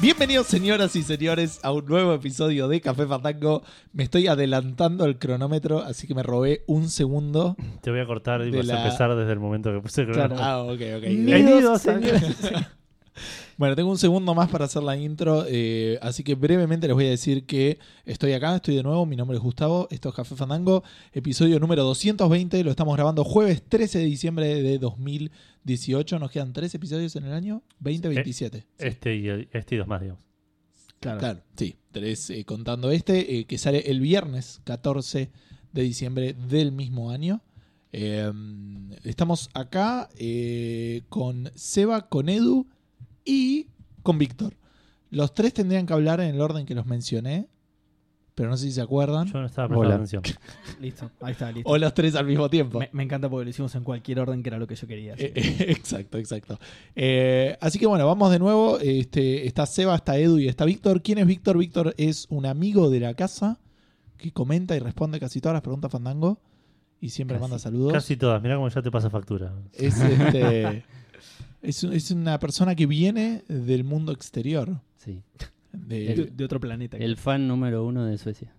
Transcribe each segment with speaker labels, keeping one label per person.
Speaker 1: Bienvenidos, señoras y señores, a un nuevo episodio de Café Fandango. Me estoy adelantando el cronómetro, así que me robé un segundo.
Speaker 2: Te voy a cortar y
Speaker 1: De
Speaker 2: vas
Speaker 1: la-
Speaker 2: a empezar desde el momento que puse el cronómetro.
Speaker 1: Ah, ok, ok.
Speaker 2: Bienvenidos, señores.
Speaker 1: Bueno, tengo un segundo más para hacer la intro, eh, así que brevemente les voy a decir que estoy acá, estoy de nuevo, mi nombre es Gustavo, esto es Café Fandango, episodio número 220, lo estamos grabando jueves 13 de diciembre de 2018, nos quedan tres episodios en el año 2027.
Speaker 2: Este y, el- este y dos más, digamos.
Speaker 3: Claro.
Speaker 1: Claro, sí, tres eh, contando este, eh, que sale el viernes 14 de diciembre del mismo año. Eh, estamos acá eh, con Seba, con Edu y con Víctor. Los tres tendrían que hablar en el orden que los mencioné, pero no sé si se acuerdan.
Speaker 2: Yo no estaba prestando
Speaker 3: Hola.
Speaker 2: atención.
Speaker 3: Listo, ahí está, listo.
Speaker 1: O los tres al mismo tiempo.
Speaker 3: Me, me encanta porque lo hicimos en cualquier orden que era lo que yo quería. así
Speaker 1: Eh,
Speaker 3: que-
Speaker 1: eh, exacto, exacto. Eh, así que bueno, vamos de nuevo. Este, está Seba, está Edu y está Víctor. ¿Quién es Víctor? Víctor es un amigo de la casa que comenta y responde casi todas las preguntas Fandango y siempre
Speaker 3: Casi,
Speaker 1: manda saludos.
Speaker 2: Casi todas. Mirá cómo ya te pasa factura.
Speaker 1: Es, este, es, un- es una persona que viene del mundo exterior.
Speaker 4: Sí,
Speaker 1: de-
Speaker 3: de, de otro planeta.
Speaker 4: el fan número uno de Suecia.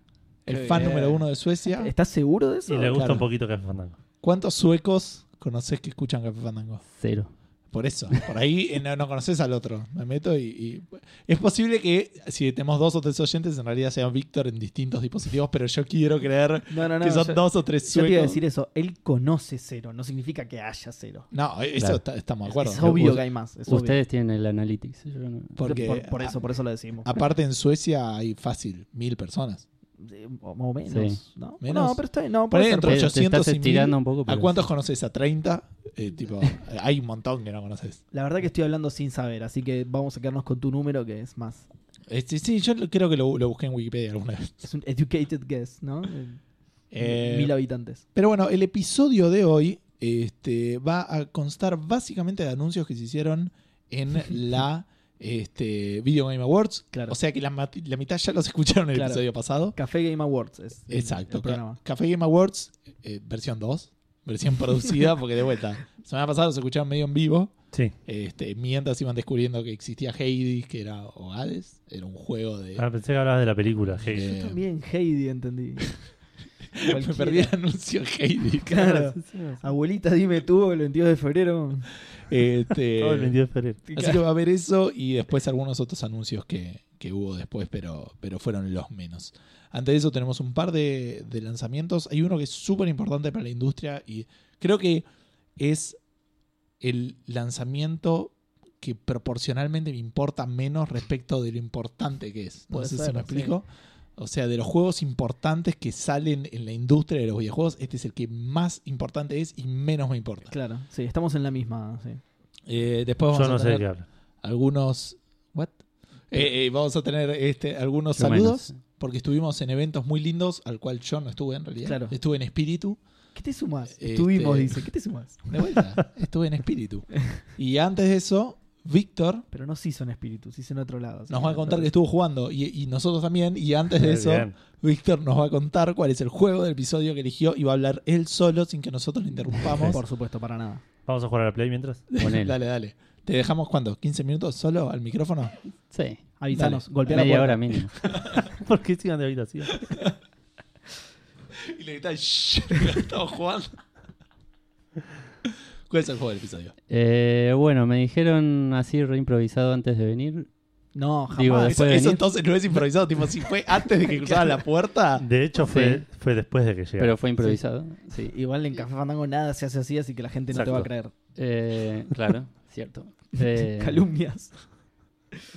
Speaker 1: el
Speaker 3: Qué
Speaker 1: fan
Speaker 3: bien.
Speaker 1: número uno de Suecia.
Speaker 3: ¿Estás seguro de eso?
Speaker 2: Y le gusta
Speaker 1: Oh, claro.
Speaker 2: un poquito Café Fandango.
Speaker 1: ¿Cuántos suecos conoces que escuchan Café Fandango?
Speaker 4: Cero.
Speaker 1: Por eso, por ahí eh, no, no conoces al otro. Me meto y, y- Es posible que si tenemos dos o tres oyentes, en realidad sean Víctor en distintos dispositivos, pero yo quiero creer
Speaker 3: No, no, no.
Speaker 1: que son
Speaker 3: yo,
Speaker 1: dos o tres
Speaker 3: yo te iba a
Speaker 1: suecos.
Speaker 3: decir eso. Él conoce cero, no significa que haya cero.
Speaker 1: No, eso
Speaker 4: Claro.
Speaker 1: está- estamos de
Speaker 3: Es,
Speaker 1: acuerdo.
Speaker 3: es obvio
Speaker 4: Us-
Speaker 3: que hay más. es obvio.
Speaker 4: Ustedes tienen el analytics. yo no-
Speaker 1: Porque
Speaker 3: por, por eso, por eso lo decimos.
Speaker 1: a- aparte en Suecia hay fácil mil personas.
Speaker 3: Eh, o más o menos. ¿no?
Speaker 1: Menos.
Speaker 3: No, pero está bien, no,
Speaker 1: Por
Speaker 3: puede
Speaker 1: ahí
Speaker 3: ser,
Speaker 1: entró
Speaker 3: puede
Speaker 4: Te-
Speaker 3: ser.
Speaker 4: te
Speaker 1: 800
Speaker 4: estás
Speaker 1: y mil.
Speaker 4: estirando un poco.
Speaker 1: ¿A
Speaker 4: pero
Speaker 1: cuántos
Speaker 4: sí.
Speaker 1: conoces? ¿A 30? Eh, tipo, hay un montón que no conoces.
Speaker 3: La verdad que estoy hablando sin saber, así que vamos a quedarnos con tu número que es más.
Speaker 1: Este, sí, yo lo- creo que lo, lo busqué en Wikipedia alguna vez.
Speaker 3: Es un educated guess, ¿no? Eh,
Speaker 1: Eh,
Speaker 3: Mil habitantes.
Speaker 1: Pero bueno, el episodio de hoy este, va a constar básicamente de anuncios que se hicieron en la este, Video Game Awards.
Speaker 3: Claro.
Speaker 1: O sea que la, mati- la mitad ya los escucharon en el
Speaker 3: Claro.
Speaker 1: episodio pasado.
Speaker 3: Café Game Awards es el-
Speaker 1: Exacto.
Speaker 3: el programa.
Speaker 1: Ca- Café Game Awards, eh, versión 2, versión producida, porque de vuelta, la semana pasada los escucharon medio en vivo.
Speaker 2: Sí.
Speaker 1: Este, mientras iban descubriendo que existía Hades, que era o Hades, era un juego de...
Speaker 2: Ah, pensé que hablabas de la película. Hey.
Speaker 1: de-
Speaker 3: Yo también Heidi entendí.
Speaker 1: me perdí el anuncio Hades.
Speaker 3: Claro. Abuelita, dime tú, el 22 de febrero.
Speaker 1: Este,
Speaker 2: Todo el 22 de febrero.
Speaker 1: Así que va a haber eso y después algunos otros anuncios que, que hubo después, pero, pero fueron los menos. Antes de eso tenemos un par de, de lanzamientos. Hay uno que es súper importante para la industria y creo que es el lanzamiento que proporcionalmente me importa menos respecto de lo importante que es. No
Speaker 3: Puede
Speaker 1: sé si
Speaker 3: ser,
Speaker 1: me
Speaker 3: sí.
Speaker 1: explico. O sea, de los juegos importantes que salen en la industria de los videojuegos, este es el que más importante es y menos me importa.
Speaker 3: Claro, sí, estamos en la misma. sí.
Speaker 1: Eh, después vamos
Speaker 2: Yo
Speaker 1: a
Speaker 2: no sé
Speaker 1: tener-
Speaker 2: de qué hablar.
Speaker 1: algunos. ¿What? Eh, eh, vamos a tener este, algunos
Speaker 4: Yo
Speaker 1: saludos
Speaker 4: menos.
Speaker 1: porque estuvimos en eventos muy lindos, al cual yo no estuve en realidad.
Speaker 3: Claro.
Speaker 1: Estuve en espíritu.
Speaker 3: ¿Qué te sumas?
Speaker 1: Este-
Speaker 3: Estuvimos, dice. ¿Qué te sumas?
Speaker 1: De vuelta, estuve en espíritu. Y antes de eso, Víctor
Speaker 3: Pero no sí son espíritus, sí son otro lado. así
Speaker 1: nos va a
Speaker 3: no-
Speaker 1: contar que estuvo jugando y, y nosotros también. Y antes de
Speaker 2: Muy
Speaker 1: eso,
Speaker 2: bien.
Speaker 1: Víctor nos va a contar cuál es el juego del episodio que eligió y va a hablar él solo sin que nosotros le interrumpamos.
Speaker 3: Por supuesto, para nada.
Speaker 2: Vamos a jugar a la Play mientras.
Speaker 4: Ponele.
Speaker 1: dale, dale. ¿Te dejamos cuánto? ¿15 minutos solo al micrófono?
Speaker 4: Sí.
Speaker 3: Avisanos,
Speaker 1: Dale.
Speaker 3: golpea la
Speaker 4: Media
Speaker 3: puerta.
Speaker 4: hora mínimo.
Speaker 2: ¿Por qué sigan de habitación?
Speaker 1: Y le gritan, "Shh", estamos jugando. ¿Cuál es el juego del episodio?
Speaker 4: Eh, bueno, me dijeron así reimprovisado antes de venir.
Speaker 3: No, jamás.
Speaker 4: Digo,
Speaker 1: Eso,
Speaker 4: después de
Speaker 1: eso
Speaker 4: venir.
Speaker 1: entonces no es improvisado, tipo, si fue antes de que cruzara la puerta.
Speaker 2: De hecho, fue,
Speaker 4: Sí.
Speaker 2: fue después de que llegué.
Speaker 4: Pero fue improvisado.
Speaker 3: Sí,
Speaker 4: Sí.
Speaker 3: igual en Café Fandango nada se hace así, así que la gente no te
Speaker 2: Exacto.
Speaker 3: va a creer.
Speaker 4: Eh, claro, cierto. Eh,
Speaker 3: Calumnias.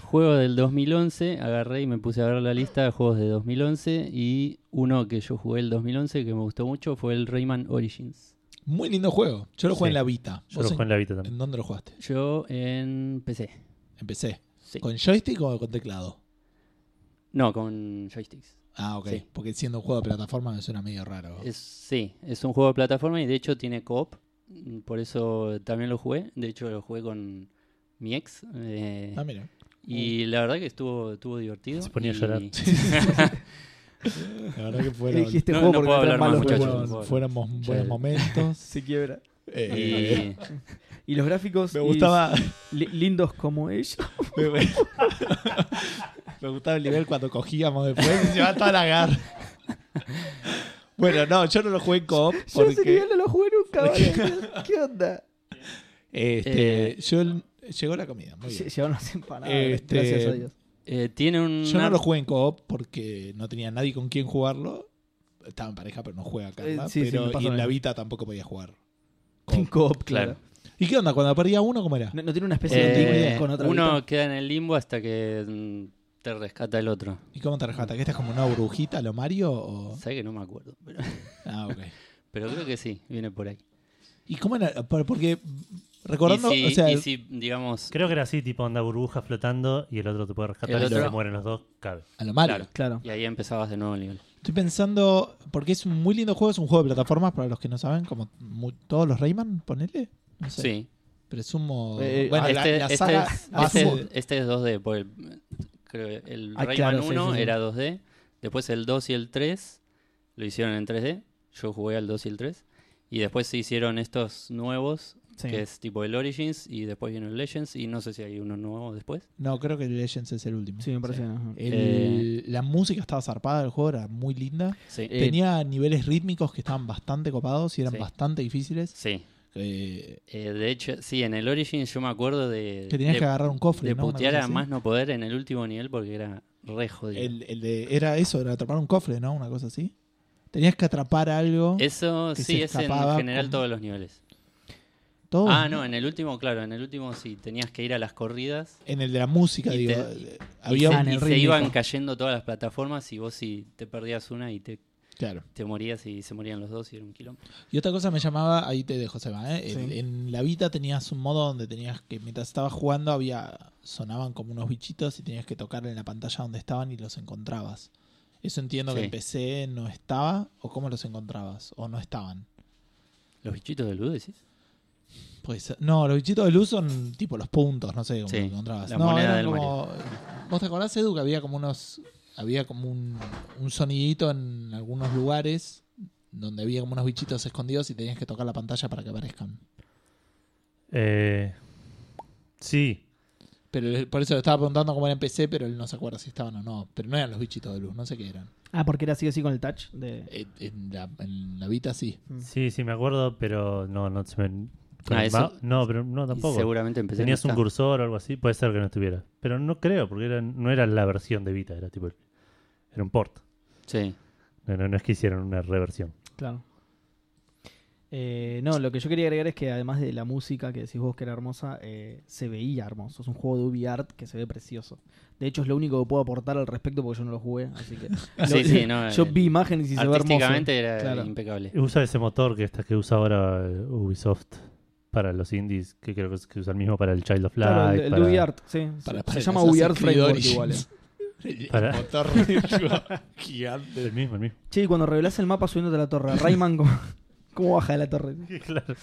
Speaker 4: Juego del 2011, agarré y me puse a ver la lista de juegos de 2011 y uno que yo jugué el 2011 que me gustó mucho fue el Rayman Origins.
Speaker 1: Muy lindo juego. Yo lo jugué
Speaker 2: Sí.
Speaker 1: en la Vita.
Speaker 2: Yo lo
Speaker 1: ¿Vos
Speaker 2: jugué en la Vita también.
Speaker 1: en dónde lo jugaste?
Speaker 4: Yo en PC.
Speaker 1: Empecé.
Speaker 4: Sí.
Speaker 1: ¿Con joystick o con teclado?
Speaker 4: No, con joysticks.
Speaker 1: Ah, ok.
Speaker 4: Sí.
Speaker 1: Porque siendo un juego de plataforma me suena medio raro.
Speaker 4: Es, sí, es un juego de plataforma y de hecho tiene co-op. mm, Por eso también lo jugué. De hecho lo jugué con mi ex. eh,
Speaker 1: Ah, mira.
Speaker 4: y la verdad que estuvo, estuvo divertido.
Speaker 2: Se ponía a
Speaker 4: y-
Speaker 2: llorar.
Speaker 1: La verdad que fueron,
Speaker 3: Elegiste
Speaker 4: No,
Speaker 3: este juego
Speaker 4: no
Speaker 3: porque
Speaker 4: puedo
Speaker 3: te traen
Speaker 4: hablar más,
Speaker 3: malos
Speaker 4: muchachos.
Speaker 3: recuerdos.
Speaker 1: fueron- fuéramos buenos momentos.
Speaker 3: Se quiebra.
Speaker 1: Eh,
Speaker 4: y-
Speaker 3: Y los gráficos
Speaker 1: Me
Speaker 3: y
Speaker 1: gustaba,
Speaker 3: li- lindos como ellos.
Speaker 1: me, me- me gustaba el nivel cuando cogíamos después y se va toda la garra. Bueno, no, yo no lo jugué en co-op
Speaker 3: Yo ese
Speaker 1: porque
Speaker 3: nivel no lo jugué nunca, boludo. ¿Qué onda?
Speaker 1: este,
Speaker 4: Eh.
Speaker 1: yo llegó la comida. Muy bien.
Speaker 3: Lle- Llevaron las empanadas.
Speaker 1: Este,
Speaker 3: Gracias a Dios.
Speaker 4: Eh, tiene un.
Speaker 1: Yo no lo jugué en co-op porque no tenía nadie con quien jugarlo. Estaba en pareja, pero no juega Carla.
Speaker 3: Eh, sí, sí,
Speaker 1: pero,
Speaker 3: me pasa
Speaker 1: y en
Speaker 3: lo
Speaker 1: la
Speaker 3: mismo.
Speaker 1: Vita tampoco podía jugar.
Speaker 3: En co-op, claro.
Speaker 4: Claro.
Speaker 1: ¿Y qué onda? Cuando perdía uno, ¿cómo era?
Speaker 3: No, no tiene una especie de
Speaker 4: Eh,
Speaker 3: link con otra
Speaker 4: uno
Speaker 3: vida?
Speaker 4: queda en el limbo hasta que mm, te rescata el otro.
Speaker 1: ¿Y cómo te rescata? ¿Que esta es como una brujita, lo Mario? O...
Speaker 4: Sabes que no me acuerdo, pero,
Speaker 1: Ah, ok.
Speaker 4: pero creo que sí, viene por ahí.
Speaker 1: ¿Y cómo era? Por- Porque recordando,
Speaker 4: y si,
Speaker 1: o sea,
Speaker 4: y si, digamos,
Speaker 2: Creo que era así, tipo anda burbuja flotando y el otro te puede rescatar
Speaker 4: El
Speaker 2: y si
Speaker 4: otro-
Speaker 2: se mueren los dos, cabe.
Speaker 1: a lo Mario.
Speaker 4: Claro.
Speaker 3: Claro.
Speaker 4: y ahí empezabas de nuevo el nivel.
Speaker 1: Estoy pensando, porque es un muy lindo juego, es un juego de plataformas para los que no saben, como mu- todos los Rayman, ponele. No sé.
Speaker 4: Sí.
Speaker 1: Presumo.
Speaker 3: Eh,
Speaker 1: bueno,
Speaker 3: ah,
Speaker 1: la-
Speaker 4: este,
Speaker 1: la,
Speaker 4: este
Speaker 1: saga
Speaker 4: es,
Speaker 1: base-
Speaker 4: este es- este es 2D. Por el, creo que el
Speaker 3: Ah,
Speaker 4: Rayman
Speaker 3: claro, sí,
Speaker 4: 1
Speaker 3: sí, sí.
Speaker 4: era 2D. Después el 2 y el 3 lo hicieron en 3D. Yo jugué al 2 y el 3. Y después se hicieron estos nuevos,
Speaker 3: Sí.
Speaker 4: que es tipo el Origins. Y después viene el Legends. Y no sé si hay uno nuevo después.
Speaker 1: No, creo que el Legends es el último.
Speaker 3: Sí, Eh, me parece.
Speaker 1: Sí.
Speaker 3: que no.
Speaker 4: Eh,
Speaker 1: El- La música estaba zarpada del juego, era muy linda.
Speaker 4: Sí.
Speaker 3: Eh,
Speaker 1: Tenía niveles rítmicos que estaban bastante copados y eran
Speaker 4: Sí.
Speaker 1: bastante difíciles.
Speaker 4: sí.
Speaker 1: Eh,
Speaker 4: Eh, de hecho, sí, en el Origins yo me acuerdo de,
Speaker 1: que tenías
Speaker 4: de,
Speaker 1: que agarrar un cofre.
Speaker 4: de
Speaker 1: ¿no? Una
Speaker 4: putear
Speaker 1: cosa
Speaker 4: a
Speaker 1: así.
Speaker 4: más no poder en el último nivel porque era re jodido.
Speaker 1: El, el de, era eso, era atrapar un cofre, ¿no? Una cosa así. Tenías que atrapar algo.
Speaker 4: Eso
Speaker 1: que
Speaker 4: sí
Speaker 1: se
Speaker 4: es en
Speaker 1: escapaba
Speaker 4: general
Speaker 1: con-
Speaker 4: todos los niveles.
Speaker 1: todo.
Speaker 4: Ah, no, en el último, claro, en el último sí, tenías que ir a las corridas.
Speaker 1: En el de la música,
Speaker 4: Y
Speaker 1: digo. eh,
Speaker 4: te-
Speaker 1: había
Speaker 4: y
Speaker 1: un
Speaker 4: se, y se
Speaker 1: rítmico.
Speaker 4: iban cayendo todas las plataformas y vos si te perdías una y te,
Speaker 1: Claro.
Speaker 4: te morías y se morían los dos y era un quilombo.
Speaker 1: Y otra cosa me llamaba, ahí te dejo, Seba, ¿eh? En,
Speaker 3: Sí.
Speaker 1: en la Vita tenías un modo donde tenías que, mientras estabas jugando, había sonaban como unos bichitos y tenías que tocar en la pantalla donde estaban y los encontrabas. Eso entiendo que
Speaker 4: Sí.
Speaker 1: en PC no estaba, o cómo los encontrabas, o no estaban.
Speaker 4: ¿Los bichitos de luz decís?
Speaker 1: Pues, no, los bichitos de luz son tipo los puntos, no sé cómo
Speaker 4: Sí,
Speaker 1: los encontrabas.
Speaker 4: la
Speaker 1: no,
Speaker 4: moneda
Speaker 1: eran
Speaker 4: del
Speaker 1: como- ¿Vos te acordás, Edu, que había como unos. Había como un, un sonidito en algunos lugares donde había como unos bichitos escondidos y tenías que tocar la pantalla para que aparezcan?
Speaker 2: Eh, sí,
Speaker 1: Pero él- por eso le estaba preguntando cómo era en PC, pero él no se acuerda si estaban o no. Pero no eran los bichitos de luz, no sé qué eran.
Speaker 3: Ah, porque era así así con el touch. De...
Speaker 1: En, en la, en la Vita sí.
Speaker 2: sí, sí, me acuerdo, pero no, no se me. con
Speaker 4: Ah,
Speaker 2: el
Speaker 4: eso-
Speaker 2: ma- No, pero no
Speaker 4: Y
Speaker 2: tampoco.
Speaker 4: Seguramente empecé
Speaker 2: Tenías
Speaker 4: no
Speaker 2: un
Speaker 4: está.
Speaker 2: cursor o algo así, puede ser que no estuviera. Pero no creo, porque era, no era la versión de Vita, era tipo. el- Era un port.
Speaker 4: Sí.
Speaker 2: No, no, no es que hicieron una reversión.
Speaker 3: Claro. Eh, no, lo que yo quería agregar es que además de la música que decís vos que era hermosa, eh, se veía hermoso. Es un juego de UbiArt que se ve precioso. De hecho, es lo único que puedo aportar al respecto porque yo no lo jugué. Así que Lo-
Speaker 4: Sí, sí, no,
Speaker 3: yo
Speaker 4: el-
Speaker 3: vi imágenes y se ve hermoso.
Speaker 4: Artísticamente era
Speaker 3: Claro.
Speaker 4: impecable.
Speaker 2: Usa ese motor que está que usa ahora eh, Ubisoft para los indies, que creo que, es- que usa el mismo para el Child of Light.
Speaker 3: Claro, el, el
Speaker 2: para-
Speaker 3: UbiArt, sí.
Speaker 1: Para-
Speaker 3: se
Speaker 1: para
Speaker 3: llama
Speaker 1: Assassin's
Speaker 3: UbiArt
Speaker 1: Creed
Speaker 3: Framework
Speaker 1: Origins.
Speaker 3: igual. eh.
Speaker 1: El
Speaker 2: Para-
Speaker 1: motor gigante.
Speaker 2: El mismo, el mismo.
Speaker 3: Che, y cuando revelás el mapa subiendo de la torre, Rayman, ¿cómo, cómo baja de la torre?
Speaker 2: claro.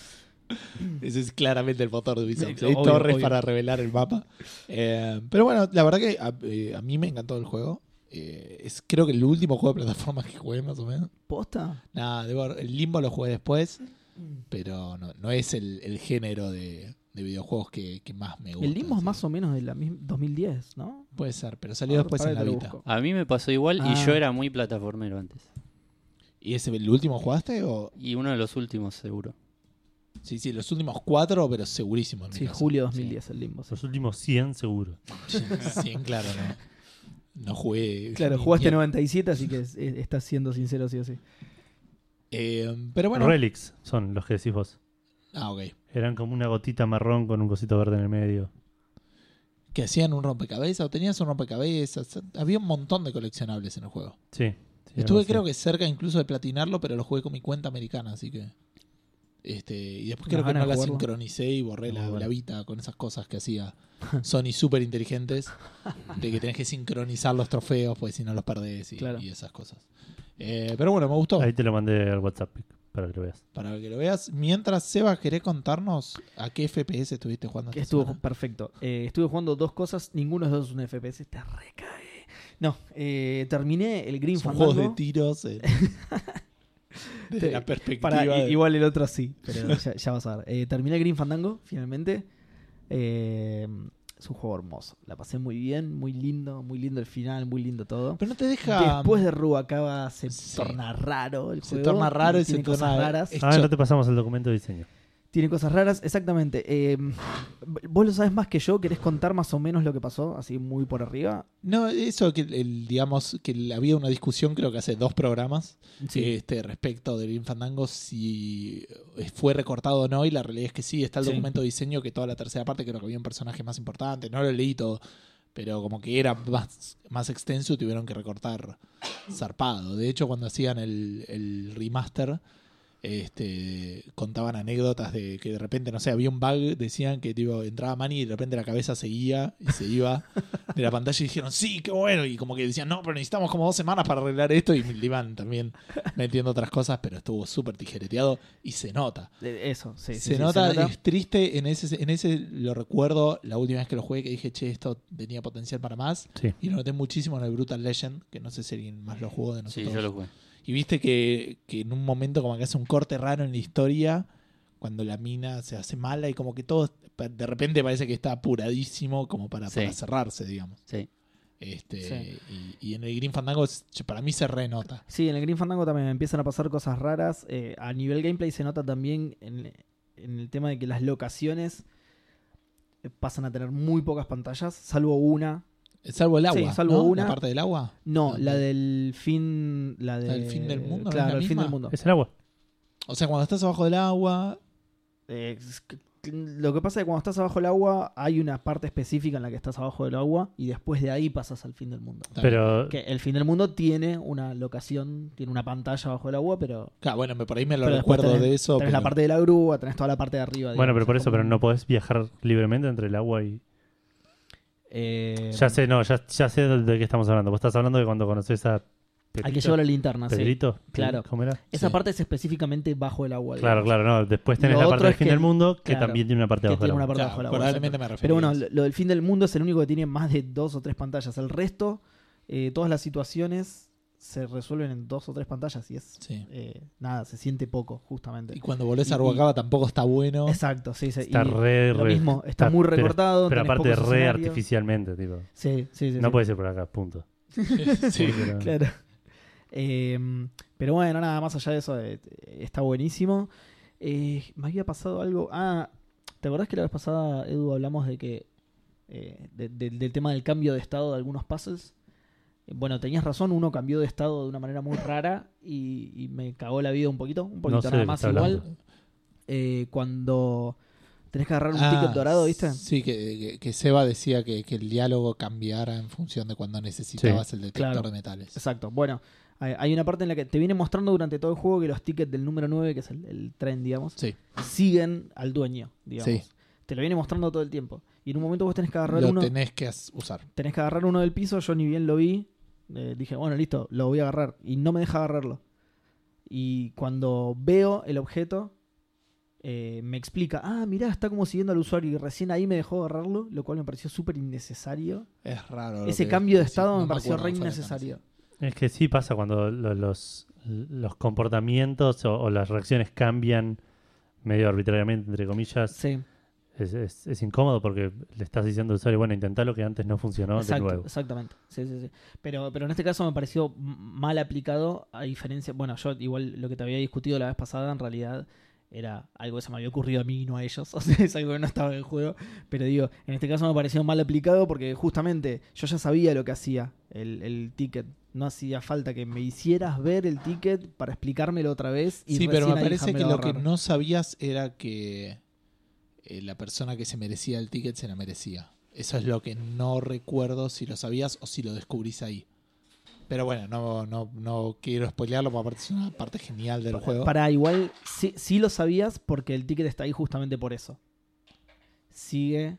Speaker 1: Ese es claramente el motor de Ubisoft.
Speaker 3: Sí,
Speaker 1: Hay
Speaker 3: obvio,
Speaker 1: torres
Speaker 3: obvio.
Speaker 1: para revelar el mapa. Eh, pero bueno, la verdad que a, eh, a mí me encantó el juego. Eh, es creo que el último juego de plataformas que jugué, más o menos.
Speaker 3: ¿Posta?
Speaker 1: Nada, debo- el Limbo lo jugué después, pero no, no es el, el género de, de videojuegos que, que más me gusta.
Speaker 3: El Limbo es
Speaker 1: sí.
Speaker 3: más o menos de la misma 2010, ¿no?
Speaker 1: Puede ser, pero salió
Speaker 3: A ver,
Speaker 1: después
Speaker 3: pará
Speaker 1: en la
Speaker 3: que te lo
Speaker 1: Vita.
Speaker 3: busco.
Speaker 4: A mí me pasó igual
Speaker 3: Ah.
Speaker 4: y yo era muy plataformero antes.
Speaker 1: ¿Y ese el último jugaste? O...
Speaker 4: Y uno de los últimos, seguro.
Speaker 1: Sí, sí, los últimos cuatro, pero segurísimo. En mi
Speaker 3: Sí,
Speaker 1: caso.
Speaker 3: julio 2010 el Limbo. sí.
Speaker 2: Los últimos 100 seguro.
Speaker 1: Sí, claro, no. No jugué.
Speaker 3: Claro,
Speaker 1: ni-
Speaker 3: jugaste
Speaker 1: ni-
Speaker 3: 97, así que es- es- estás siendo sincero, sí o sí.
Speaker 1: Eh, pero bueno.
Speaker 2: Relics son los que decís vos.
Speaker 1: Ah, ok.
Speaker 2: Eran como una gotita marrón con un cosito verde en el medio.
Speaker 1: Que hacían un rompecabezas o tenías un rompecabezas. Había un montón de coleccionables en el juego.
Speaker 2: Sí. sí,
Speaker 1: Estuve
Speaker 2: algo así.
Speaker 1: creo que cerca incluso de platinarlo, pero lo jugué con mi cuenta americana, así que... Este, y después creo
Speaker 3: Unas
Speaker 1: que
Speaker 3: ganas
Speaker 1: no
Speaker 3: de
Speaker 1: la
Speaker 3: jugarlo. Oh,
Speaker 1: sincronicé y borré la,
Speaker 2: Muy bueno.
Speaker 1: la Vita con esas cosas que hacía Sony súper inteligentes, de que tenés que sincronizar los trofeos, pues si no los perdés y,
Speaker 3: Claro.
Speaker 1: y esas cosas. Eh, pero bueno, me gustó.
Speaker 2: Ahí te lo mandé al WhatsApp para que lo veas.
Speaker 1: Para que lo veas. Mientras, Seba, ¿querés contarnos a qué FPS estuviste jugando?
Speaker 3: Que
Speaker 1: esta
Speaker 3: estuvo
Speaker 1: semana?
Speaker 3: perfecto. Eh, estuve jugando dos cosas, ninguno de los dos es un FPS, te recae. No, eh, terminé el Green
Speaker 1: Son
Speaker 3: Fandango.
Speaker 1: juegos de tiros. eh. Desde
Speaker 3: Te-
Speaker 1: la perspectiva.
Speaker 3: Pará, i-
Speaker 1: de-
Speaker 3: igual el otro sí, pero ya, ya vas a ver. Eh, terminé Green Fandango, finalmente. Eh, es un juego hermoso. La pasé muy bien, muy lindo, muy lindo el final, muy lindo todo.
Speaker 1: Pero no te deja.
Speaker 3: Después de Rubacaba se
Speaker 1: Sí.
Speaker 3: torna raro el
Speaker 1: Se
Speaker 3: juego.
Speaker 1: torna raro y se
Speaker 3: tiene
Speaker 1: torna-
Speaker 3: cosas raras.
Speaker 1: es-
Speaker 2: Ah, no te pasamos el documento de diseño.
Speaker 3: Tiene cosas raras, exactamente. Eh, vos lo sabes más que yo, querés contar más o menos lo que pasó, así muy por arriba.
Speaker 1: No, eso que el, digamos que el- había una discusión, creo que hace dos programas, este, respecto del Green Fandango, si eh, fue recortado o no, y la realidad es que sí, está el
Speaker 3: Sí.
Speaker 1: documento de diseño que toda la tercera parte creo que había un personaje más importante, no lo leí todo, pero como que era más, más extenso y tuvieron que recortar zarpado. De hecho, cuando hacían el, el remaster, este, contaban anécdotas de que de repente, no sé, había un bug, decían que tipo, entraba Manny y de repente la cabeza seguía y se iba de la pantalla y dijeron, sí, qué bueno, y como que decían, no, pero necesitamos como dos semanas para arreglar esto y le iban también metiendo otras cosas, pero estuvo súper tijereteado y se nota.
Speaker 3: Eh, Eso, sí. sí, sí,
Speaker 1: se, nota, es triste, en ese, en ese lo recuerdo la última vez que lo jugué que dije, che, esto tenía potencial para más.
Speaker 2: Sí.
Speaker 1: Y lo noté muchísimo en el Brutal Legend, que no sé si alguien más lo jugó de
Speaker 4: Sí,
Speaker 1: nosotros.
Speaker 4: yo lo jugué.
Speaker 1: Y viste que, que en un momento como que hace un corte raro en la historia, cuando la mina se hace mala y como que todo pa- de repente parece que está apuradísimo como para,
Speaker 4: Sí.
Speaker 1: para cerrarse, digamos.
Speaker 4: Sí.
Speaker 1: Este, y, y en el Green Fandango es- para mí se renota.
Speaker 3: Sí, en el Green Fandango también empiezan a pasar cosas raras. Eh, a nivel gameplay se nota también en, en el tema de que las locaciones eh, pasan a tener muy pocas pantallas, salvo una.
Speaker 1: Salvo el
Speaker 3: Sí,
Speaker 1: agua.
Speaker 3: salvo
Speaker 1: ¿no?
Speaker 3: una.
Speaker 1: La parte del agua.
Speaker 3: No,
Speaker 1: Ah,
Speaker 3: la
Speaker 1: no.
Speaker 3: del fin. La de-
Speaker 1: ¿La del fin del mundo? ¿No es
Speaker 3: Claro,
Speaker 1: la
Speaker 3: el fin
Speaker 1: misma?
Speaker 3: del mundo.
Speaker 2: Es el agua.
Speaker 1: O sea, cuando estás abajo del agua.
Speaker 3: Eh, es que- lo que pasa es que cuando estás abajo del agua, hay una parte específica en la que estás abajo del agua y después de ahí pasas al fin del mundo.
Speaker 2: Pero
Speaker 3: Que el fin del mundo tiene una locación, tiene una pantalla abajo del agua, pero.
Speaker 1: Claro, bueno, me- por ahí me lo
Speaker 3: pero después
Speaker 1: recuerdo
Speaker 3: tenés-
Speaker 1: de eso.
Speaker 3: Tenés la
Speaker 1: pero-
Speaker 3: parte de la grúa, tenés toda la parte de arriba.
Speaker 2: bueno,
Speaker 3: digamos,
Speaker 2: pero por
Speaker 3: es
Speaker 2: eso,
Speaker 3: como
Speaker 2: pero
Speaker 3: un-
Speaker 2: no podés viajar libremente entre el agua y.
Speaker 3: Eh,
Speaker 2: Ya sé, no, ya, ya sé de de qué estamos hablando. Vos estás hablando de cuando conoces a. Pedrito.
Speaker 3: Hay que llevar la linterna, sí.
Speaker 2: Pedrito,
Speaker 3: Claro. Eh,
Speaker 2: ¿cómo era?
Speaker 3: Esa
Speaker 1: Sí.
Speaker 3: parte es específicamente bajo el agua.
Speaker 2: Claro,
Speaker 3: digamos,
Speaker 2: claro, no. Después tenés
Speaker 3: Lo
Speaker 2: la
Speaker 3: otro
Speaker 2: parte del
Speaker 3: es
Speaker 2: fin
Speaker 3: que-
Speaker 2: del mundo que
Speaker 3: claro,
Speaker 2: también tiene una parte
Speaker 3: que
Speaker 2: abajo del
Speaker 3: tiene una
Speaker 2: agua.
Speaker 3: parte
Speaker 1: Claro,
Speaker 3: bajo el agua.
Speaker 1: probablemente
Speaker 3: exacto.
Speaker 1: me refería.
Speaker 3: Pero bueno, lo, lo del fin del mundo es el único que tiene más de dos o tres pantallas. El resto, eh, todas las situaciones se resuelven en dos o tres pantallas y es.
Speaker 1: Sí.
Speaker 3: eh, nada, se siente poco, justamente.
Speaker 1: Y cuando volvés a
Speaker 3: Y- y-
Speaker 1: Ruacaba tampoco está bueno.
Speaker 3: Exacto, sí, sí.
Speaker 2: Está
Speaker 3: y
Speaker 2: re,
Speaker 3: lo
Speaker 2: re-
Speaker 3: mismo, está, muy
Speaker 2: pero-
Speaker 3: recortado.
Speaker 2: Pero,
Speaker 3: tenés
Speaker 2: aparte,
Speaker 3: pocos
Speaker 2: re
Speaker 3: escenarios.
Speaker 2: artificialmente, tipo.
Speaker 3: Sí, sí, sí.
Speaker 2: No
Speaker 3: sí.
Speaker 2: puede ser por acá, punto.
Speaker 1: Sí.
Speaker 2: Pero-
Speaker 3: Claro. Eh, pero bueno, nada más allá de eso, eh, está buenísimo. Eh, me había pasado algo. Ah, ¿te acordás que la vez pasada, Edu, hablamos de que. eh, de- de- del tema del cambio de estado de algunos puzzles? Eh, Bueno, tenías razón, uno cambió de estado de una manera muy rara y, y me cagó la vida un poquito, un poquito
Speaker 2: No sé de
Speaker 3: nada
Speaker 2: qué
Speaker 3: más
Speaker 2: está
Speaker 3: igual.
Speaker 2: hablando.
Speaker 3: Eh, cuando tenés que agarrar un
Speaker 1: Ah,
Speaker 3: ticket dorado, ¿viste?
Speaker 1: Sí, que, que, que Seba decía que, que el diálogo cambiara en función de cuando necesitabas el detector
Speaker 3: claro.
Speaker 1: de metales.
Speaker 3: Exacto. Bueno, hay, hay una parte en la que te viene mostrando durante todo el juego que los tickets del número 9, que es el, el tren, digamos,
Speaker 1: Sí,
Speaker 3: siguen al dueño, digamos.
Speaker 1: Sí.
Speaker 3: Te lo viene mostrando todo el tiempo. Y en un momento vos tenés que agarrar
Speaker 1: lo
Speaker 3: uno.
Speaker 1: tenés que as- usar.
Speaker 3: Tenés que agarrar uno del piso, yo ni bien lo vi. eh, dije, bueno, listo, lo voy a agarrar. Y no me deja agarrarlo. Y cuando veo el objeto, eh, me explica, ah, mirá, está como siguiendo al usuario. Y recién ahí me dejó agarrarlo, lo cual me pareció súper innecesario.
Speaker 1: Es raro. lo
Speaker 3: Ese
Speaker 1: que-
Speaker 3: cambio de
Speaker 1: sí,
Speaker 3: estado
Speaker 1: no
Speaker 3: me pareció
Speaker 1: acuerdo
Speaker 3: re
Speaker 1: cuál fue la
Speaker 3: innecesario.
Speaker 2: Es que sí pasa cuando lo- los, los comportamientos o, o las reacciones cambian medio arbitrariamente, entre comillas.
Speaker 3: Sí.
Speaker 2: Es, es- es incómodo porque le estás diciendo al usuario, bueno, intentá lo que antes no funcionó
Speaker 3: Exacto,
Speaker 2: de nuevo.
Speaker 3: Exactamente. Sí, sí, sí. Pero, pero en este caso me pareció m- mal aplicado, a diferencia. Bueno, yo igual lo que te había discutido la vez pasada, en realidad era algo que se me había ocurrido a mí y no a ellos. O sea, es algo que no estaba en el juego. Pero digo, en este caso me pareció mal aplicado porque justamente yo ya sabía lo que hacía el, el ticket. No hacía falta que me hicieras ver el ticket para explicármelo otra vez. Y
Speaker 1: Sí, pero
Speaker 3: recién
Speaker 1: me
Speaker 3: ahí
Speaker 1: parece que
Speaker 3: dejármelo
Speaker 1: lo que
Speaker 3: agarrar.
Speaker 1: no sabías era que eh, la persona que se merecía el ticket se la merecía. Eso es lo que no recuerdo si lo sabías o si lo descubrís ahí. Pero bueno, no, no, no quiero spoilearlo porque aparte es una parte genial del juego.
Speaker 3: Para igual, sí, sí lo sabías porque el ticket está ahí justamente por eso. Sigue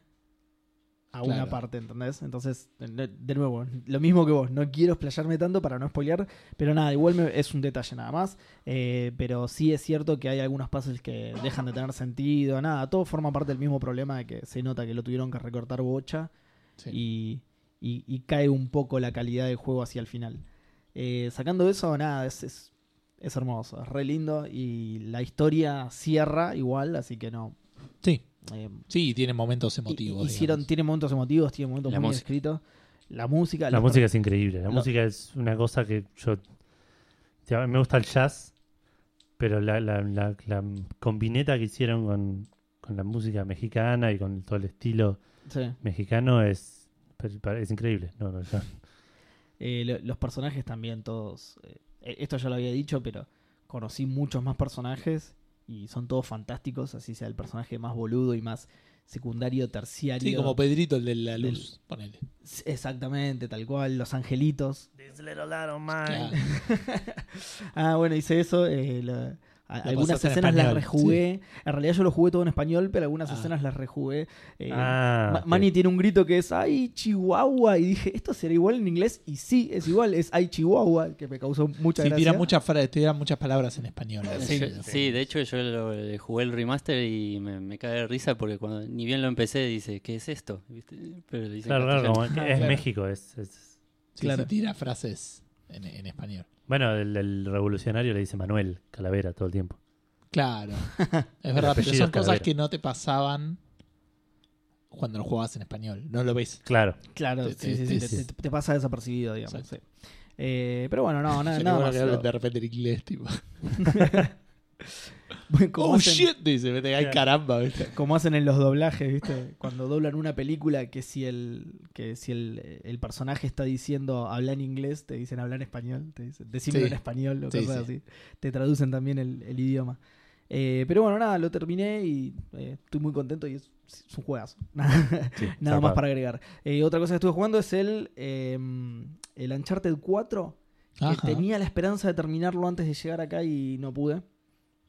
Speaker 3: a una
Speaker 1: Claro.
Speaker 3: parte, ¿entendés? Entonces, de de nuevo, lo mismo que vos, no quiero explayarme tanto para no spoilear, pero nada, igual me- es un detalle nada más. Eh, pero sí es cierto que hay algunos puzzles que dejan de tener sentido, nada, todo forma parte del mismo problema de que se nota que lo tuvieron que recortar bocha
Speaker 1: Sí.
Speaker 3: y, y- y cae un poco la calidad del juego hacia el final. Eh, sacando eso, nada, es, es- Es hermoso, es re lindo y la historia cierra igual, así que no.
Speaker 1: Sí,
Speaker 3: eh,
Speaker 1: sí, tiene momentos
Speaker 3: hi-
Speaker 1: emotivos.
Speaker 3: hicieron,
Speaker 1: digamos.
Speaker 3: tiene momentos emotivos, tiene momentos
Speaker 4: La
Speaker 3: muy bien
Speaker 4: música.
Speaker 3: escritos. La música.
Speaker 2: La
Speaker 3: los
Speaker 2: música es increíble. La
Speaker 3: lo-
Speaker 2: música es una cosa que yo. te- Me gusta el jazz, pero la, la, la- la combineta que hicieron con, con la música mexicana y con todo el estilo
Speaker 3: per- sí.
Speaker 2: mexicano es, es increíble. No, no, ya-
Speaker 3: Eh, lo- los personajes también, todos. eh, esto ya lo había dicho, pero conocí muchos más personajes y son todos fantásticos, así sea el personaje más boludo y más secundario, terciario.
Speaker 1: Sí, como Pedrito, el de la luz. Ponele.
Speaker 3: S- Exactamente, tal cual, los angelitos.
Speaker 2: This little light of mine.
Speaker 1: Claro.
Speaker 3: Ah, bueno, hice eso. eh, la- a-
Speaker 1: Lo
Speaker 3: algunas
Speaker 1: pasaste en
Speaker 3: escenas las
Speaker 1: español,
Speaker 3: rejugué. En realidad yo lo jugué todo en español, pero algunas
Speaker 1: Ah.
Speaker 3: escenas las rejugué. eh,
Speaker 2: Ah,
Speaker 3: Ma-
Speaker 2: ok.
Speaker 3: Manny tiene un grito que es ¡Ay, Chihuahua! Y dije, ¿esto será igual en inglés? Y sí, es igual, es ¡Ay, Chihuahua! Que me causó mucha
Speaker 1: Sí,
Speaker 3: gracia.
Speaker 1: tiran muchas, fra- tiran muchas palabras en español.
Speaker 4: Sí, yo- sí, de hecho yo lo- eh, jugué el remaster y me, me cae de risa porque cuando ni bien lo empecé dice, ¿qué es esto? ¿Viste? Pero le dicen
Speaker 2: Claro, claro,
Speaker 4: castellano.
Speaker 2: como
Speaker 3: Ah,
Speaker 2: que es
Speaker 1: Claro.
Speaker 2: México. Es, es-
Speaker 1: Sí,
Speaker 3: claro.
Speaker 1: sí, tira frases en, en español.
Speaker 2: Bueno, el, el revolucionario le dice Manuel Calavera todo el tiempo.
Speaker 1: Claro. es verdad, pero
Speaker 2: apellido
Speaker 1: son cosas
Speaker 2: es Calavera.
Speaker 1: que no te pasaban cuando lo jugabas en español. No lo ves.
Speaker 2: Claro.
Speaker 3: Claro,
Speaker 1: Te-
Speaker 3: sí,
Speaker 1: te-
Speaker 3: sí, sí,
Speaker 1: te-
Speaker 3: te, te- te pasa desapercibido, digamos.
Speaker 1: Exacto.
Speaker 3: sí. Eh, pero bueno, no, nada,
Speaker 1: Sería
Speaker 3: nada
Speaker 1: bueno
Speaker 3: más.
Speaker 1: que hablen
Speaker 3: Lo-
Speaker 1: de repente en inglés, tipo.
Speaker 3: bueno, como,
Speaker 1: Oh
Speaker 3: hacen,
Speaker 1: shit, dice, vete, ay caramba, ¿viste?
Speaker 3: como hacen en los doblajes, ¿viste? Cuando doblan una película que si el que si el, el personaje está diciendo habla en inglés, te dicen habla en español, te dicen decímelo
Speaker 1: Sí.
Speaker 3: en español o
Speaker 1: Sí,
Speaker 3: cosas
Speaker 1: sí.
Speaker 3: así. Te traducen también el, el idioma. Eh, pero bueno, nada, lo terminé y eh, estoy muy contento y es, es un juegazo.
Speaker 2: sí,
Speaker 3: Nada más
Speaker 2: zarpado.
Speaker 3: para agregar. Eh, otra cosa que estuve jugando es el, eh, el Uncharted 4, que
Speaker 1: Ajá.
Speaker 3: tenía la esperanza de terminarlo antes de llegar acá y no pude.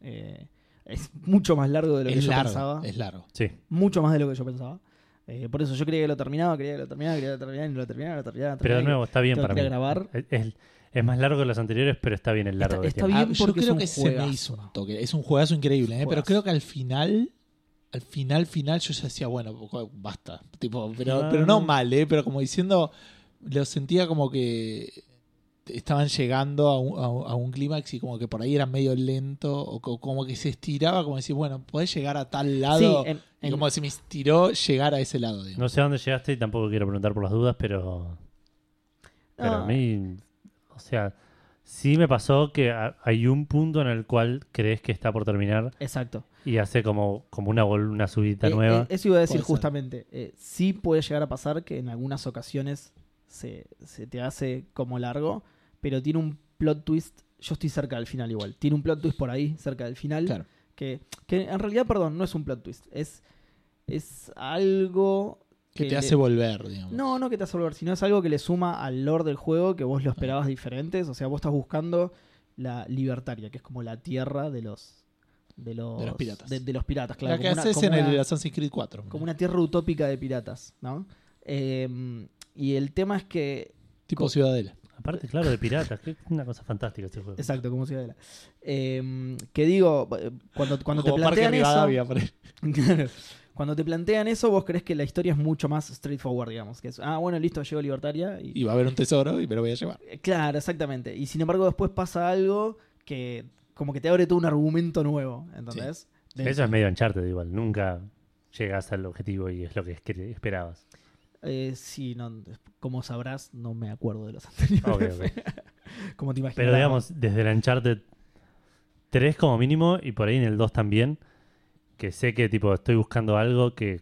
Speaker 3: Eh, es mucho más largo de lo que
Speaker 1: Es
Speaker 3: yo
Speaker 1: largo,
Speaker 3: pensaba.
Speaker 1: es largo.
Speaker 2: Sí.
Speaker 3: Mucho más de lo que yo pensaba. Eh, por eso yo creía que lo terminaba, creía que lo terminaba, creía que lo terminaba, y no lo terminaba, lo terminaba. lo
Speaker 2: Pero de
Speaker 3: terminaba,
Speaker 2: nuevo, está bien
Speaker 3: tengo
Speaker 2: para
Speaker 3: que
Speaker 2: mí.
Speaker 3: ir a grabar.
Speaker 2: Es, es- es más largo que los anteriores, pero está bien el largo. que
Speaker 3: está
Speaker 2: tiene.
Speaker 3: bien
Speaker 1: Ah, yo
Speaker 3: porque es
Speaker 1: creo
Speaker 3: un
Speaker 1: que se me
Speaker 3: juegazo.
Speaker 1: hizo un toque. Es un juegazo increíble,
Speaker 3: Es un
Speaker 1: ¿eh? pero creo
Speaker 3: juegazo.
Speaker 1: que al final, al final, final, yo ya decía, bueno, pues, co- basta. Tipo, pero,
Speaker 2: Ah.
Speaker 1: pero no mal, ¿eh? pero como diciendo, lo sentía como que estaban llegando a un, a un- a un clímax y como que por ahí era medio lento o co- como que se estiraba, como decir, bueno, podés llegar a tal lado.
Speaker 3: Sí, en-
Speaker 1: y
Speaker 3: en-
Speaker 1: como se me estiró llegar a ese lado. digamos.
Speaker 2: No sé a dónde llegaste y tampoco quiero preguntar por las dudas, pero. Pero
Speaker 3: Ah.
Speaker 2: a mí. O sea, sí me pasó que a- hay un punto en el cual crees que está por terminar
Speaker 3: Exacto.
Speaker 2: y hace como, como una, vol- una subidita
Speaker 3: Eh,
Speaker 2: nueva.
Speaker 3: eh, eso iba a decir
Speaker 1: Puede ser.
Speaker 3: justamente. Eh, sí puede llegar a pasar que en algunas ocasiones se, se te hace como largo, pero tiene un plot twist. Yo estoy cerca del final igual. Tiene un plot twist por ahí, cerca del final.
Speaker 1: Claro.
Speaker 3: Que, que en realidad, perdón, no es un plot twist. Es, es algo.
Speaker 1: Que te
Speaker 3: le-
Speaker 1: hace volver, digamos.
Speaker 3: No, no que te hace volver, sino es algo que le suma al lore del juego que vos lo esperabas diferentes. O sea, vos estás buscando la libertaria, que es como la tierra de los. De los,
Speaker 1: los piratas.
Speaker 3: De, de los piratas, claro.
Speaker 1: la que
Speaker 3: como una-
Speaker 1: haces
Speaker 3: como
Speaker 1: en el
Speaker 3: una-
Speaker 1: Assassin's Creed 4.
Speaker 3: como una tierra utópica de piratas, ¿no? Eh, y el tema es que.
Speaker 1: tipo
Speaker 3: co-
Speaker 1: Ciudadela.
Speaker 2: Aparte, claro, de piratas. que es una cosa fantástica este juego.
Speaker 3: Exacto, como ciudadela. Eh, que digo, eh, cuando, cuando te
Speaker 1: Como Parque
Speaker 3: plantean eso.
Speaker 1: Rivadavia, por ahí.
Speaker 3: Claro. cuando te plantean eso, vos crees que la historia es mucho más straightforward, digamos. Que es, ah, bueno, listo, llego a libertaria. Y,
Speaker 1: y va a haber un tesoro y me lo voy a llevar.
Speaker 3: Eh, Claro, exactamente. Y sin embargo, después pasa algo que como que te abre todo un argumento nuevo, ¿entendés? De-
Speaker 2: Eso es medio Uncharted igual. Nunca llegas al objetivo y es lo que es- que esperabas.
Speaker 3: Eh, sí, no, como sabrás, no me acuerdo de los anteriores.
Speaker 2: Obvio, obvio.
Speaker 3: Como te imaginas.
Speaker 2: Pero digamos, desde el Uncharted 3 como mínimo, y por ahí en el 2 también, que sé que tipo estoy buscando algo que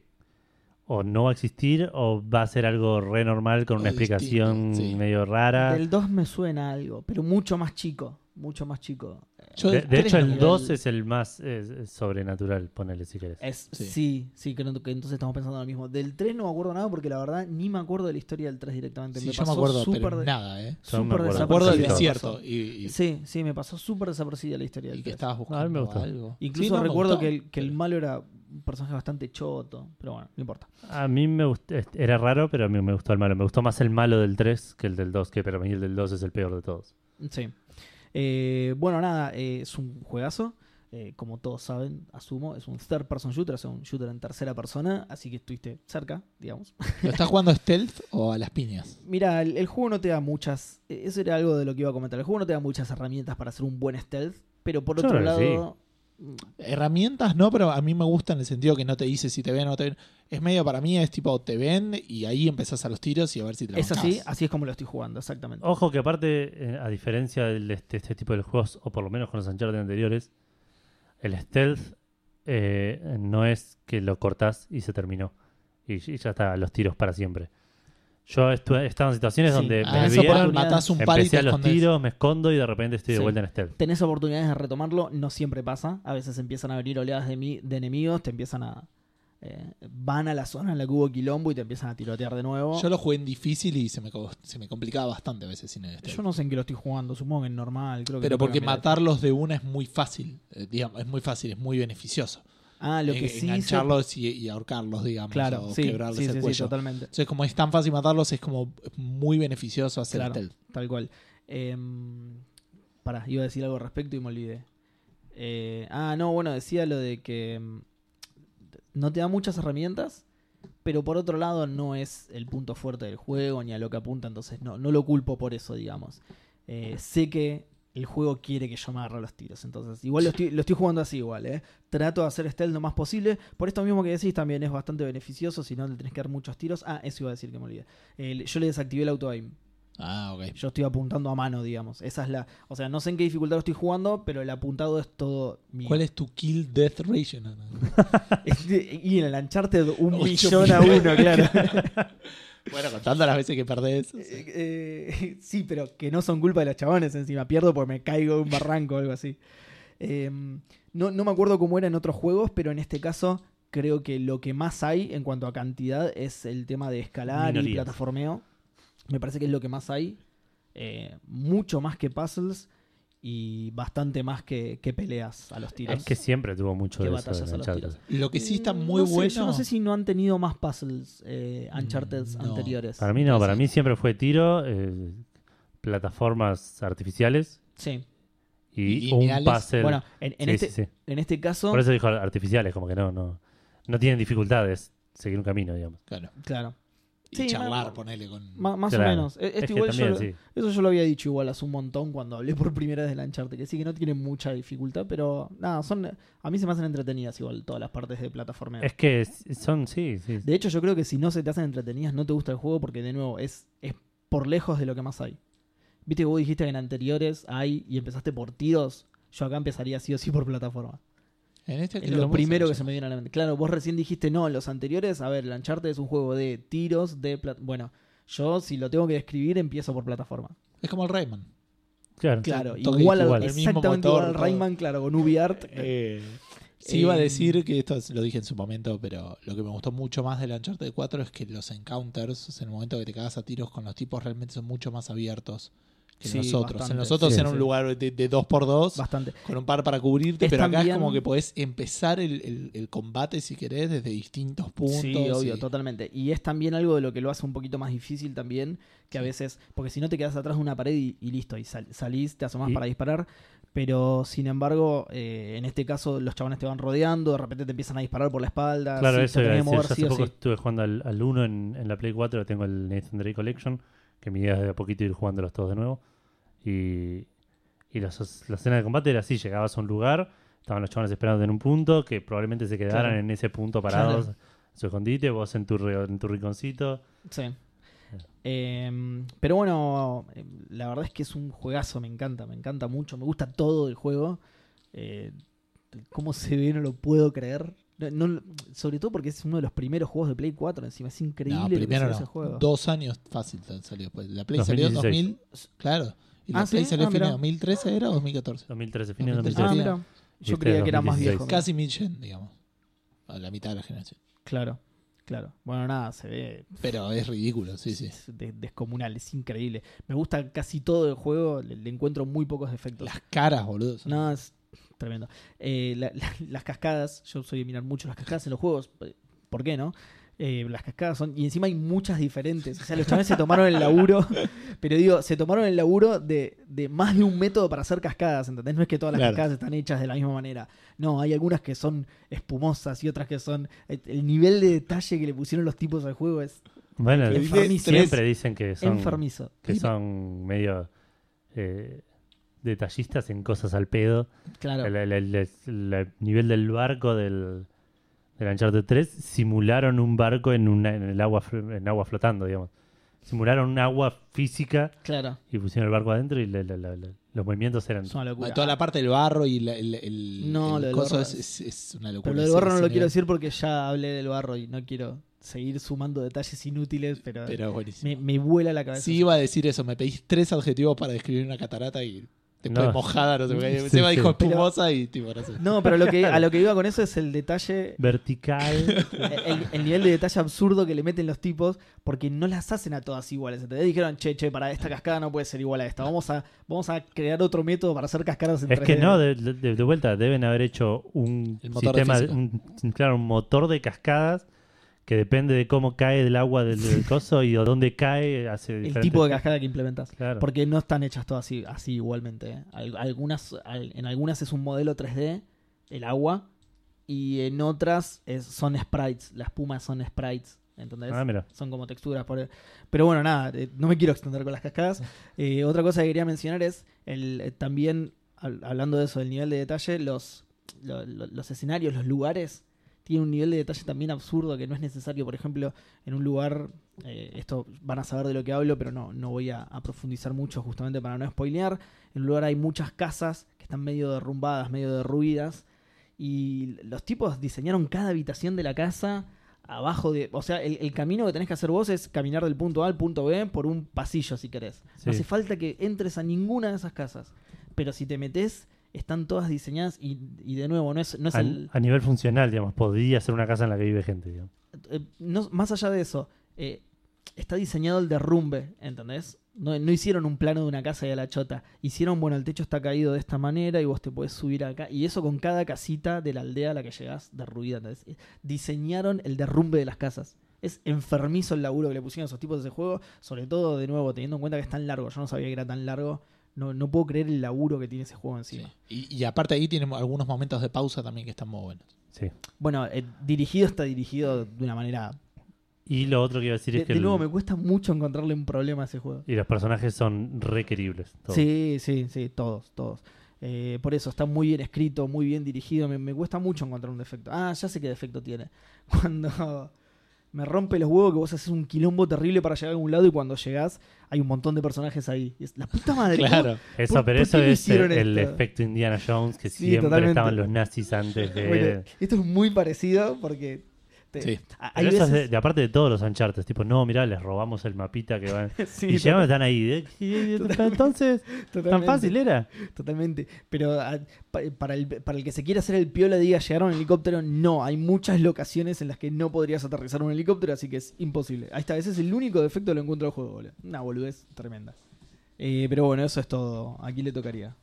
Speaker 2: o no va a existir o va a ser algo re normal con
Speaker 1: O
Speaker 2: una
Speaker 1: distinto,
Speaker 2: explicación
Speaker 1: sí.
Speaker 2: medio rara.
Speaker 3: Del 2 me suena algo, pero mucho más chico. Mucho más chico.
Speaker 1: Yo
Speaker 2: De,
Speaker 1: del
Speaker 2: de
Speaker 1: tres
Speaker 2: hecho,
Speaker 1: no
Speaker 2: el
Speaker 1: jugué
Speaker 2: 2 es el más eh, sobrenatural, ponele si querés.
Speaker 3: Es,
Speaker 1: Sí.
Speaker 3: sí. sí, que, no- que entonces estamos pensando lo mismo. Del 3 no me acuerdo nada porque la verdad ni me acuerdo de la historia del 3 directamente.
Speaker 1: Sí,
Speaker 3: me
Speaker 1: yo me
Speaker 3: pasó
Speaker 1: acuerdo,
Speaker 3: súper
Speaker 1: pero
Speaker 3: de-
Speaker 1: nada, ¿eh?
Speaker 2: Yo me
Speaker 3: súper
Speaker 2: acuerdo.
Speaker 1: Me
Speaker 2: Bueno,
Speaker 1: acuerdo del
Speaker 2: sí, sí.
Speaker 3: desaparecida.
Speaker 1: desierto y, y-
Speaker 3: Sí, sí, me pasó súper desaparecida la historia del
Speaker 1: y
Speaker 3: 3.
Speaker 1: que estabas
Speaker 2: Ah, me
Speaker 1: buscando
Speaker 2: gustó.
Speaker 1: algo.
Speaker 3: Incluso
Speaker 1: Sí, no, me
Speaker 3: recuerdo
Speaker 1: gustó.
Speaker 3: que el, que el malo era un personaje bastante choto, pero bueno, no importa.
Speaker 2: A mí me gustó, era raro, pero a mí me gustó el malo. Me gustó más el malo del 3 que el del 2, que para mí el del 2 es el peor de todos.
Speaker 3: Sí. Eh, bueno, nada, eh, es un juegazo. eh, como todos saben, asumo, es un third person shooter, o sea, un shooter en tercera persona, así que estuviste cerca, digamos.
Speaker 1: ¿Lo estás jugando stealth o a las piñas?
Speaker 3: Mira, el, el juego no te da muchas. eh, Eso era algo de lo que iba a comentar. El juego no te da muchas herramientas para hacer un buen stealth, pero por
Speaker 2: Yo
Speaker 3: otro
Speaker 2: creo que
Speaker 3: lado.
Speaker 1: Herramientas no, pero a mí me gusta en el sentido que no te dice si te ven o no te ven. Es medio para mí, es tipo, te ven y ahí empezás a los tiros y a ver si te la
Speaker 3: Es así,
Speaker 1: bancás.
Speaker 3: así es como lo estoy jugando, exactamente.
Speaker 2: Ojo que aparte, eh, a diferencia del- de este, este tipo de juegos, o por lo menos con los Uncharted anteriores, el stealth eh, no es que lo cortás y se terminó. Y, y ya está, los tiros para siempre. Yo estu- he estado en situaciones
Speaker 3: Sí.
Speaker 2: donde
Speaker 3: Ah,
Speaker 2: me
Speaker 1: A eso por
Speaker 2: vieron,
Speaker 1: ahí matás un par y
Speaker 2: empecé
Speaker 1: te
Speaker 2: a los
Speaker 1: escondés.
Speaker 2: tiros, me escondo y de repente estoy de
Speaker 3: Sí.
Speaker 2: vuelta en stealth.
Speaker 3: Tenés oportunidades de retomarlo, no siempre pasa. A veces empiezan a venir oleadas de, mi- de enemigos, te empiezan a. eh, van a la zona en la que hubo quilombo y te empiezan a tirotear de nuevo.
Speaker 1: Yo lo jugué en difícil y se me, co- se me complicaba bastante a veces sin el stealth.
Speaker 3: Yo no sé en qué lo estoy jugando, supongo que en normal. Creo que
Speaker 1: Pero
Speaker 3: nunca
Speaker 1: porque
Speaker 3: cambiaré.
Speaker 1: matarlos de una es muy fácil, eh, digamos, es muy fácil, es muy beneficioso.
Speaker 3: Ah, lo que
Speaker 1: Eh,
Speaker 3: sí. hice-
Speaker 1: engancharlos y, y ahorcarlos, digamos,
Speaker 3: Claro,
Speaker 1: o
Speaker 3: sí,
Speaker 1: quebrarles
Speaker 3: sí,
Speaker 1: el
Speaker 3: sí, sí,
Speaker 1: cuello.
Speaker 3: totalmente.
Speaker 1: Entonces, como es tan fácil matarlos, es como muy beneficioso hacer
Speaker 3: Claro.
Speaker 1: stealth.
Speaker 3: Tal cual. Em, pará, iba a decir algo al respecto y me olvidé. Eh, ah, no, bueno, decía lo de que em, no te da muchas herramientas, pero por otro lado no es el punto fuerte del juego ni a lo que apunta, entonces no, no lo culpo por eso, digamos. Eh, sé que el juego quiere que yo me agarre a los tiros, entonces igual lo estoy, lo estoy jugando así igual, ¿eh? Trato de hacer stealth lo más posible, por esto mismo que decís también es bastante beneficioso, si no le tenés que dar muchos tiros. Ah, eso iba a decir que me olvidé. El- yo le desactivé el auto aim.
Speaker 1: Ah, ok.
Speaker 3: Yo estoy apuntando a mano, digamos. Esa es la. O sea, no sé en qué dificultad lo estoy jugando, pero el apuntado es todo mío.
Speaker 1: ¿Cuál es tu kill death ratio? No, no.
Speaker 3: Este, y en el Uncharted, un
Speaker 1: Ocho
Speaker 3: millón a uno, claro.
Speaker 1: bueno, contando las veces que perdés.
Speaker 3: Eh, eh, sí, pero que no son culpa de los chabones encima. Pierdo porque me caigo de un barranco o algo así. Eh, no, no me acuerdo cómo era en otros juegos, pero en este caso creo que lo que más hay en cuanto a cantidad es el tema de escalar y
Speaker 2: Minorías.
Speaker 3: plataformeo. Me parece que es lo que más hay. Eh, mucho más que puzzles y bastante más que, que peleas a los tiros.
Speaker 2: Es que siempre tuvo mucho
Speaker 3: Que
Speaker 2: de eso.
Speaker 3: batallas
Speaker 2: en
Speaker 3: a los
Speaker 2: Uncharted.
Speaker 3: tiros.
Speaker 1: Lo que sí está
Speaker 3: Mm,
Speaker 1: muy
Speaker 3: no sé,
Speaker 1: bueno.
Speaker 3: yo no sé si no han tenido más puzzles eh, Uncharted
Speaker 1: Mm, no.
Speaker 3: anteriores.
Speaker 2: Para mí no, para
Speaker 1: Sí.
Speaker 2: mí siempre fue tiro, eh, plataformas artificiales
Speaker 3: Sí.
Speaker 2: y,
Speaker 1: Y
Speaker 2: un
Speaker 1: lineales.
Speaker 2: puzzle.
Speaker 3: Bueno, en, en
Speaker 2: Sí,
Speaker 3: este,
Speaker 2: sí, sí.
Speaker 3: En este caso,
Speaker 2: Por eso dijo artificiales, como que no, no, no tienen dificultades seguir un camino, digamos.
Speaker 1: Claro.
Speaker 3: claro.
Speaker 1: Y
Speaker 3: Sí,
Speaker 1: charlar,
Speaker 3: más-
Speaker 1: ponele con.
Speaker 3: Ma- más
Speaker 2: Claro.
Speaker 3: o menos. E- esto
Speaker 2: es que
Speaker 3: igual yo
Speaker 2: también,
Speaker 3: lo-
Speaker 2: sí.
Speaker 3: Eso yo lo había dicho igual hace un montón cuando hablé por primera vez de Lancharte, que sí que no tiene mucha dificultad, pero nada, son a mí se me hacen entretenidas igual todas las partes de plataforma.
Speaker 2: Es que s- son, sí, sí.
Speaker 3: De hecho, yo creo que si no se te hacen entretenidas no te gusta el juego porque de nuevo es, es por lejos de lo que más hay. Viste que vos dijiste que en anteriores hay y empezaste por tiros, yo acá empezaría sí o sí por plataforma.
Speaker 1: En este
Speaker 3: Es lo primero que se me viene a la mente. Claro, vos recién dijiste, no, los anteriores, a ver, el Uncharted es un juego de tiros, de... plat- Bueno, yo si lo tengo que describir, empiezo por plataforma.
Speaker 1: Es como el Rayman.
Speaker 2: Claro.
Speaker 3: Claro,
Speaker 1: Sí, toque
Speaker 3: igual, al-
Speaker 1: igual, el mismo
Speaker 3: exactamente
Speaker 1: motor,
Speaker 3: igual al
Speaker 1: todo.
Speaker 3: Rayman, claro, con UbiArt.
Speaker 1: sí,
Speaker 3: eh,
Speaker 1: iba a decir que esto es- lo dije en su momento, pero lo que me gustó mucho más del Uncharted 4 es que los encounters, o sea, en el momento que te cagas a tiros con los tipos, realmente son mucho más abiertos que
Speaker 3: Sí,
Speaker 1: en los otros.
Speaker 3: bastante.
Speaker 1: En los otros
Speaker 2: Sí,
Speaker 1: era
Speaker 3: sí.
Speaker 1: un lugar de, de dos por dos,
Speaker 3: Bastante.
Speaker 1: con un par para cubrirte,
Speaker 3: Es
Speaker 1: pero acá
Speaker 3: también-
Speaker 1: es como que podés empezar el, el- el combate, si querés, desde distintos puntos.
Speaker 3: sí, obvio,
Speaker 1: y-
Speaker 3: totalmente. Y es también algo de lo que lo hace un poquito más difícil también, que a veces, porque si no te quedas atrás de una pared y, y listo, y sal- salís, te asomás
Speaker 2: Y-
Speaker 3: para disparar. Pero sin embargo, eh, en este caso, los chabones te van rodeando, de repente te empiezan a disparar por la espalda.
Speaker 2: Claro,
Speaker 3: sí, te
Speaker 2: eso iba a
Speaker 3: tenés que
Speaker 2: decir.
Speaker 3: mover
Speaker 2: Yo hace
Speaker 3: sí o
Speaker 2: poco
Speaker 3: sí.
Speaker 2: estuve jugando al, al 1 en, en la Play 4, tengo el Nathan Drake Collection, que mi idea es de a poquito ir jugándolos todos de nuevo. Y, y los- la escena de combate era así, llegabas a un lugar, estaban los chavales esperando en un punto, que probablemente se quedaran
Speaker 3: Claro.
Speaker 2: en ese punto parados, en su escondite, vos en tu, re- en tu rinconcito.
Speaker 3: Sí. Eh, pero bueno, eh, la verdad es que es un juegazo, me encanta, me encanta mucho, me gusta todo el juego. Eh, ¿Cómo se ve? No lo puedo creer. No- no- sobre todo porque es uno de los primeros juegos de Play 4, encima es increíble
Speaker 1: No,
Speaker 3: lo que
Speaker 1: primero
Speaker 3: se ve ese
Speaker 1: no.
Speaker 3: juego.
Speaker 1: Dos años fácil te- salió. pues. La Play salió en
Speaker 2: 2016.
Speaker 1: 2000. Claro. Y la
Speaker 3: Ah,
Speaker 1: Play
Speaker 3: ¿sí?
Speaker 1: salió
Speaker 3: Ah,
Speaker 1: en fin de
Speaker 3: mirá.
Speaker 1: 2013 era o 2014.
Speaker 2: 2013, fines de
Speaker 1: 2013.
Speaker 3: Ah,
Speaker 2: 2013.
Speaker 3: mira. Yo
Speaker 2: Este
Speaker 3: creía que era más
Speaker 2: 2016.
Speaker 3: viejo.
Speaker 1: Casi mid-gen, digamos. A la mitad de la generación.
Speaker 3: Claro, claro. Bueno, nada, se ve
Speaker 1: Pero es ridículo, sí, sí.
Speaker 3: es de- descomunal, es increíble. Me gusta casi todo el juego, le, le encuentro muy pocos defectos.
Speaker 1: Las caras, boludo. son-
Speaker 3: No, es tremendo. Eh, la- la- las cascadas, yo soy de mirar mucho las cascadas en los juegos, eh, ¿por qué no? eh, las cascadas son. Y encima hay muchas diferentes. O sea, los chavales se tomaron el laburo. Pero digo, se tomaron el laburo de, de más de un método para hacer cascadas, ¿entendés? No es que todas las
Speaker 1: Claro.
Speaker 3: cascadas están hechas de la misma manera. No, hay algunas que son espumosas y otras que son. El, el nivel de detalle que le pusieron los tipos al juego es
Speaker 2: Bueno,
Speaker 3: Que
Speaker 1: dice
Speaker 2: siempre
Speaker 1: tres-
Speaker 2: dicen que son,
Speaker 3: enfermizo.
Speaker 2: que son medio eh, detallistas en cosas al pedo.
Speaker 3: Claro.
Speaker 2: El, el- el- el- el nivel del barco del, del Uncharted 3 simularon un barco en, una- en el agua fl- en agua flotando, digamos. Simularon un agua física
Speaker 3: Claro.
Speaker 2: y pusieron el barco adentro y le- le- le- le- los movimientos eran...
Speaker 3: Es una locura.
Speaker 1: Toda la parte del barro y la- el, el-
Speaker 3: No,
Speaker 1: el
Speaker 3: lo del
Speaker 1: coso
Speaker 3: barro
Speaker 1: es,
Speaker 3: es-
Speaker 1: es- es una locura.
Speaker 3: Pero lo del
Speaker 1: ese-
Speaker 3: barro no
Speaker 1: ese
Speaker 3: lo quiero
Speaker 1: nivel.
Speaker 3: decir porque ya hablé del barro y no quiero seguir sumando detalles inútiles, pero,
Speaker 1: Pero es
Speaker 3: me,
Speaker 1: buenísimo.
Speaker 3: me vuela la cabeza.
Speaker 1: Sí, iba a decir eso. Me pedís tres adjetivos para describir una catarata y después
Speaker 2: No.
Speaker 1: mojada, no sé qué.
Speaker 2: Sí,
Speaker 1: Seba
Speaker 2: sí.
Speaker 1: dijo espumosa y tipo, no sé.
Speaker 3: No, pero lo que, a lo que iba con eso es el detalle,
Speaker 2: Vertical.
Speaker 3: el, el nivel de detalle absurdo que le meten los tipos, porque no las hacen a todas iguales. ¿Entendés? Dijeron, che, che, para esta cascada no puede ser igual a esta. Vamos a, vamos a crear otro método para hacer cascadas en
Speaker 2: Es
Speaker 3: 3D".
Speaker 2: que no, de, de- de vuelta, deben haber hecho un
Speaker 1: El motor de
Speaker 2: sistema,
Speaker 1: física.
Speaker 2: un- claro, un motor de cascadas que depende de cómo cae del agua del, del coso y de dónde cae hace
Speaker 3: el
Speaker 2: diferentes-
Speaker 3: tipo de cascada que implementas.
Speaker 2: Claro.
Speaker 3: Porque no están hechas todas así, así igualmente. ¿eh? Al- Algunas, al- en algunas es un modelo 3D, el agua, y en otras es- son sprites, las pumas son sprites, ¿entendés?
Speaker 2: Ah, mira.
Speaker 3: son como texturas. por- Pero bueno, nada, eh, no me quiero extender con las cascadas. Eh, otra cosa que quería mencionar es el, eh, también, hab- hablando de eso, del nivel de detalle, los, lo- lo- los escenarios, los lugares, tienen un nivel de detalle también absurdo que no es necesario. Por ejemplo, en un lugar, eh, esto van a saber de lo que hablo, pero no, no voy a, a profundizar mucho justamente para no spoilear. En un lugar hay muchas casas que están medio derrumbadas, medio derruidas. Y los tipos diseñaron cada habitación de la casa abajo de. O sea, el, el camino que tenés que hacer vos es caminar del punto A al punto B por un pasillo, si querés.
Speaker 2: Sí.
Speaker 3: No hace falta que entres a ninguna de esas casas. Pero si te metes, están todas diseñadas y, y de nuevo, no es, no es
Speaker 2: a,
Speaker 3: el.
Speaker 2: a nivel funcional, digamos, podría ser una casa en la que vive gente, digamos.
Speaker 3: eh, no- más allá de eso, eh, está diseñado el derrumbe, ¿entendés? No, no hicieron un plano de una casa y a la chota. Hicieron, bueno, el techo está caído de esta manera y vos te podés subir acá. Y eso con cada casita de la aldea a la que llegás derruida. ¿entendés? Eh, Diseñaron el derrumbe de las casas. Es enfermizo el laburo que le pusieron a esos tipos de ese juego. Sobre todo, de nuevo, teniendo en cuenta que es tan largo. Yo no sabía que era tan largo. No, no puedo creer el laburo que tiene ese juego
Speaker 1: Sí.
Speaker 3: encima.
Speaker 1: Y, y aparte ahí tiene algunos momentos de pausa también que están muy buenos.
Speaker 2: Sí.
Speaker 3: Bueno, eh, dirigido está dirigido de una manera...
Speaker 2: Y lo otro que iba a decir
Speaker 3: De,
Speaker 2: es que
Speaker 3: de
Speaker 2: el-
Speaker 3: nuevo, me cuesta mucho encontrarle un problema a ese juego.
Speaker 2: y los personajes son requeribles. todos.
Speaker 3: Sí, sí, sí, todos, todos. Eh, por eso está muy bien escrito, muy bien dirigido. Me, me cuesta mucho encontrar un defecto. Ah, ya sé qué defecto tiene. Cuando me rompe los huevos que vos haces un quilombo terrible para llegar a algún lado y cuando llegás hay un montón de personajes ahí. Y es la puta madre. Ah, ¿cómo-
Speaker 1: Claro.
Speaker 2: Eso,
Speaker 3: ¿Por-
Speaker 2: pero
Speaker 3: por
Speaker 2: eso
Speaker 3: qué le
Speaker 2: es el,
Speaker 3: hicieron
Speaker 2: el
Speaker 3: esto?
Speaker 2: efecto Indiana Jones que
Speaker 3: Sí,
Speaker 2: siempre
Speaker 3: totalmente.
Speaker 2: estaban los nazis antes de.
Speaker 3: Bueno, esto es muy parecido porque... te-
Speaker 1: Sí.
Speaker 3: a- hay
Speaker 2: Eh. Pero eso es de,
Speaker 3: veces-
Speaker 2: de aparte de todos los Uncharted, tipo, no, mirá, les robamos el mapita que van.
Speaker 3: Sí,
Speaker 2: y llegaron, están ahí. ¿eh? Y- y- Entonces, tan
Speaker 3: totalmente.
Speaker 2: fácil era.
Speaker 3: Totalmente. Pero ah, pa- para el, para el que se quiera hacer el piola diga llegaron en helicóptero, no. Hay muchas locaciones en las que no podrías aterrizar un helicóptero, así que es imposible. Ahí está, ese es el único defecto que lo encuentro al juego, boludo. Una boludez tremenda. Eh, pero bueno, eso es todo. Aquí le tocaría.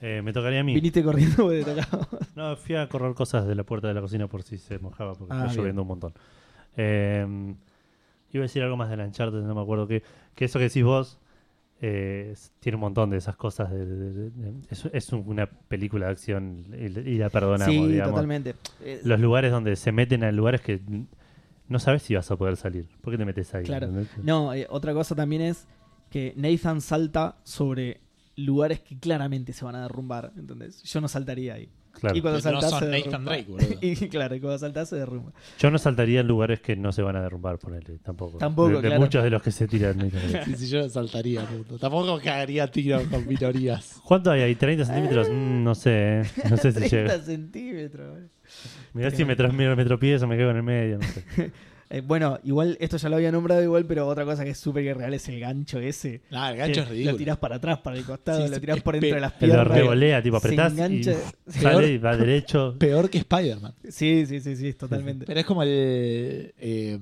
Speaker 2: Eh, me tocaría a mí.
Speaker 3: Viniste corriendo porque te tocaba.
Speaker 2: No, fui a correr cosas de la puerta de la cocina por si se mojaba, porque
Speaker 3: Ah,
Speaker 2: está
Speaker 3: bien.
Speaker 2: lloviendo un montón. Eh, iba a decir algo más de Uncharted, no me acuerdo qué. Que eso que decís vos eh, es- tiene un montón de esas cosas. de- de- de- de- es, es un- una película de acción y, y la perdonamos,
Speaker 3: Sí,
Speaker 2: digamos.
Speaker 3: totalmente. Eh,
Speaker 2: Los lugares donde se meten a lugares que n- no sabes si vas a poder salir. ¿Por qué te metes ahí?
Speaker 3: Claro.
Speaker 2: ¿Entendés?
Speaker 3: No, eh, otra cosa también es que Nathan salta sobre lugares que claramente se van a derrumbar. ¿Entendés? Yo no saltaría ahí.
Speaker 2: Claro.
Speaker 3: Y cuando
Speaker 1: Pero no
Speaker 3: saltás,
Speaker 1: son
Speaker 3: se
Speaker 1: Nathan
Speaker 3: derrumba.
Speaker 1: Drake, boludo.
Speaker 3: y claro, y cuando saltás se derrumba.
Speaker 2: Yo no saltaría en lugares que no se van a derrumbar, ponele, tampoco.
Speaker 3: Tampoco,
Speaker 2: de, de
Speaker 3: claro.
Speaker 2: muchos de los que se tiran. ¿entendés?
Speaker 1: Sí, sí, yo no saltaría, puto. Tampoco cagaría tiros con minorías.
Speaker 2: ¿Cuánto hay ahí? ¿30 centímetros? Mm, no sé, ¿eh? No sé si
Speaker 3: 30
Speaker 2: llega.
Speaker 3: centímetros. boludo.
Speaker 2: Mirá si me, tras- me, me tropiezo, me quedo en el medio, no sé.
Speaker 3: Eh, bueno, igual, esto ya lo había nombrado igual, pero otra cosa que es súper irreal es el gancho ese.
Speaker 1: Nah, el gancho
Speaker 3: Que
Speaker 1: es ridículo.
Speaker 3: Lo tirás para atrás, para el costado,
Speaker 1: Sí,
Speaker 3: lo
Speaker 1: sí,
Speaker 3: tirás
Speaker 1: es
Speaker 3: por entre
Speaker 1: pe-
Speaker 3: las
Speaker 2: Te lo
Speaker 3: piernas.
Speaker 2: revolea, tipo,
Speaker 3: se
Speaker 2: apretás y
Speaker 3: engancha.
Speaker 2: sale y va derecho.
Speaker 1: Peor que Spider-Man.
Speaker 3: Sí, sí, sí, sí, totalmente.
Speaker 1: Pero es como el. eh,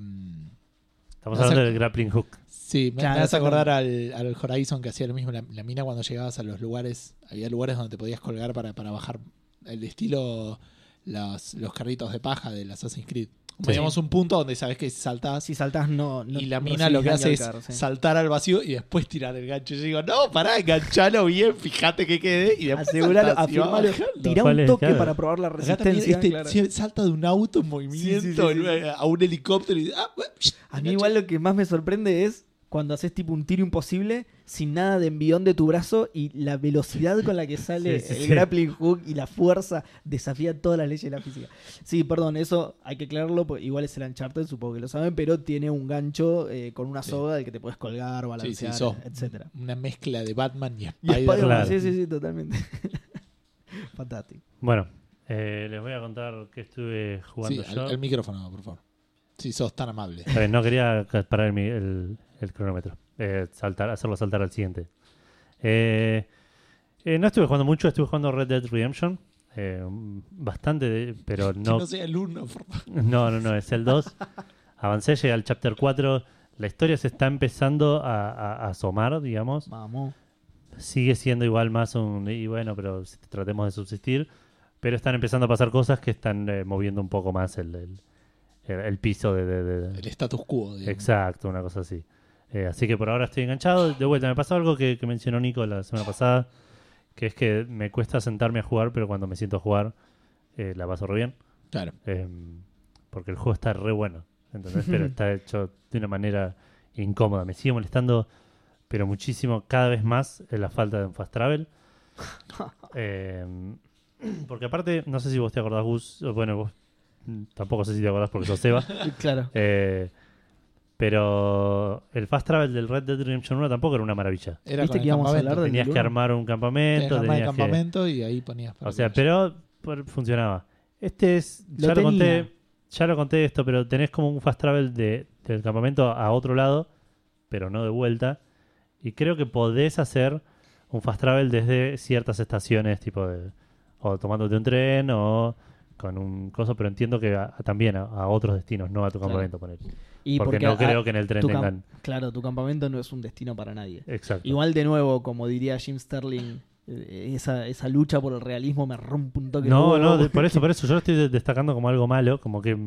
Speaker 2: Estamos
Speaker 1: No sé-
Speaker 2: hablando del grappling hook.
Speaker 1: sí, me,
Speaker 3: Claro,
Speaker 1: me hace acordar al, al Horizon que hacía lo mismo. La, la mina cuando llegabas a los lugares, había lugares donde te podías colgar para, para bajar. El estilo. Los, los carritos de paja del Assassin's Creed. Como digamos, un punto donde sabes que saltás
Speaker 3: Si saltás, no. no
Speaker 1: y la
Speaker 3: no
Speaker 1: mina lo que
Speaker 3: recibís
Speaker 1: hace es
Speaker 3: daño al caer, sí.
Speaker 1: saltar al vacío y después tirar el gancho. Yo digo, no, pará, enganchalo bien, fíjate que quede y después
Speaker 3: Aseguralo,
Speaker 1: saltás y vas
Speaker 3: afirmalo.
Speaker 1: bajando.
Speaker 3: Tirá
Speaker 2: ¿Cuál
Speaker 3: un
Speaker 2: es?
Speaker 3: toque
Speaker 2: Claro.
Speaker 3: para probar la
Speaker 1: Acá también
Speaker 3: resistencia.
Speaker 1: este
Speaker 3: claro.
Speaker 1: se- salta de un auto en movimiento
Speaker 3: Sí, sí, sí, sí.
Speaker 1: en- a un helicóptero y ah, bueno, psh,
Speaker 3: A mí igual lo que más me sorprende es cuando haces tipo un tiro imposible sin nada de envión de tu brazo y la velocidad con la que sale
Speaker 2: Sí, sí,
Speaker 3: el
Speaker 2: sí.
Speaker 3: grappling hook y la fuerza desafía todas las leyes de la física. Sí, perdón, eso hay que aclararlo, porque igual es el Uncharted, supongo que lo saben, pero tiene un gancho eh, con una
Speaker 1: Sí.
Speaker 3: soga del que te puedes
Speaker 1: Sí,
Speaker 3: colgar,
Speaker 1: sí,
Speaker 3: balancear,
Speaker 1: sos
Speaker 3: etcétera.
Speaker 1: Una mezcla de Batman y
Speaker 3: Y
Speaker 1: Spider-Man.
Speaker 3: Spider-Man,
Speaker 2: Claro.
Speaker 3: sí, sí, sí, totalmente. Fantástico.
Speaker 2: Bueno, eh, les voy a contar que estuve
Speaker 1: Sí,
Speaker 2: jugando
Speaker 1: al,
Speaker 2: yo.
Speaker 1: al micrófono, por favor. Si sos tan amable.
Speaker 2: Está bien, no quería ca- parar el, mi- el- el cronómetro. Eh, saltar, hacerlo saltar al siguiente. Eh, eh, no estuve jugando mucho, estuve jugando Red Dead Redemption. eh, bastante, de- pero
Speaker 1: Que
Speaker 2: no,
Speaker 1: no sea el uno, por favor.
Speaker 2: no, no, no, es el 2. Avancé, llegué al chapter 4. La historia se está empezando a, a- a asomar, digamos.
Speaker 3: Vamos.
Speaker 2: Sigue siendo igual más un. Y bueno, pero si- tratemos de subsistir. Pero están empezando a pasar cosas que están eh, moviendo un poco más el, el- el- el piso de, de- de-
Speaker 1: El status quo. digamos.
Speaker 2: Exacto, una cosa así. Eh, así que por ahora estoy enganchado. De vuelta, me pasó algo que, que mencionó Nico la semana pasada, que es que me cuesta sentarme a jugar, pero cuando me siento a jugar, eh, la paso re bien.
Speaker 1: Claro.
Speaker 2: Eh, porque el juego está re bueno, ¿entendés? Pero está hecho de una manera incómoda. Me sigue molestando, pero muchísimo, cada vez más, eh, la falta de un fast travel. Eh, porque aparte, no sé si vos te acordás, Gus, o bueno, vos mm, tampoco sé si te acordás porque sos Seba.
Speaker 3: Claro.
Speaker 2: Eh, pero el fast travel del Red Dead Redemption 1 tampoco era una maravilla.
Speaker 1: Era
Speaker 3: ¿Viste
Speaker 1: con el
Speaker 3: que íbamos a
Speaker 1: campamento.
Speaker 3: hablar de-
Speaker 2: Tenías que
Speaker 3: uno?
Speaker 2: armar un
Speaker 1: Tenías que
Speaker 2: campamento,
Speaker 1: armar el
Speaker 2: tenías que...
Speaker 1: campamento y ahí ponías. para
Speaker 2: O sea,
Speaker 1: ver.
Speaker 2: pero por- funcionaba. Este es... Ya
Speaker 3: Lo
Speaker 2: lo,
Speaker 3: tenía.
Speaker 2: conté, ya lo conté esto, pero tenés como un fast travel de, del campamento a otro lado, pero no de vuelta. Y creo que podés hacer un fast travel desde ciertas estaciones, tipo de... O tomándote un tren o con un coso, pero entiendo que a- también a, a otros destinos, no a tu
Speaker 1: Claro.
Speaker 2: campamento, poner.
Speaker 3: Y
Speaker 2: porque,
Speaker 3: porque
Speaker 2: no
Speaker 3: a-
Speaker 2: creo que en el tren
Speaker 3: tu cam-
Speaker 2: tengan.
Speaker 3: Claro, tu campamento no es un destino para nadie.
Speaker 2: Exacto.
Speaker 3: Igual de nuevo, como diría Jim Sterling, eh, esa, esa lucha por el realismo me rompe un toque.
Speaker 2: no,
Speaker 3: el
Speaker 2: no,
Speaker 3: huevo. Eh,
Speaker 2: de- por eso, por eso. Yo lo estoy de- destacando como algo malo, como que.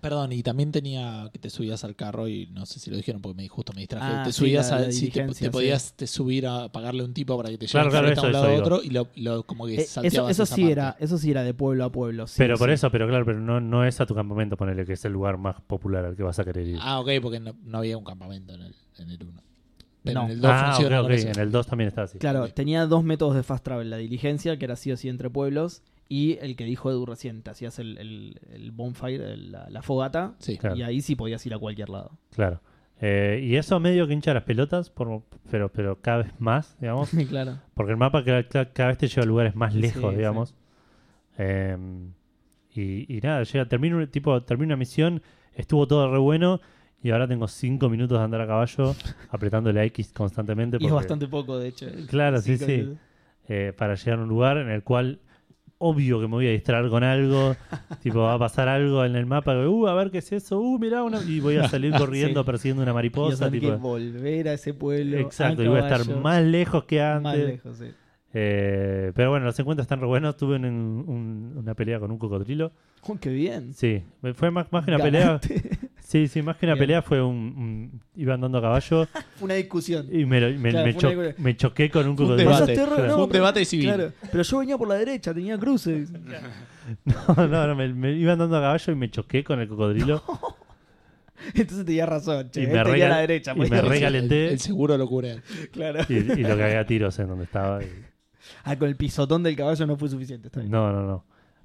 Speaker 1: Perdón, y también tenía que te subías al carro y no sé si lo dijeron porque me, justo me distraje.
Speaker 3: Ah,
Speaker 1: te
Speaker 3: sí,
Speaker 1: subías
Speaker 3: la-
Speaker 1: a-
Speaker 3: la
Speaker 1: sí, te,
Speaker 3: diligencia,
Speaker 1: te podías te subir a pagarle a un tipo para que te lleve
Speaker 2: Claro,
Speaker 1: el
Speaker 2: claro,
Speaker 1: carrete a un
Speaker 2: eso,
Speaker 1: lado a
Speaker 2: eso
Speaker 1: otro y lo, lo- como que
Speaker 3: Eh, eso,
Speaker 1: salteabas
Speaker 3: eso
Speaker 1: esa
Speaker 3: sí
Speaker 1: parte.
Speaker 3: era, eso sí era de pueblo a pueblo. sí,
Speaker 2: pero por
Speaker 3: sí.
Speaker 2: eso, pero claro, pero no, no es a tu campamento ponerle que es el lugar más popular al que vas a querer ir.
Speaker 1: Ah, ok, porque no, no había un campamento en el, en el 1. Pero
Speaker 3: No.
Speaker 1: en el 2
Speaker 2: Ah,
Speaker 1: funciona
Speaker 2: ok,
Speaker 1: con
Speaker 2: ok,
Speaker 1: eso.
Speaker 2: En el 2 también está así.
Speaker 3: Claro,
Speaker 1: Ok.
Speaker 3: tenía dos métodos de fast travel: la diligencia, que era sí o sí entre pueblos, y el que dijo Edu recién, te hacías el, el- el bonfire, el- la, la fogata,
Speaker 1: Sí.
Speaker 2: Claro.
Speaker 3: y ahí sí podías ir a cualquier lado.
Speaker 2: Claro. Eh, y eso medio que hincha las pelotas, por- pero, pero cada vez más, digamos.
Speaker 3: claro.
Speaker 2: Porque el mapa cada, cada- cada vez te lleva a lugares más lejos,
Speaker 3: Sí,
Speaker 2: digamos. Em, y, y nada, llega, termino, tipo, termino una misión, estuvo todo re bueno y ahora tengo 5 minutos de andar a caballo apretando la X constantemente.
Speaker 3: Y es
Speaker 2: porque-
Speaker 3: bastante poco, de hecho. eh,
Speaker 2: Claro, sí,
Speaker 3: Cinco
Speaker 2: sí.
Speaker 3: minutos.
Speaker 2: eh, para llegar a un lugar en el cual obvio que me voy a distraer con algo, tipo va a pasar algo en el mapa, uh, a ver qué es eso, uh, mirá una... Y voy a salir corriendo
Speaker 3: Sí.
Speaker 2: persiguiendo una
Speaker 3: Y vas a
Speaker 2: mariposa,
Speaker 3: tener que
Speaker 2: tipo...
Speaker 3: volver a ese pueblo.
Speaker 2: Exacto,
Speaker 3: a
Speaker 2: y voy a estar
Speaker 3: caballo,
Speaker 2: más lejos que antes.
Speaker 3: más lejos, sí.
Speaker 2: Eh, pero bueno, los encuentros están re buenos. Tuve un- un- una pelea con un cocodrilo.
Speaker 3: Oh, ¡Qué bien!
Speaker 2: Sí, fue más, más que una pelea.
Speaker 3: Ganaste.
Speaker 2: Sí, sí, más que una
Speaker 3: Bien.
Speaker 2: pelea fue un, un- Iba andando a caballo
Speaker 3: Fue una discusión.
Speaker 2: y me, lo- me-
Speaker 3: Claro,
Speaker 2: me
Speaker 3: fue una
Speaker 2: cho-
Speaker 3: discusión.
Speaker 2: me choqué con un
Speaker 1: Fue un
Speaker 2: cocodrilo.
Speaker 1: debate.
Speaker 3: Pasaste re-
Speaker 1: Fue
Speaker 3: no,
Speaker 1: un debate civil.
Speaker 3: Claro, pero yo venía por la derecha, tenía cruces.
Speaker 2: No, no, no, me, me iba andando a caballo y me choqué con el cocodrilo.
Speaker 3: Entonces tenía razón, che.
Speaker 2: Y
Speaker 3: él
Speaker 2: me
Speaker 3: tenía
Speaker 2: regal-
Speaker 3: la derecha,
Speaker 2: y
Speaker 3: pues.
Speaker 2: me
Speaker 1: Sí,
Speaker 2: recalenté.
Speaker 1: El, el seguro lo cubre.
Speaker 3: Claro.
Speaker 2: Y, y lo cagué a tiros en donde estaba. y-
Speaker 3: Ah, con el pisotón del caballo no fue suficiente. Está bien.
Speaker 2: No, no, no.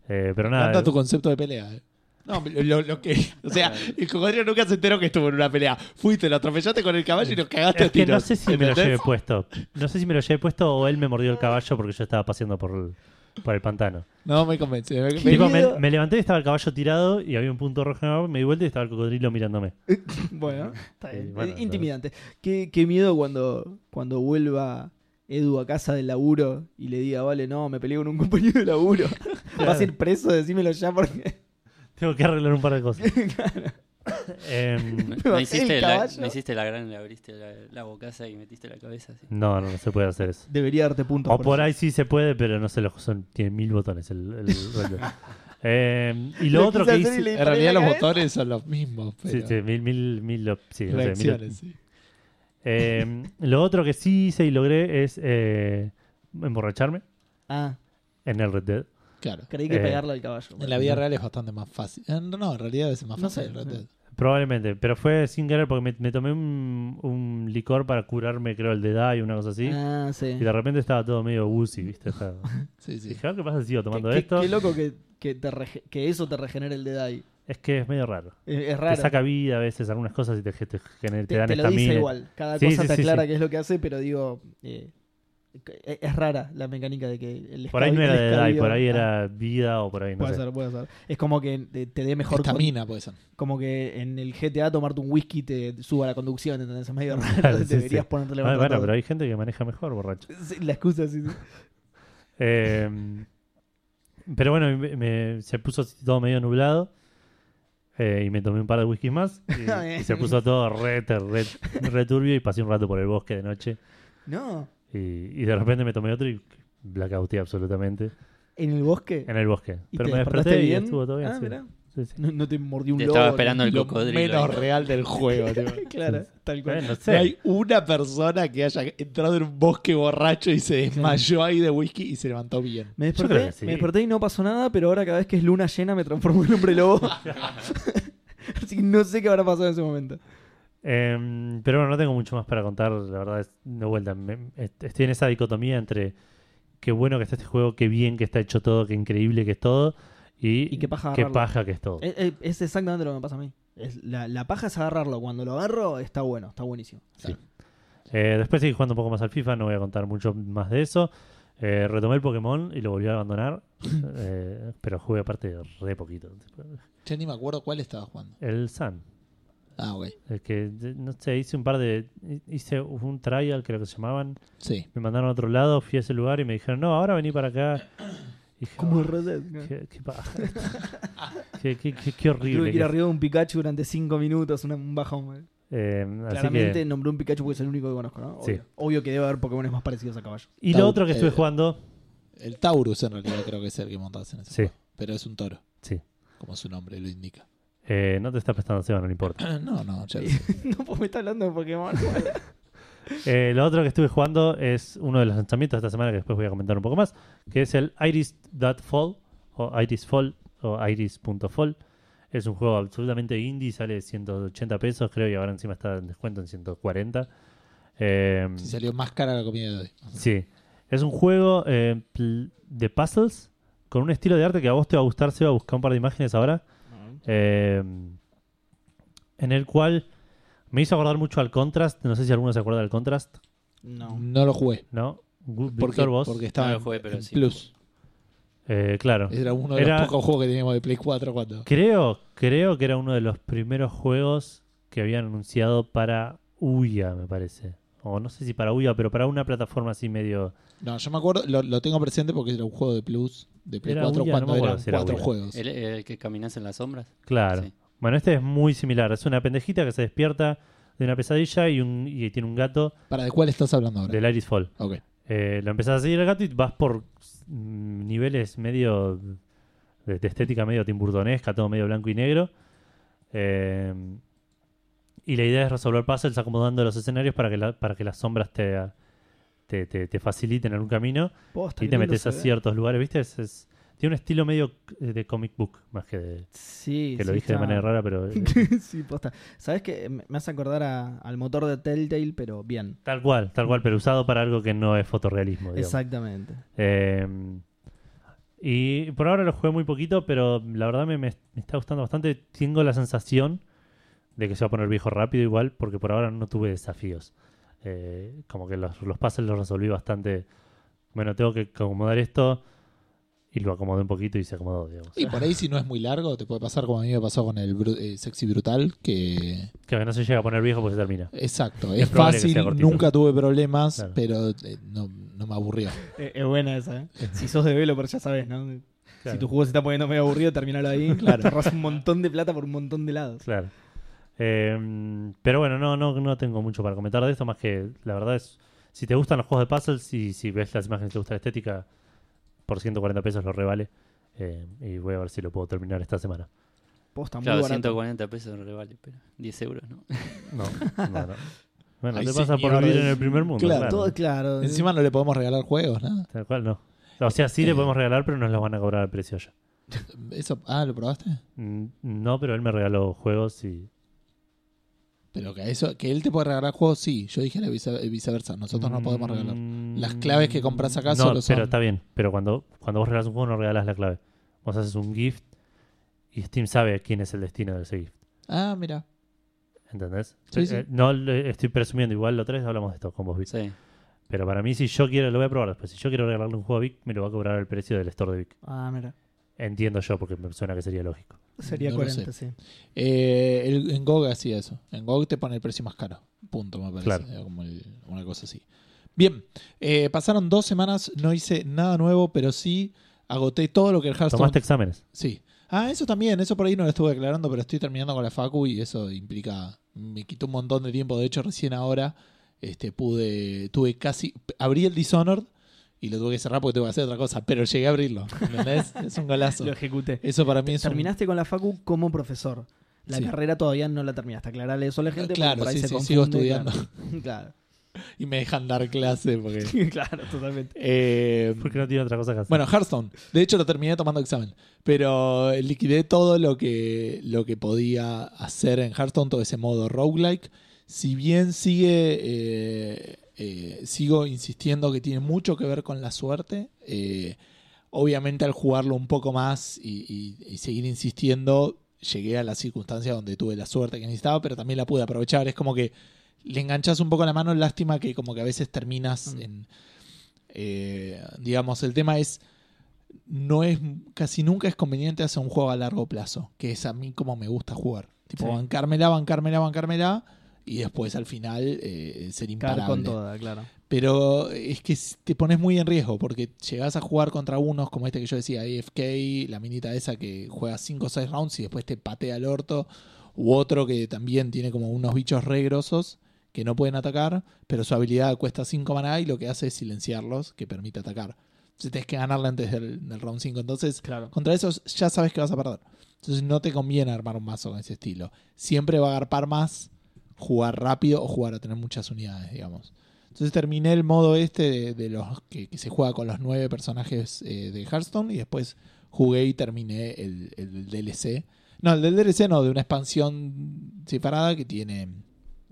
Speaker 2: Eh, pero
Speaker 1: Me
Speaker 2: nada.
Speaker 1: encanta tu concepto de pelea. eh. No, lo, lo- lo que. O sea, el cocodrilo nunca se enteró que estuvo en una pelea. Fuiste, lo atropellaste con el caballo y lo cagaste
Speaker 2: es
Speaker 1: a
Speaker 2: que
Speaker 1: tiros.
Speaker 2: no sé si me lo
Speaker 1: ¿entendés?
Speaker 2: llevé puesto. No sé si me lo llevé puesto o él me mordió el caballo porque yo estaba paseando por el, por el pantano.
Speaker 1: No me convence. me- me-
Speaker 2: Tipo,
Speaker 3: Querido.
Speaker 2: me, me levanté y estaba el caballo tirado y había un punto rojo en el árbol, me di vuelta y estaba el cocodrilo mirándome.
Speaker 3: Bueno, está bien.
Speaker 2: Sí, bueno,
Speaker 3: Eh,
Speaker 2: no.
Speaker 3: Intimidante. Qué, qué miedo cuando, cuando vuelva Edu a casa del laburo y le diga, vale, no, me peleé con un compañero de laburo. Vas a ir preso, decímelo ya porque.
Speaker 2: Tengo que arreglar un par de cosas. Em,
Speaker 4: No,
Speaker 3: Me bajé
Speaker 4: hiciste
Speaker 3: el
Speaker 4: la,
Speaker 3: caballo.
Speaker 4: no hiciste la gran, le abriste la, la bocaza y metiste la cabeza así.
Speaker 2: no, no, no se puede hacer eso.
Speaker 3: Debería darte puntos.
Speaker 2: O por
Speaker 3: eso.
Speaker 2: ahí sí se puede, pero no se los son, tiene mil botones el, el- el- Eh, y lo, otro que hice.
Speaker 1: En realidad los botones son los mismos.
Speaker 2: Sí,
Speaker 1: Pero
Speaker 2: sí, mil, mil, mil, op- sí, no sé, mil op-
Speaker 1: reacciones, sí.
Speaker 2: Eh, lo otro que sí hice y logré es eh, emborracharme
Speaker 3: Ah,
Speaker 2: en el Red Dead.
Speaker 1: Claro.
Speaker 3: creí que
Speaker 2: Eh,
Speaker 3: pegarle al caballo.
Speaker 1: En la vida real es bastante más fácil. Eh, No, en realidad es más
Speaker 3: No
Speaker 1: fácil.
Speaker 3: sé,
Speaker 1: el Red Dead.
Speaker 2: Probablemente, pero fue sin querer porque me, me tomé un, un licor para curarme, creo, el de y una cosa así.
Speaker 3: Ah, sí.
Speaker 2: Y de repente estaba todo medio woozy, ¿viste? Estaba-
Speaker 1: Sí, sí.
Speaker 2: Dije, "Ah, ¿qué pasa si sigo tomando
Speaker 3: qué, qué-
Speaker 2: esto?
Speaker 3: qué loco que, que, te rege- que eso te regenere el Dead Eye.
Speaker 2: Es que es medio raro.
Speaker 3: Es, es raro.
Speaker 2: Te saca vida a veces algunas cosas y te, te, gener- te
Speaker 3: Te,
Speaker 2: dan
Speaker 3: te lo dice
Speaker 2: estamina.
Speaker 3: igual. Cada
Speaker 2: Sí,
Speaker 3: cosa
Speaker 2: sí,
Speaker 3: te
Speaker 2: sí,
Speaker 3: aclara
Speaker 2: sí.
Speaker 3: qué es lo que hace, pero digo. eh, es es rara la mecánica de que el
Speaker 2: Por ahí
Speaker 3: escabi-
Speaker 2: no era
Speaker 3: el
Speaker 2: de edad y
Speaker 3: escabio-
Speaker 2: por ahí
Speaker 3: Ah,
Speaker 2: era vida o por ahí no
Speaker 3: puede
Speaker 2: sé. Ah,
Speaker 3: ser, puede ser. Es como que eh, te dé mejor. con-
Speaker 1: Estamina puede ser.
Speaker 3: como que en el GTA tomarte un whisky te suba la conducción, ¿entendés? Es medio raro.
Speaker 2: Claro, sí,
Speaker 3: deberías
Speaker 2: sí.
Speaker 3: ponértele
Speaker 2: Ah,
Speaker 3: más
Speaker 2: bueno,
Speaker 3: tratado.
Speaker 2: pero hay gente que maneja mejor borracho.
Speaker 3: Sí, La excusa, sí. sí.
Speaker 2: Eh, pero bueno, me- me- se puso así todo medio nublado. eh, y me tomé un par de whiskies más. Y, y se puso todo re, ter- re, re turbio. Y pasé un rato por el bosque de noche.
Speaker 3: No.
Speaker 2: Y, y de repente me tomé otro y blackouté absolutamente.
Speaker 3: En el bosque.
Speaker 2: En el bosque.
Speaker 3: ¿Y
Speaker 2: Pero
Speaker 3: te
Speaker 2: me
Speaker 3: despertaste
Speaker 2: desperté y
Speaker 3: bien?
Speaker 2: estuvo todo bien.
Speaker 3: Ah,
Speaker 2: sí.
Speaker 3: mirá.
Speaker 2: Sí, sí.
Speaker 3: No, no te mordió un
Speaker 4: Te
Speaker 3: lobo.
Speaker 4: estaba
Speaker 3: ¿no?
Speaker 4: esperando el
Speaker 1: Lo
Speaker 4: cocodrilo.
Speaker 1: menos
Speaker 4: ahí.
Speaker 1: real del juego, tío.
Speaker 3: Claro, tal
Speaker 2: Eh,
Speaker 3: cual.
Speaker 2: no
Speaker 1: No
Speaker 2: sé.
Speaker 1: hay una persona que haya entrado en un bosque borracho y se desmayó ahí de whisky y se levantó bien.
Speaker 3: Me
Speaker 2: Yo creo
Speaker 3: desperté,
Speaker 2: que sí.
Speaker 3: me desperté y no pasó nada, pero ahora cada vez que es luna llena me transformo en hombre lobo. Así que no sé qué habrá pasado en ese momento.
Speaker 2: Em, pero bueno, no tengo mucho más para contar, la verdad, es, de vuelta. me- est- estoy en esa dicotomía entre qué bueno que está este juego, qué bien que está hecho todo, qué increíble que es todo, y,
Speaker 3: Y qué paja agarrarlo. Eh,
Speaker 2: paja que es todo.
Speaker 3: Es, es- es exactamente lo que me pasa a mí. Es- la, la paja es agarrarlo. Cuando lo agarro, está bueno, está buenísimo.
Speaker 2: Eh, después seguí jugando un poco más al FIFA, no voy a contar mucho más de eso. Eh, retomé el Pokémon y lo volví a abandonar, eh, pero jugué aparte re poquito.
Speaker 1: Ya ni me acuerdo cuál estaba jugando.
Speaker 2: El Sun,
Speaker 1: Ah, ok.
Speaker 2: el que, no sé, hice un par de, hice un trial, creo que se llamaban,
Speaker 1: Sí.
Speaker 2: me mandaron a otro lado, fui a ese lugar y me dijeron, no, ahora vení para acá. Y dije,
Speaker 3: Como
Speaker 2: "Ah,
Speaker 3: el Red Dead.
Speaker 2: qué, qué paja. qué, qué- qué- qué
Speaker 3: Tuve
Speaker 2: horrible.
Speaker 3: que ir
Speaker 2: que-
Speaker 3: arriba de un Pikachu durante 5 minutos, una- un bajón.
Speaker 2: Eh, así
Speaker 3: Claramente
Speaker 2: que,
Speaker 3: nombré un Pikachu porque es el único que conozco, ¿no? Obvio,
Speaker 2: Sí.
Speaker 3: Obvio que debe haber Pokémon más parecidos a caballos.
Speaker 2: y lo
Speaker 1: Tau-
Speaker 2: otro que estuve
Speaker 1: eh,
Speaker 2: jugando,
Speaker 1: El Taurus en realidad creo que es el que montas en ese
Speaker 2: Sí.
Speaker 1: juego. Pero es un toro,
Speaker 2: sí,
Speaker 1: como su nombre lo indica.
Speaker 2: eh, no te está prestando atención, no le importa.
Speaker 1: No, no, ya lo sé.
Speaker 3: no, pues me está hablando de Pokémon.
Speaker 2: Eh, lo otro que estuve jugando es uno de los lanzamientos de esta semana que después voy a comentar un poco más, que es el Iris That Fall o Iris Fall o Iris.fall. Es un juego absolutamente indie, sale 180 pesos creo y ahora encima está en descuento en 140. Eh,
Speaker 1: Si salió más cara la comida de hoy.
Speaker 2: Sí. Es un juego eh, pl- de puzzles con un estilo de arte que a vos te va a gustar, Seba. Buscar un par de imágenes ahora. eh, en el cual me hizo acordar mucho al Contrast. No sé si alguno se acuerda del Contrast,
Speaker 3: No.
Speaker 1: No lo jugué.
Speaker 2: ¿no? Gu-
Speaker 1: Porque,
Speaker 2: Víctor, vos.
Speaker 1: porque estaba
Speaker 4: No lo jugué,
Speaker 1: en-
Speaker 4: pero
Speaker 1: en
Speaker 4: sí.
Speaker 1: Plus.
Speaker 2: Eh, claro.
Speaker 1: Era uno de
Speaker 2: Era-
Speaker 1: los pocos juegos que teníamos de Play 4 cuando...
Speaker 2: Creo, creo que era uno de los primeros juegos que habían anunciado para Uya, me parece. O no sé si para Uya, pero para una plataforma así medio.
Speaker 1: No, yo me acuerdo, lo, lo tengo presente porque era un juego de Plus, de Play
Speaker 2: Era
Speaker 1: 4
Speaker 2: Ouya, no
Speaker 1: cuando
Speaker 2: me acuerdo
Speaker 1: eran
Speaker 2: si era
Speaker 1: cuatro
Speaker 2: Ouya.
Speaker 1: juegos.
Speaker 4: El, el que caminas en las sombras.
Speaker 2: Claro.
Speaker 4: Sí.
Speaker 2: Bueno, este es muy similar. Es una pendejita que se despierta de una pesadilla y, un, y tiene un gato
Speaker 1: ¿Para de cuál estás hablando ahora?
Speaker 2: del Iris Fall.
Speaker 1: Ok.
Speaker 2: Eh, lo empezás a seguir al gato y vas por mm, niveles medio de, de estética medio timburtonesca, todo medio blanco y negro. Eh, y la idea es resolver puzzles acomodando los escenarios para que, la- para que las sombras te, te, te- te faciliten algún camino
Speaker 3: Posta,
Speaker 2: y
Speaker 3: qué
Speaker 2: te
Speaker 3: lindo
Speaker 2: metes
Speaker 3: se
Speaker 2: a
Speaker 3: ve.
Speaker 2: ciertos lugares, ¿viste? Es- es- tiene un estilo medio eh, de comic book, más que de-
Speaker 3: Sí,
Speaker 2: que lo
Speaker 3: sí,
Speaker 2: dije de
Speaker 3: está-
Speaker 2: manera rara, pero eh,
Speaker 3: sí, posta. ¿Sabes qué? Me me hace acordar a- al motor de Telltale, pero bien.
Speaker 2: Tal cual, tal cual, pero usado para algo que no es fotorrealismo. digamos.
Speaker 3: Exactamente.
Speaker 2: Eh, y por ahora lo jugué muy poquito, pero la verdad me, me- me está gustando bastante. Tengo la sensación de que se va a poner viejo rápido igual, porque por ahora no tuve desafíos. Eh, como que los, los pases los resolví bastante. Bueno, tengo que acomodar esto y lo acomodé un poquito y se acomodó, digamos.
Speaker 1: Y por ahí si no es muy largo, te puede pasar como a mí me pasó con el Bru- eh, Sexy Brutal, que...
Speaker 2: Que no se llega a poner viejo porque se termina.
Speaker 1: Exacto,
Speaker 2: Es
Speaker 1: es,
Speaker 2: probable que
Speaker 1: fácil,
Speaker 2: sea cortito.
Speaker 1: nunca tuve problemas,
Speaker 2: Claro.
Speaker 1: pero eh, no, no me aburrió.
Speaker 3: Es, buena esa, ¿eh? Si sos developer, ya sabes, ¿no? Si
Speaker 2: Claro.
Speaker 3: tu juego se está poniendo medio aburrido, terminalo ahí. Claro. Te ahorras un montón de plata por un montón de lados.
Speaker 2: Claro. Eh, pero bueno, no, no, no tengo mucho para comentar de esto, más que la verdad es, si te gustan los juegos de puzzles y si ves las imágenes y te gusta la estética, por 140 pesos lo revale. Eh, y voy a ver si lo puedo terminar esta semana.
Speaker 3: Posta, muy
Speaker 4: Claro,
Speaker 3: barato.
Speaker 4: 140 pesos no le vale, pero 10 euros, ¿no?
Speaker 2: No, no, no. Bueno,
Speaker 1: Ay,
Speaker 2: te pasa por
Speaker 1: señor,
Speaker 2: vivir
Speaker 1: es-
Speaker 2: en el primer mundo.
Speaker 1: claro,
Speaker 2: Claro,
Speaker 3: Todo, claro.
Speaker 1: Encima no le podemos regalar juegos, nada.
Speaker 2: Tal cual, no. O sea, sí le
Speaker 1: Eh.
Speaker 2: podemos regalar, pero nos los van a cobrar al precio ya.
Speaker 1: Eso, ah, ¿lo probaste?
Speaker 2: Mm, No, pero él me regaló juegos y.
Speaker 1: Pero que a eso, que él te puede regalar juegos, sí. Yo dije la vice- eh, viceversa, nosotros no podemos regalar.
Speaker 2: Mm,
Speaker 1: Las claves que compras acá
Speaker 2: no,
Speaker 1: solo son-
Speaker 2: Pero está bien, pero cuando, cuando vos regalas un juego no regalas la clave. Vos haces un gift y Steam sabe quién es el destino de ese gift.
Speaker 1: Ah, mira.
Speaker 2: ¿Entendés?
Speaker 1: Sí,
Speaker 2: Eh,
Speaker 1: sí.
Speaker 2: eh, no le- estoy presumiendo, igual la otra vez hablamos de esto con vos, Vic.
Speaker 4: Sí.
Speaker 2: Pero para mí, si yo quiero, lo voy a probar después. Si yo quiero regalarle un juego a Vic, me lo va a cobrar el precio del store de Vic.
Speaker 3: Ah, mira.
Speaker 2: Entiendo yo, porque me suena que sería lógico.
Speaker 1: Ah,
Speaker 3: Sería
Speaker 1: No lo
Speaker 3: coherente, sí.
Speaker 1: Eh, el- en GOG hacía eso. En GOG te pone el precio más caro. Punto, me parece.
Speaker 2: Claro.
Speaker 1: Era como el- una cosa así. Bien, eh, pasaron dos semanas, no hice nada nuevo, pero sí agoté todo lo que el Hearthstone.
Speaker 2: Tomaste exámenes.
Speaker 1: Sí. Ah, eso también, eso por ahí no lo estuve aclarando, pero estoy terminando con la Facu y eso implica. Me quitó un montón de tiempo. De hecho, recién ahora este, pude. Tuve casi. Abrí el Dishonored y lo tuve que cerrar porque tuve que hacer otra cosa, pero llegué a abrirlo. ¿Entendés? es un golazo.
Speaker 3: Lo ejecuté.
Speaker 1: Eso para mí es un.
Speaker 3: Terminaste con la facu como profesor. La
Speaker 1: Sí.
Speaker 3: carrera todavía no la terminaste. Aclararle eso a la gente. porque
Speaker 1: Claro,
Speaker 3: por ahí
Speaker 1: sí,
Speaker 3: se
Speaker 1: sí,
Speaker 3: confunde,
Speaker 1: sigo estudiando.
Speaker 3: Claro,
Speaker 1: Y me dejan dar clase porque.
Speaker 3: claro, Claro, totalmente.
Speaker 1: Eh,
Speaker 2: Porque no tiene otra cosa que hacer.
Speaker 1: bueno, Hearthstone. De hecho, lo terminé tomando examen. Pero eh, liquidé todo lo que, lo que podía hacer en Hearthstone, todo ese modo roguelike. Si bien sigue. eh, eh, sigo insistiendo que tiene mucho que ver con la suerte. eh, obviamente, al jugarlo un poco más y, y- y seguir insistiendo, llegué a la circunstancia donde tuve la suerte que necesitaba, pero también la pude aprovechar. Es como que le enganchas un poco la mano. Lástima que, como que a veces terminas
Speaker 3: Mm.
Speaker 1: en. eh, digamos, el tema es no es casi nunca es conveniente hacer un juego a largo plazo, que es a mí como me gusta jugar. Tipo,
Speaker 3: Sí.
Speaker 1: bancármela, bancármela, bancármela y después al final eh, ser
Speaker 3: Cagar
Speaker 1: imparable.
Speaker 3: con toda, claro.
Speaker 1: Pero es que s- te pones muy en riesgo porque llegás a jugar contra unos como este que yo decía, AFK, la minita esa que juega 5 o 6 rounds y después te patea el orto, u otro que también tiene como unos bichos re grosos que no pueden atacar, pero su habilidad cuesta 5 maná y lo que hace es silenciarlos, que permite atacar. Entonces tenés que ganarla antes del, del round 5. Entonces,
Speaker 3: Claro.
Speaker 1: contra esos ya sabes que vas a perder. Entonces no te conviene armar un mazo con ese estilo. Siempre va a agarpar más jugar rápido o jugar a tener muchas unidades, digamos. Entonces terminé el modo este de, de los que, que se juega con los nueve personajes eh, de Hearthstone y después jugué y terminé el, el DLC. No, el del DLC no, de una expansión separada que tiene...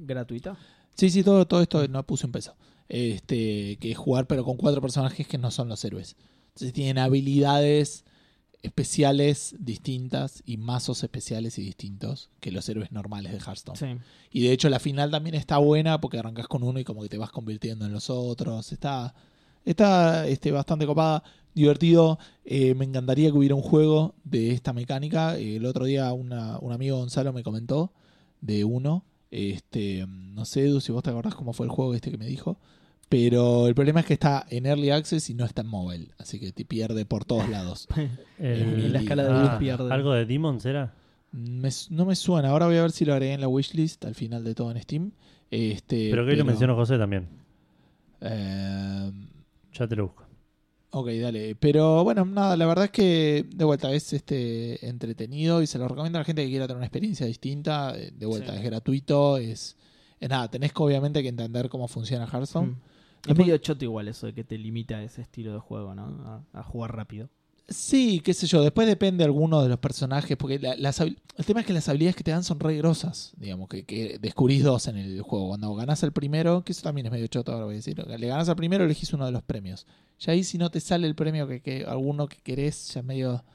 Speaker 3: Gratuita.
Speaker 1: Sí, sí, todo, todo esto no puse un peso. Este, que es jugar, pero con cuatro personajes que no son los héroes. Entonces tienen habilidades especiales distintas y mazos especiales y distintos que los héroes normales de Hearthstone.
Speaker 3: Sí.
Speaker 1: Y de hecho la final también está buena porque arrancas con uno y como que te vas convirtiendo en los otros. Está, está este, bastante copada, divertido. Eh, me encantaría que hubiera un juego de esta mecánica. Eh, el otro día una- un amigo Gonzalo me comentó de uno. Este, no sé, Edu, si vos te acordás cómo fue el juego este que me dijo. Pero el problema es que está en Early Access y no está en mobile. Así que te pierde por todos lados.
Speaker 2: El-
Speaker 1: Y la escala de
Speaker 3: luz pierde.
Speaker 2: Eh, ah, ¿Algo de Demons era?
Speaker 1: Me s- no me suena. Ahora voy a ver si lo agregué en la wishlist al final de todo en Steam. Este,
Speaker 2: pero que hoy lo mencionó José también.
Speaker 1: Eh,
Speaker 2: Ya te lo busco.
Speaker 1: ok, dale. Pero bueno, nada, la verdad es que de vuelta es este entretenido y se lo recomiendo a la gente que quiera tener una experiencia distinta. Eh, De vuelta,
Speaker 3: Sí.
Speaker 1: es gratuito, es, es nada, tenés que obviamente que entender cómo funciona Hearthstone.
Speaker 3: Mm. Es medio choto igual eso de que te limita a ese estilo de juego, ¿no? A, a jugar rápido.
Speaker 1: Sí, qué sé yo, después depende alguno de los personajes, porque la- las habil- el tema es que las habilidades que te dan son re grosas, digamos, que, que descubrís dos en el juego. Cuando ganás el primero, que eso también es medio choto, ahora voy a decir, le ganás al primero, elegís uno de los premios. Ya ahí si no te sale el premio que, que alguno que querés, ya medio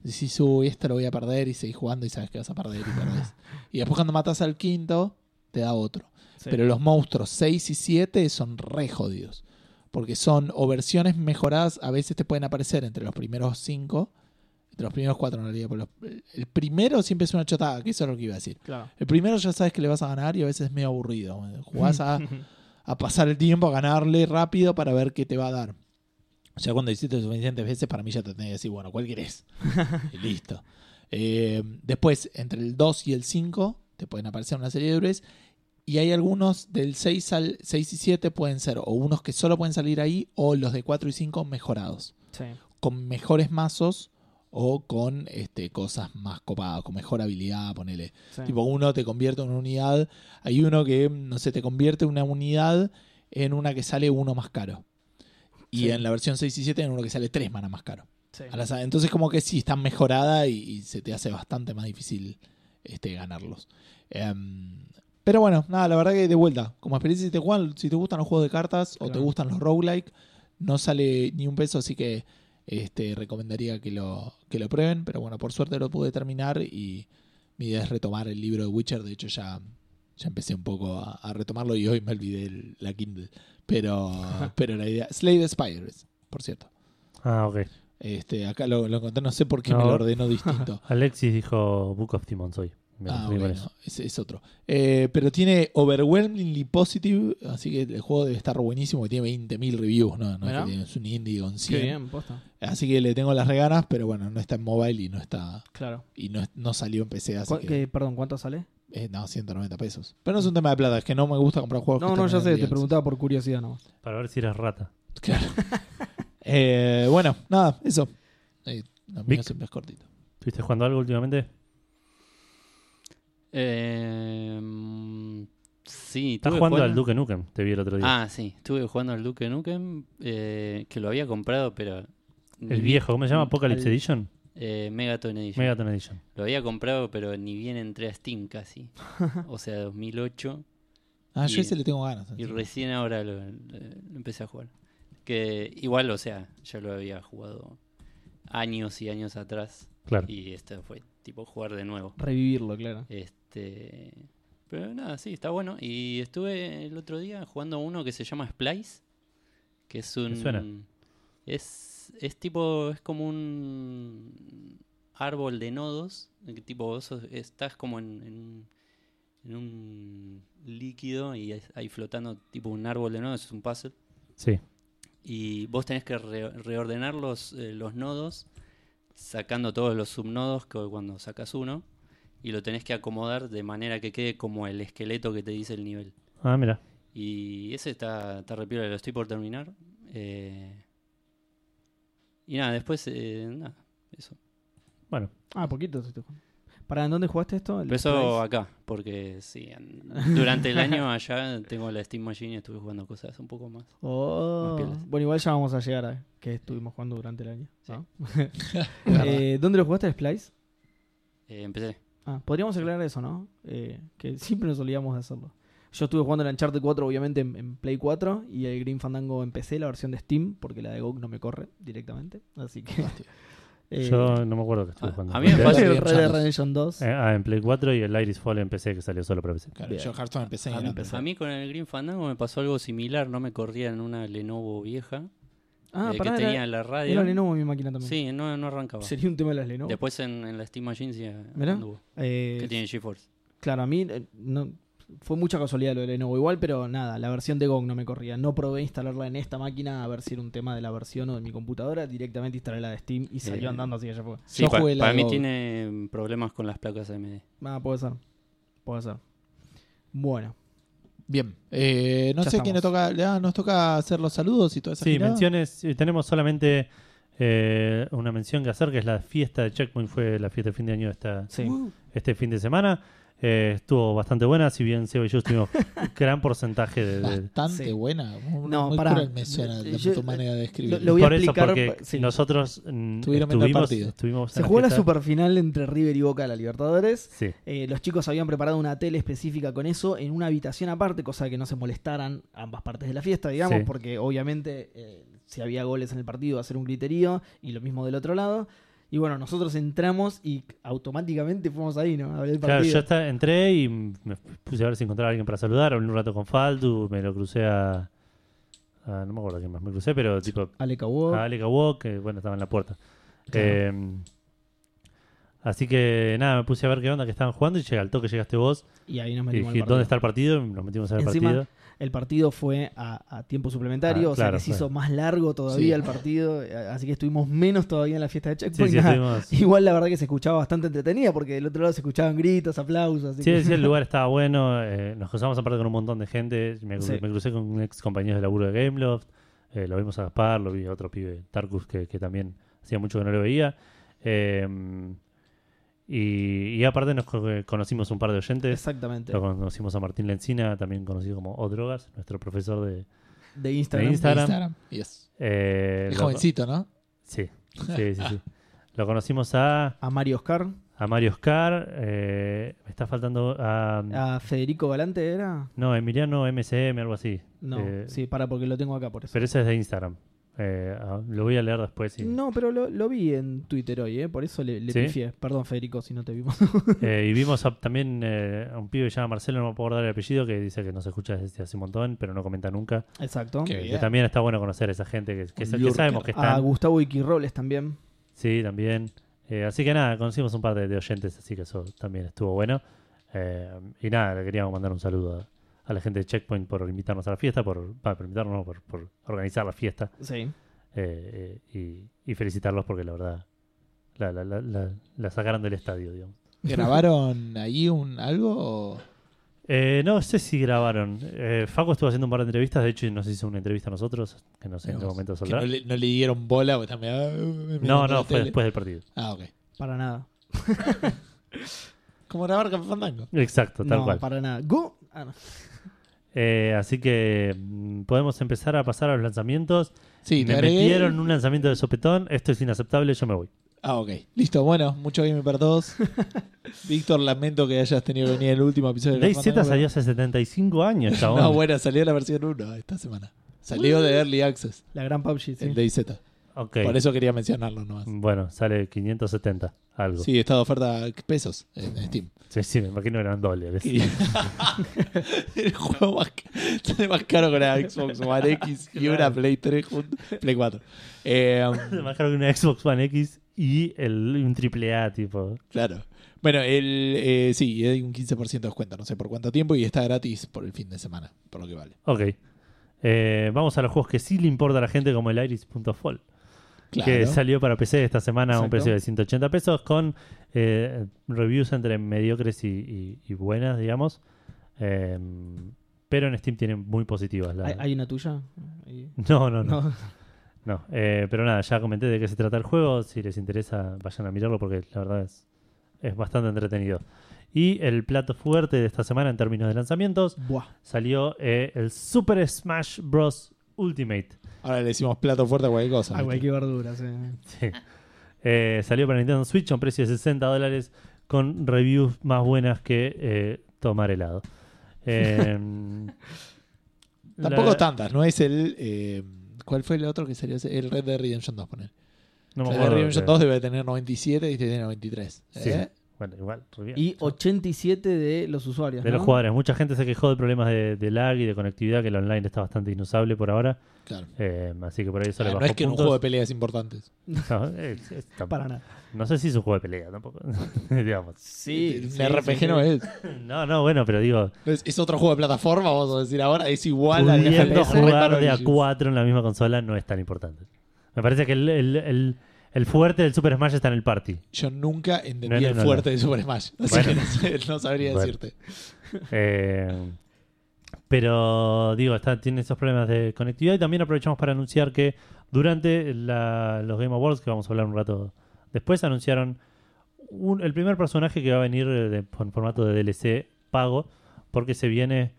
Speaker 1: decís, uy, este lo voy a perder y seguís jugando y sabes que vas a perder y perdés. y después cuando matás al quinto, te da otro.
Speaker 3: Sí.
Speaker 1: Pero los monstruos 6 y 7 son re jodidos. Porque son o versiones mejoradas, a veces te pueden aparecer entre los primeros 5, entre los primeros 4 en realidad. por los- el primero siempre es una chotada, que eso es lo que iba a decir.
Speaker 3: Claro.
Speaker 1: El primero ya sabes que le vas a ganar y a veces es medio aburrido. Jugás a, a pasar el tiempo, a ganarle rápido para ver qué te va a dar. Ya cuando hiciste suficientes veces, para mí ya te tenés que decir, bueno, ¿cuál querés? y listo. Eh, después, entre el 2 y el 5, te pueden aparecer una serie de héroes. Y hay algunos del 6 al 6 y 7 pueden ser o unos que solo pueden salir ahí o los de 4 y 5 mejorados
Speaker 3: Sí.
Speaker 1: con mejores mazos o con este, cosas más copadas, con mejor habilidad, ponele.
Speaker 3: Sí.
Speaker 1: Tipo, uno te convierte en una unidad. Hay uno que, no sé, te convierte una unidad en una que sale uno más caro. Y
Speaker 3: Sí.
Speaker 1: en la versión 6 y 7 en uno que sale 3 manas más caro.
Speaker 3: Sí.
Speaker 1: A la sa- Entonces, como que sí, están mejorada y, y se te hace bastante más difícil este, ganarlos. Em, pero bueno, nada, la verdad que de vuelta, como experiencia, si te, juegan- si te gustan los juegos de cartas o te
Speaker 3: Claro.
Speaker 1: gustan los roguelike, no sale ni un peso, así que este, recomendaría que lo, que lo prueben. Pero bueno, por suerte lo pude terminar y mi idea es retomar el libro de Witcher. De hecho, ya, ya empecé un poco a, a retomarlo y hoy me olvidé el- la Kindle. Pero, pero la idea. Slay the Spires, por cierto.
Speaker 2: Ah, ok.
Speaker 1: Este, acá lo, lo encontré, no sé por qué me
Speaker 2: No.
Speaker 1: lo ordenó distinto.
Speaker 2: Alexis dijo Book of Demons hoy. Me
Speaker 1: ah,
Speaker 2: confundí con
Speaker 1: bueno,
Speaker 2: eso.
Speaker 1: es, es otro. Eh, pero tiene Overwhelmingly Positive, así que el juego debe estar buenísimo, que tiene 20.000 reviews, no, no es, que
Speaker 3: Bueno.
Speaker 1: tiene- es un indie con
Speaker 3: Qué
Speaker 1: 100.
Speaker 3: bien, posta.
Speaker 1: Así que le tengo las reganas, pero bueno, no está en mobile y no está
Speaker 3: Claro.
Speaker 1: y no, no salió en PC, así
Speaker 3: ¿Cu-
Speaker 1: que,
Speaker 3: qué- perdón, ¿cuánto sale?
Speaker 1: eh, no, 190 pesos. Pero no es un tema de plata, es que no me gusta comprar juegos
Speaker 3: No,
Speaker 1: que
Speaker 3: no,
Speaker 1: están
Speaker 3: ya
Speaker 1: en
Speaker 3: sé,
Speaker 1: early
Speaker 3: te
Speaker 1: access.
Speaker 3: preguntaba por curiosidad nomás.
Speaker 2: Para ver si eras rata.
Speaker 1: Claro. Eh, bueno, nada, eso. Eh, lo mío
Speaker 2: Vic.
Speaker 1: siempre es cortito.
Speaker 2: ¿Estuviste jugando algo últimamente?
Speaker 4: Eh, mm, sí,
Speaker 2: Estás
Speaker 4: tuve
Speaker 2: jugando al Duke Nukem, te vi el otro día.
Speaker 4: Ah, sí, estuve jugando al Duke Nukem, eh, que lo había comprado, pero... ni
Speaker 2: el
Speaker 4: vi-
Speaker 2: viejo, ¿cómo se llama?
Speaker 4: al-
Speaker 2: Apocalypse Edition.
Speaker 4: eh, Megaton Edition.
Speaker 2: Megaton Edition.
Speaker 4: Lo había comprado, pero ni bien entré a Steam casi. O sea, 2008.
Speaker 1: Ah,
Speaker 4: Y-
Speaker 1: yo ese le tengo ganas.
Speaker 4: Y
Speaker 1: encima.
Speaker 4: recién ahora lo, lo empecé a jugar. Que igual, o sea, ya lo había jugado años y años atrás.
Speaker 2: Claro.
Speaker 4: Y esto fue tipo jugar de nuevo.
Speaker 3: Revivirlo, claro.
Speaker 4: Este. Pero nada, sí, está bueno. Y estuve el otro día jugando uno que se llama Splice. Que es un.
Speaker 2: suena?
Speaker 4: Es, es tipo. Es como un árbol de nodos. en que Tipo, vos sos- estás como en, en- en un líquido y es- ahí flotando, tipo un árbol de nodos, es un puzzle.
Speaker 2: Sí.
Speaker 4: Y vos tenés que re- reordenar los, eh, los nodos, sacando todos los subnodos que cuando sacas uno, y lo tenés que acomodar de manera que quede como el esqueleto que te dice el nivel.
Speaker 2: Ah, mira.
Speaker 4: Y ese está, está re piola, lo estoy por terminar. Eh, y nada, después, eh, nada, eso.
Speaker 2: Bueno,
Speaker 3: Ah, poquito. sí, tú. ¿Para en dónde jugaste esto? ¿El
Speaker 4: Pero eso
Speaker 3: Price?
Speaker 4: acá, porque sí, en- durante el año allá tengo la Steam Machine y estuve jugando cosas un poco más.
Speaker 3: Oh.
Speaker 4: Más piolas.
Speaker 3: Bueno, igual ya vamos a llegar a que estuvimos jugando durante el año.
Speaker 4: Sí.
Speaker 3: ¿no?
Speaker 1: Verdad.
Speaker 3: Eh, ¿Dónde lo jugaste, el Splice?
Speaker 4: Eh, empecé.
Speaker 3: Ah, podríamos aclarar eso, ¿no? Eh, que siempre nos olvidamos de hacerlo. Yo estuve jugando el Uncharted 4, obviamente, en, en Play 4 y el Green Fandango en PC, la versión de Steam, porque la de GOG no me corre directamente. Así que. eh,
Speaker 2: yo no ah, me acuerdo que estuve
Speaker 4: a-
Speaker 2: jugando.
Speaker 4: a mí me
Speaker 1: Red
Speaker 4: pasa-
Speaker 1: Dead
Speaker 3: el Red Dead
Speaker 1: Redemption
Speaker 3: Redemption 2.
Speaker 2: Eh, ah, en Play 4 y el Iris Fall en PC que salió solo para PC.
Speaker 1: Claro,
Speaker 3: Bien.
Speaker 1: yo Hearthstone empecé en
Speaker 3: A mí
Speaker 1: grande.
Speaker 3: empecé.
Speaker 4: A mí con el Green Fandango me pasó algo similar, no me corría en una Lenovo vieja
Speaker 3: ah,
Speaker 4: eh, que
Speaker 3: pará,
Speaker 4: tenía
Speaker 3: era,
Speaker 4: en la radio.
Speaker 3: era Lenovo mi máquina también.
Speaker 4: Sí, no, no arrancaba.
Speaker 3: Sería un tema de las Lenovo.
Speaker 4: Después en, en la Steam Machine sí
Speaker 3: Mirá.
Speaker 4: anduvo,
Speaker 3: Eh,
Speaker 4: que tiene GeForce.
Speaker 3: Claro, a mí eh, no, fue mucha casualidad lo de Lenovo igual, pero nada, la versión de GOG no me corría. No probé instalarla en esta máquina a ver si era un tema de la versión o de mi computadora. Directamente instalé la de Steam y salió
Speaker 4: Eh.
Speaker 3: andando así que ya fue.
Speaker 4: Sí,
Speaker 1: Yo
Speaker 4: pa-
Speaker 1: jugué la
Speaker 4: para mí
Speaker 1: GOG.
Speaker 4: tiene mm, problemas con las placas AMD.
Speaker 3: Ah, puede ser. Puede ser. Bueno,
Speaker 1: Bien, eh, no
Speaker 3: Ya
Speaker 1: sé quién nos toca, ah, nos toca hacer los saludos y toda esa
Speaker 2: Sí,
Speaker 1: girada.
Speaker 2: menciones. eh, Tenemos solamente eh, una mención que hacer, que es la fiesta de Checkpoint. Fue la fiesta de fin de año de esta,
Speaker 3: sí.
Speaker 2: este fin de semana. Eh, estuvo bastante buena, si bien Seba y yo tuvimos gran porcentaje de... de-
Speaker 1: Bastante
Speaker 3: Sí.
Speaker 1: buena. Muy,
Speaker 3: No,
Speaker 1: muy
Speaker 3: pará.
Speaker 1: cruel me suena la
Speaker 3: Yo-
Speaker 1: tu manera de escribir.
Speaker 3: lo- lo voy a
Speaker 2: Por eso,
Speaker 3: explicar,
Speaker 2: porque
Speaker 3: sí.
Speaker 2: nosotros mm,
Speaker 1: Tuvieron menos
Speaker 2: estuvimos,
Speaker 1: partido.
Speaker 2: estuvimos en
Speaker 3: Se jugó la
Speaker 2: fiesta.
Speaker 3: superfinal entre River y Boca de la Libertadores.
Speaker 2: Sí,
Speaker 3: Eh, los chicos habían preparado una tele específica con eso en una habitación aparte, cosa que no se molestaran ambas partes de la fiesta, digamos,
Speaker 2: Sí.
Speaker 3: porque obviamente eh, si había goles en el partido iba a ser un griterío y lo mismo del otro lado. Y bueno, nosotros entramos y automáticamente fuimos ahí, ¿no? A ver el
Speaker 2: claro, yo
Speaker 3: partido.
Speaker 2: hasta entré y me puse a ver si encontraba a alguien para saludar. Hablé un rato con Faldu, me lo crucé a... a- no me acuerdo quién más me crucé, pero tipo
Speaker 3: Ale Cabo.
Speaker 2: a Alec Awok, que bueno, estaba en la puerta.
Speaker 3: Claro.
Speaker 2: Eh, así que nada, me puse a ver qué onda que estaban jugando y llega al toque llegaste vos
Speaker 3: Y ahí nos
Speaker 2: y
Speaker 3: metimos
Speaker 2: dije,
Speaker 3: al partido.
Speaker 2: ¿dónde está el partido? Y nos metimos a ver el
Speaker 3: Encima,
Speaker 2: partido.
Speaker 3: El partido fue a, a tiempo suplementario,
Speaker 2: Ah,
Speaker 3: o sea
Speaker 2: claro,
Speaker 3: que se
Speaker 2: fue.
Speaker 3: hizo más largo todavía
Speaker 1: Sí.
Speaker 3: el partido, eh, así que estuvimos menos todavía en la fiesta de
Speaker 2: Sí,
Speaker 3: Checkpoint.
Speaker 2: sí,
Speaker 3: Nada,
Speaker 2: estuvimos...
Speaker 3: Igual la verdad que se escuchaba bastante entretenida porque del otro lado se escuchaban gritos, aplausos. así
Speaker 2: Sí,
Speaker 3: que-
Speaker 2: sí, el lugar estaba bueno. eh, nos cruzamos aparte con un montón de gente. Me, cru-
Speaker 3: Sí.
Speaker 2: me crucé con ex compañeros de laburo de Gameloft. eh, lo vimos a Gaspar, lo vi a otro pibe, Tarkus, que, que también hacía mucho que no lo veía. Eh, y, y aparte nos co- conocimos un par de oyentes.
Speaker 3: Exactamente.
Speaker 2: Lo conocimos a Martín Lencina, también conocido como Odrogas, nuestro profesor de...
Speaker 3: De Instagram.
Speaker 2: de Instagram.
Speaker 1: Yes.
Speaker 2: eh,
Speaker 1: Es
Speaker 2: lo-
Speaker 1: jovencito, ¿no?
Speaker 2: Sí, sí, sí, sí. Lo conocimos a,
Speaker 3: A Mario Oscar.
Speaker 2: a Mario Oscar, eh, me está faltando a...
Speaker 3: A Federico Galante era.
Speaker 2: No, Emiliano MCM, algo así.
Speaker 3: No,
Speaker 2: Eh,
Speaker 3: sí, para porque lo tengo acá por eso.
Speaker 2: Pero ese es de Instagram. Eh, ah, lo voy a leer después. sí.
Speaker 3: No, pero lo, lo vi en Twitter hoy, ¿eh? Por eso le, le
Speaker 2: ¿Sí?
Speaker 3: pifié. Perdón, Federico, si no te vimos.
Speaker 2: Eh, y vimos a- también eh, a un pibe que se llama Marcelo, no me puedo dar el apellido, que dice que nos escucha desde hace un montón, pero no comenta nunca.
Speaker 3: Exacto.
Speaker 1: Qué
Speaker 2: Que
Speaker 1: bien.
Speaker 2: también está bueno conocer a esa gente que, que
Speaker 1: Un
Speaker 2: sa- que
Speaker 1: lurker.
Speaker 2: sabemos que
Speaker 3: A
Speaker 2: están.
Speaker 3: Gustavo Iquirroles también.
Speaker 2: Sí, también. Eh, así que nada, conocimos un par de, de oyentes, así que eso también estuvo bueno. Eh, y nada, le queríamos mandar un saludo a, a la gente de Checkpoint por invitarnos a la fiesta, por, va, por invitarnos, no, por, por organizar la fiesta.
Speaker 3: Sí.
Speaker 2: eh, eh, y, y felicitarlos porque la verdad la, la- la- la- la sacaron del estadio, digamos.
Speaker 1: ¿Grabaron ahí un algo? o-
Speaker 2: Eh, no sé si grabaron. Eh, Facu estuvo haciendo un par de entrevistas, de hecho nos hizo una entrevista a nosotros, que no sé en qué
Speaker 1: Digamos,
Speaker 2: momento
Speaker 1: que
Speaker 2: saldrá.
Speaker 1: no, le, no le dieron bola o también. ah, mirando
Speaker 2: No,
Speaker 1: la
Speaker 2: no, fue
Speaker 1: tele.
Speaker 2: después del partido.
Speaker 1: Ah, ok.
Speaker 3: Para nada.
Speaker 1: Como grabar Café Fandango.
Speaker 2: Exacto, tal
Speaker 3: no,
Speaker 2: cual.
Speaker 3: para nada. Go. Ah, no.
Speaker 2: Eh, así que mm, podemos empezar a pasar a los lanzamientos.
Speaker 1: Sí, te
Speaker 2: Me
Speaker 1: agregué-
Speaker 2: metieron un lanzamiento de sopetón, esto es inaceptable, yo me voy.
Speaker 1: Ah, ok. Listo, bueno, mucho gaming para todos. Víctor, lamento que hayas tenido que venir el último episodio de
Speaker 2: Day
Speaker 1: Café
Speaker 2: Z
Speaker 1: Fandango,
Speaker 2: salió hace 75 años,
Speaker 1: pero-
Speaker 2: chabón.
Speaker 1: No, bueno, salió la versión 1 esta semana. Salió de Early Access,
Speaker 3: La gran PUBG, sí.
Speaker 1: el DayZ.
Speaker 2: Ok.
Speaker 1: Por eso quería mencionarlo nomás.
Speaker 2: Bueno, sale 570, algo.
Speaker 1: Sí, está de oferta pesos en Steam.
Speaker 2: Sí, sí, me imagino que eran dólares.
Speaker 1: el juego más, ca- sale más caro con la Xbox One X y una Play 3 junto- Play 4. Eh,
Speaker 2: Más caro que una Xbox One X y el, un triple A, tipo.
Speaker 1: claro. Bueno, el, eh, sí, hay un 15% de descuento, no sé por cuánto tiempo, y está gratis por el fin de semana, por lo que vale.
Speaker 2: Ok. Eh, vamos a los juegos que sí le importa a la gente, como el Iris.fall,
Speaker 1: Claro.
Speaker 2: que salió para PC esta semana a un
Speaker 3: Exacto.
Speaker 2: precio de 180 pesos, con eh, reviews entre mediocres y, y- y buenas, digamos. Eh, pero en Steam tienen muy positivas. la-
Speaker 3: ¿Hay, hay una tuya? Ahí.
Speaker 2: No, no, no.
Speaker 3: No.
Speaker 2: no. Eh, pero nada, ya comenté de qué se trata el juego. Si les interesa, vayan a mirarlo porque la verdad es, es bastante entretenido. Y el plato fuerte de esta semana en términos de lanzamientos
Speaker 3: Buah.
Speaker 2: salió eh, el Super Smash Bros. Ultimate.
Speaker 1: Ahora le decimos plato fuerte a cualquier cosa.
Speaker 3: Ah,
Speaker 1: ¿viste?
Speaker 3: cualquier verdura, sí.
Speaker 2: Sí. Eh, salió para Nintendo Switch a un precio de 60 dólares con reviews más buenas que eh, tomar helado. Eh, la-
Speaker 1: Tampoco tantas, ¿no? Es el. eh, ¿Cuál fue el otro que salió? El Red Dead Redemption 2, poner.
Speaker 2: no me
Speaker 1: Red Dead
Speaker 2: acuerdo,
Speaker 1: Redemption
Speaker 2: eh,
Speaker 1: 2 debe tener 97 y este tiene 93.
Speaker 2: Sí.
Speaker 1: ¿eh?
Speaker 2: Bueno, igual, reviews.
Speaker 3: Y 87 de los usuarios.
Speaker 2: De
Speaker 3: ¿no?
Speaker 2: los jugadores. Mucha gente se quejó de problemas de, de lag y de conectividad, que el online está bastante inusable por ahora.
Speaker 1: Claro.
Speaker 2: Eh, así que por ahí eso
Speaker 1: Ah,
Speaker 2: le
Speaker 1: no
Speaker 2: bajó
Speaker 1: es que en un
Speaker 2: puntos.
Speaker 1: juego de peleas importantes.
Speaker 2: No, es- es- tampoco-
Speaker 3: Para nada.
Speaker 2: no sé si es un juego de pelea tampoco. Digamos.
Speaker 3: Sí.
Speaker 1: Eh, un
Speaker 3: sí,
Speaker 1: RPG
Speaker 3: sí,
Speaker 1: no
Speaker 3: sí.
Speaker 1: es.
Speaker 2: No, no, bueno, pero digo,
Speaker 1: No es. es otro juego de plataforma, vamos a decir ahora. Es igual al
Speaker 2: pudiendo
Speaker 1: FPS,
Speaker 2: jugar
Speaker 1: Rainbow
Speaker 2: de a
Speaker 1: Origins.
Speaker 2: 4 en la misma consola no es tan importante. Me parece que el, el- el- el fuerte del Super Smash está en el party.
Speaker 1: Yo nunca entendí
Speaker 2: No, no,
Speaker 1: el
Speaker 2: no,
Speaker 1: fuerte de Super Smash. Así
Speaker 2: Bueno.
Speaker 1: que no, sé, no sabría
Speaker 2: Bueno.
Speaker 1: decirte.
Speaker 2: Eh, pero digo, está, tiene esos problemas de conectividad y también aprovechamos para anunciar que durante la- los Game Awards, que vamos a hablar un rato después, anunciaron un- el primer personaje que va a venir eh, de- en formato de DLC pago, porque se viene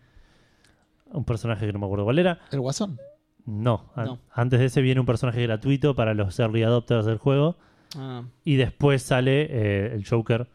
Speaker 2: un personaje que no me acuerdo cuál era.
Speaker 1: El Guasón.
Speaker 2: No, an-
Speaker 3: No.
Speaker 2: antes de ese viene un personaje gratuito para los early adopters del juego
Speaker 3: Ah,
Speaker 2: y después sale eh, el Joker,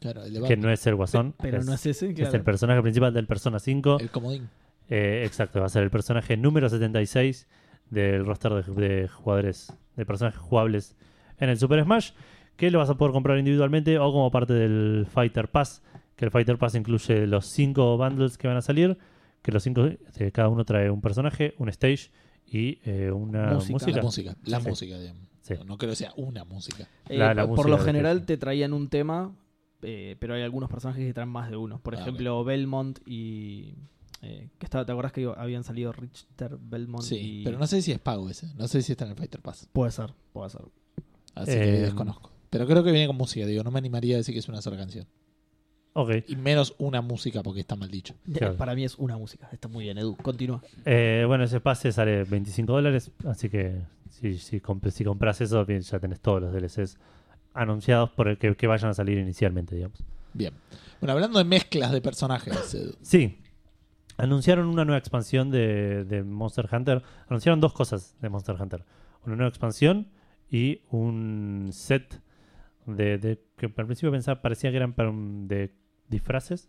Speaker 1: Claro, el de
Speaker 2: que
Speaker 1: Batman.
Speaker 2: no es el Guasón,
Speaker 3: pero
Speaker 2: es,
Speaker 3: no es ese,
Speaker 2: es
Speaker 3: claro.
Speaker 2: el personaje principal del Persona 5.
Speaker 1: El comodín.
Speaker 2: Eh, exacto, va a ser el personaje número 76 del roster de, de jugadores, de personajes jugables en el Super Smash, que lo vas a poder comprar individualmente o como parte del Fighter Pass, que el Fighter Pass incluye los 5 bundles que van a salir, que los 5, cada uno trae un personaje, un stage y eh, una
Speaker 3: Música.
Speaker 1: La
Speaker 2: música.
Speaker 1: música. La
Speaker 2: Sí.
Speaker 1: música, digamos.
Speaker 2: Sí.
Speaker 1: No, no creo que sea una música.
Speaker 3: Eh,
Speaker 2: La- la
Speaker 3: por-
Speaker 2: música
Speaker 3: por lo
Speaker 2: de
Speaker 3: general
Speaker 2: Tetris.
Speaker 3: te traían un tema, eh, pero hay algunos personajes que traen más de uno. Por
Speaker 1: Ah,
Speaker 3: ejemplo, Belmont y. eh, que estaba, ¿Te acordás que habían salido Richter, Belmont
Speaker 1: Sí,
Speaker 3: y.
Speaker 1: pero no sé si es pago ese. No sé si está en el Fighter Pass.
Speaker 3: Puede ser, puede ser.
Speaker 1: Así que
Speaker 2: Eh,
Speaker 1: desconozco. Pero creo que viene con música, digo. No me animaría a decir que es una sola canción.
Speaker 2: Ok.
Speaker 1: Y menos una música porque está mal dicho.
Speaker 2: Claro.
Speaker 3: Eh, Para mí es una música. Está muy bien, Edu. Continúa.
Speaker 2: Eh, bueno, ese pase sale 25 dólares, así que si, si, comp- si compras eso, bien, ya tenés todos los DLCs anunciados por el que, que vayan a salir inicialmente, digamos.
Speaker 1: Bien. Bueno, hablando de mezclas de personajes, Edu.
Speaker 2: Sí. Anunciaron una nueva expansión de, de Monster Hunter. Anunciaron dos cosas de Monster Hunter. Una nueva expansión y un set de, de- que al principio pensaba parecía que eran para un- de disfraces,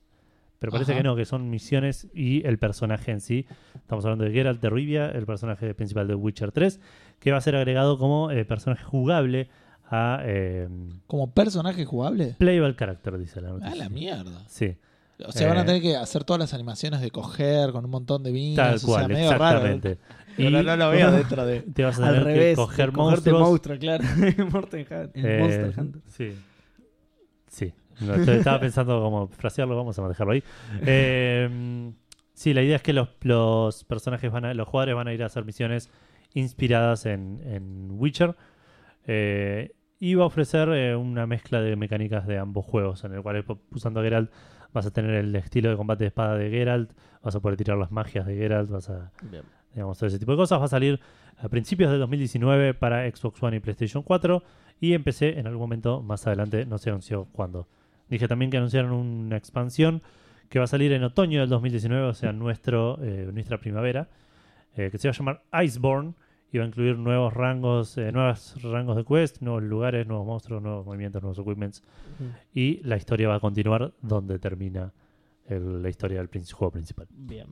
Speaker 2: pero parece
Speaker 1: Ajá.
Speaker 2: que no, que son misiones y el personaje en sí. Estamos hablando de Geralt de Rivia, el personaje principal de Witcher 3, que va a ser agregado como eh, personaje jugable a eh,
Speaker 1: como personaje jugable.
Speaker 2: playable character, dice la noticia.
Speaker 1: A la mierda.
Speaker 2: Sí.
Speaker 1: O sea, van a
Speaker 2: Eh.
Speaker 1: tener que hacer todas las animaciones de coger con un montón de vinos.
Speaker 2: Tal
Speaker 1: o sea,
Speaker 2: cual,
Speaker 1: medio raro.
Speaker 2: exactamente.
Speaker 1: Pero no, no lo veo dentro de.
Speaker 2: Te vas a
Speaker 3: Al
Speaker 2: tener
Speaker 3: revés.
Speaker 2: que coger
Speaker 3: de cogerte el
Speaker 2: monstruos.
Speaker 3: monstruo, claro. en Monster Hunter. en
Speaker 2: eh,
Speaker 3: Monster Hunter.
Speaker 2: Sí. Sí. No, yo estaba pensando cómo frasearlo, vamos a dejarlo ahí. Eh, sí, la idea es que los, los personajes van a, los jugadores van a ir a hacer misiones inspiradas en, en Witcher. Eh, y va a ofrecer eh, una mezcla de mecánicas de ambos juegos, en el cual eh, usando a Geralt vas a tener el estilo de combate de espada de Geralt, vas a poder tirar las magias de Geralt, vas a digamos, todo ese tipo de cosas. Va a salir a principios de 2019 para Xbox One y PlayStation 4 y empecé en algún momento más adelante, no se anunció cuándo. Dije también que anunciaron una expansión que va a salir en otoño del 2019, o sea, nuestro, eh, nuestra primavera, eh, que se va a llamar Iceborne y va a incluir nuevos rangos, eh, nuevos rangos de quest, nuevos lugares, nuevos monstruos, nuevos movimientos, nuevos equipments y la historia va a continuar donde termina el- la historia del prin- juego principal.
Speaker 3: Bien.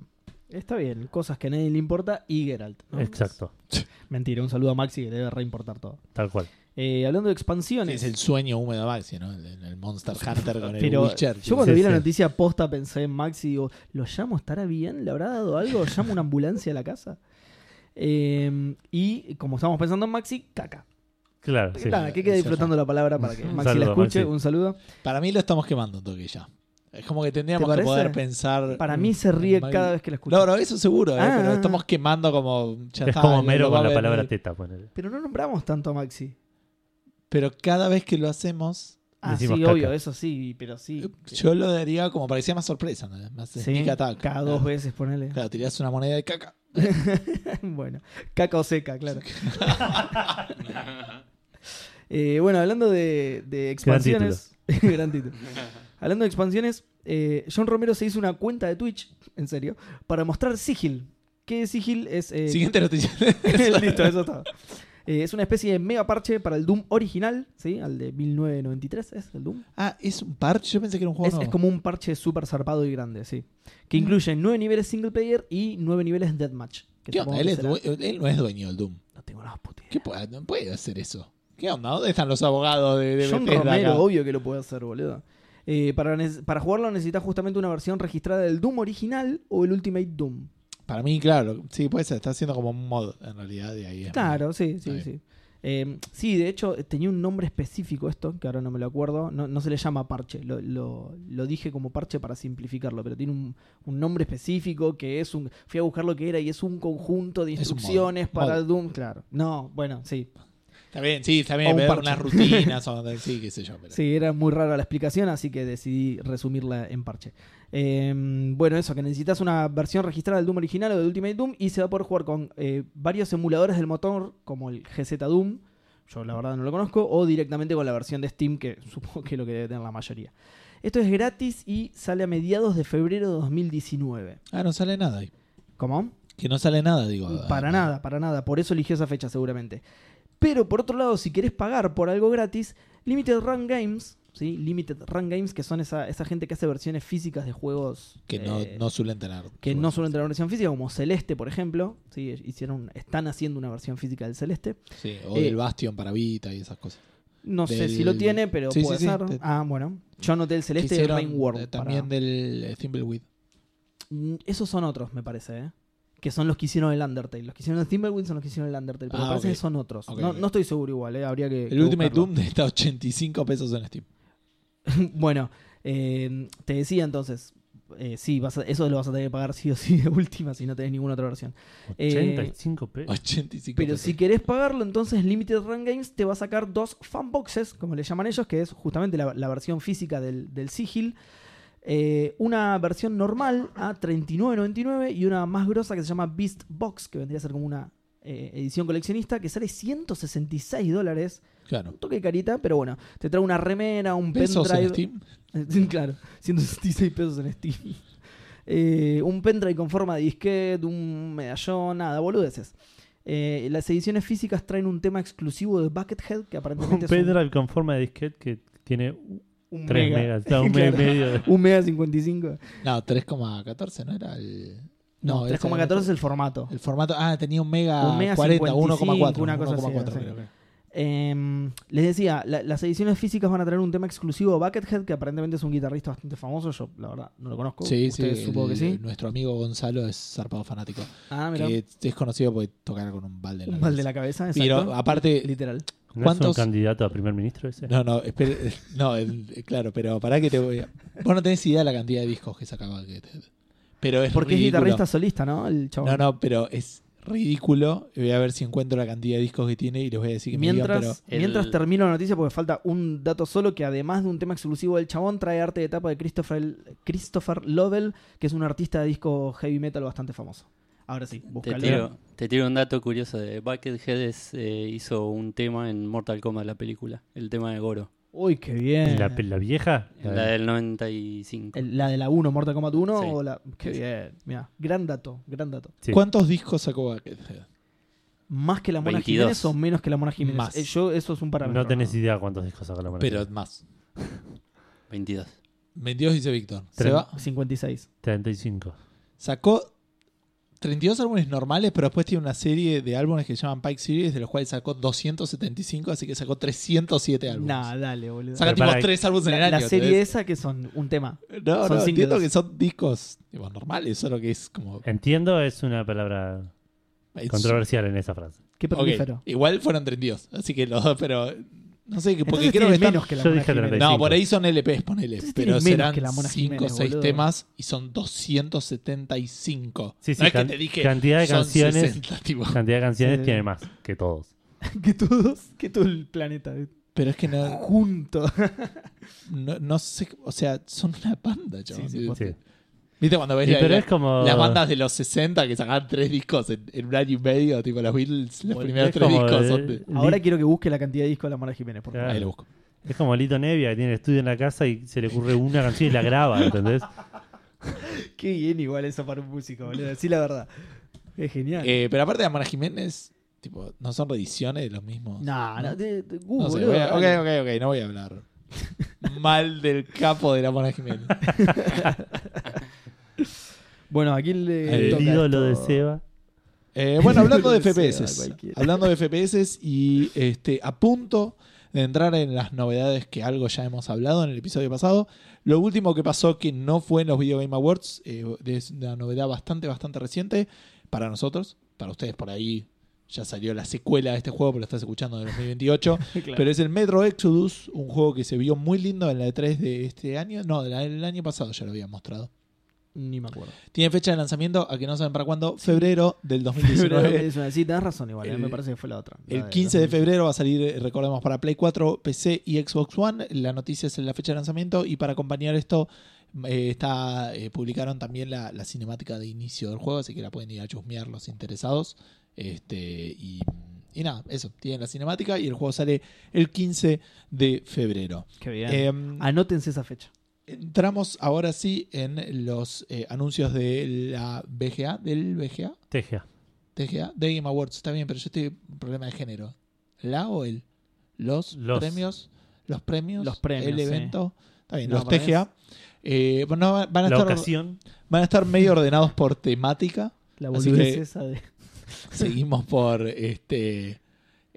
Speaker 3: Está bien, cosas que a nadie le importa y Geralt. ¿no? pues.
Speaker 2: Exacto,
Speaker 3: Mentira, un saludo a Maxi que le debe reimportar todo.
Speaker 2: tal cual.
Speaker 3: Eh, hablando de
Speaker 1: Es
Speaker 3: expansiones.
Speaker 1: el sueño húmedo de Maxi, ¿no? El, el Monster Hunter con el
Speaker 3: Pero
Speaker 1: Witcher.
Speaker 3: yo cuando
Speaker 2: Sí,
Speaker 3: vi la
Speaker 2: sí.
Speaker 3: noticia posta pensé en Maxi y digo, ¿lo llamo? ¿Estará bien? ¿Le habrá dado algo? ¿Llamo una ambulancia a la casa? Eh, y como estamos pensando en Maxi, caca.
Speaker 2: Claro, sí.
Speaker 3: Nada, que quede
Speaker 1: Eso ya.
Speaker 3: disfrutando la palabra para que
Speaker 1: Un
Speaker 3: Maxi la
Speaker 2: saludo,
Speaker 3: escuche.
Speaker 2: Maxi.
Speaker 3: Un saludo.
Speaker 1: Para mí lo estamos quemando un toque ya. Es como que tendríamos
Speaker 3: ¿Te
Speaker 1: que
Speaker 3: parece?
Speaker 1: poder pensar.
Speaker 3: Para mí se ríe
Speaker 1: Maxi-
Speaker 3: cada vez que la escucha.
Speaker 1: No, no, eso seguro, ¿eh?
Speaker 3: Ah.
Speaker 1: pero estamos quemando como. ya
Speaker 2: es
Speaker 1: está,
Speaker 2: como
Speaker 1: lo
Speaker 2: mero
Speaker 1: va a
Speaker 2: con la
Speaker 1: venir.
Speaker 2: palabra teta. ponele.
Speaker 3: Pero no nombramos tanto a Maxi.
Speaker 1: Pero cada vez que lo hacemos,
Speaker 3: Ah,
Speaker 2: Decimos
Speaker 3: sí,
Speaker 2: caca.
Speaker 3: obvio, eso sí, pero sí.
Speaker 1: yo lo daría como parecía más sorpresa, ¿no? más
Speaker 3: Sí,
Speaker 1: sneak attack.
Speaker 3: cada dos veces, ponele.
Speaker 1: Claro, tirás una moneda de caca.
Speaker 3: bueno, caca o seca, claro. Eh, bueno, hablando de, de expansiones. Gran título. Hablando de expansiones, eh, John Romero se hizo una cuenta de Twitch, en serio, para mostrar Sigil. ¿Qué Sigil es? eh,
Speaker 1: Siguiente noticia.
Speaker 3: Listo, eso está. Eh, es una especie de mega parche para el Doom original, ¿sí? Al de 1993, ¿es el Doom?
Speaker 1: ah, es un parche. Yo pensé que era un juego.
Speaker 3: Es,
Speaker 1: nuevo.
Speaker 3: es como un parche súper zarpado y grande, sí. Que incluye nueve niveles single player y nueve niveles deathmatch. Que
Speaker 1: ¿Qué
Speaker 3: supongo
Speaker 1: onda?
Speaker 3: que
Speaker 1: Él, es
Speaker 3: será-
Speaker 1: due- él no es dueño del Doom.
Speaker 3: No tengo la más puta idea.
Speaker 1: ¿Qué puede, no puede hacer eso? ¿Qué onda? ¿Dónde están los abogados de, de
Speaker 3: John
Speaker 1: Bethesda
Speaker 3: Romero,
Speaker 1: acá?
Speaker 3: obvio que lo puede hacer, boludo. Eh, para, nece- para jugarlo necesitas justamente una versión registrada del Doom original o el Ultimate Doom.
Speaker 1: Para mí, claro. Sí, puede ser. Está haciendo como un mod en realidad. Y ahí es
Speaker 3: Claro, sí,
Speaker 1: Está
Speaker 3: sí,
Speaker 1: bien.
Speaker 3: sí. Eh, sí, de hecho, tenía un nombre específico esto, que ahora no me lo acuerdo. No, no se le llama parche, lo, lo- lo dije como parche para simplificarlo, pero tiene un, un nombre específico que es un. Fui a buscar lo que era y es un conjunto de
Speaker 1: Es un modo,
Speaker 3: instrucciones para
Speaker 1: modo.
Speaker 3: el Doom, claro. No, bueno, sí.
Speaker 1: Está bien, sí, está
Speaker 3: O
Speaker 1: bien.
Speaker 3: un
Speaker 1: pero
Speaker 3: parche.
Speaker 1: unas rutinas o sí, qué sé yo. pero-
Speaker 3: Sí, era muy rara la explicación, así que decidí resumirla en parche. Eh, bueno, eso, que necesitas una versión registrada del Doom original o del Ultimate Doom y se va a poder jugar con eh, varios emuladores del motor, como el GZ Doom, yo la verdad no lo conozco, o directamente con la versión de Steam, que supongo que es lo que debe tener la mayoría. Esto es gratis y sale a mediados de febrero de 2019.
Speaker 1: Ah, no sale nada. ahí.
Speaker 3: ¿Cómo?
Speaker 1: Que no sale nada, digo.
Speaker 3: Para
Speaker 1: ah,
Speaker 3: nada, para nada. Por eso eligió esa fecha seguramente. Pero por otro lado, si querés pagar por algo gratis, Limited Run Games, ¿sí? Limited Run Games, que son esa, esa gente que hace versiones físicas de juegos
Speaker 1: Que no,
Speaker 3: eh,
Speaker 1: no suelen tener.
Speaker 3: que no suelen tener versión física, como Celeste, por ejemplo. ¿sí? Hicieron, están haciendo una versión física del Celeste.
Speaker 1: Sí, o
Speaker 3: Eh,
Speaker 1: del Bastion para Vita y esas cosas.
Speaker 3: No sé
Speaker 1: Del-
Speaker 3: si lo tiene, pero
Speaker 1: Sí,
Speaker 3: puede
Speaker 1: sí, sí,
Speaker 3: ser.
Speaker 1: te-
Speaker 3: Ah, bueno. Yo anoté el
Speaker 1: Que
Speaker 3: Celeste y el
Speaker 1: hicieron,
Speaker 3: Rain World
Speaker 1: eh, También
Speaker 3: para-
Speaker 1: del eh, Thimbleweed.
Speaker 3: Mm, Esos son otros, me parece, ¿eh? Que son los que hicieron el Undertale. Los que hicieron el Timberwind son los que hicieron el Undertale. Pero
Speaker 1: Ah,
Speaker 3: me parece
Speaker 1: ok.
Speaker 3: que son otros.
Speaker 1: Ok,
Speaker 3: no,
Speaker 1: ok.
Speaker 3: no estoy seguro igual, ¿eh? Habría que.
Speaker 1: El
Speaker 3: que
Speaker 1: Ultimate
Speaker 3: buscarlo.
Speaker 1: Doom está 85 pesos en Steam.
Speaker 3: Bueno, eh, te decía entonces, eh, sí, vas a- eso lo vas a tener que pagar sí o sí de última si no tenés ninguna otra versión. Eh,
Speaker 2: 85 pesos.
Speaker 1: 85
Speaker 3: Pero
Speaker 1: pesos.
Speaker 3: si querés pagarlo, entonces Limited Run Games te va a sacar dos fanboxes, como le llaman ellos, que es justamente la, la versión física del, del Sigil. Eh, una versión normal a 39.99 y una más grosa que se llama Beast Box, que vendría a ser como una eh, edición coleccionista que sale 166 dólares.
Speaker 1: Claro.
Speaker 3: Un toque de carita, pero bueno, te trae una remera, un
Speaker 1: Pesos en
Speaker 3: pendrive.
Speaker 1: Steam.
Speaker 3: Sí, claro, 166 pesos en Steam. Eh, un pendrive con forma de disquete, un medallón, nada, boludeces. Eh, las ediciones físicas traen un tema exclusivo de Buckethead que
Speaker 2: Un
Speaker 3: aparentemente es un,
Speaker 2: pendrive con forma de disquete que tiene
Speaker 3: un
Speaker 2: 3
Speaker 3: mega.
Speaker 2: megas, está un mega
Speaker 3: Claro,
Speaker 2: y medio. de-
Speaker 3: un mega 55.
Speaker 1: No, 3,14 no era el.
Speaker 3: No,
Speaker 1: ese
Speaker 3: 3,14 es
Speaker 1: era
Speaker 3: el formato.
Speaker 1: el formato. Ah, tenía un mega,
Speaker 3: Un mega
Speaker 1: 40,
Speaker 3: 55,
Speaker 1: 1,4.
Speaker 3: una cosa así,
Speaker 1: 1,4,
Speaker 3: sí.
Speaker 1: creo que.
Speaker 3: Em, les decía, la- las ediciones físicas van a traer un tema exclusivo de Buckethead que aparentemente es un guitarrista bastante famoso. Yo, la verdad, no lo conozco.
Speaker 1: Sí, sí,
Speaker 3: Ustedes supongo que
Speaker 1: el-
Speaker 3: sí.
Speaker 1: Nuestro amigo Gonzalo es zarpado fanático.
Speaker 3: Ah, mira.
Speaker 1: Que es conocido por tocar con un balde en la
Speaker 3: Un mal de
Speaker 1: cabeza.
Speaker 3: la cabeza, exacto.
Speaker 1: Pero aparte.
Speaker 3: Literal.
Speaker 2: ¿No
Speaker 1: ¿Cuántos-
Speaker 2: es un candidato a primer ministro ese?
Speaker 1: No, no, espere, no, el- claro, pero pará que te voy a. Vos no tenés idea de la cantidad de discos que sacaba. que te- Pero es
Speaker 3: Porque es
Speaker 1: ridículo.
Speaker 3: guitarrista solista, ¿no? El chabón.
Speaker 1: No, no, pero es ridículo. Voy a ver si encuentro la cantidad de discos que tiene y les voy a decir que me digan,
Speaker 3: mientras,
Speaker 1: pero.
Speaker 4: pero-
Speaker 3: mientras
Speaker 4: El-
Speaker 3: termino la noticia, porque falta un dato solo que además de un tema exclusivo del chabón, trae arte de etapa de Christopher, Christopher Lovell, que es un artista de disco heavy metal bastante famoso. Ahora sí,
Speaker 4: Te
Speaker 3: búscalo.
Speaker 4: tiro, te tiro un dato curioso. De Buckethead es, eh, hizo un tema en Mortal Kombat, la película. El tema de Goro.
Speaker 3: Uy, qué
Speaker 2: ¿Y
Speaker 3: bien.
Speaker 2: ¿La, la vieja? La
Speaker 4: La
Speaker 2: de-
Speaker 4: del 95.
Speaker 3: El- la de la 1, Mortal Kombat 1
Speaker 4: Sí.
Speaker 3: o la... Qué bien, mira. Gran dato, gran dato.
Speaker 2: Sí.
Speaker 1: ¿Cuántos discos sacó Buckethead?
Speaker 3: ¿Más que la Mona
Speaker 4: 22.
Speaker 3: Jiménez o menos que la Mona Jiménez?
Speaker 1: Más.
Speaker 3: Eh, yo, eso es un parámetro.
Speaker 2: no tenés idea cuántos discos sacó la mona.
Speaker 1: Pero más.
Speaker 4: 22.
Speaker 1: 22 dice Víctor. Se
Speaker 2: Tres.
Speaker 1: va.
Speaker 3: 56.
Speaker 2: 35.
Speaker 1: Sacó 32 álbumes normales, pero después tiene una serie de álbumes que se llaman Pike Series, de los cuales sacó 275, así que sacó 307 álbumes.
Speaker 3: Nah, dale, boludo.
Speaker 1: Saca
Speaker 2: Pero
Speaker 1: tipo
Speaker 2: pará,
Speaker 1: 3 álbumes en el
Speaker 3: La,
Speaker 1: año.
Speaker 3: la serie
Speaker 1: ¿entendés?
Speaker 3: esa que son un tema.
Speaker 1: No,
Speaker 3: son
Speaker 1: no, entiendo
Speaker 3: singles.
Speaker 1: que son discos tipo, normales, solo que es como. eh,
Speaker 2: Entiendo, es una palabra Eh,
Speaker 1: es-
Speaker 2: controversial en esa frase.
Speaker 3: Qué
Speaker 1: Ok,
Speaker 3: prolífero.
Speaker 1: Igual fueron 32, así que los dos, pero. No sé, porque creo
Speaker 3: Entonces tiene
Speaker 1: que están-
Speaker 3: menos que la
Speaker 2: Yo
Speaker 3: Mona
Speaker 2: dije
Speaker 3: Jiménez.
Speaker 2: 35.
Speaker 1: No, por ahí son LPs, ponele.
Speaker 3: Entonces
Speaker 1: Pero
Speaker 3: tienen menos
Speaker 1: serán
Speaker 3: que la Mona
Speaker 1: 5 o
Speaker 3: Jiménez,
Speaker 1: 6
Speaker 3: boludo.
Speaker 1: temas y son 275.
Speaker 2: Sí, sí,
Speaker 1: no es que
Speaker 2: can-
Speaker 1: te dije.
Speaker 2: cantidad de
Speaker 1: son
Speaker 2: canciones.
Speaker 1: 60, tipo.
Speaker 2: Cantidad de canciones
Speaker 3: Sí.
Speaker 2: tiene más que todos.
Speaker 3: que todos, que todo el planeta eh,
Speaker 1: Pero es que no,
Speaker 3: junto.
Speaker 1: no, no sé. O sea, son una banda, chabón.
Speaker 3: Sí, sí,
Speaker 2: Sí.
Speaker 1: ¿Viste cuando ves
Speaker 2: Y
Speaker 1: la-
Speaker 2: pero
Speaker 1: la-
Speaker 2: es como.
Speaker 1: las bandas de los 60 que sacaban tres discos en, en un año y medio? Tipo los Beatles, los
Speaker 2: es
Speaker 1: primeros tres
Speaker 2: como
Speaker 1: discos
Speaker 2: de- Ah.
Speaker 1: son de-
Speaker 3: Ahora quiero que busque la cantidad de discos de la Mara Jiménez, por favor.
Speaker 2: Claro.
Speaker 1: Ahí lo busco.
Speaker 2: Es como Lito Nevia que tiene el estudio en la casa y se le ocurre una canción y la graba, ¿entendés?
Speaker 3: Qué bien igual eso para un músico, boludo. Sí, la verdad. Es genial.
Speaker 1: Eh, pero aparte de Amara Jiménez, tipo, no son reediciones de los mismos.
Speaker 3: nah, no, de, de- uh,
Speaker 1: No sé,
Speaker 3: boludo,
Speaker 1: voy a- ok,
Speaker 3: dale.
Speaker 1: ok, ok, no voy a hablar mal del capo de la Mona Jiménez.
Speaker 3: Bueno, aquí le
Speaker 1: El
Speaker 2: El
Speaker 3: toca
Speaker 2: ídolo de
Speaker 3: esto.
Speaker 2: Seba.
Speaker 1: Eh, bueno, hablando de
Speaker 3: Lo que sea,
Speaker 1: FPS.
Speaker 3: cualquiera.
Speaker 1: Hablando de FPS y este, a punto de entrar en las novedades que algo ya hemos hablado en el episodio pasado. Lo último que pasó que no fue en los Video Game Awards, eh, es una novedad bastante, bastante reciente para nosotros. Para ustedes por ahí ya salió la secuela de este juego, pero lo estás escuchando en el 2028.
Speaker 3: Claro.
Speaker 1: Pero es el Metro Exodus, un juego que se vio muy lindo en la E3 de este año. No, de la- del año pasado ya lo había mostrado.
Speaker 3: Ni me acuerdo.
Speaker 1: Tiene fecha de lanzamiento, a que no saben para cuándo, febrero del
Speaker 3: Pero
Speaker 1: 2019.
Speaker 3: es una, sí, tenés razón igual. eh,
Speaker 1: El-
Speaker 3: me parece que fue la otra. la
Speaker 1: El
Speaker 3: de
Speaker 1: 15 de
Speaker 3: 2000.
Speaker 1: febrero va a salir, eh, recordemos, para Play 4, PC y Xbox One. La noticia es en la fecha de lanzamiento y para acompañar esto eh, está, eh, publicaron también la, la cinemática de inicio del juego, así que la pueden ir a chusmear los interesados. Este, y, y nada, eso, tienen la cinemática y el juego sale el 15 de febrero.
Speaker 3: Qué bien.
Speaker 1: Em,
Speaker 3: Anótense esa fecha.
Speaker 1: entramos ahora sí en los eh, anuncios de la BGA, del BGA,
Speaker 2: Tejea.
Speaker 1: TGA, "Ah, The Game Awards, está bien, pero yo estoy un problema de género. ¿La o el? Los,
Speaker 2: Los.
Speaker 1: premios, los premios,
Speaker 3: Los premios,
Speaker 1: el
Speaker 3: sí.
Speaker 1: evento, está bien,
Speaker 3: No,
Speaker 1: los
Speaker 3: para
Speaker 1: TGA. Eh, bueno, van, a
Speaker 2: La
Speaker 1: estar,
Speaker 2: ocasión.
Speaker 1: van a estar medio ordenados por temática.
Speaker 3: La
Speaker 1: Así
Speaker 3: boludez
Speaker 1: que-
Speaker 3: esa de.
Speaker 1: Seguimos por este.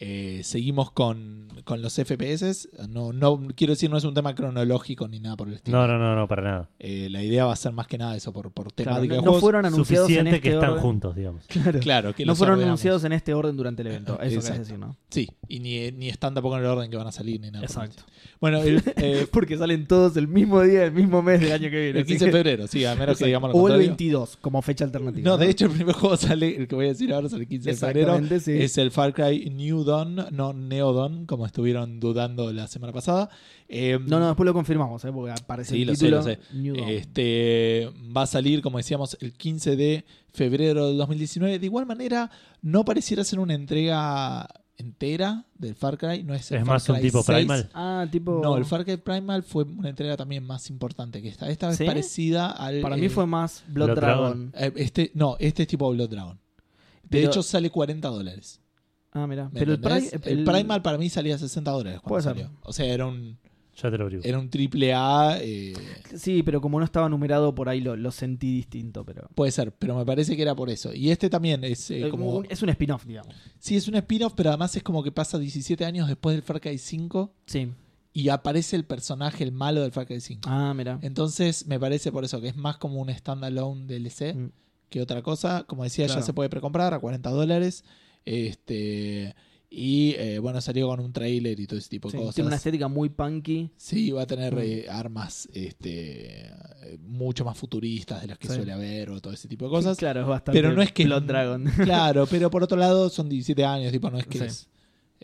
Speaker 1: eh, seguimos con, con los FPS. No, no quiero decir, no es un tema cronológico ni nada por el estilo.
Speaker 2: No, no, no, no, para nada.
Speaker 1: Eh, la idea va a ser más que nada eso, por, por
Speaker 3: Claro,
Speaker 1: temática
Speaker 3: no-
Speaker 1: de
Speaker 3: no,
Speaker 1: juegos.
Speaker 3: fueron anunciados en
Speaker 2: Suficiente
Speaker 3: este
Speaker 2: que están
Speaker 3: orden.
Speaker 2: juntos, digamos.
Speaker 3: Claro.
Speaker 1: Claro, que
Speaker 3: no
Speaker 1: los
Speaker 3: fueron
Speaker 1: ordenamos.
Speaker 3: anunciados en este orden durante el evento. Eso querés
Speaker 1: Exacto.
Speaker 3: decir, ¿no?
Speaker 1: Sí, y ni, ni están tampoco en el orden que van a salir ni nada. por el
Speaker 3: Exacto.
Speaker 1: Bueno, el, eh,
Speaker 3: Porque salen todos el mismo día del mismo mes del año que viene.
Speaker 1: el
Speaker 3: así
Speaker 1: 15 de
Speaker 3: que-
Speaker 1: febrero, sí, a menos que
Speaker 3: Exacto.
Speaker 1: digamos lo
Speaker 3: o el
Speaker 1: contrario.
Speaker 3: 22 como fecha alternativa.
Speaker 1: No, de hecho, el primer juego sale, el que voy a decir ahora es el 15 de febrero.
Speaker 3: Exactamente, sí.
Speaker 1: Es el Far Cry New Don, no Neodon, como estuvieron dudando la semana pasada. Eh,
Speaker 3: No, no, después lo confirmamos, ¿eh? porque aparece
Speaker 1: Sí,
Speaker 3: el
Speaker 1: lo sé,
Speaker 3: título
Speaker 1: lo sé.
Speaker 3: New Dawn.
Speaker 1: Este, va a salir, como decíamos, el 15 de febrero del 2019. De igual manera, no pareciera ser una entrega entera del Far Cry. No es, el
Speaker 2: Es
Speaker 1: Far
Speaker 2: más un
Speaker 1: Cry
Speaker 2: tipo
Speaker 1: 6.
Speaker 2: primal.
Speaker 3: Ah, tipo.
Speaker 1: No, el Far Cry Primal fue una entrega también más importante que esta. Esta es
Speaker 3: ¿Sí?
Speaker 1: parecida al.
Speaker 3: Para
Speaker 1: eh,
Speaker 3: mí fue más Blood,
Speaker 2: Blood
Speaker 3: Dragon.
Speaker 1: eh, Este, no, este es tipo Blood Dragon. De
Speaker 3: Pero-
Speaker 1: hecho, sale 40 dólares.
Speaker 3: Ah, mira.
Speaker 1: ¿me
Speaker 3: Pero el,
Speaker 1: entendés?
Speaker 3: Pri-
Speaker 1: El Primal para mí salía 60 dólares cuando
Speaker 3: Puede ser.
Speaker 1: salió. O sea, era un,
Speaker 2: Ya te lo abrigo.
Speaker 1: era un triple A. eh,
Speaker 3: Sí, pero como no estaba numerado por ahí lo, lo sentí distinto, pero.
Speaker 1: puede ser, pero me parece que era por eso. Y este también es eh,
Speaker 3: Eh,
Speaker 1: como.
Speaker 3: un- es un spin-off, digamos.
Speaker 1: Sí, es un spin-off, pero además es como que pasa 17 años después del Far Cry 5
Speaker 3: Sí.
Speaker 1: y aparece el personaje, el malo del Far Cry 5.
Speaker 3: Ah, mira.
Speaker 1: Entonces, me parece por eso que es más como un standalone DLC
Speaker 3: Mm.
Speaker 1: que otra cosa. Como decía,
Speaker 3: Claro.
Speaker 1: ya se puede precomprar a 40 dólares. Este, y eh, bueno, salió con un trailer y todo ese tipo de
Speaker 3: Sí,
Speaker 1: cosas.
Speaker 3: Tiene una estética muy punky.
Speaker 1: Sí, va a tener
Speaker 3: Mm.
Speaker 1: eh, armas este, eh, mucho más futuristas de las que
Speaker 3: Sí.
Speaker 1: suele haber o todo ese tipo de cosas.
Speaker 3: Claro, es bastante.
Speaker 1: Pero no es que-
Speaker 3: Blood Dragon.
Speaker 1: Claro, pero por otro lado son 17 años, tipo, no es que
Speaker 3: Sí.
Speaker 1: es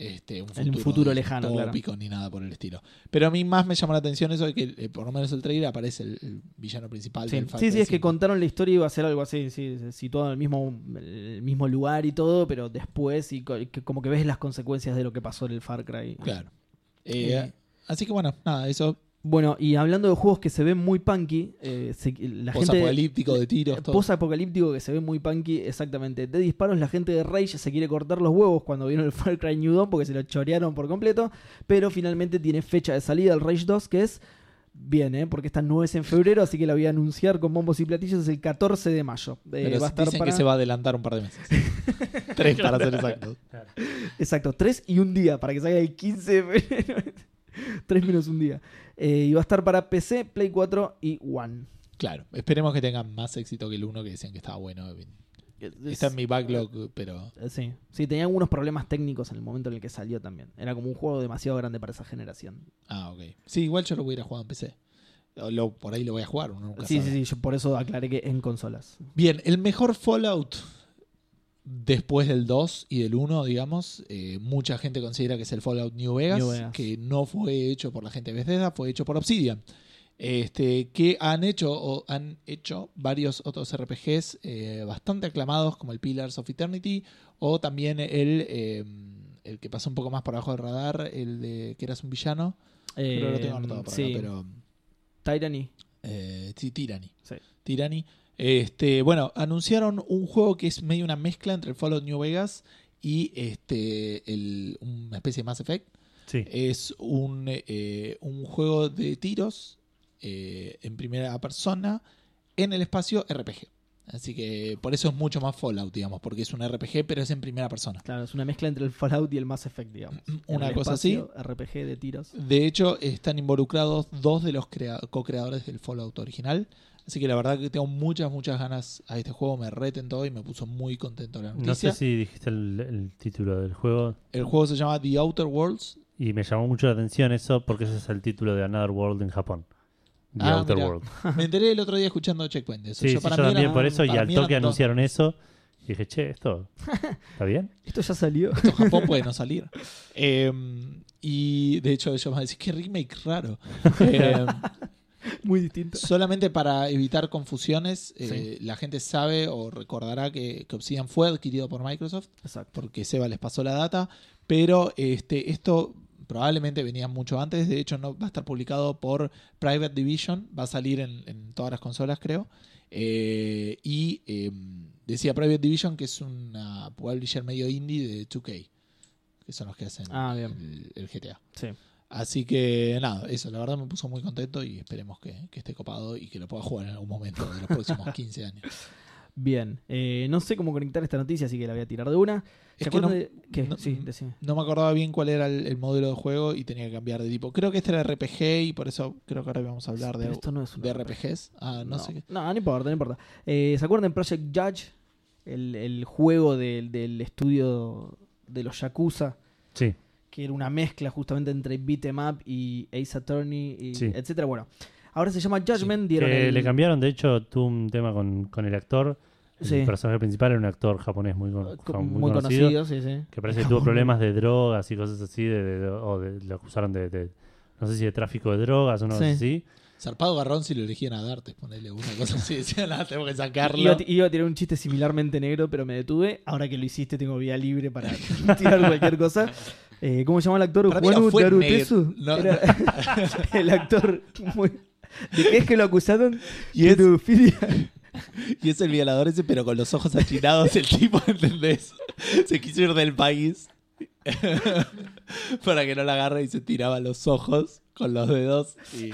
Speaker 1: este, un
Speaker 3: un
Speaker 1: futuro,
Speaker 3: futuro lejano, claro.
Speaker 1: distópico ni nada por el estilo. Pero a mí más me llamó la atención eso de que eh, por lo menos el trailer aparece el, el villano principal
Speaker 3: Sí,
Speaker 1: del Far
Speaker 3: sí,
Speaker 1: Cry
Speaker 3: sí, es que
Speaker 1: 5.
Speaker 3: contaron la historia y iba a ser algo así, sí, situado en el mismo, el mismo lugar y todo, pero después, y co- que como que ves las consecuencias de lo que pasó en el Far Cry.
Speaker 1: Claro. Eh,
Speaker 3: Eh.
Speaker 1: Así que bueno, nada, eso
Speaker 3: Bueno, y hablando de juegos que se ven muy punky, eh, se- la gente. eh,
Speaker 1: posapocalíptico de tiros, todo.
Speaker 3: Post-apocalíptico que se ve muy punky, exactamente. De disparos, la gente de Rage se quiere cortar los huevos cuando vieron el Far Cry New Dawn porque se lo chorearon por completo. Pero finalmente tiene fecha de salida el Rage 2, que es. Bien, ¿eh? porque esta no es en febrero, así que la voy a anunciar con bombos y platillos el 14 de mayo. Eh,
Speaker 1: pero
Speaker 3: va a estar
Speaker 1: dicen
Speaker 3: para-
Speaker 1: que se va a adelantar un par de meses. Tres para ser exactos.
Speaker 3: Exacto, tres y un día para que salga el 15 de febrero. Tres menos un día. Eh, y va a estar para PC, Play 4 y One.
Speaker 1: Claro, esperemos que tengan más éxito que el uno que decían que estaba bueno. Está en mi backlog, pero
Speaker 3: Eh, Sí, sí, tenía algunos problemas técnicos en el momento en el que salió también. Era como un juego demasiado grande para esa generación.
Speaker 1: Ah, ok. Sí, igual yo lo hubiera jugado en PC. O lo- por ahí lo voy a jugar, uno nunca
Speaker 3: sí,
Speaker 1: sabe.
Speaker 3: sí, sí, yo por eso aclaré que en consolas.
Speaker 1: Bien, el mejor Fallout después del 2 y del 1, digamos, eh, mucha gente considera que es el Fallout New Vegas,
Speaker 3: New Vegas.
Speaker 1: que no fue hecho por la gente de Bethesda, fue hecho por Obsidian. Este, que han hecho o han hecho varios otros RPGs eh, bastante aclamados como el Pillars of Eternity o también el, eh, el que pasó un poco más por abajo del radar, el de que eras un villano.
Speaker 3: Eh,
Speaker 1: Pero lo tengo anotado por acá,
Speaker 3: sí,
Speaker 1: pero
Speaker 3: Tyranny.
Speaker 1: eh, sí, Tyranny.
Speaker 3: Sí.
Speaker 1: Tyranny. Este, bueno, anunciaron un juego que es medio una mezcla entre el Fallout New Vegas y este, el- una especie de Mass Effect.
Speaker 2: Sí.
Speaker 1: Es un, eh, un juego de tiros eh, en primera persona en el espacio RPG. Así que por eso es mucho más Fallout, digamos, porque es un RPG, pero es en primera persona.
Speaker 3: Claro, es una mezcla entre el Fallout y el Mass Effect, digamos.
Speaker 1: Una
Speaker 3: En el
Speaker 1: cosa así.
Speaker 3: espacio, RPG de tiros.
Speaker 1: De hecho, están involucrados dos de los crea- co-creadores del Fallout original. Así que la verdad que tengo muchas, muchas ganas a este juego. Me retentó y me puso muy contento la
Speaker 2: No
Speaker 1: noticia.
Speaker 2: sé si dijiste el, el título del juego
Speaker 1: El juego se llama The Outer Worlds.
Speaker 2: y me llamó mucho la atención eso porque ese es el título de Another World en Japón. The
Speaker 1: Ah,
Speaker 2: Outer
Speaker 1: mirá.
Speaker 2: World.
Speaker 1: Me enteré el otro día escuchando Checkpoint. de eso.
Speaker 2: Sí, sí, yo,
Speaker 1: para mí
Speaker 2: también
Speaker 1: eran-
Speaker 2: por eso y
Speaker 1: para
Speaker 2: al
Speaker 1: mí eran
Speaker 2: toque
Speaker 1: dos.
Speaker 2: anunciaron eso y dije, che, esto está bien.
Speaker 3: Esto ya salió.
Speaker 1: Esto en Japón puede no salir. Eh, y de hecho ellos van a decir, qué remake raro. Eh,
Speaker 3: Muy distinto.
Speaker 1: Solamente para evitar confusiones, eh, la gente sabe o recordará que, que Obsidian fue adquirido por Microsoft.
Speaker 3: Exacto.
Speaker 1: porque Seba les pasó la data, pero este, esto probablemente venía mucho antes, de hecho no va a estar publicado por Private Division, va a salir en, en todas las consolas creo, Eh, y eh, decía Private Division que es una publisher medio indie de 2K, que son los que hacen
Speaker 3: Ah, bien.
Speaker 1: el, el GTA.
Speaker 3: Sí.
Speaker 1: Así que nada, eso, la verdad me puso muy contento y esperemos que, que esté copado y que lo pueda jugar en algún momento de los próximos 15 años.
Speaker 3: Bien. Eh, no sé cómo conectar esta noticia, así que la voy a tirar de una.
Speaker 1: Es
Speaker 3: ¿Se
Speaker 1: que
Speaker 3: acuerdan
Speaker 1: no-
Speaker 3: de- qué?
Speaker 1: no-
Speaker 3: sí, decime.
Speaker 1: No me acordaba bien cuál era el, el modelo de juego y tenía que cambiar de tipo. Creo que este era RPG y por eso creo que ahora vamos a hablar de,
Speaker 3: Pero esto no es un
Speaker 1: de RPGs. Ah, no, sé. qué.
Speaker 3: No, no importa, no importa. Eh, ¿Se acuerdan de Project Judge? El, el juego del, del estudio de los Yakuza,
Speaker 2: Sí,
Speaker 3: que era una mezcla justamente entre Beat 'em Up y Ace Attorney, y
Speaker 2: Sí.
Speaker 3: etcétera. Bueno, ahora se llama Judgment. Dieron
Speaker 2: Eh,
Speaker 3: el-
Speaker 2: le cambiaron, de hecho, tuvo un tema con, con el actor, El
Speaker 3: Sí.
Speaker 2: personaje principal era un actor japonés muy, con-
Speaker 3: Co-
Speaker 2: muy
Speaker 3: muy
Speaker 2: conocido,
Speaker 3: conocido, sí, sí.
Speaker 2: Que parece que
Speaker 1: En
Speaker 2: tuvo
Speaker 1: Japón.
Speaker 2: problemas de drogas y cosas así. De, de- o de- lo acusaron de, de- No sé si de tráfico de drogas o no
Speaker 3: Sí.
Speaker 2: sé si.
Speaker 1: Zarpado Garrón si lo elegían a Dartes, ponele una cosa así, decían, nada, tengo que
Speaker 3: Iba,
Speaker 1: sacarlo.
Speaker 3: a ti- iba a tirar un chiste similarmente negro, pero me detuve. Ahora que lo hiciste, tengo vía libre para tirar cualquier cosa. Eh, ¿Cómo se llama el actor?
Speaker 1: Para mí no
Speaker 3: Ukonu
Speaker 1: fue
Speaker 3: Tarutesu.
Speaker 1: negro. No.
Speaker 3: Era el actor muy... ¿De qué es que lo acusaron?
Speaker 1: Y es-
Speaker 3: Pedofilia.
Speaker 1: Y es el violador ese, pero con los ojos achinados el tipo, ¿entendés? Se quiso ir del país para que no la agarre y se tiraba los ojos con los dedos. Y...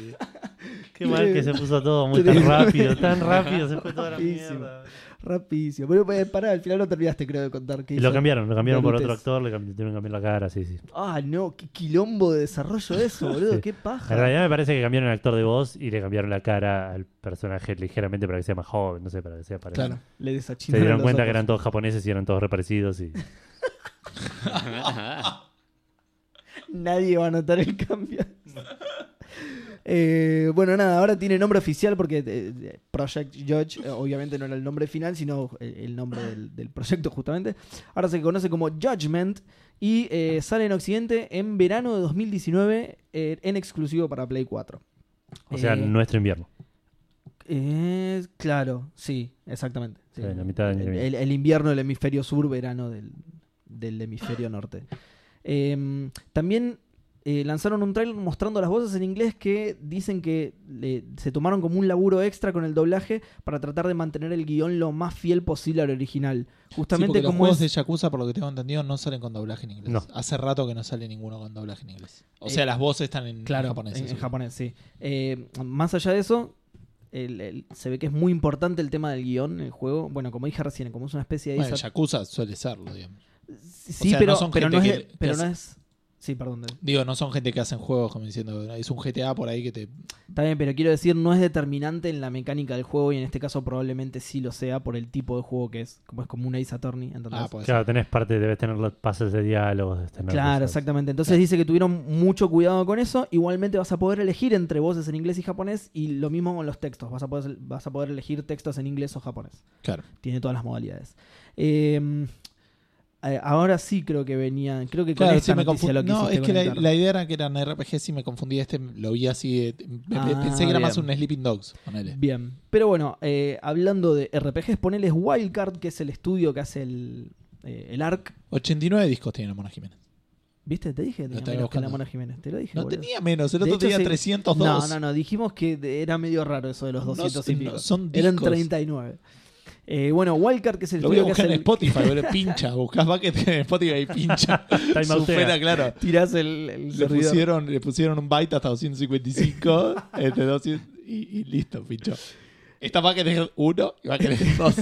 Speaker 2: Qué mal que se puso todo muy
Speaker 3: Tremendo.
Speaker 2: tan rápido, tan rápido se fue toda la
Speaker 3: Rapidísimo.
Speaker 2: mierda.
Speaker 3: Rapidísimo. Pero eh, pará, al final no terminaste, creo, de contar que
Speaker 2: Y lo cambiaron, lo cambiaron por
Speaker 3: Garutes.
Speaker 2: otro actor, le cambi- tuvieron que cambiar la cara, sí, sí.
Speaker 3: Ah, no, qué quilombo de desarrollo eso, boludo.
Speaker 2: Sí.
Speaker 3: Qué
Speaker 2: En
Speaker 3: paja.
Speaker 2: realidad me parece que cambiaron el actor de voz y le cambiaron la cara al personaje ligeramente para que sea más joven, no sé, para que sea para...
Speaker 1: Claro.
Speaker 3: Le
Speaker 2: Se
Speaker 3: desachinaron
Speaker 2: dieron
Speaker 3: los
Speaker 2: cuenta
Speaker 3: ojos.
Speaker 2: que eran todos japoneses y eran todos reparecidos y...
Speaker 3: Nadie va a notar el cambio. Eh, bueno, nada, ahora tiene nombre oficial porque eh, Project Judge eh, obviamente no era el nombre final, sino el, el nombre del, del proyecto justamente. Ahora se conoce como Judgment y eh, sale en Occidente en verano de 2019 eh, en exclusivo para Play 4.
Speaker 2: O sea,
Speaker 3: Eh,
Speaker 2: nuestro invierno.
Speaker 3: eh, claro, sí, exactamente. sí.
Speaker 2: Sí, la mitad del
Speaker 3: el,
Speaker 2: invierno.
Speaker 3: el- el invierno del hemisferio sur, verano del, del hemisferio norte. Eh, también eh, lanzaron un trailer mostrando las voces en inglés que dicen que le- se tomaron como un laburo extra con el doblaje para tratar de mantener el guión lo más fiel posible al original.
Speaker 1: Sí,
Speaker 3: Justamente
Speaker 1: porque los
Speaker 3: como
Speaker 1: juegos
Speaker 3: es...
Speaker 1: de Yakuza, por lo que tengo entendido, no salen con doblaje en inglés.
Speaker 2: No.
Speaker 1: Hace rato que no sale ninguno con doblaje en inglés. O
Speaker 3: Eh,
Speaker 1: sea, las voces están en
Speaker 3: Claro,
Speaker 1: japonés.
Speaker 3: en, en
Speaker 1: eso.
Speaker 3: japonés, sí. Eh, más allá de eso, el- el- se ve que es muy importante el tema del guión en el juego. Bueno, como dije recién, como es una especie de...
Speaker 1: Bueno,
Speaker 3: esa-
Speaker 1: Yakuza suele serlo, digamos.
Speaker 3: Sí,
Speaker 1: sea,
Speaker 3: pero,
Speaker 1: no son
Speaker 3: pero
Speaker 1: gente
Speaker 3: no es,
Speaker 1: que-
Speaker 3: de-
Speaker 1: que
Speaker 3: pero
Speaker 1: hace-
Speaker 3: no es- Sí, perdón. Dani.
Speaker 1: Digo, no son gente que hacen juegos como diciendo, es un GTA por ahí que te... ah,
Speaker 3: Está bien, pero quiero decir, no es determinante en la mecánica del juego y en este caso probablemente sí lo sea por el tipo de juego que es. Como es como un Ace Attorney, ¿entendés?
Speaker 1: Ah, puede ser.
Speaker 2: Claro, tenés parte, debes tener los pases de diálogos. debes tener
Speaker 3: pues Claro,
Speaker 2: cosas.
Speaker 3: exactamente. Entonces dice que tuvieron mucho cuidado con eso. Igualmente vas a poder elegir entre voces en inglés y japonés y lo mismo con los textos. Vas a poder, vas a poder elegir textos en inglés o japonés.
Speaker 1: Claro.
Speaker 3: Tiene todas las modalidades. Eh, eh, ahora sí creo que venían. Creo que con
Speaker 1: Claro,
Speaker 3: esta
Speaker 1: sí me
Speaker 3: noticia
Speaker 1: confundí.
Speaker 3: lo
Speaker 1: No,
Speaker 3: quisiste
Speaker 1: es que la,
Speaker 3: conectar.
Speaker 1: la idea era que eran RPGs y me confundí. Este lo vi así. de- me-
Speaker 3: Ah,
Speaker 1: pensé que era más
Speaker 3: bien.
Speaker 1: un Sleeping Dogs. Ponele.
Speaker 3: Bien, pero bueno, eh, hablando de RPGs, poneles Wildcard, que es el estudio que hace el, eh, el ARC.
Speaker 1: 89 discos tiene la Mona Jiménez.
Speaker 3: ¿Viste? Te dije que
Speaker 1: Lo
Speaker 3: tenía
Speaker 1: estaba
Speaker 3: menos que la
Speaker 1: buscando.
Speaker 3: Mona Jiménez. Te lo dije.
Speaker 1: No
Speaker 3: boludo.
Speaker 1: tenía menos. El
Speaker 3: De
Speaker 1: otro
Speaker 3: hecho,
Speaker 1: tenía
Speaker 3: sí.
Speaker 1: 302.
Speaker 3: No, no, no. Dijimos que de- era medio raro eso de los
Speaker 1: No,
Speaker 3: 200 y
Speaker 1: no,
Speaker 3: pico.
Speaker 1: son
Speaker 3: Eran
Speaker 1: discos.
Speaker 3: 39. Eh, bueno, Wildcard, que es el
Speaker 1: Lo voy a
Speaker 3: estudio que
Speaker 1: buscar
Speaker 3: hace
Speaker 1: en
Speaker 3: el,
Speaker 1: Spotify, boludo. Pincha. Buscás Bucket en Spotify y pincha.
Speaker 2: Time
Speaker 1: Supera,
Speaker 2: outea.
Speaker 1: claro.
Speaker 3: tirás el, el
Speaker 1: Le
Speaker 3: servidor.
Speaker 1: pusieron, le pusieron un byte hasta 255. este, 200, y, y listo, pincho. Está Bucket es 1 y Bucket es 2.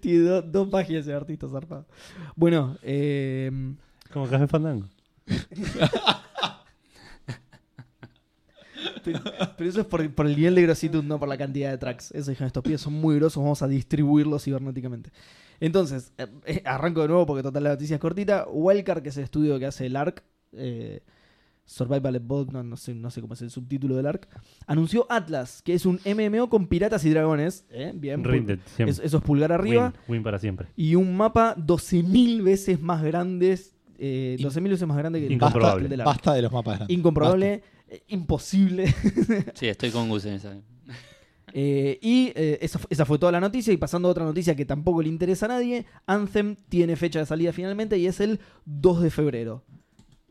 Speaker 3: Tiene do- dos páginas de artista zarpado. Bueno, eh,
Speaker 2: Como Café Fandango.
Speaker 3: Pero pero eso es por, por el nivel de grositud, no por la cantidad de tracks. Eso dijeron, estos pies son muy grosos, vamos a distribuirlos cibernéticamente. Entonces, eh, eh, arranco de nuevo porque total la noticia es cortita. Wildcard, que es el estudio que hace el ARC, eh, Survival Evolved, no, no sé, no sé cómo es el subtítulo del ARC, anunció Atlas, que es un MMO con piratas y dragones. Eh, Bien, pul-
Speaker 2: Rindet, siempre.
Speaker 3: es- eso es pulgar arriba.
Speaker 2: Win, win para siempre.
Speaker 3: Y un mapa 12.000 veces más grande, eh, 12.000 veces más grande que el
Speaker 1: Basta,
Speaker 2: Incomprobable.
Speaker 3: del ARC.
Speaker 1: basta de los mapas grandes.
Speaker 3: Incomprobable, eh, imposible.
Speaker 4: Sí, estoy con Gus en esa.
Speaker 3: Eh, y eh, esa, fu- esa fue toda la noticia. Y pasando a otra noticia que tampoco le interesa a nadie, Anthem tiene fecha de salida finalmente y es el 2 de febrero.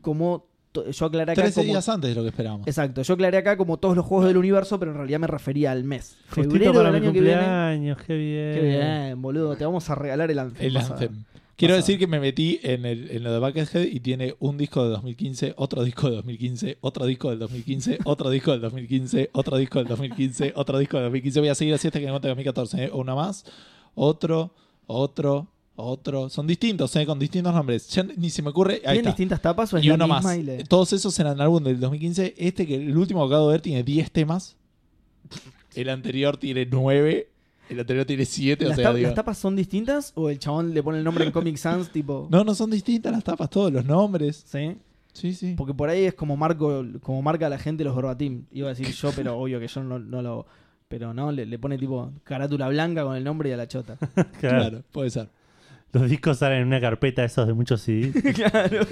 Speaker 3: Como to- yo aclaré acá.
Speaker 1: 13
Speaker 3: como-
Speaker 1: días antes de lo que esperábamos.
Speaker 3: exacto, yo aclaré acá como todos los juegos del universo, pero en realidad me refería al mes.
Speaker 2: Justito
Speaker 3: febrero
Speaker 2: para
Speaker 3: del
Speaker 2: mi
Speaker 3: año que viene.
Speaker 2: cumpleaños, qué bien.
Speaker 3: Qué bien, boludo, te vamos a regalar el Anthem.
Speaker 1: El
Speaker 3: vas a-
Speaker 1: Anthem. Quiero
Speaker 3: vas a-
Speaker 1: decir que me metí en, el, en lo de Buckethead y tiene un disco de 2015, otro disco de 2015, otro disco del 2015, otro disco del 2015, otro disco del 2015, otro disco del 2015. Voy a seguir así hasta que encuentre 2014. ¿eh? Una más, otro, otro, otro. Son distintos, ¿eh? con distintos nombres. Ya ni se me ocurre. Ahí
Speaker 3: ¿Tienen
Speaker 1: está.
Speaker 3: distintas tapas o es
Speaker 1: Y
Speaker 3: la
Speaker 1: uno
Speaker 3: misma
Speaker 1: más.
Speaker 3: y le-
Speaker 1: Todos esos eran álbum del 2015. Este, que el último que acabo de ver, tiene 10 temas. El anterior tiene 9. El anterior tiene 7. O
Speaker 3: ¿Las,
Speaker 1: sea,
Speaker 3: tap-
Speaker 1: digo-
Speaker 3: las tapas son distintas o el chabón le pone el nombre en Comic Sans tipo...
Speaker 1: No, no son distintas las tapas, todos los nombres.
Speaker 3: ¿Sí?
Speaker 1: Sí, sí.
Speaker 3: Porque por ahí es como marco, como marca la gente los verbatim. Iba a decir yo, pero obvio que yo no, no lo. Pero no, le, le pone tipo carátula blanca con el nombre y a la chota.
Speaker 1: Claro,
Speaker 2: Claro.
Speaker 1: puede ser.
Speaker 2: Los discos salen en una carpeta esos de muchos CDs.
Speaker 3: claro.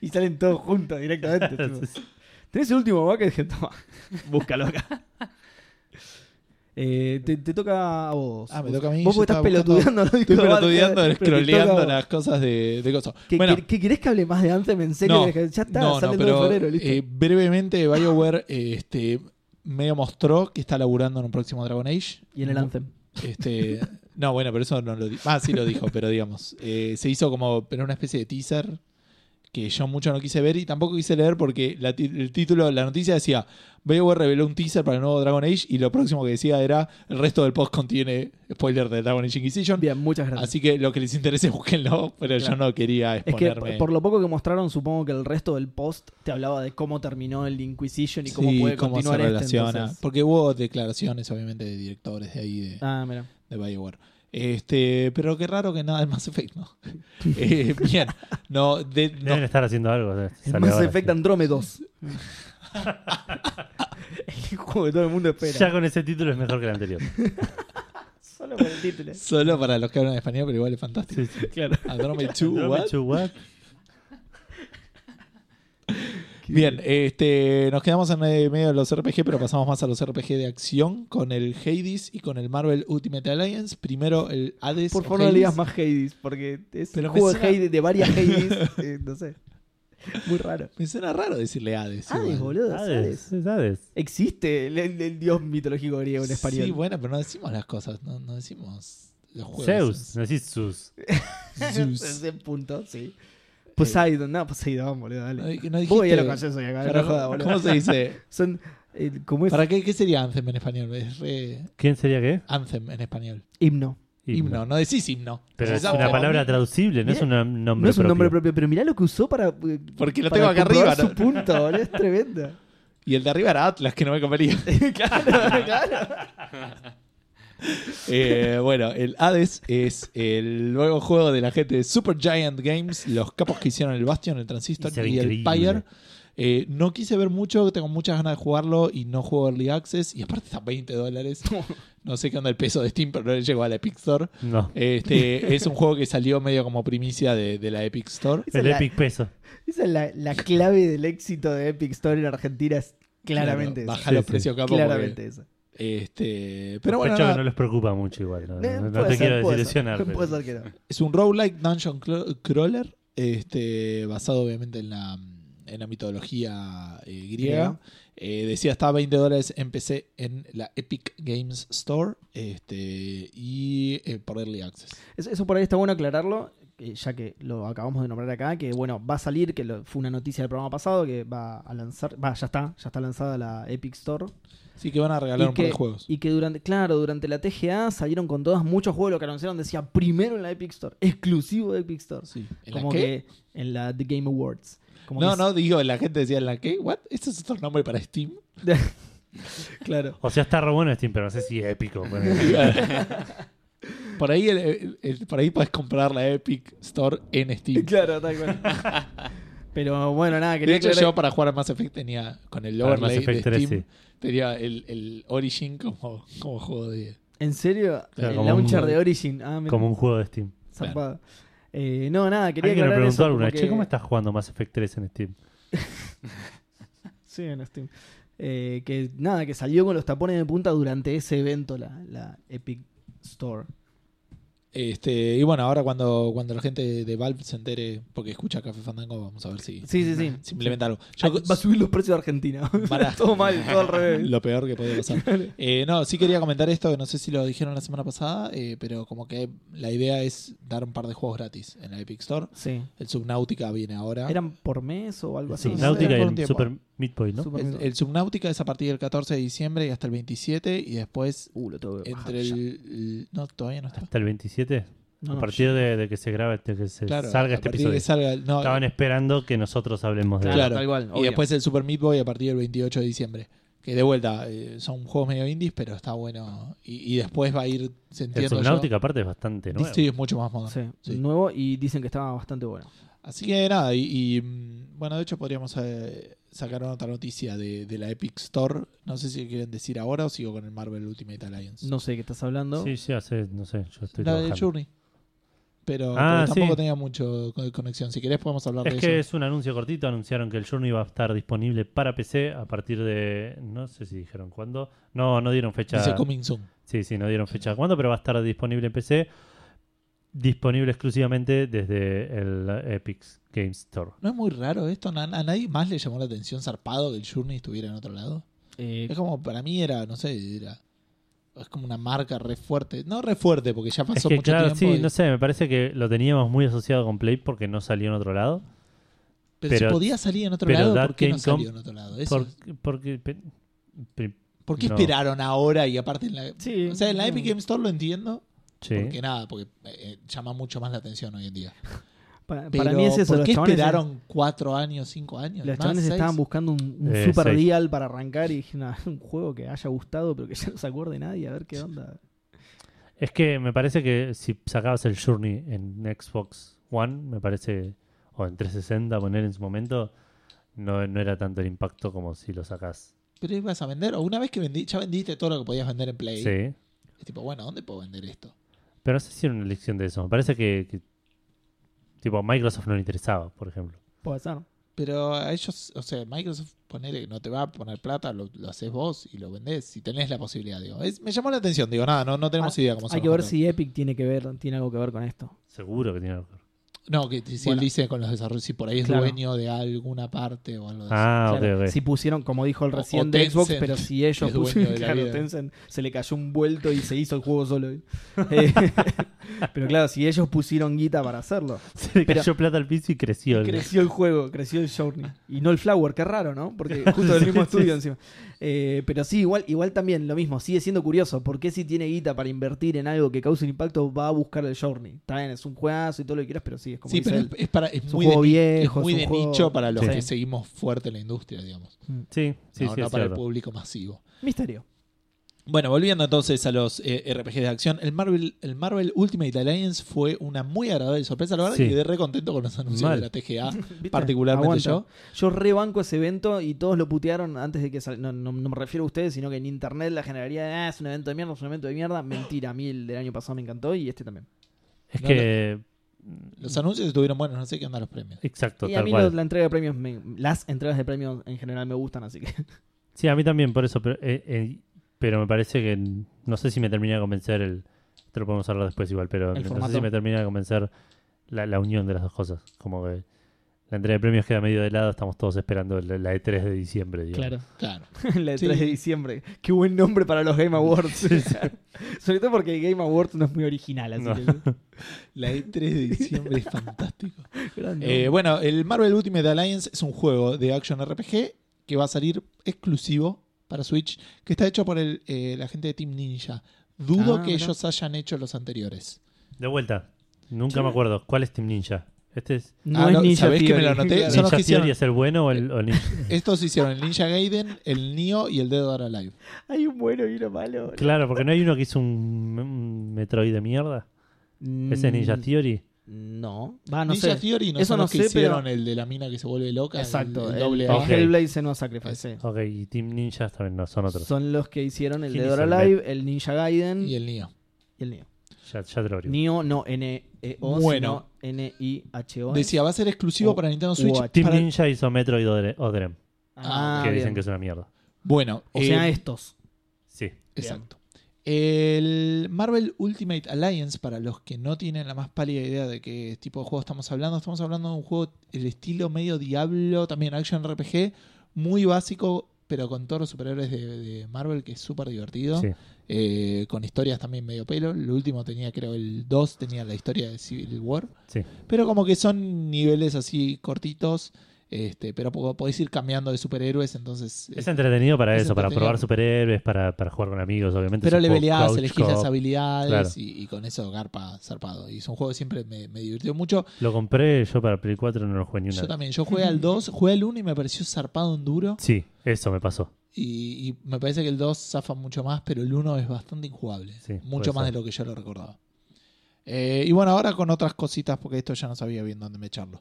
Speaker 3: y salen todos juntos directamente. tipo. ¿Tenés el último Buckethead? Toma. Búscalo acá. Eh, te, te toca a vos.
Speaker 1: Ah, me
Speaker 3: Vos-
Speaker 1: toca a mí.
Speaker 3: Vos
Speaker 1: yo
Speaker 3: porque estás
Speaker 1: estaba buscando-
Speaker 3: pelotudeando. los
Speaker 1: Estoy
Speaker 3: discos de
Speaker 1: pelotudeando,
Speaker 3: Buckethead, pero te toca
Speaker 1: scrolleando
Speaker 3: a vos.
Speaker 1: las cosas de, de cosas.
Speaker 3: ¿Qué,
Speaker 1: Bueno,
Speaker 3: qué- qué querés que hable más de Anthem en serio?
Speaker 1: No,
Speaker 3: ya está,
Speaker 1: no,
Speaker 3: sale
Speaker 1: no,
Speaker 3: el
Speaker 1: pero
Speaker 3: 2 de febrero, listo.
Speaker 1: eh, brevemente BioWare eh, este, medio mostró que está laburando en un próximo Dragon Age.
Speaker 3: y en el Anthem.
Speaker 1: Este, no, bueno, pero eso no lo dijo. Ah, sí lo dijo, pero digamos. eh, se hizo como pero una especie de teaser que yo mucho no quise ver y tampoco quise leer porque la ti- el título, la noticia decía BioWare reveló un teaser para el nuevo Dragon Age y lo próximo que decía era el resto del post contiene spoiler de Dragon Age Inquisition.
Speaker 3: Bien, muchas gracias.
Speaker 1: Así que lo que les interese, búsquenlo, pero yo
Speaker 3: Claro.
Speaker 1: no quería
Speaker 3: Es que
Speaker 1: exponerme.
Speaker 3: por lo poco que mostraron, supongo que el resto del post te hablaba de cómo terminó el Inquisition y cómo
Speaker 1: Sí,
Speaker 3: puede
Speaker 1: cómo
Speaker 3: continuar
Speaker 1: se
Speaker 3: este,
Speaker 1: relaciona.
Speaker 3: entonces.
Speaker 1: Porque hubo declaraciones, obviamente, de directores de ahí de,
Speaker 3: Ah, mira.
Speaker 1: de BioWare. Este, pero qué raro que nada de Mass Effect, ¿no? Eh, bien. No, de, no.
Speaker 2: Deben estar haciendo algo. eh, sale
Speaker 3: Mass
Speaker 2: ahora,
Speaker 3: Effect
Speaker 2: sí.
Speaker 3: Androme 2. el juego que todo el mundo espera.
Speaker 2: Ya con ese título es mejor que el anterior.
Speaker 3: Solo por el título.
Speaker 1: Solo para los que hablan español, pero igual es fantástico.
Speaker 2: Sí, sí.
Speaker 3: claro.
Speaker 1: Andromeda 2,
Speaker 2: Andromeda
Speaker 1: what?
Speaker 2: Two, what?
Speaker 1: Bien, este, nos quedamos en eh, medio de los RPG, pero pasamos más a los RPG de acción con el Hades y con el Marvel Ultimate Alliance. Primero el Hades.
Speaker 3: Por
Speaker 1: o
Speaker 3: favor, no le
Speaker 1: Hades.
Speaker 3: digas más Hades, porque es
Speaker 1: Pero
Speaker 3: un
Speaker 1: me
Speaker 3: juego de,
Speaker 1: suena-
Speaker 3: Hades, de varias Hades. eh, no sé. Muy raro.
Speaker 1: Me suena raro decirle Hades.
Speaker 3: Hades,
Speaker 1: igual.
Speaker 3: boludo. Hades.
Speaker 2: Hades, es Hades.
Speaker 3: Existe el, el- el dios mitológico griego en español.
Speaker 1: Sí, bueno, pero no decimos las cosas, no, no decimos los juegos.
Speaker 2: Zeus, no decís Zeus.
Speaker 1: Zeus.
Speaker 3: Ese punto, sí. Eh, Poseidon, Pues no, Poseidon, boludo, dale.
Speaker 1: Ay, que no
Speaker 3: Vos ya
Speaker 1: dijiste-
Speaker 3: lo conocés hoy acá,
Speaker 1: Pero,
Speaker 3: no jodas, boludo.
Speaker 1: ¿Cómo se dice?
Speaker 3: Son, eh, ¿cómo es?
Speaker 1: ¿Para qué, qué sería Anthem en español? Es re-
Speaker 2: ¿Quién sería qué?
Speaker 1: Anthem en español.
Speaker 3: Himno.
Speaker 1: Himno, no decís himno.
Speaker 2: Pero
Speaker 1: Decís
Speaker 2: es
Speaker 1: anthem.
Speaker 2: una palabra traducible, no es un nom- nombre
Speaker 3: no es un
Speaker 2: propio.
Speaker 3: nombre propio, pero mirá lo que usó para. eh,
Speaker 1: Porque lo
Speaker 3: para
Speaker 1: tengo acá
Speaker 3: comprobar
Speaker 1: arriba. ¿no?
Speaker 3: su punto, boludo, es tremendo.
Speaker 1: Y el de arriba era Atlas, que no me convenía.
Speaker 3: claro, claro.
Speaker 1: Eh, bueno, el Hades es el nuevo juego de la gente de Supergiant Games, los capos que hicieron el Bastion, el Transistor
Speaker 2: Y se ve
Speaker 1: y el
Speaker 2: increíble.
Speaker 1: Pyre. Eh, no quise ver mucho, tengo muchas ganas de jugarlo y no juego Early Access. Y aparte está a 20 dólares. No sé qué onda el peso de Steam, pero no le llegó a la Epic Store.
Speaker 2: No,
Speaker 1: Este, es un juego que salió medio como primicia de, de la Epic Store.
Speaker 3: Esa
Speaker 2: el
Speaker 3: es la-
Speaker 2: Epic Peso.
Speaker 3: Esa es la, la clave del éxito de Epic Store en Argentina. Es
Speaker 1: Claro,
Speaker 3: claramente eso.
Speaker 1: Baja eh.
Speaker 2: Sí,
Speaker 1: los
Speaker 2: sí.
Speaker 1: precios capo. porque,
Speaker 3: Claramente eso.
Speaker 1: este, pero bueno,
Speaker 2: Sospecho que
Speaker 1: nada,
Speaker 2: no les preocupa mucho igual. No,
Speaker 3: Eh,
Speaker 2: no- no
Speaker 3: puede
Speaker 2: te
Speaker 3: ser,
Speaker 2: quiero
Speaker 3: puede
Speaker 2: desilusionar.
Speaker 3: ser.
Speaker 2: pero-
Speaker 3: Puede ser que no.
Speaker 1: es un roguelike dungeon cro- crawler, este, basado obviamente en la, en la mitología eh, griega.
Speaker 3: Griega.
Speaker 1: Eh, decía, estaba 20 dólares en PC en la Epic Games Store este, y eh, por Early Access.
Speaker 3: Eso, eso por ahí está bueno aclararlo, eh, ya que lo acabamos de nombrar acá, que bueno, va a salir, que lo- fue una noticia del programa pasado, que va a lanzar, va, ya está, ya está lanzada la Epic Store.
Speaker 1: Así que van a regalar
Speaker 3: Y
Speaker 1: un par
Speaker 3: que-
Speaker 1: de juegos.
Speaker 3: Y que durante, claro, durante la TGA salieron con todas muchos juegos, lo que anunciaron decía primero en la Epic Store, exclusivo de Epic Store.
Speaker 1: Sí. ¿En la
Speaker 3: Como
Speaker 1: qué?
Speaker 3: que en la The Game Awards. Como
Speaker 1: no,
Speaker 3: que-
Speaker 1: no, digo, la gente decía, ¿en la qué? ¿What? ¿Este es otro nombre para Steam?
Speaker 3: claro.
Speaker 2: O sea, está re bueno Steam, pero no sé si es épico. Bueno,
Speaker 1: por ahí el- el- el- por ahí puedes comprar la Epic Store en Steam.
Speaker 3: Claro, tal cual. Pero bueno, nada,
Speaker 1: De
Speaker 3: quería
Speaker 1: hecho,
Speaker 3: aclarar-
Speaker 1: yo para jugar a Mass Effect tenía con el
Speaker 2: Para
Speaker 1: overlay
Speaker 2: Ah, Mass
Speaker 1: de
Speaker 2: Effect tres,
Speaker 1: Steam, tenía el, el Origin como, como juego de.
Speaker 3: ¿En serio?
Speaker 1: Claro,
Speaker 3: el
Speaker 2: como un-
Speaker 3: launcher de Origin. Ah, mira,
Speaker 2: como un juego de Steam.
Speaker 3: zarpado. Eh, no, nada, quería
Speaker 2: Alguien me
Speaker 3: aclarar
Speaker 2: preguntó
Speaker 3: eso,
Speaker 2: alguna,
Speaker 3: como
Speaker 2: che,
Speaker 3: que-
Speaker 2: ¿cómo estás jugando Mass Effect 3 en Steam?
Speaker 3: Sí, en Steam. Eh, que nada, que salió con los tapones de punta durante ese evento, la, la Epic Store.
Speaker 1: Este, y bueno, ahora cuando, cuando la gente de Valve se entere, porque escucha Café Fandango, vamos a ver si,
Speaker 3: Sí, sí, sí.
Speaker 1: si implementa algo.
Speaker 3: Ah,
Speaker 1: Yo-
Speaker 3: Va a subir los precios de Argentina.
Speaker 1: Pará.
Speaker 3: todo mal, todo al revés.
Speaker 1: lo peor que podía pasar. Eh, no, sí quería comentar esto, que no sé si lo dijeron la semana pasada, eh, pero como que la idea es dar un par de juegos gratis en la Epic Store.
Speaker 3: Sí.
Speaker 1: El Subnautica viene ahora.
Speaker 3: ¿Eran por mes o algo así?
Speaker 1: ¿Ah? Sí,
Speaker 3: no
Speaker 2: Náutica
Speaker 3: sé.
Speaker 1: por
Speaker 2: y
Speaker 1: un
Speaker 2: el
Speaker 1: tiempo.
Speaker 2: Super Meat Boy, ¿no?
Speaker 3: Super-
Speaker 1: El, el Subnautica es a partir del 14 de diciembre y hasta el 27 y después
Speaker 3: Uh, lo tengo que bajar
Speaker 1: entre el,
Speaker 3: ya.
Speaker 1: el- no todavía no está.
Speaker 2: Ah, Hasta el 27.
Speaker 3: No,
Speaker 2: a
Speaker 3: no,
Speaker 2: partir de, de que se grabe, este- que se
Speaker 1: Claro,
Speaker 2: salga
Speaker 1: a
Speaker 2: este
Speaker 1: partir de
Speaker 2: episodio.
Speaker 1: que salga el- no,
Speaker 2: Estaban esperando que nosotros hablemos de
Speaker 3: Claro,
Speaker 2: él.
Speaker 1: claro.
Speaker 3: tal cual.
Speaker 1: y
Speaker 3: obvio.
Speaker 1: después el Super Meat Boy a partir del 28 de diciembre. Que de vuelta eh, son juegos medio indies, pero está bueno. Y, y después va a ir
Speaker 2: El
Speaker 1: sintiendo.
Speaker 2: Subnautica, aparte, es bastante nuevo.
Speaker 1: Sí, es mucho más moderno.
Speaker 3: Sí,
Speaker 1: Sí.
Speaker 3: nuevo y dicen que estaba bastante bueno.
Speaker 1: Así que nada, y, y, mm, bueno, de hecho podríamos eh, sacar otra noticia de, de la Epic Store. No sé si quieren decir ahora o sigo con el Marvel Ultimate Alliance.
Speaker 3: No sé de qué estás hablando.
Speaker 2: Sí, sí, hace, no sé, yo estoy
Speaker 1: la de
Speaker 2: trabajando.
Speaker 1: Journey. Pero,
Speaker 2: Ah,
Speaker 1: pero tampoco
Speaker 2: sí.
Speaker 1: tenía mucho co- conexión. Si querés podemos hablar
Speaker 2: Es
Speaker 1: de
Speaker 2: que
Speaker 1: eso.
Speaker 2: es un anuncio cortito, anunciaron que el Journey va a estar disponible para PC a partir de, no sé si dijeron cuándo, no, no dieron fecha.
Speaker 1: Dice Coming Soon.
Speaker 2: Sí, sí, no dieron fecha cuándo, pero va a estar disponible en PC, disponible exclusivamente desde el Epic Games Store.
Speaker 1: ¿No es muy raro esto? ¿Na- ¿A nadie más le llamó la atención zarpado que el Journey estuviera en otro lado?
Speaker 3: Eh,
Speaker 1: Es como, para mí era, no sé, era... Es como una marca re fuerte. No re fuerte, porque ya
Speaker 2: Es
Speaker 1: pasó
Speaker 2: que
Speaker 1: mucho
Speaker 2: claro,
Speaker 1: tiempo.
Speaker 2: sí,
Speaker 1: y-
Speaker 2: no sé, me parece que lo teníamos muy asociado con Play porque no salió en otro lado.
Speaker 1: pero,
Speaker 2: pero-
Speaker 1: si podía salir en otro
Speaker 2: pero
Speaker 1: lado,
Speaker 2: That
Speaker 1: ¿por qué no
Speaker 2: Game Com-
Speaker 1: salió en otro lado? Eso
Speaker 2: Por-
Speaker 1: es-
Speaker 2: porque pe- pe-
Speaker 1: ¿Por qué
Speaker 2: no.
Speaker 1: esperaron ahora y aparte en la...
Speaker 3: sí,
Speaker 1: O sea, en la
Speaker 3: no.
Speaker 1: Epic Game Store lo entiendo.
Speaker 2: sí.
Speaker 1: Porque nada, porque eh, llama mucho más la atención hoy en día.
Speaker 3: Pa- Para,
Speaker 1: Pero,
Speaker 3: mí es eso.
Speaker 1: ¿Por
Speaker 3: los
Speaker 1: qué
Speaker 3: chabones-
Speaker 1: esperaron cuatro años, cinco años?
Speaker 3: Los
Speaker 1: más,
Speaker 3: chavales
Speaker 1: seis?
Speaker 3: estaban buscando un, un
Speaker 2: Eh,
Speaker 3: super
Speaker 2: seis.
Speaker 3: deal para arrancar y dije, "Nah, un juego que haya gustado, pero que ya no se acuerde nadie, a ver qué onda.
Speaker 2: Es que me parece que si sacabas el Journey en Xbox One, me parece, o en 360 poner en su momento, no, no era tanto el impacto como si lo sacás.
Speaker 1: Pero ibas a vender, o una vez que vendí, ya vendiste todo lo que podías vender en Play.
Speaker 2: Sí.
Speaker 1: Es tipo, bueno, ¿dónde puedo vender esto?
Speaker 2: Pero no sé si era una elección de eso. Me parece que, que- tipo, a Microsoft no le interesaba, por ejemplo.
Speaker 3: Puede ser.
Speaker 1: Pero a ellos, o sea, Microsoft ponele, no te va a poner plata, lo, lo haces vos y lo vendés si tenés la posibilidad. Digo, Es- me llamó la atención, digo, nada, no, no tenemos idea cómo se
Speaker 3: Ah, Hay
Speaker 1: va
Speaker 3: que
Speaker 1: a
Speaker 3: ver
Speaker 1: jugar.
Speaker 3: si Epic tiene que ver, tiene algo que ver con esto.
Speaker 2: Seguro que tiene algo que ver.
Speaker 1: No, que si
Speaker 3: Bueno.
Speaker 1: él dice con los desarrollos, si por ahí es
Speaker 3: Claro.
Speaker 1: dueño de alguna parte o algo de eso.
Speaker 2: Ah,
Speaker 3: Claro,
Speaker 2: ok, ok.
Speaker 3: Si pusieron, como dijo el
Speaker 1: O-
Speaker 3: recién
Speaker 1: o
Speaker 3: de Xbox,
Speaker 1: Tencent,
Speaker 3: pero si
Speaker 1: que
Speaker 3: ellos
Speaker 1: es dueño
Speaker 3: pusieron,
Speaker 1: de la
Speaker 3: claro,
Speaker 1: vida.
Speaker 3: Tencent se le cayó un vuelto y se hizo el juego solo. Eh, pero claro, si ellos pusieron guita para hacerlo.
Speaker 2: Se le
Speaker 3: pero-
Speaker 2: cayó plata al piso y creció. el-
Speaker 3: Creció el juego, creció el Journey. Y no el Flower, qué raro, ¿no? Porque justo del
Speaker 2: Sí,
Speaker 3: mismo
Speaker 2: sí,
Speaker 3: estudio
Speaker 2: sí.
Speaker 3: encima. Eh, pero sí, igual, igual también lo mismo, sigue siendo curioso. ¿Por qué si tiene guita para invertir en algo que cause un impacto va a buscar el Journey? Está bien, es un juegazo y todo lo que quieras, pero sí, es como
Speaker 1: Sí,
Speaker 3: dice
Speaker 1: pero es,
Speaker 3: él.
Speaker 1: es para, es
Speaker 3: Es un
Speaker 1: muy, de,
Speaker 3: juego
Speaker 1: ni-
Speaker 3: viejo,
Speaker 1: es muy
Speaker 3: es un
Speaker 1: de
Speaker 3: juego-
Speaker 1: nicho para los
Speaker 2: Sí.
Speaker 1: que seguimos fuerte en la industria, digamos.
Speaker 2: Sí, sí,
Speaker 1: no
Speaker 2: sí.
Speaker 1: no
Speaker 2: es
Speaker 1: para el
Speaker 2: cierto.
Speaker 1: público masivo.
Speaker 3: Misterio.
Speaker 1: Bueno, volviendo entonces a los eh, RPG de acción, el Marvel, el Marvel Ultimate Alliance fue una muy agradable sorpresa. La verdad
Speaker 2: Sí.
Speaker 1: que quedé re contento con los anuncios
Speaker 2: Mal.
Speaker 1: de la TGA,
Speaker 3: ¿Viste?
Speaker 1: particularmente
Speaker 3: Aguanta.
Speaker 1: yo.
Speaker 3: Yo rebanco ese evento y todos lo putearon antes de que sal- no, no- no me refiero a ustedes, sino que en internet la generalidad de, "Ah, es un evento de mierda, es un evento de mierda. Mentira, a mí el del año pasado me encantó y este también.
Speaker 2: Es
Speaker 1: No,
Speaker 2: que. mm,
Speaker 1: Los anuncios estuvieron buenos, no sé qué andan los premios.
Speaker 2: Exacto,
Speaker 3: y a
Speaker 2: tal
Speaker 3: mí
Speaker 2: cual.
Speaker 3: lo- la entrega de premios, me- las entregas de premios en general me gustan, así que
Speaker 2: Sí, a mí también, por eso. Pero, eh, eh, pero me parece que. n- No sé si me termina de convencer el. Te lo podemos hablar después igual, pero no
Speaker 3: El
Speaker 2: sé
Speaker 3: formato.
Speaker 2: si me termina de convencer la, la unión de las dos cosas. Como que la entrega de premios queda medio de lado, estamos todos esperando la, la E3 de diciembre. digamos.
Speaker 1: Claro.
Speaker 3: la de
Speaker 1: Sí.
Speaker 3: 3 de diciembre. Qué buen nombre para los Game Awards. Sobre todo porque Game Awards no es muy original, así
Speaker 2: No.
Speaker 3: que.
Speaker 1: La E3 de diciembre es fantástico.
Speaker 3: Grande.
Speaker 1: Eh, bueno, el Marvel Ultimate Alliance es un juego de action RPG que va a salir exclusivo para Switch, que está hecho por el, eh, la gente de Team Ninja. Dudo
Speaker 3: Ah,
Speaker 1: que
Speaker 3: mirá.
Speaker 1: ellos hayan hecho los anteriores.
Speaker 2: De vuelta. Nunca me acuerdo. ¿Cuál es Team Ninja? ¿Este es
Speaker 3: no
Speaker 1: ah,
Speaker 3: es
Speaker 1: no,
Speaker 3: Ninja
Speaker 1: ¿sabés que
Speaker 3: Theory,
Speaker 1: me lo anoté?
Speaker 3: claro.
Speaker 1: Son los
Speaker 2: Ninja
Speaker 1: que hicieron-
Speaker 2: Theory es el bueno o el, o el Ninja?
Speaker 1: Estos hicieron el Ninja Gaiden, el Nioh y el Dead or Alive.
Speaker 3: Hay un bueno y uno malo.
Speaker 2: Claro, porque no hay uno que hizo un, un Metroid de mierda. Ese es Ninja
Speaker 3: Mm,
Speaker 2: Theory.
Speaker 3: No. Va, Ah, no
Speaker 1: Ninja
Speaker 3: sé.
Speaker 1: Theory no
Speaker 3: Eso
Speaker 1: son
Speaker 3: no
Speaker 1: los que
Speaker 3: sé, pero-
Speaker 1: hicieron el de la mina que se vuelve loca. el-
Speaker 3: Exacto.
Speaker 1: El,
Speaker 3: El,
Speaker 1: doble
Speaker 3: el
Speaker 1: A.
Speaker 2: Ok.
Speaker 3: Hellblade no Sacrifice. sí.
Speaker 2: Ok, y Team Ninja también no, son otros.
Speaker 3: Son los que hicieron el
Speaker 2: ¿Quién
Speaker 3: Dead
Speaker 2: hizo
Speaker 3: or
Speaker 2: el
Speaker 3: Alive, el Ninja Gaiden
Speaker 1: y
Speaker 3: y el,
Speaker 1: el Nioh.
Speaker 3: Neo.
Speaker 2: Ya, ya te lo averiguo.
Speaker 3: Neo no N-E-O,
Speaker 1: Bueno.
Speaker 3: sino N-I-H-O.
Speaker 1: Decía, va a ser exclusivo
Speaker 3: O-
Speaker 1: para Nintendo Switch.
Speaker 3: o a
Speaker 2: Team
Speaker 1: para-
Speaker 2: Ninja hizo Metroid Odre- Odrem,
Speaker 3: Ah,
Speaker 2: que
Speaker 3: bien.
Speaker 2: dicen que es una mierda.
Speaker 1: Bueno,
Speaker 3: O sea,
Speaker 1: eh,
Speaker 3: estos.
Speaker 2: Sí.
Speaker 1: Exacto. El Marvel Ultimate Alliance, para los que no tienen la más pálida idea de qué tipo de juego estamos hablando, estamos hablando de un juego, el estilo medio Diablo, también Action RPG, muy básico, pero con todos los superhéroes de, de Marvel, que es súper divertido.
Speaker 2: sí.
Speaker 1: Eh, con historias también medio pelo. El último tenía, creo, el 2, tenía la historia de Civil War.
Speaker 2: Sí.
Speaker 1: Pero como que son niveles así cortitos, este, pero po- podéis ir cambiando de superhéroes, entonces... eh,
Speaker 2: Es entretenido para
Speaker 1: Es
Speaker 2: eso, para
Speaker 1: entretenido.
Speaker 2: probar superhéroes, para, para jugar con amigos, obviamente.
Speaker 1: Pero
Speaker 2: es un
Speaker 1: le
Speaker 2: juego
Speaker 1: peleás,
Speaker 2: couch
Speaker 1: elegís las
Speaker 2: co-op.
Speaker 1: habilidades
Speaker 2: claro.
Speaker 1: y, y con eso garpa zarpado. Y es un juego que siempre me, me divirtió mucho.
Speaker 2: Lo compré yo para Play 4, no lo jugué ni una
Speaker 1: Yo
Speaker 2: vez.
Speaker 1: también, yo jugué al 2, jugué al 1 y me pareció zarpado en duro.
Speaker 2: Sí, eso me pasó.
Speaker 1: Y, y me parece que el 2 zafa mucho más, pero el 1 es bastante injugable.
Speaker 2: Sí,
Speaker 1: mucho
Speaker 2: puede
Speaker 1: más
Speaker 2: ser.
Speaker 1: de lo que yo lo recordaba. Eh, y bueno, ahora con otras cositas, porque esto ya no sabía bien dónde me echarlo.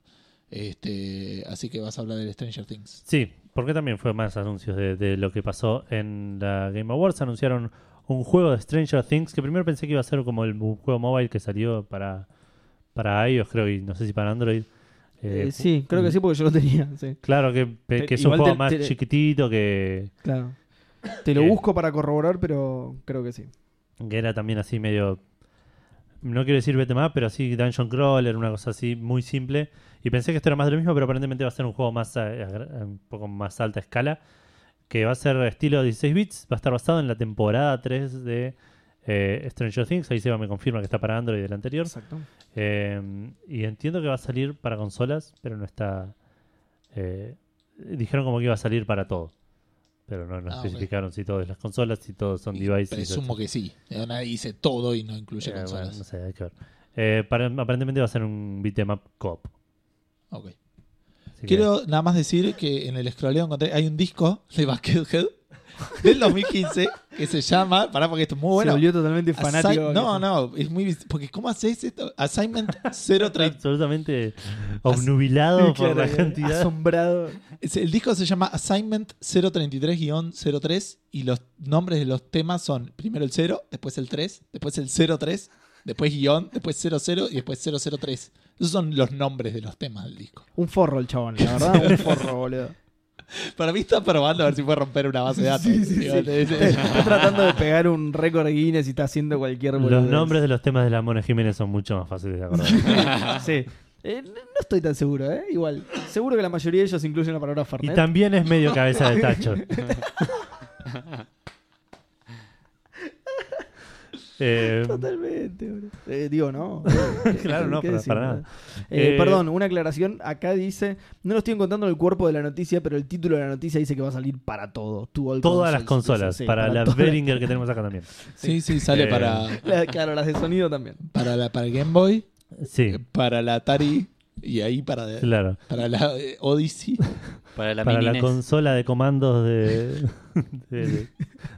Speaker 1: Este, así que vas a hablar del Stranger Things.
Speaker 2: Sí, porque también fue más anuncios de, de lo que pasó en la Game Awards. Anunciaron un juego de Stranger Things que primero pensé que iba a ser como el mu- juego mobile que salió para, para iOS, creo, y no sé si para Android. Eh,
Speaker 3: Eh, sí, creo que sí, porque yo lo tenía, sí,
Speaker 2: Claro, que, pe- que es un
Speaker 3: Igual
Speaker 2: juego
Speaker 3: te-
Speaker 2: más
Speaker 3: te-
Speaker 2: chiquitito que,
Speaker 3: claro. Te lo
Speaker 2: Eh.
Speaker 3: busco para corroborar, pero creo que sí.
Speaker 2: que era también así medio. No quiero decir vete más, pero así Dungeon Crawler, una cosa así muy simple. Y pensé que esto era más de lo mismo, pero aparentemente va a ser un juego más a- a- un poco más alta escala. Que va a ser estilo 16 bits, va a estar basado en la temporada 3 de eh, Stranger Things. Ahí Seba me confirma que está para Android del anterior.
Speaker 3: Exacto.
Speaker 2: Eh, y entiendo que va a salir para consolas, pero no está. eh, dijeron como que iba a salir para todo. Pero no, no
Speaker 1: Ah, ok.
Speaker 2: especificaron si todo es las consolas, si todos son
Speaker 1: Y
Speaker 2: devices.
Speaker 1: Presumo que sí. Eh, Nadie dice todo y no incluye
Speaker 2: Eh,
Speaker 1: consolas.
Speaker 2: bueno, no sé, hay que ver. Eh, para- aparentemente va a ser un beat'em up cop.
Speaker 1: Ok. Quiero nada más decir que en el scrolleo encontré. Hay un disco de Buckethead del 2015 que se llama. Pará, porque esto es muy
Speaker 3: Se
Speaker 1: bueno.
Speaker 3: volvió totalmente
Speaker 1: Assi-
Speaker 3: fanático.
Speaker 1: no, no, es muy. vis- Porque, ¿cómo haces esto? Assignment 030.
Speaker 2: absolutamente obnubilado por la
Speaker 3: Claro, eh,
Speaker 2: cantidad.
Speaker 3: Asombrado.
Speaker 1: Es- El disco se llama Assignment 033-03 y los nombres de los temas son primero el 0, después el 3, después el 03, después guión, después 00 y después 003. Esos son los nombres de los temas del disco.
Speaker 3: Un forro el chabón, la verdad, un forro, boludo.
Speaker 1: Para mí está probando a ver si puede romper una base de datos.
Speaker 3: Sí, sí, sí.
Speaker 1: Digo, es- es-
Speaker 3: Está tratando de pegar un récord Guinness y está haciendo cualquier
Speaker 2: Los
Speaker 3: boludez.
Speaker 2: nombres de los temas de la Mona Jiménez son mucho más fáciles de acordar.
Speaker 3: Sí. Eh, no no estoy tan seguro, ¿eh? Igual. Seguro que la mayoría de ellos incluyen la palabra
Speaker 2: y
Speaker 3: Fernet.
Speaker 2: también es medio cabeza de tacho. Eh,
Speaker 3: Totalmente, boludo. Eh, digo, no.
Speaker 2: Claro, no, para- para nada.
Speaker 3: Eh,
Speaker 2: Eh,
Speaker 3: perdón, una aclaración. Acá dice, no lo estoy encontrando en el cuerpo de la noticia, pero el título de la noticia dice que va a salir para todo. To all
Speaker 2: todas las
Speaker 3: consoles,
Speaker 2: consolas,
Speaker 3: dice, sí,
Speaker 2: para, la
Speaker 3: todas.
Speaker 2: Behringer que tenemos acá también.
Speaker 1: Sí, sí, sale
Speaker 2: Eh,
Speaker 1: para,
Speaker 3: La- claro, las de sonido también.
Speaker 1: para, la, para el Game Boy,
Speaker 2: Sí,
Speaker 1: eh, para la Atari y ahí para,
Speaker 2: claro.
Speaker 1: para la eh, Odyssey.
Speaker 4: Para la
Speaker 2: para
Speaker 4: mini
Speaker 2: la
Speaker 4: NES.
Speaker 2: consola de comandos de, de- de-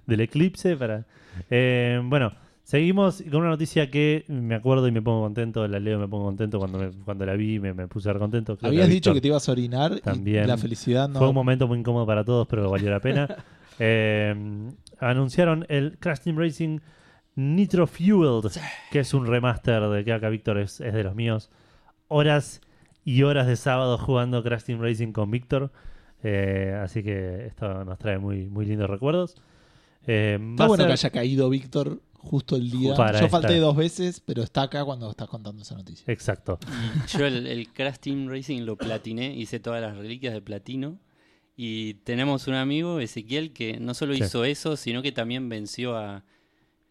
Speaker 2: del Eclipse. Para, Eh, bueno, seguimos con una noticia que me acuerdo y me pongo contento. La leo, y me pongo contento. Cuando, me- cuando la vi, me, me puse re contento. Creo
Speaker 1: Habías
Speaker 2: a
Speaker 1: dicho
Speaker 2: Víctor
Speaker 1: que te ibas a orinar y
Speaker 2: También.
Speaker 1: la felicidad no.
Speaker 2: Fue un momento muy incómodo para todos, pero valió la pena. Eh, anunciaron el Crash Team Racing Nitro Fueled, que es un remaster de que acá Víctor es, es de los míos. Horas y horas de sábado jugando Crash Team Racing con Víctor. Eh, así que esto nos trae muy, muy lindos recuerdos. Eh, va
Speaker 1: Está
Speaker 2: a
Speaker 1: bueno
Speaker 2: ser-
Speaker 1: que haya caído Víctor justo el día.
Speaker 2: Para
Speaker 1: Yo falté
Speaker 2: esta.
Speaker 1: dos veces, pero está acá cuando estás contando esa noticia.
Speaker 2: Exacto.
Speaker 4: Yo el, el Crash Team Racing lo platiné, hice todas las reliquias de platino. Y tenemos un amigo, Ezequiel, que no solo
Speaker 2: Sí.
Speaker 4: hizo eso, sino que también venció a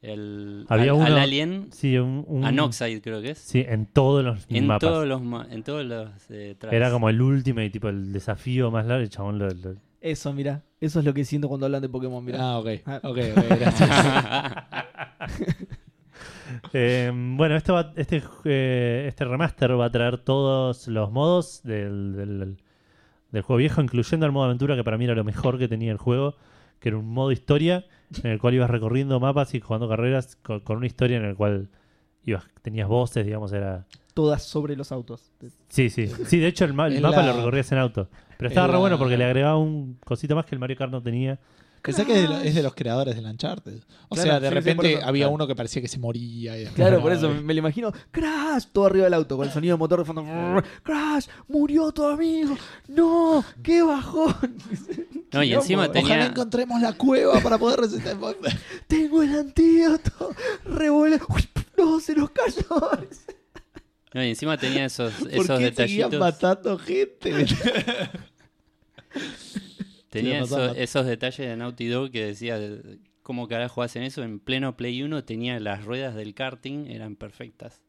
Speaker 4: el,
Speaker 2: Había
Speaker 4: al, al
Speaker 2: uno-
Speaker 4: Alien,
Speaker 2: Sí, un, un-
Speaker 4: a Noxide creo que es.
Speaker 2: Sí, en todos los
Speaker 4: En
Speaker 2: mapas.
Speaker 4: todos los ma- en todos los eh, tracks.
Speaker 2: Era como el último y tipo el desafío más largo. El chabón lo- lo,
Speaker 3: Eso, mirá. Eso es lo que siento cuando hablan de Pokémon, mirá.
Speaker 1: Ah, ok.
Speaker 3: Ah.
Speaker 1: Ok, ok, gracias.
Speaker 2: Eh, bueno, este, va- este, eh, este remaster va a traer todos los modos del, del- del juego viejo, incluyendo el modo aventura, que para mí era lo mejor que tenía el juego, que era un modo historia, en el cual ibas recorriendo mapas y jugando carreras con, con una historia en el cual ibas, tenías voces, digamos, era...
Speaker 3: Todas sobre los autos.
Speaker 2: Sí, sí. Sí, de hecho el, ma- el
Speaker 1: Es
Speaker 2: mapa
Speaker 1: la-
Speaker 2: lo recorrías en auto. Pero estaba
Speaker 1: es
Speaker 2: re
Speaker 1: la-
Speaker 2: bueno porque le agregaba un cosito más que el Mario Kart no tenía.
Speaker 1: Pensé que es de, lo- es de los creadores del Uncharted. O
Speaker 3: Claro,
Speaker 1: sea, de
Speaker 3: sí, sí, por
Speaker 1: repente
Speaker 3: eso.
Speaker 1: había
Speaker 3: Claro.
Speaker 1: uno que parecía que se moría. y después-
Speaker 3: Claro, eh. por eso me, me lo imagino. ¡Crash! Todo arriba del auto, con el sonido de motor de fondo. ¡Crash! ¡Murió tu amigo! ¡No! ¡Qué bajón!
Speaker 4: No, y encima
Speaker 3: Quilombo.
Speaker 1: eh. Ojalá
Speaker 4: tenía,
Speaker 1: encontremos la cueva para poder resistir.
Speaker 3: ¡Tengo el antídoto! ¡Revuelve! ¡No! ¡Se nos cayó!
Speaker 4: no, y encima tenía esos,
Speaker 1: ¿Por
Speaker 4: esos
Speaker 1: qué seguían
Speaker 4: detallitos.
Speaker 1: matando gente?
Speaker 4: Tenía
Speaker 1: Sí,
Speaker 4: esos-
Speaker 1: mataba.
Speaker 4: esos detalles de Naughty Dog que decía de- cómo carajo hacen eso. En pleno Play 1 tenía las ruedas del karting, eran perfectas.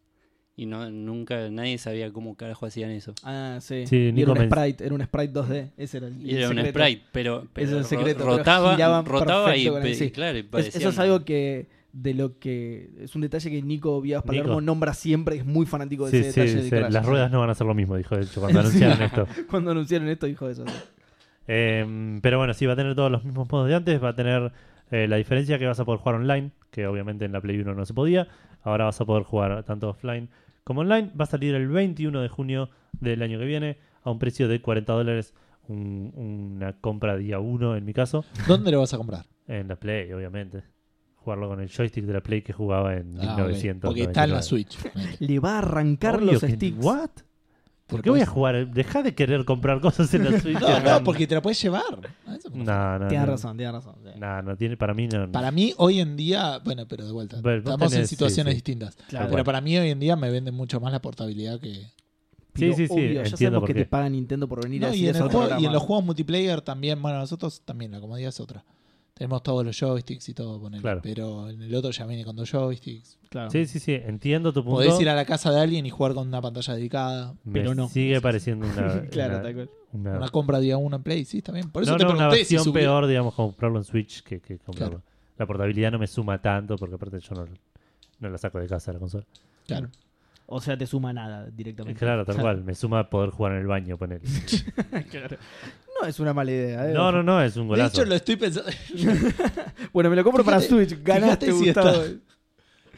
Speaker 4: Y no, nunca nadie sabía cómo carajo hacían eso.
Speaker 3: Ah, sí.
Speaker 2: Sí,
Speaker 3: Y era
Speaker 2: Nico
Speaker 3: un
Speaker 2: me-
Speaker 3: sprite, era un sprite 2D. Ese era el,
Speaker 4: Y
Speaker 3: el
Speaker 4: era un
Speaker 3: secreto.
Speaker 4: sprite, pero, pero
Speaker 3: es el
Speaker 4: ro-
Speaker 3: secreto, pero
Speaker 4: rotaba,
Speaker 3: giraban
Speaker 4: rotaba y,
Speaker 3: perfecto con
Speaker 4: pe-
Speaker 3: el- sí.
Speaker 4: claro, y
Speaker 3: Es-
Speaker 4: parecía
Speaker 3: eso es
Speaker 4: una-
Speaker 3: algo que de lo que es un detalle que Nico Vivas Palermo
Speaker 2: Nico.
Speaker 3: nombra siempre, es muy fanático de
Speaker 2: Sí,
Speaker 3: ese
Speaker 2: sí,
Speaker 3: detalle de
Speaker 2: sí,
Speaker 3: Crash.
Speaker 2: las ruedas no van a ser lo mismo, dijo de hecho, cuando anunciaron esto.
Speaker 3: Cuando anunciaron esto dijo eso. sí.
Speaker 2: Eh, pero bueno, sí, va a tener todos los mismos modos de antes. Va a tener eh, la diferencia que vas a poder jugar online, que obviamente en la Play 1 no se podía. Ahora vas a poder jugar tanto offline como online. Va a salir el 21 de junio del año que viene a a un precio de 40 dólares un- una compra día 1 en mi caso,
Speaker 1: ¿Dónde lo vas a comprar?
Speaker 2: en la Play, obviamente. Jugarlo con el joystick de la Play que jugaba en
Speaker 1: Ah, ok.
Speaker 2: 1900.
Speaker 1: Porque está en la Switch. Ponele.
Speaker 3: Le va a arrancar los sticks.
Speaker 2: ¿What? ¿Por qué voy a jugar? Deja de querer comprar cosas en la Switch.
Speaker 1: No, no, porque te la puedes llevar. A eso me refiero.
Speaker 2: No, no,
Speaker 3: Tienes
Speaker 2: no.
Speaker 3: razón, tienes razón. sí.
Speaker 2: No, no tiene, para mí no.
Speaker 1: Para mí, hoy en día, bueno, pero de vuelta,
Speaker 2: Pero vos
Speaker 1: estamos en
Speaker 2: tenés-
Speaker 1: situaciones
Speaker 2: sí, sí.
Speaker 1: distintas.
Speaker 3: Claro.
Speaker 1: Pero para mí, hoy en día, me venden mucho más la portabilidad que.
Speaker 2: Sí,
Speaker 3: Pero
Speaker 2: sí, sí,
Speaker 3: obvio, ya
Speaker 2: entiendo
Speaker 3: sabemos
Speaker 2: por
Speaker 3: que
Speaker 2: qué.
Speaker 3: te paga Nintendo por venir a
Speaker 1: No, y,
Speaker 3: decir
Speaker 1: en
Speaker 3: eso
Speaker 1: el
Speaker 3: al
Speaker 1: juego- y en
Speaker 3: programa.
Speaker 1: los juegos multiplayer también, bueno, nosotros también, la comodidad es otra. Tenemos todos los joysticks y todo, ponele.
Speaker 2: Claro.
Speaker 1: Pero en el otro ya viene con dos joysticks.
Speaker 3: Claro.
Speaker 2: Sí, sí, sí, entiendo tu punto.
Speaker 1: Podés ir a la casa de alguien y jugar con una pantalla dedicada.
Speaker 2: Me
Speaker 3: pero no.
Speaker 2: sigue pareciendo una.
Speaker 3: claro,
Speaker 2: una-
Speaker 3: tal cual.
Speaker 2: una-
Speaker 1: Una compra día uno en Play, sí, está bien. Por eso
Speaker 2: no,
Speaker 1: te
Speaker 2: no, una
Speaker 1: pregunté si
Speaker 2: versión
Speaker 1: subí-
Speaker 2: peor, digamos, comprarlo en Switch que, que comprarlo. La portabilidad no me suma tanto porque aparte yo no, no la saco de casa la consola.
Speaker 1: Claro.
Speaker 3: O sea, te suma nada
Speaker 2: Eh,
Speaker 3: directamente.
Speaker 2: Claro, tal cual. Me suma poder jugar en el baño, poner.
Speaker 3: Claro. No es una mala idea. ¿eh?
Speaker 2: No, no, no, es un
Speaker 1: De
Speaker 2: golazo.
Speaker 1: hecho, lo estoy pensando.
Speaker 3: Bueno, me lo compro para
Speaker 1: Fíjate-
Speaker 3: Switch. Ganaste,
Speaker 1: fíjate si
Speaker 3: Gustavo.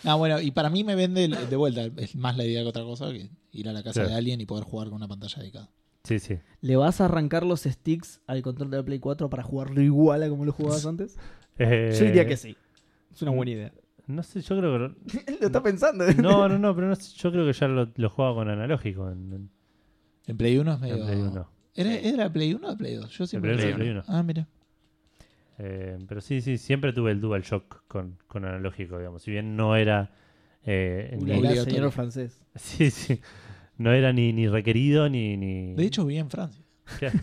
Speaker 1: Ah, bueno, y para mí me vende el- de vuelta. Es más la idea que otra cosa que ir a la casa
Speaker 2: Claro.
Speaker 1: de alguien y poder jugar con una pantalla dedicada.
Speaker 2: Sí, sí.
Speaker 3: ¿Le vas a arrancar los sticks al control de la Play 4 para jugarlo igual a como lo jugabas antes?
Speaker 2: Eh, mm.
Speaker 3: Yo diría que sí. Es una buena idea.
Speaker 2: No sé, yo creo que. no-
Speaker 3: Él lo está pensando.
Speaker 2: No, no, no, pero no sé, yo creo que ya lo, lo jugaba con analógico en, en-
Speaker 1: En Play 1 es
Speaker 2: en
Speaker 1: medio.
Speaker 2: Play 1.
Speaker 1: ¿Era, ¿Era Play 1 o Play 2? Yo
Speaker 2: En
Speaker 1: siempre.
Speaker 2: Play uno,
Speaker 4: Play
Speaker 2: en Play uno.
Speaker 1: Ah, mira.
Speaker 2: Eh, pero sí, sí, siempre tuve el DualShock con, con analógico, digamos. Si bien no era. eh,
Speaker 3: Ulala,
Speaker 2: ni-
Speaker 1: Obligatorio.
Speaker 3: señor francés.
Speaker 2: sí, sí. No era ni, ni requerido ni, ni.
Speaker 1: De hecho, vi en Francia.
Speaker 2: Claro.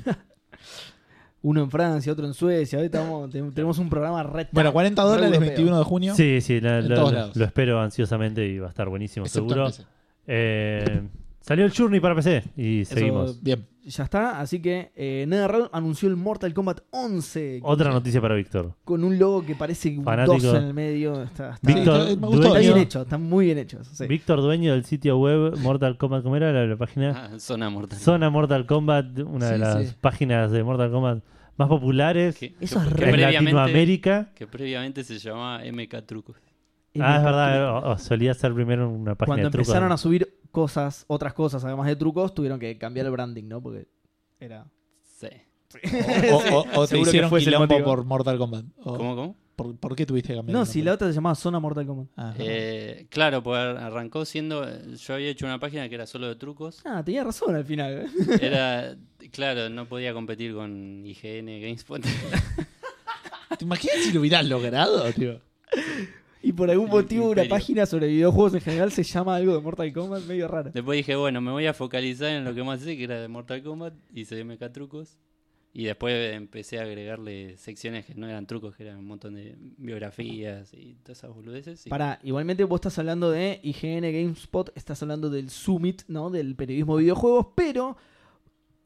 Speaker 3: Uno en Francia, otro en Suecia. Hoy estamos- te- tenemos un programa red.
Speaker 1: Bueno, 40 dólares,
Speaker 3: Europeo.
Speaker 1: 21 de junio.
Speaker 2: Sí, sí, la-
Speaker 1: En
Speaker 2: la-
Speaker 1: todos
Speaker 2: la-
Speaker 1: lados.
Speaker 2: lo espero ansiosamente y va a estar buenísimo,
Speaker 1: excepto en
Speaker 2: seguro.
Speaker 1: PC.
Speaker 2: Eh, salió el Journey para PC y
Speaker 3: Eso-
Speaker 2: seguimos.
Speaker 1: Bien.
Speaker 3: Ya está, así que eh, NetherRealm anunció el Mortal Kombat 11
Speaker 2: Otra noticia para Víctor.
Speaker 3: con un logo que parece un
Speaker 2: Fanático.
Speaker 3: 2 en el medio. Está, está-
Speaker 1: Víctor,
Speaker 2: Víctor,
Speaker 1: está- me gustó,
Speaker 3: está
Speaker 1: Antonio.
Speaker 3: bien
Speaker 2: dueño,
Speaker 3: hecho, están muy bien hechos. sí.
Speaker 2: Víctor, dueño del sitio web Mortal Kombat, ¿cómo era la, la página?
Speaker 4: Ah, zona mortal.
Speaker 2: Zona Mortal Kombat, una de
Speaker 1: Sí,
Speaker 2: las
Speaker 1: sí.
Speaker 2: páginas de Mortal Kombat más populares
Speaker 4: Que-
Speaker 3: Eso es
Speaker 4: que
Speaker 3: re-
Speaker 2: en
Speaker 4: previamente,
Speaker 2: Latinoamérica.
Speaker 4: que previamente se llamaba MK Trucos.
Speaker 2: Ah, es verdad, o- o solía ser primero una página
Speaker 3: Cuando
Speaker 2: de trucos.
Speaker 3: empezaron a subir cosas, otras cosas, además de trucos, tuvieron que cambiar el branding, ¿no? Porque era.
Speaker 4: Sí.
Speaker 1: O, o- o te
Speaker 3: Seguro que
Speaker 1: hicieron
Speaker 3: fue ese el
Speaker 1: quilombo
Speaker 3: motivo.
Speaker 1: por Mortal Kombat. O-
Speaker 3: Oh.
Speaker 4: ¿Cómo, cómo?
Speaker 1: por, por qué tuviste que cambiar?
Speaker 3: No,
Speaker 1: el
Speaker 3: si la
Speaker 1: nombre?
Speaker 3: otra se llamaba Zona Mortal Kombat.
Speaker 1: Ajá.
Speaker 4: Eh, claro, pues arrancó siendo. Yo había hecho una página que era solo de trucos.
Speaker 3: Ah, tenía razón al final. ¿eh?
Speaker 4: Era. claro, no podía competir con IGN, GameSpot.
Speaker 1: ¿Te imaginas si lo hubieras logrado, tío?
Speaker 3: Y por algún
Speaker 4: El
Speaker 3: motivo una
Speaker 4: imperio.
Speaker 3: página sobre videojuegos en general se llama algo de Mortal Kombat medio raro.
Speaker 4: Después dije, bueno, me voy a focalizar en lo que más sé, que era de Mortal Kombat. Hice MK Trucos. Y después empecé a agregarle secciones que no eran trucos, que eran un montón de biografías y todas esas boludeces. y-
Speaker 3: Pará, igualmente vos estás hablando de IGN GameSpot, estás hablando del Summit, ¿no? Del periodismo de videojuegos, pero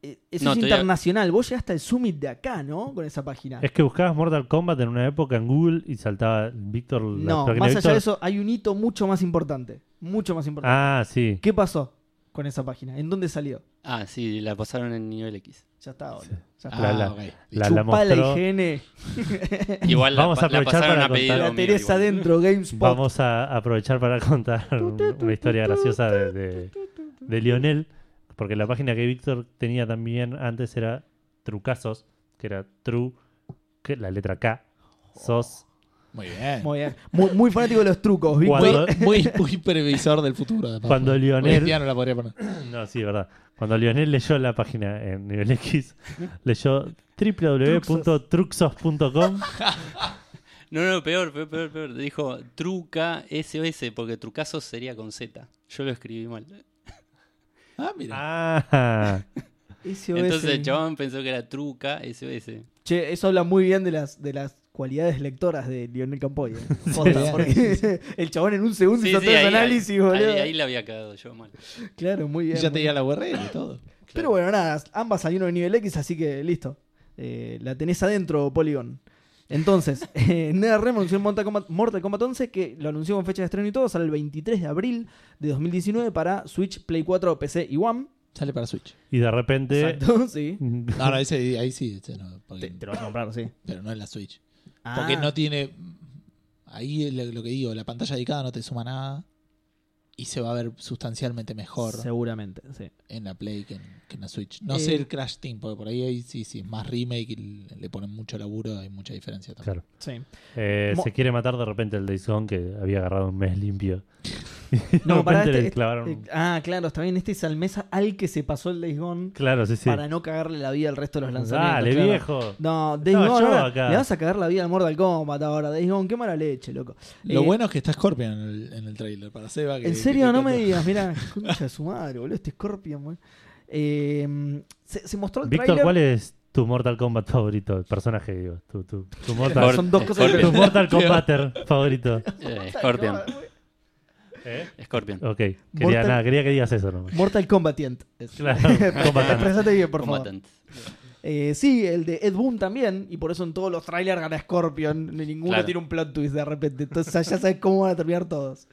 Speaker 3: eh, eso
Speaker 4: No,
Speaker 3: es
Speaker 4: estoy-
Speaker 3: internacional. Vos llegaste al Summit de acá, ¿no? Con esa página.
Speaker 2: Es que buscabas Mortal Kombat en una época en Google y saltaba Víctor. la
Speaker 3: No,
Speaker 2: página
Speaker 3: más
Speaker 2: Víctor.
Speaker 3: allá de eso, hay un hito mucho más importante. Mucho más importante.
Speaker 2: Ah, sí.
Speaker 3: ¿Qué pasó con esa página? ¿En dónde salió?
Speaker 4: Ah, sí, la pasaron en nivel X.
Speaker 3: Ya está, boludo. Ya está.
Speaker 2: La-
Speaker 1: Ah,
Speaker 2: la-
Speaker 1: ok.
Speaker 2: La, la
Speaker 3: Chupá la
Speaker 2: mostró.
Speaker 3: IGN.
Speaker 4: Igual la
Speaker 2: Vamos a
Speaker 4: pa- la,
Speaker 2: aprovechar
Speaker 4: pasaron
Speaker 2: para
Speaker 4: a pedido
Speaker 2: contar-
Speaker 3: La
Speaker 4: mío
Speaker 3: tenés
Speaker 4: igual.
Speaker 3: adentro GameSpot.
Speaker 2: Vamos a aprovechar para contar un- una historia graciosa de, de, de Lionel, porque la página que Víctor tenía también antes era Trucazos, que era True, que la letra K, Sos.
Speaker 1: Muy bien.
Speaker 3: Muy bien. Muy, muy fanático de los trucos, Vic.
Speaker 2: Cuando-
Speaker 1: Muy, muy, muy previsor del futuro. de paso.
Speaker 2: Cuando Lionel-
Speaker 1: Hoy en día no la podría poner.
Speaker 2: No, sí, verdad. Cuando Lionel leyó la página en nivel X, leyó www.truxos.com.
Speaker 4: No, no, peor, peor, peor, peor. Dijo truca SOS, porque trucazo sería con Z. Yo lo escribí mal.
Speaker 1: Ah, mira.
Speaker 2: Ah,
Speaker 3: SOS.
Speaker 4: Entonces el chabón pensó que era truca SOS.
Speaker 3: Che, eso habla muy bien de las, de las cualidades lectoras de Lionel Campoy. ¿eh?
Speaker 1: Muy
Speaker 3: Posta,
Speaker 1: bien.
Speaker 3: porque el chabón en un segundo hizo todo
Speaker 4: ahí,
Speaker 3: ese
Speaker 4: ahí-
Speaker 3: análisis, boludo.
Speaker 4: ahí- ahí la había cagado yo mal.
Speaker 3: Claro, muy
Speaker 1: Y
Speaker 3: bien.
Speaker 1: ya
Speaker 3: muy
Speaker 1: tenía la URL y todo.
Speaker 3: Claro. Pero bueno, nada, ambas salieron de nivel X, así que listo. Eh, la tenés adentro, Polygon. Entonces, eh, NetherRealm anunció Mortal Kombat, Mortal Kombat 11, que lo anunció con fecha de estreno y todo, sale el 23 de abril de 2019 para Switch, Play 4, PC y One.
Speaker 1: Sale para Switch.
Speaker 2: y de repente.
Speaker 3: Exacto, sí.
Speaker 1: No, no, ese, ahí sí. ese no, porque-
Speaker 3: Te, te lo Ah. vas a comprar, sí.
Speaker 1: pero no en la Switch. Porque no tiene. Ahí lo, lo que digo, la pantalla dedicada no te suma nada. y se va a ver sustancialmente mejor
Speaker 3: Seguramente, sí.
Speaker 1: en la Play que en, que en la Switch. No
Speaker 3: Eh,
Speaker 1: sé el Crash Team, porque por ahí hay, sí, sí, es más remake y le le ponen mucho laburo, hay mucha diferencia también.
Speaker 2: Claro.
Speaker 3: sí.
Speaker 2: Eh,
Speaker 3: Mo-
Speaker 2: se quiere matar de repente el Days Gone que había agarrado un mes limpio. Y de
Speaker 3: No, para
Speaker 2: repente
Speaker 3: este,
Speaker 2: le clavaron.
Speaker 3: este-
Speaker 2: un-
Speaker 3: ah, claro, está bien. Este es al mes al que se pasó el Days Gone
Speaker 2: Claro, sí, sí.
Speaker 3: para no cagarle la vida al resto de los lanzamientos.
Speaker 2: Dale,
Speaker 3: claro.
Speaker 2: viejo.
Speaker 3: No, Days
Speaker 2: Estaba
Speaker 3: Gone,
Speaker 2: yo
Speaker 3: ahora
Speaker 2: acá.
Speaker 3: le vas a cagar la vida al Mortal Kombat ahora. Days Gone, qué mala leche, loco.
Speaker 1: Lo
Speaker 3: Eh,
Speaker 1: bueno es que está Scorpion en el, en el trailer para Seba. que-
Speaker 3: En
Speaker 1: que
Speaker 3: serio,
Speaker 1: te
Speaker 3: no me
Speaker 1: canta.
Speaker 3: digas, mira, concha de su madre, boludo, este Scorpion, boludo. Eh, se, se mostró el
Speaker 2: Víctor,
Speaker 3: tráiler.
Speaker 2: ¿cuál es tu Mortal Kombat favorito? El personaje, digo. Tu, tu, tu
Speaker 4: Mor-
Speaker 2: Mortal,
Speaker 3: Son dos cosas
Speaker 2: tu
Speaker 4: Scorpion.
Speaker 2: Mortal Kombater favorito.
Speaker 4: Eh, Scorpion.
Speaker 2: ¿Eh?
Speaker 4: Scorpion.
Speaker 2: Ok, quería,
Speaker 3: Mortal-
Speaker 2: nada, quería que digas eso nomás.
Speaker 3: Mortal Kombatient. es.
Speaker 2: Claro, combatante.
Speaker 3: Expresate bien, por favor.
Speaker 4: Combatant.
Speaker 3: Eh, sí, el de Ed Boon también, y por eso en todos los trailers gana Scorpion, ni ninguno
Speaker 4: Claro.
Speaker 3: tiene un plot twist de repente, entonces ya sabes cómo van a terminar todos.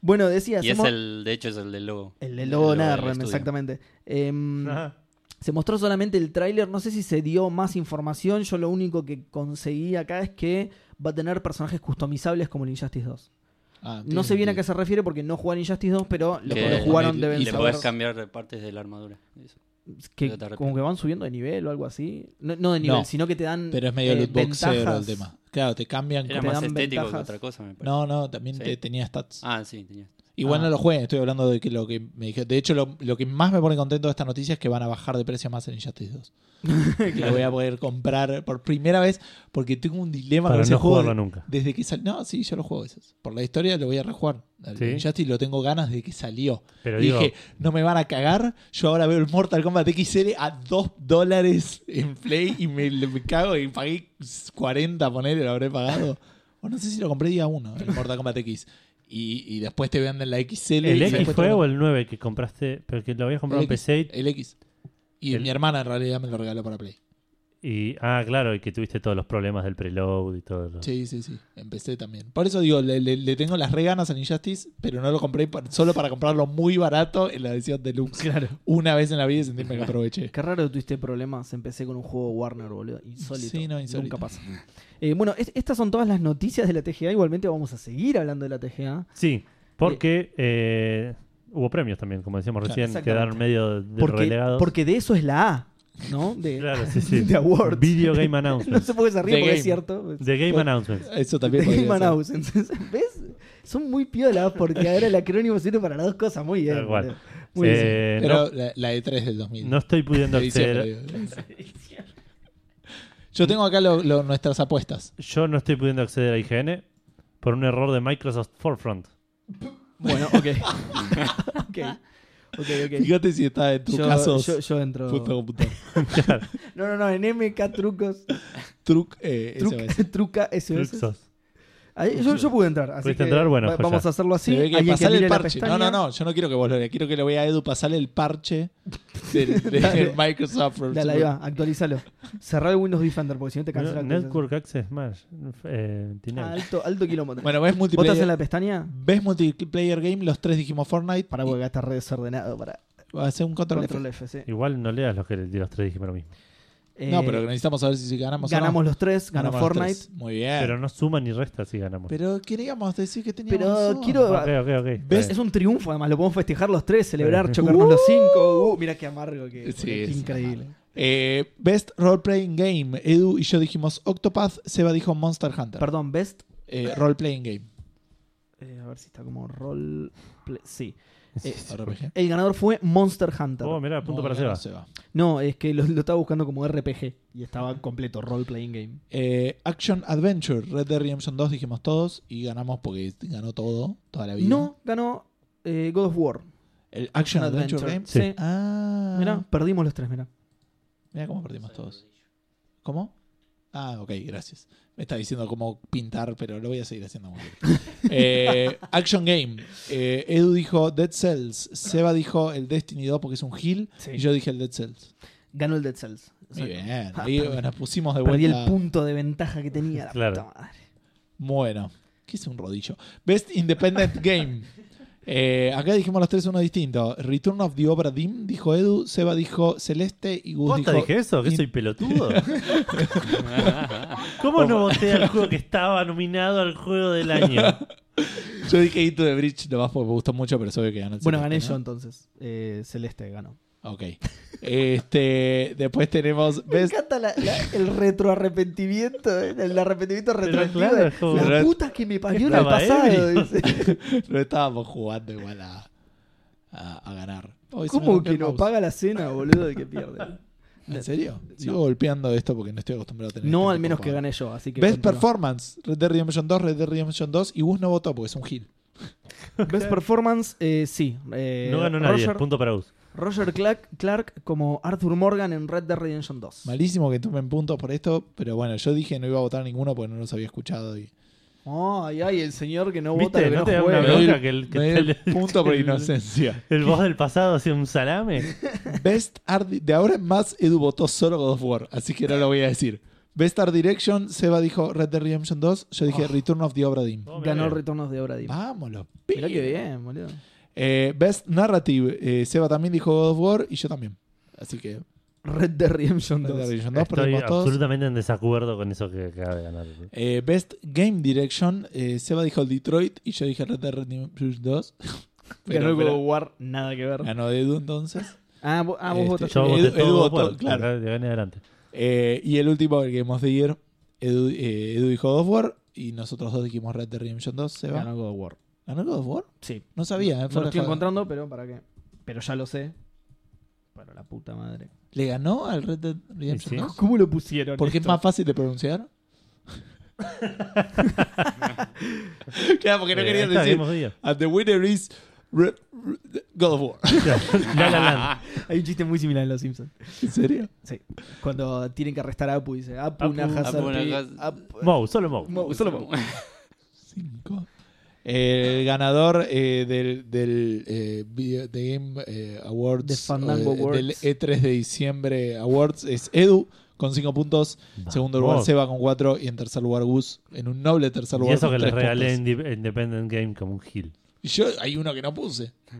Speaker 3: Bueno, decía,
Speaker 4: Y es
Speaker 3: hacemos-
Speaker 4: el, de hecho es el del logo.
Speaker 3: el de Lobo
Speaker 4: del
Speaker 3: Narren,
Speaker 4: estudio.
Speaker 3: exactamente. Em,
Speaker 2: Ajá.
Speaker 3: Se mostró solamente el tráiler, no sé si se dio más información, yo lo único que conseguí acá es que va a tener personajes customizables como el Injustice 2.
Speaker 1: Ah, tiene
Speaker 3: No sé bien a
Speaker 1: sentido.
Speaker 3: qué se refiere porque no juegan Injustice 2, pero los
Speaker 4: Que-
Speaker 3: que lo jugaron
Speaker 1: y
Speaker 3: deben
Speaker 4: Y le
Speaker 1: Pensaba-
Speaker 4: podés
Speaker 3: saber
Speaker 4: cambiar de partes de la armadura. Eso.
Speaker 3: que
Speaker 4: de otra
Speaker 3: como que van subiendo de nivel o algo así. No, no de nivel,
Speaker 1: No,
Speaker 3: sino que te dan
Speaker 1: Pero es medio
Speaker 3: eh,
Speaker 1: loot boxero el
Speaker 3: ventajas.
Speaker 1: tema. Claro, te cambian.
Speaker 4: Era
Speaker 1: como-
Speaker 3: te
Speaker 4: más
Speaker 3: dan
Speaker 4: estético que
Speaker 3: ventajas.
Speaker 4: otra cosa, me parece.
Speaker 1: No, no, también
Speaker 4: Sí.
Speaker 1: te, tenía stats.
Speaker 4: Ah, sí, tenía.
Speaker 1: Igual
Speaker 3: Ah.
Speaker 1: no lo jueguen, estoy hablando de que lo que me dije. De hecho, lo, lo que más me pone contento de esta noticia es que van a bajar de precio más en Injustice 2. Que lo voy a poder comprar por primera vez porque tengo un dilema
Speaker 2: Para
Speaker 1: con ese
Speaker 2: no
Speaker 1: juego.
Speaker 2: jugarlo nunca.
Speaker 1: Desde que salió. No, sí, yo lo juego esos. Por la historia lo voy a rejugar. El
Speaker 2: Sí.
Speaker 1: Injustice lo tengo ganas de que salió.
Speaker 2: Pero
Speaker 1: Y
Speaker 2: digo,
Speaker 1: dije, no me van a cagar. Yo ahora veo el Mortal Kombat XL a 2 dólares en Play y me, me cago y pagué 40, ponerle, lo habré pagado. O no sé si lo compré día 1, el Mortal Kombat X. Y, y después te venden la XL. y
Speaker 2: ¿el X
Speaker 1: después te
Speaker 2: fue o
Speaker 1: venden-
Speaker 2: el 9 que compraste? Pero que lo habías comprado en
Speaker 1: El X.
Speaker 2: PC y-
Speaker 1: El X. Y
Speaker 2: El-
Speaker 1: mi hermana en realidad me lo regaló para Play.
Speaker 2: y. Ah, claro, y que tuviste todos los problemas del preload y todo. lo-
Speaker 1: Sí, sí, sí. Empecé también. Por eso digo, le, le- le tengo las reganas al Injustice, pero no lo compré pa- solo para comprarlo muy barato en la edición deluxe.
Speaker 3: Claro.
Speaker 1: Una vez en la vida y sentirme que aproveché.
Speaker 3: Qué raro que tuviste problemas. Empecé con un juego Warner, boludo. Insólito.
Speaker 1: Sí, no, insólito.
Speaker 3: Nunca pasa. Eh, bueno, es- estas son todas las noticias de la TGA. Igualmente vamos a seguir hablando de la TGA.
Speaker 2: Sí, porque eh, hubo premios también, como decíamos
Speaker 1: Claro,
Speaker 2: recién,
Speaker 3: exactamente.
Speaker 2: quedaron medio de
Speaker 3: Porque,
Speaker 2: relegados.
Speaker 3: porque de eso es la A, ¿no? De,
Speaker 2: Claro, sí, sí.
Speaker 3: de awards.
Speaker 2: Video Game
Speaker 3: no
Speaker 2: Announcements.
Speaker 3: sé por qué se ríe,
Speaker 1: The
Speaker 3: porque
Speaker 1: Game.
Speaker 3: es cierto.
Speaker 2: The Game
Speaker 1: Bueno,
Speaker 2: Announcements.
Speaker 1: Eso
Speaker 3: The
Speaker 1: también
Speaker 3: Game
Speaker 1: podría ser.
Speaker 3: Announcements. ¿Ves? Son muy piolas porque ahora el acrónimo sirve para las dos cosas. Muy bien.
Speaker 2: Tal cual.
Speaker 3: boludo. Muy bien.
Speaker 2: Eh,
Speaker 1: Pero la, la E3 del 2000.
Speaker 2: no, no estoy pudiendo
Speaker 1: De diciembre,
Speaker 2: acceder.
Speaker 1: digo. Yo tengo acá lo- lo- nuestras apuestas.
Speaker 2: Yo no estoy pudiendo acceder a IGN por un error de Microsoft Forefront.
Speaker 3: Bueno, ok. ok. Ok, ok.
Speaker 1: Fíjate si está en tu
Speaker 3: Yo,
Speaker 1: caso.
Speaker 3: yo- yo entro.
Speaker 1: punto com punto.
Speaker 3: No, no, no, en MK Trucos.
Speaker 1: Truc, eh,
Speaker 3: Truc-
Speaker 1: SOS.
Speaker 3: truca SOS.
Speaker 2: Microsoft.
Speaker 3: Ahí- Yo, yo pude entrar. Así
Speaker 2: Pudiste
Speaker 3: que
Speaker 2: entrar, bueno,
Speaker 3: va-
Speaker 2: joya.
Speaker 3: vamos a hacerlo así.
Speaker 1: Se ve que
Speaker 3: Alguien
Speaker 1: pasale
Speaker 3: mire
Speaker 1: el
Speaker 3: la
Speaker 1: parche. No, no,
Speaker 3: pestaña.
Speaker 1: no. Yo no quiero que vos lo veas. Quiero que le voy a Edu pasarle el parche del, del
Speaker 3: Dale.
Speaker 1: Microsoft.
Speaker 3: Dale, ahí va, actualízalo. Cerrar el Windows Defender porque si no te cancela.
Speaker 2: No,
Speaker 3: el Windows.
Speaker 2: Network Access Smash. Eh, tiene-
Speaker 3: Ah, alto, alto kilómetro.
Speaker 1: Bueno, ves
Speaker 3: ¿Votas en
Speaker 1: multiplayer.
Speaker 3: la pestaña?
Speaker 1: Ves multiplayer game, los tres dijimos Fortnite.
Speaker 3: Para porque acá está re desordenado. Para
Speaker 1: Va a ser un control.
Speaker 3: control F, sí.
Speaker 2: Igual no leas los que los tres dijimos lo mismo.
Speaker 3: Eh,
Speaker 1: No, pero necesitamos saber si ganamos. o no.
Speaker 3: ganamos los tres, ganó
Speaker 1: Ganamos los
Speaker 3: Fortnite.
Speaker 1: tres. Muy bien.
Speaker 2: Pero no suma ni resta si ganamos.
Speaker 1: Pero queríamos decir que teníamos.
Speaker 3: Pero
Speaker 1: razón.
Speaker 3: quiero.
Speaker 2: ok, ok, ok. Está
Speaker 1: ¿Ves?
Speaker 2: bien.
Speaker 3: Es un triunfo, además, lo podemos festejar los tres, celebrar,
Speaker 2: Sí.
Speaker 3: chocarnos los cinco. Uh, mirá qué amargo que
Speaker 1: Sí,
Speaker 3: qué
Speaker 1: es
Speaker 3: increíble.
Speaker 1: Eh, best Role Playing Game. Edu y yo dijimos Octopath. Seba dijo Monster Hunter.
Speaker 3: Perdón, Best.
Speaker 1: Eh, role Playing Game.
Speaker 3: eh, a ver si está como rol. play- Sí. Eh,
Speaker 1: RPG.
Speaker 3: el ganador fue Monster Hunter.
Speaker 2: Oh, mirá, punto
Speaker 1: No,
Speaker 2: para
Speaker 1: ganó
Speaker 2: Seba.
Speaker 3: No, es que lo, lo estaba buscando como RPG y estaba completo, role playing game.
Speaker 1: Eh, Action Adventure. Red Dead Redemption 2 dijimos todos y ganamos porque ganó todo, toda la vida.
Speaker 3: No, ganó eh, God of War.
Speaker 1: El Action Adventure,
Speaker 3: Adventure.
Speaker 1: Game.
Speaker 2: Sí.
Speaker 3: Sí.
Speaker 1: Ah.
Speaker 3: Mirá, perdimos los tres, mirá.
Speaker 1: Mirá cómo perdimos todos. ¿Cómo? Ah, ok, gracias. Me está diciendo cómo pintar, pero lo voy a seguir haciendo muy bien. Eh, action Game. Eh, Edu dijo Dead Cells. Seba dijo el Destiny 2 porque es un heal.
Speaker 3: Sí.
Speaker 1: Y yo dije el Dead Cells.
Speaker 3: Ganó el Dead Cells.
Speaker 1: Muy
Speaker 3: Exacto.
Speaker 1: bien.
Speaker 3: Ah,
Speaker 1: Ahí
Speaker 3: perdí.
Speaker 1: nos pusimos de
Speaker 3: Perdí
Speaker 1: vuelta.
Speaker 3: el punto de ventaja que tenía. La
Speaker 2: Claro.
Speaker 3: puta madre.
Speaker 1: Bueno, ¿qué es un rodillo? Best Independent Game. Eh, acá dijimos los tres uno distinto. Return of the Obra Dim, dijo Edu. Seba dijo Celeste y Gus
Speaker 2: ¿Posta
Speaker 1: dijo.
Speaker 2: dije eso? ¿Que
Speaker 1: in-
Speaker 2: soy pelotudo? ¿Cómo no voté al juego que estaba nominado al juego del año?
Speaker 1: Yo dije Into the Bridge nomás porque me gustó mucho, pero es obvio que gané.
Speaker 3: Bueno, gané yo entonces. Eh, Celeste ganó.
Speaker 1: Ok. Este, después tenemos Best
Speaker 3: encanta la- la- el retroarrepentimiento, eh, el arrepentimiento retroactivo.
Speaker 2: claro,
Speaker 3: de,
Speaker 2: es como-
Speaker 3: la
Speaker 1: Pero-
Speaker 3: puta que me parió en el
Speaker 2: Estaba
Speaker 3: pasado.
Speaker 2: ebrio.
Speaker 3: dice.
Speaker 1: Pues No estábamos jugando igual a, a, a ganar. Oh, se me
Speaker 3: ¿Cómo
Speaker 1: rompió
Speaker 3: que
Speaker 1: el
Speaker 3: no
Speaker 1: mouse.
Speaker 3: paga la cena, boludo, de que pierde?
Speaker 1: ¿En serio? Sigo golpeando esto porque no estoy acostumbrado a tener.
Speaker 3: No,
Speaker 1: este
Speaker 3: al menos
Speaker 1: tipo
Speaker 3: que
Speaker 1: de
Speaker 3: gané yo, así que.
Speaker 1: juego. Best
Speaker 3: continúa.
Speaker 1: Performance, Red Dead Redemption 2, Red Dead Redemption 2 y Gus no votó porque es un gil.
Speaker 3: Best Performance, eh, sí. eh,
Speaker 2: No ganó nadie,
Speaker 3: Roger,
Speaker 2: punto para vos.
Speaker 3: Roger Clark, Clark como Arthur Morgan en Red Dead Redemption 2.
Speaker 1: Malísimo que tomen puntos por esto, pero bueno, yo dije no iba a votar ninguno porque no los había escuchado y
Speaker 3: Ay, ay, el señor que no vota,
Speaker 2: ¿Viste?
Speaker 3: que
Speaker 2: ¿No
Speaker 3: no,
Speaker 2: te da una
Speaker 3: juega.
Speaker 1: Me doy
Speaker 2: bronca
Speaker 1: el-
Speaker 2: que el, que
Speaker 1: me
Speaker 2: el,
Speaker 1: dio punto por inocencia.
Speaker 2: el boss del pasado hacía un salame?
Speaker 1: Best Art Di- de ahora en más Edu votó solo God of War, así que no lo voy a decir. Best Art Direction, Seba dijo Red Dead Redemption 2, yo dije
Speaker 3: Oh.
Speaker 1: Return of the Obra Dinn.
Speaker 3: Ganó Retornos de Obra Dinn.
Speaker 2: Ah,
Speaker 1: Vámonos.
Speaker 3: Mirá
Speaker 1: pibe.
Speaker 3: que bien, boludo.
Speaker 1: Eh, Best Narrative, eh, Seba también dijo God of War y yo también. Así que
Speaker 3: Red Dead Redemption
Speaker 1: Red Dead
Speaker 3: 2.
Speaker 1: Redemption 2
Speaker 2: Estoy
Speaker 1: perdimos todos.
Speaker 2: absolutamente en desacuerdo con eso que acaba de ganar.
Speaker 1: Eh, Best Game Direction, eh, Seba dijo el Detroit y yo dije Red Dead Redemption 2.
Speaker 3: Ganó
Speaker 1: Pero-
Speaker 3: God
Speaker 1: pero-
Speaker 3: of War, nada que ver.
Speaker 1: ganó Edu entonces.
Speaker 3: Ah, vos, ah, vos
Speaker 1: Este,
Speaker 3: votaste.
Speaker 2: Yo
Speaker 1: Edu-
Speaker 2: voté
Speaker 1: Edu
Speaker 2: todo
Speaker 1: votó,
Speaker 2: por,
Speaker 1: claro.
Speaker 2: acá de gane adelante.
Speaker 1: Eh, y el último, el Game of the Year, Edu, eh, Edu dijo God of War y nosotros dos dijimos Red Dead Redemption 2, Seba.
Speaker 3: Ganó God of War.
Speaker 1: ¿Ganó God of War?
Speaker 3: Sí.
Speaker 1: No sabía, eh,
Speaker 3: No
Speaker 1: fuera
Speaker 3: lo estoy
Speaker 1: de joda.
Speaker 3: encontrando, pero ¿para qué? Pero ya lo sé. Para la puta madre.
Speaker 1: ¿Le ganó al Red Dead Redemption
Speaker 2: Sí, sí.
Speaker 1: 2?
Speaker 3: ¿Cómo lo pusieron?
Speaker 1: Porque es
Speaker 3: esto?
Speaker 1: más fácil de pronunciar. claro, porque no
Speaker 2: Eh,
Speaker 1: quería
Speaker 2: ahí está,
Speaker 1: decir.
Speaker 2: Game of the Year.
Speaker 1: And the winner is Re- Re- God of War.
Speaker 2: La La Land.
Speaker 3: Hay un chiste muy similar en Los Simpsons.
Speaker 1: ¿En serio?
Speaker 3: Sí. Cuando tienen que arrestar a Apu, dice Apu,
Speaker 2: Apu,
Speaker 3: Nahasati,
Speaker 4: Apu, Nahas-
Speaker 3: Apu-
Speaker 2: Mou, solo Mou.
Speaker 3: Mo- solo Mo.
Speaker 1: Cinco. El ganador eh, del, del eh, Video- The Game eh, Awards,
Speaker 3: The Fandango
Speaker 1: eh, del
Speaker 3: Awards.
Speaker 1: E3 de diciembre Awards es Edu con 5 puntos, en segundo lugar
Speaker 2: Vamos.
Speaker 1: Seba con 4 y en tercer lugar Gus en un noble tercer
Speaker 2: Y
Speaker 1: lugar.
Speaker 2: eso
Speaker 1: con
Speaker 2: que le
Speaker 1: tres
Speaker 2: regalé
Speaker 1: puntos.
Speaker 2: Indi- Independent Game como un hit.
Speaker 1: Y yo hay uno que no puse,
Speaker 2: Sí,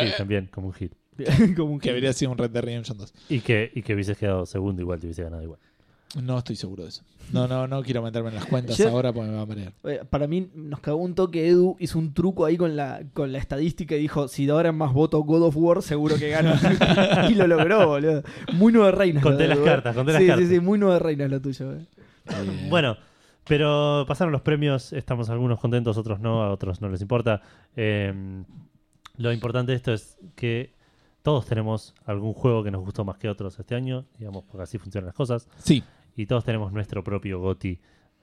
Speaker 1: Eh.
Speaker 2: también, como un hit.
Speaker 3: Como un
Speaker 1: que
Speaker 3: genio.
Speaker 1: habría sido un Red Dead Redemption 2.
Speaker 2: Y que, y que hubieses quedado segundo igual, te hubiese ganado igual.
Speaker 1: No estoy seguro de eso. No, no, no quiero meterme en las cuentas
Speaker 3: Yo-
Speaker 1: ahora porque me va a marear.
Speaker 3: Eh, Para mí nos cagó un toque Edu, hizo un truco ahí con la, con la estadística y dijo, si de ahora en más voto God of War, seguro que gano. y lo logró, boludo. Muy nueve reinas.
Speaker 2: Conté
Speaker 3: lo de
Speaker 2: las
Speaker 3: Edu, eh.
Speaker 2: cartas, conté las
Speaker 3: sí,
Speaker 2: cartas.
Speaker 3: Sí, sí, muy nueve reinas lo tuyo. eh.
Speaker 1: Eh,
Speaker 2: Bueno, pero pasaron los premios, estamos algunos contentos, otros no, a otros no les importa. Eh, lo importante de esto es que todos tenemos algún juego que nos gustó más que otros este año, digamos, porque así funcionan las cosas.
Speaker 1: Sí,
Speaker 2: Y todos tenemos nuestro propio GOTI,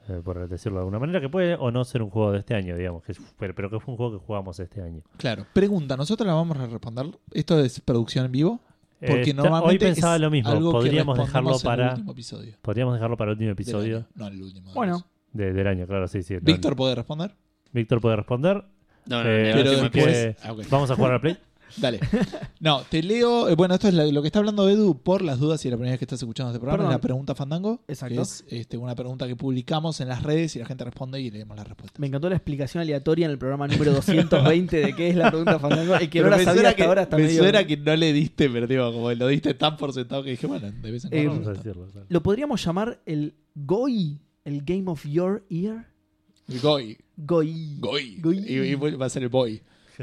Speaker 2: eh, por decirlo de alguna manera, que puede o no ser un juego de este año, digamos, que, es- pero, pero que fue un juego que jugamos este año.
Speaker 1: claro. Pregunta, nosotros la vamos a responder. ¿Esto es producción en vivo?
Speaker 2: Eh,
Speaker 1: Porque
Speaker 2: está-
Speaker 1: normalmente
Speaker 2: hoy pensaba
Speaker 1: es
Speaker 2: lo mismo,
Speaker 1: algo que
Speaker 2: podríamos dejarlo
Speaker 1: respondemos en
Speaker 2: para...
Speaker 1: el último episodio.
Speaker 2: Podríamos dejarlo para el último
Speaker 1: del
Speaker 2: episodio
Speaker 1: año, No, el último.
Speaker 3: Bueno,
Speaker 2: de- del año, claro, sí, sí. no,
Speaker 1: Víctor puede responder.
Speaker 2: no. Víctor puede responder.
Speaker 4: No, no,
Speaker 2: Eh,
Speaker 4: no,
Speaker 1: Pero
Speaker 4: no,
Speaker 2: así
Speaker 4: no,
Speaker 2: que
Speaker 1: después- Ah, ok.
Speaker 2: Vamos a jugar a Play.
Speaker 1: Dale. No, te leo. eh, bueno, esto es la- lo que está hablando Edu por las dudas y la primera vez que estás escuchando este programa.
Speaker 3: Perdón.
Speaker 1: Es la pregunta Fandango.
Speaker 3: Exacto.
Speaker 1: Que es este, una pregunta que publicamos en las redes y la gente responde y leemos la respuesta.
Speaker 3: me encantó la explicación aleatoria en el programa número 220 de qué es la pregunta fandango. Y que no la
Speaker 1: me
Speaker 3: sabía
Speaker 1: suena
Speaker 3: hasta
Speaker 1: que,
Speaker 3: ahora. Hasta
Speaker 1: me
Speaker 3: medio-
Speaker 1: suena que no le diste, pero digo, como lo diste tan por sentado que dije, bueno, de vez en
Speaker 3: Eh,
Speaker 1: cuando.
Speaker 2: Vamos a
Speaker 1: está.
Speaker 2: decirlo, claro.
Speaker 3: Lo podríamos llamar el GOI, el Game of Your Year.
Speaker 1: El Goy.
Speaker 3: GOI.
Speaker 1: Goy.
Speaker 3: Goy.
Speaker 1: Y, y va a ser el Boy.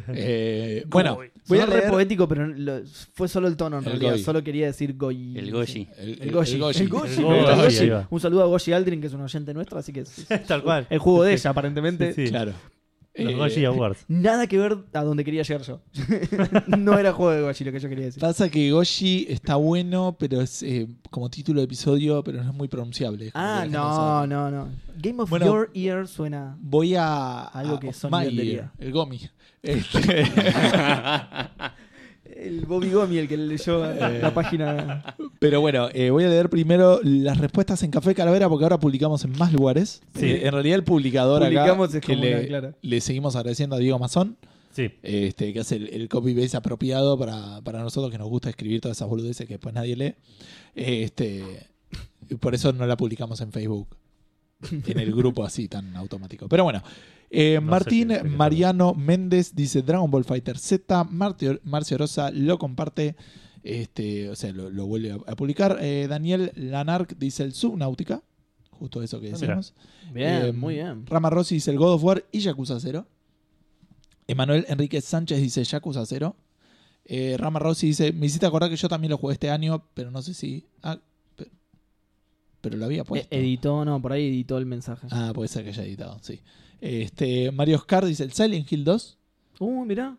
Speaker 1: Eh, bueno,
Speaker 2: Goy.
Speaker 1: voy a
Speaker 3: Sonó re
Speaker 1: leer.
Speaker 3: poético, pero lo- fue solo el tono en
Speaker 1: El
Speaker 3: realidad.
Speaker 1: Goyi.
Speaker 3: Solo quería decir Goyi.
Speaker 4: El Goyi.
Speaker 1: El,
Speaker 3: El Goyi. El Goyi.
Speaker 2: El
Speaker 3: me gusta el
Speaker 2: Goyi,
Speaker 3: Goyi.
Speaker 2: ahí va.
Speaker 3: Un saludo a Goyi Aldrin, que es un oyente nuestro, así que es
Speaker 2: Tal cual.
Speaker 3: el juego de ella, aparentemente.
Speaker 2: Sí, sí.
Speaker 1: Claro.
Speaker 2: Los
Speaker 1: Eh,
Speaker 2: Goji Awards.
Speaker 3: Nada que ver a donde quería llegar yo. no era juego de Goyi lo que yo quería decir.
Speaker 1: Pasa que Goshi está bueno, pero es eh, como título de episodio, pero no es muy pronunciable. Es como
Speaker 3: Ah,
Speaker 1: que la gente
Speaker 3: no,
Speaker 1: sabe.
Speaker 3: no, no. Game of
Speaker 1: Bueno.
Speaker 3: Your Ear suena.
Speaker 1: Voy a.
Speaker 3: Algo
Speaker 1: a-
Speaker 3: que
Speaker 1: of
Speaker 3: Sony
Speaker 1: my
Speaker 3: vendería.
Speaker 1: year, El Gomi. Este,
Speaker 3: El Bobby Gomi, el que leyó
Speaker 1: Eh.
Speaker 3: la página.
Speaker 1: pero bueno, eh, voy a leer primero las respuestas en Café Calavera porque ahora publicamos en más lugares.
Speaker 2: Sí.
Speaker 1: Eh, en realidad, el publicador
Speaker 3: Publicamos
Speaker 1: acá.
Speaker 3: es
Speaker 1: que
Speaker 3: como una
Speaker 1: le,
Speaker 3: clara.
Speaker 1: le seguimos agradeciendo a Diego Mazón,
Speaker 2: Sí.
Speaker 1: este, que hace el, el copy-paste apropiado para, para nosotros que nos gusta escribir todas esas boludeces que después nadie lee. Este, por eso no la publicamos en Facebook. en el grupo así tan automático. Pero bueno, eh,
Speaker 2: No sé
Speaker 1: Martín
Speaker 2: qué es, qué es.
Speaker 1: Mariano Méndez dice Dragon Ball Fighter Z, Martio- Marcio Rosa lo comparte, este, o sea, lo, lo vuelve a, a publicar. Eh, Daniel Lanark dice el Subnautica, justo eso que
Speaker 2: Ah, mira.
Speaker 1: decíamos.
Speaker 3: Bien,
Speaker 1: Eh,
Speaker 3: muy bien.
Speaker 1: Rama Rossi dice el God of War y Yakuza 0. Emanuel Enrique Sánchez dice Yakuza 0. Eh, Rama Rossi dice, me hiciste acordar que yo también lo jugué este año, pero no sé si... Ah, pe- pero lo había puesto.
Speaker 3: Eh, editó, no, por ahí editó el mensaje.
Speaker 1: Ah, puede ser que haya editado, sí. Este, Mario Oscar dice el Silent Hill 2.
Speaker 3: Uh, mirá.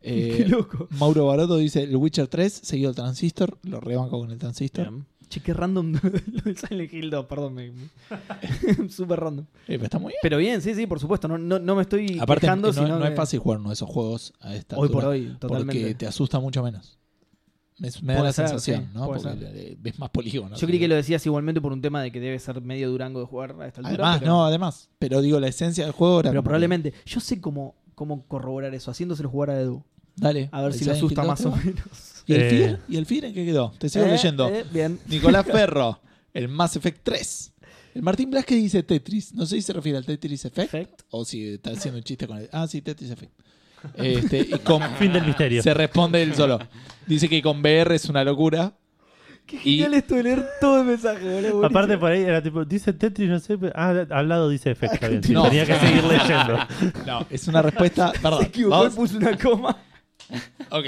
Speaker 1: Eh,
Speaker 3: Qué loco.
Speaker 1: Mauro Baroto dice el Witcher 3, seguido el Transistor. Lo rebanco con el Transistor.
Speaker 3: Bien. Che, qué random lo del Silent Hill 2, perdón. me- me- Súper random.
Speaker 1: Eh, pero está muy bien.
Speaker 3: Pero bien, sí, sí, por supuesto. No, no, no me estoy
Speaker 1: Aparte,
Speaker 3: quejando,
Speaker 1: no,
Speaker 3: sino
Speaker 1: no
Speaker 3: que-
Speaker 1: es fácil jugar uno de esos juegos a esta
Speaker 3: Hoy por
Speaker 1: altura,
Speaker 3: hoy, totalmente.
Speaker 1: Porque te asusta mucho menos. Me, me da
Speaker 3: Puede
Speaker 1: la
Speaker 3: ser,
Speaker 1: sensación,
Speaker 3: sí,
Speaker 1: ¿no?
Speaker 3: puede
Speaker 1: Porque eh, ves más polígonos.
Speaker 3: Yo creí que lo decías igualmente por un tema de que debe ser medio Durango de jugar a esta altura.
Speaker 1: Además,
Speaker 3: pero,
Speaker 1: no, además. Pero digo, la esencia del juego era.
Speaker 3: pero
Speaker 1: como que,
Speaker 3: probablemente. Yo sé cómo, cómo corroborar eso, haciéndoselo jugar a Edu.
Speaker 1: Dale.
Speaker 3: A ver
Speaker 1: el
Speaker 3: si lo
Speaker 1: Silent
Speaker 3: asusta
Speaker 1: Hill
Speaker 3: más
Speaker 1: 2 te
Speaker 3: o
Speaker 1: va.
Speaker 3: menos.
Speaker 1: ¿Y el
Speaker 2: Eh.
Speaker 1: Fear? ¿Y el Fear en qué quedó? Te sigo
Speaker 3: Eh,
Speaker 1: leyendo.
Speaker 3: eh, bien.
Speaker 1: Nicolás Ferro, el Mass Effect 3. El Martín Blasque dice Tetris. No sé si se refiere al Tetris Effect
Speaker 3: Perfecto.
Speaker 1: o si está haciendo un chiste con el. Ah, sí, Tetris Effect. Este, y con,
Speaker 2: Fin del misterio.
Speaker 1: se responde él solo. Dice que con VR es una locura.
Speaker 3: Qué genial
Speaker 1: genial
Speaker 3: esto de leer todo el mensaje, boludo.
Speaker 2: Aparte por ahí era tipo, dice Tetris, no sé, pero- ah, al lado dice Effect, está bien. Sí,
Speaker 1: No.
Speaker 2: Tenía que seguir leyendo.
Speaker 1: No, es una respuesta. Perdón.
Speaker 3: Se equivocó
Speaker 1: vamos-
Speaker 3: y puso una coma.
Speaker 1: Ok.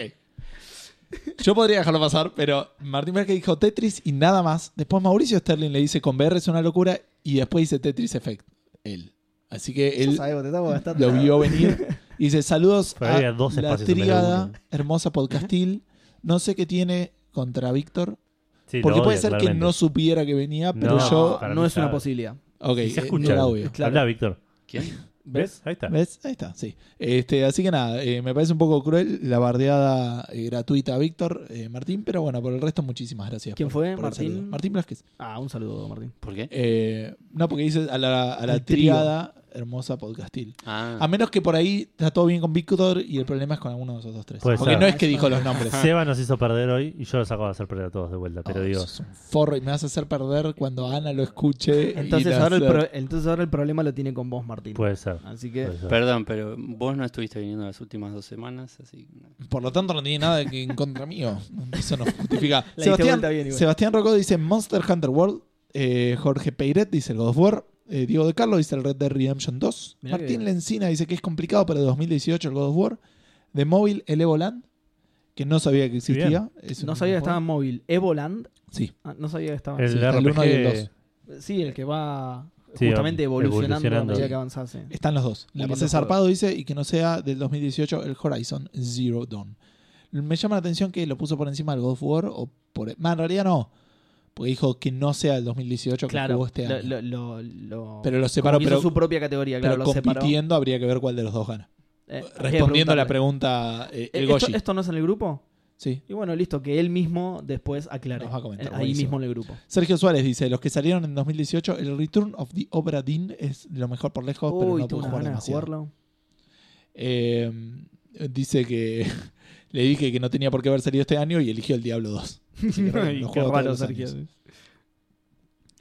Speaker 1: Yo podría dejarlo pasar, pero Martín Blasque dijo Tetris y nada más. Después Mauricio Sterling le dice con VR es una locura y después dice Tetris Effect. Él. Así que él.
Speaker 3: sabemos, te estamos gastando.
Speaker 1: lo vio venir. Y dice, saludos
Speaker 2: Por ahí
Speaker 1: a
Speaker 2: había dos
Speaker 1: la
Speaker 2: espacios en vez de
Speaker 1: trigada,
Speaker 2: uno.
Speaker 1: hermosa podcastil. No sé qué tiene contra Víctor.
Speaker 2: Sí, lo
Speaker 1: Porque
Speaker 2: odia,
Speaker 1: puede ser que
Speaker 2: claramente.
Speaker 1: no supiera que venía, pero
Speaker 2: No.
Speaker 1: yo...
Speaker 2: para
Speaker 3: no
Speaker 2: mí
Speaker 3: es una
Speaker 2: sabe.
Speaker 3: posibilidad.
Speaker 1: Ok,
Speaker 2: Y se
Speaker 1: eh,
Speaker 2: escucha.
Speaker 1: era obvio.
Speaker 3: Claro.
Speaker 2: Habla, Víctor.
Speaker 4: ¿Quién?
Speaker 3: ¿Ves?
Speaker 2: Ahí está.
Speaker 1: ¿Ves? Ahí está, sí. Este, así que nada, eh, me parece un poco cruel la bardeada eh, gratuita a Víctor eh, Martín, pero bueno, por el resto muchísimas gracias.
Speaker 3: ¿Quién
Speaker 1: por-
Speaker 3: fue?
Speaker 1: por el
Speaker 3: Martín.
Speaker 1: saludo. Martín Blasquez.
Speaker 3: Ah, un saludo, Martín.
Speaker 4: ¿Por qué?
Speaker 1: Eh, no, porque dice a la, a la
Speaker 3: El trío.
Speaker 1: trigada, hermosa podcastil.
Speaker 4: Ah,
Speaker 1: A menos que por ahí está todo bien con Víctor y el problema es con alguno de esos dos tres.
Speaker 2: Puede
Speaker 1: Porque
Speaker 2: ser.
Speaker 1: no es que dijo los nombres.
Speaker 2: Seba nos hizo perder hoy y yo los acabo de hacer perder a todos de vuelta. Pero
Speaker 1: Oh,
Speaker 2: digo,
Speaker 1: sos un forro y me vas a hacer perder cuando Ana lo escuche. y
Speaker 3: Entonces
Speaker 1: la-
Speaker 3: ahora, el pro- entonces ahora el problema lo tiene con vos, Martín.
Speaker 2: puede ser.
Speaker 3: Así
Speaker 2: puede
Speaker 3: que
Speaker 2: ser.
Speaker 4: perdón, pero vos no estuviste viniendo las últimas dos semanas, así que no.
Speaker 1: Por lo tanto, no tiene nada que en contra mío. Eso no justifica.
Speaker 3: diste
Speaker 1: Sebastián,
Speaker 3: vuelta bien igual.
Speaker 1: Sebastián Rocco dice Monster Hunter World. Eh, Jorge Peiret dice el God of War. Eh, Diego de Carlos dice el Red Dead Redemption 2.
Speaker 3: Mirá que
Speaker 1: Martín
Speaker 3: bien.
Speaker 1: Lencina dice que es complicado para el 2018 el God of War. De móvil, el Evoland, que no sabía que existía. Es
Speaker 3: no
Speaker 1: un
Speaker 3: sabía que
Speaker 1: juego.
Speaker 3: estaba en móvil. Evoland.
Speaker 1: Sí.
Speaker 3: Ah, no sabía que estaba.
Speaker 2: El
Speaker 1: Sí, está el uno y el dos.
Speaker 2: RPG.
Speaker 3: Sí, el que va
Speaker 2: Sí,
Speaker 3: justamente evolucionando, a
Speaker 2: evolucionando.
Speaker 3: medida que avanzase.
Speaker 1: Están los dos.
Speaker 3: Muy
Speaker 1: La
Speaker 3: lindo
Speaker 1: pasé
Speaker 3: juego.
Speaker 1: zarpado, dice, y que no sea del 2018 el Horizon Zero Dawn. Me llama la atención que lo puso por encima del God of War o por... Más, en realidad no. Porque dijo que no sea el 2018 que jugó este
Speaker 3: lo-
Speaker 1: año.
Speaker 3: lo- lo- lo-
Speaker 1: pero lo
Speaker 3: como
Speaker 1: separó,
Speaker 3: que hizo
Speaker 1: pero,
Speaker 3: su propia categoría,
Speaker 1: pero
Speaker 3: claro, lo separó.
Speaker 1: compitiendo habría que ver cuál de los dos gana.
Speaker 3: Eh, habría que
Speaker 1: Respondiendo a la
Speaker 3: preguntarle.
Speaker 1: pregunta, eh, el
Speaker 3: Eh, ¿Esto,
Speaker 1: Goshi.
Speaker 3: esto no es en el grupo?
Speaker 1: Sí.
Speaker 3: Y bueno, listo, que él mismo después aclare.
Speaker 1: Nos va a comentar,
Speaker 3: Eh, Ahí
Speaker 1: buenísimo.
Speaker 3: mismo en el grupo.
Speaker 1: Sergio Suárez dice, los que salieron en 2018, el Return of the Obra Dinn es lo mejor por lejos, pero
Speaker 3: Uy,
Speaker 1: no
Speaker 3: tengo
Speaker 1: pude
Speaker 3: unas
Speaker 1: jugar
Speaker 3: ganas de
Speaker 1: demasiado.
Speaker 3: jugarlo.
Speaker 1: Eh, dice que le dije que no tenía por qué haber salido este año y eligió el Diablo 2. Así que bueno,
Speaker 3: Y
Speaker 1: lo
Speaker 3: qué
Speaker 1: juego todos
Speaker 3: raro,
Speaker 1: los
Speaker 3: Sergio.
Speaker 1: años.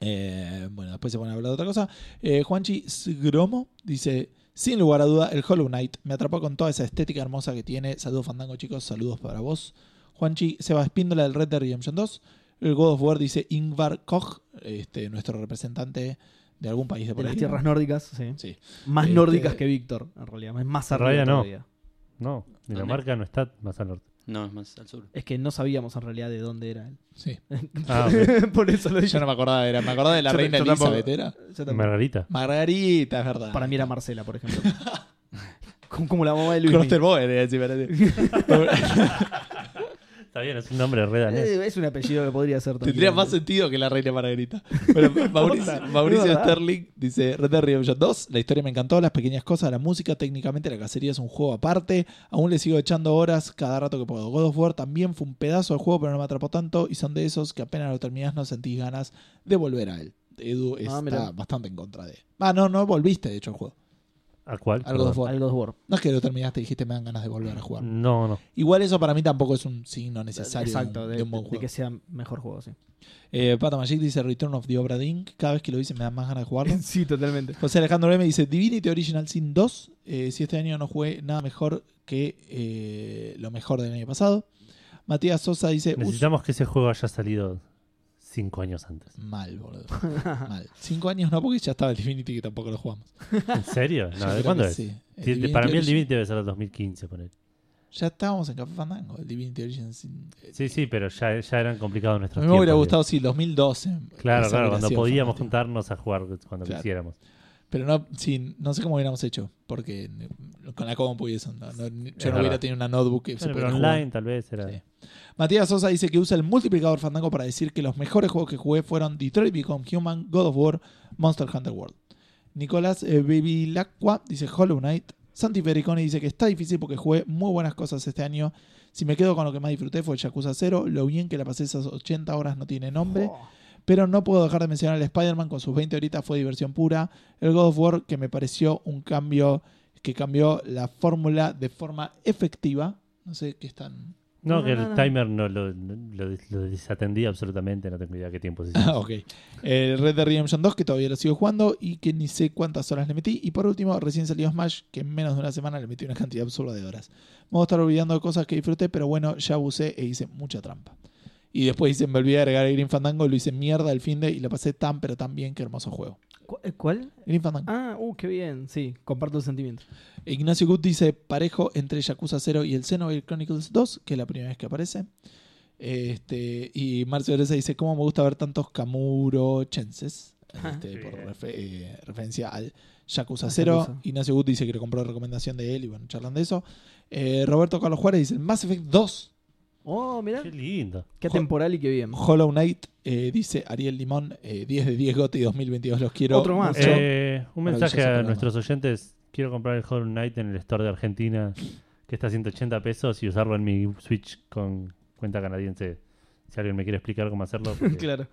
Speaker 1: Eh, bueno, después se pone a hablar de otra cosa. Eh, Juanchi Gromo dice: Sin lugar a duda, el Hollow Knight me atrapó con toda esa estética hermosa que tiene. Saludos, Fandango, chicos. Saludos para vos. Juanchi Seba Espíndola del Red Dead Redemption 2. El God of War dice Ingvar Koch, este, nuestro representante de algún país de por
Speaker 3: De las
Speaker 1: ahí.
Speaker 3: tierras nórdicas, sí.
Speaker 1: Sí.
Speaker 3: Más
Speaker 1: Este-
Speaker 3: nórdicas que Víctor, en realidad. Es más
Speaker 2: En
Speaker 3: arriba
Speaker 2: realidad no.
Speaker 3: todavía.
Speaker 2: No, Dinamarca no está más al norte.
Speaker 4: No, es más al sur.
Speaker 3: Es que no sabíamos en realidad de dónde era él.
Speaker 1: Sí.
Speaker 2: Ah, ok.
Speaker 3: Por eso lo dije.
Speaker 1: Yo no me acordaba, era, me acordaba de la
Speaker 3: Yo-
Speaker 1: reina
Speaker 3: yo tampoco.
Speaker 1: Elizabeth, ¿era?
Speaker 3: Yo también.
Speaker 2: Margarita.
Speaker 1: Margarita, es verdad.
Speaker 3: Para mí era Marcela, por ejemplo. como, como la mamá de Luis.
Speaker 1: Croster Boer, era así, parece.
Speaker 2: Está bien, es un nombre re danés.
Speaker 3: Eh, Es un apellido que podría ser también.
Speaker 1: Tendría más sentido que la reina Margarita. Bueno, Mauricio, Mauricio
Speaker 3: es verdad.
Speaker 1: Sterling dice Red Dead Redemption 2, la historia me encantó, las pequeñas cosas, la música, técnicamente la cacería es un juego aparte, aún le sigo echando horas cada rato que puedo. God of War también fue un pedazo de juego, pero no me atrapó tanto y son de esos que apenas lo terminas no sentís ganas de volver a él. Edu está
Speaker 3: Ah, mirá.
Speaker 1: bastante en contra de. Ah, no, no volviste de hecho al juego.
Speaker 2: ¿A cuál?
Speaker 1: Al God of War.
Speaker 3: Algo de War.
Speaker 1: No es que lo terminaste y dijiste me dan ganas de volver a jugar.
Speaker 2: No, no.
Speaker 1: Igual eso para mí tampoco es un signo necesario de,
Speaker 3: Exacto,
Speaker 1: un-
Speaker 3: de,
Speaker 1: de un buen
Speaker 3: de
Speaker 1: juego.
Speaker 3: que sea mejor juego, sí.
Speaker 1: Eh, Pato Magic dice Return of the Obra Dinn. Cada vez que lo dice me dan más ganas de jugarlo.
Speaker 3: sí, totalmente.
Speaker 1: José Alejandro M dice Divinity Original Sin 2. Eh, si este año no jugué nada mejor que eh, lo mejor del año pasado. Matías Sosa dice Eh, "Us-
Speaker 2: Necesitamos que ese juego haya salido cinco años antes.
Speaker 1: Mal, boludo. Mal. Cinco años no, porque ya estaba el Divinity que tampoco lo jugamos.
Speaker 2: ¿En serio?
Speaker 1: Yo
Speaker 2: No, ¿de
Speaker 1: creo
Speaker 2: cuándo
Speaker 1: que
Speaker 2: es?
Speaker 1: sí. El
Speaker 2: Sí,
Speaker 1: Divinity
Speaker 2: para mí el
Speaker 1: Origin-
Speaker 2: Divinity debe ser el 2015, poner.
Speaker 1: Ya estábamos en Café Fandango, el Divinity Origin. sin-
Speaker 2: Sí, sí, pero ya, ya eran complicados
Speaker 1: Eh, a
Speaker 2: nuestros
Speaker 1: mí me hubiera
Speaker 2: tiempos,
Speaker 1: gustado, sí, 2012.
Speaker 2: digo. Claro,
Speaker 1: Esa
Speaker 2: claro,
Speaker 1: hubiera
Speaker 2: cuando
Speaker 1: sido
Speaker 2: podíamos
Speaker 1: fantástico.
Speaker 2: juntarnos a jugar cuando
Speaker 1: Claro.
Speaker 2: quisiéramos.
Speaker 1: Pero no, sí, no sé cómo hubiéramos hecho, porque con la compu y eso. no- no- yo no
Speaker 2: verdad.
Speaker 1: hubiera tenido una notebook que se
Speaker 2: Bueno, pero
Speaker 1: pudiera
Speaker 2: online
Speaker 1: jugar.
Speaker 2: tal vez era.
Speaker 1: Sí. Matías Sosa dice que usa el multiplicador Fandango para decir que los mejores juegos que jugué fueron Detroit Become Human, God of War, Monster Hunter World. Nicolás eh, Bevilacqua dice Hollow Knight. Santi Pericone dice que está difícil porque jugué muy buenas cosas este año. Si me quedo con lo que más disfruté fue Yakuza 0. Lo bien que la pasé esas 80 horas no tiene nombre.
Speaker 3: Oh.
Speaker 1: Pero no puedo dejar de mencionar el Spider-Man con sus 20 horitas fue diversión pura. El God of War que me pareció un cambio que cambió la fórmula de forma efectiva. No sé qué están.
Speaker 2: No,
Speaker 3: No,
Speaker 2: que
Speaker 3: no,
Speaker 2: el
Speaker 3: no.
Speaker 2: timer no lo, no- lo- lo desatendí absolutamente, no tengo idea qué tiempo se hizo.
Speaker 1: Ah, ok. El Red Dead Redemption 2 que todavía lo sigo jugando y que ni sé cuántas horas le metí. Y por último, recién salió Smash que en menos de una semana le metí una cantidad absurda de horas. Me voy a estar olvidando de cosas que disfruté, pero bueno, ya abusé e hice mucha trampa. Y después hice, me olvidé de agregar el Green Fandango, lo hice mierda el fin de y la pasé tan pero tan bien, qué hermoso juego.
Speaker 3: ¿Cu- eh, ¿Cuál?
Speaker 1: Green Fandango.
Speaker 3: Ah, uh, qué bien. Sí, comparto el sentimiento.
Speaker 1: Ignacio Gut dice parejo entre Yakuza 0 y el Xenoblade Chronicles 2, que es la primera vez que aparece. Este, y Marcio Oresa dice, ¿cómo me gusta ver tantos camurochenses? Este, por
Speaker 2: Bien.
Speaker 1: refe- eh, referencia al Yakuza
Speaker 3: Al
Speaker 1: 0.
Speaker 3: Yakuza.
Speaker 1: Ignacio Gut dice que le compró recomendación de él y bueno, charlan de eso. Eh, Roberto Carlos Juárez dice, Mass Effect 2,
Speaker 3: Oh, mirá.
Speaker 2: Qué lindo.
Speaker 3: Qué
Speaker 1: Jo-
Speaker 3: temporal y qué bien.
Speaker 1: Hollow Knight, eh, dice Ariel Limón, eh, 10 de 10 Gotti 2022, los quiero.
Speaker 3: Otro más.
Speaker 1: mucho.
Speaker 2: Eh,
Speaker 1: Maravilloso
Speaker 2: un mensaje a
Speaker 1: programa.
Speaker 2: nuestros oyentes. Quiero comprar el Hollow Knight en el store de Argentina, que está a 180 pesos, y usarlo en mi Switch con cuenta canadiense. Si alguien me quiere explicar cómo hacerlo, porque
Speaker 3: Claro.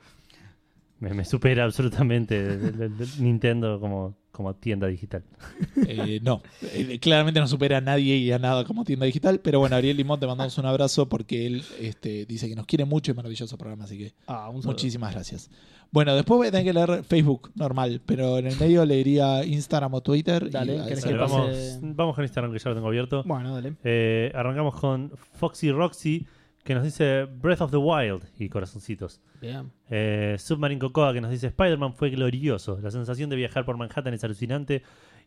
Speaker 2: me, me supera absolutamente el- el- el Nintendo como, como tienda digital.
Speaker 1: Eh, no, Eh, claramente no supera a nadie y a nada como tienda digital, pero bueno, Ariel Limón te mandamos un abrazo porque él este, dice que nos quiere mucho y maravilloso programa, así que
Speaker 3: Ah, un saludo.
Speaker 1: muchísimas gracias. Bueno, después voy a tener que leer Facebook normal, pero en el medio leería Instagram o Twitter.
Speaker 3: Dale,
Speaker 1: y,
Speaker 3: ¿querés
Speaker 1: ahí
Speaker 3: que
Speaker 2: Dale,
Speaker 1: se-
Speaker 3: pase?
Speaker 2: vamos, vamos con Instagram, que ya lo tengo abierto.
Speaker 3: Bueno, dale.
Speaker 2: Eh, arrancamos con Foxy Roxy, que nos dice Breath of the Wild y corazoncitos.
Speaker 3: Bien.
Speaker 2: Eh, Submarine Cocoa, que nos dice Spider-Man fue glorioso. La sensación de viajar por Manhattan es alucinante.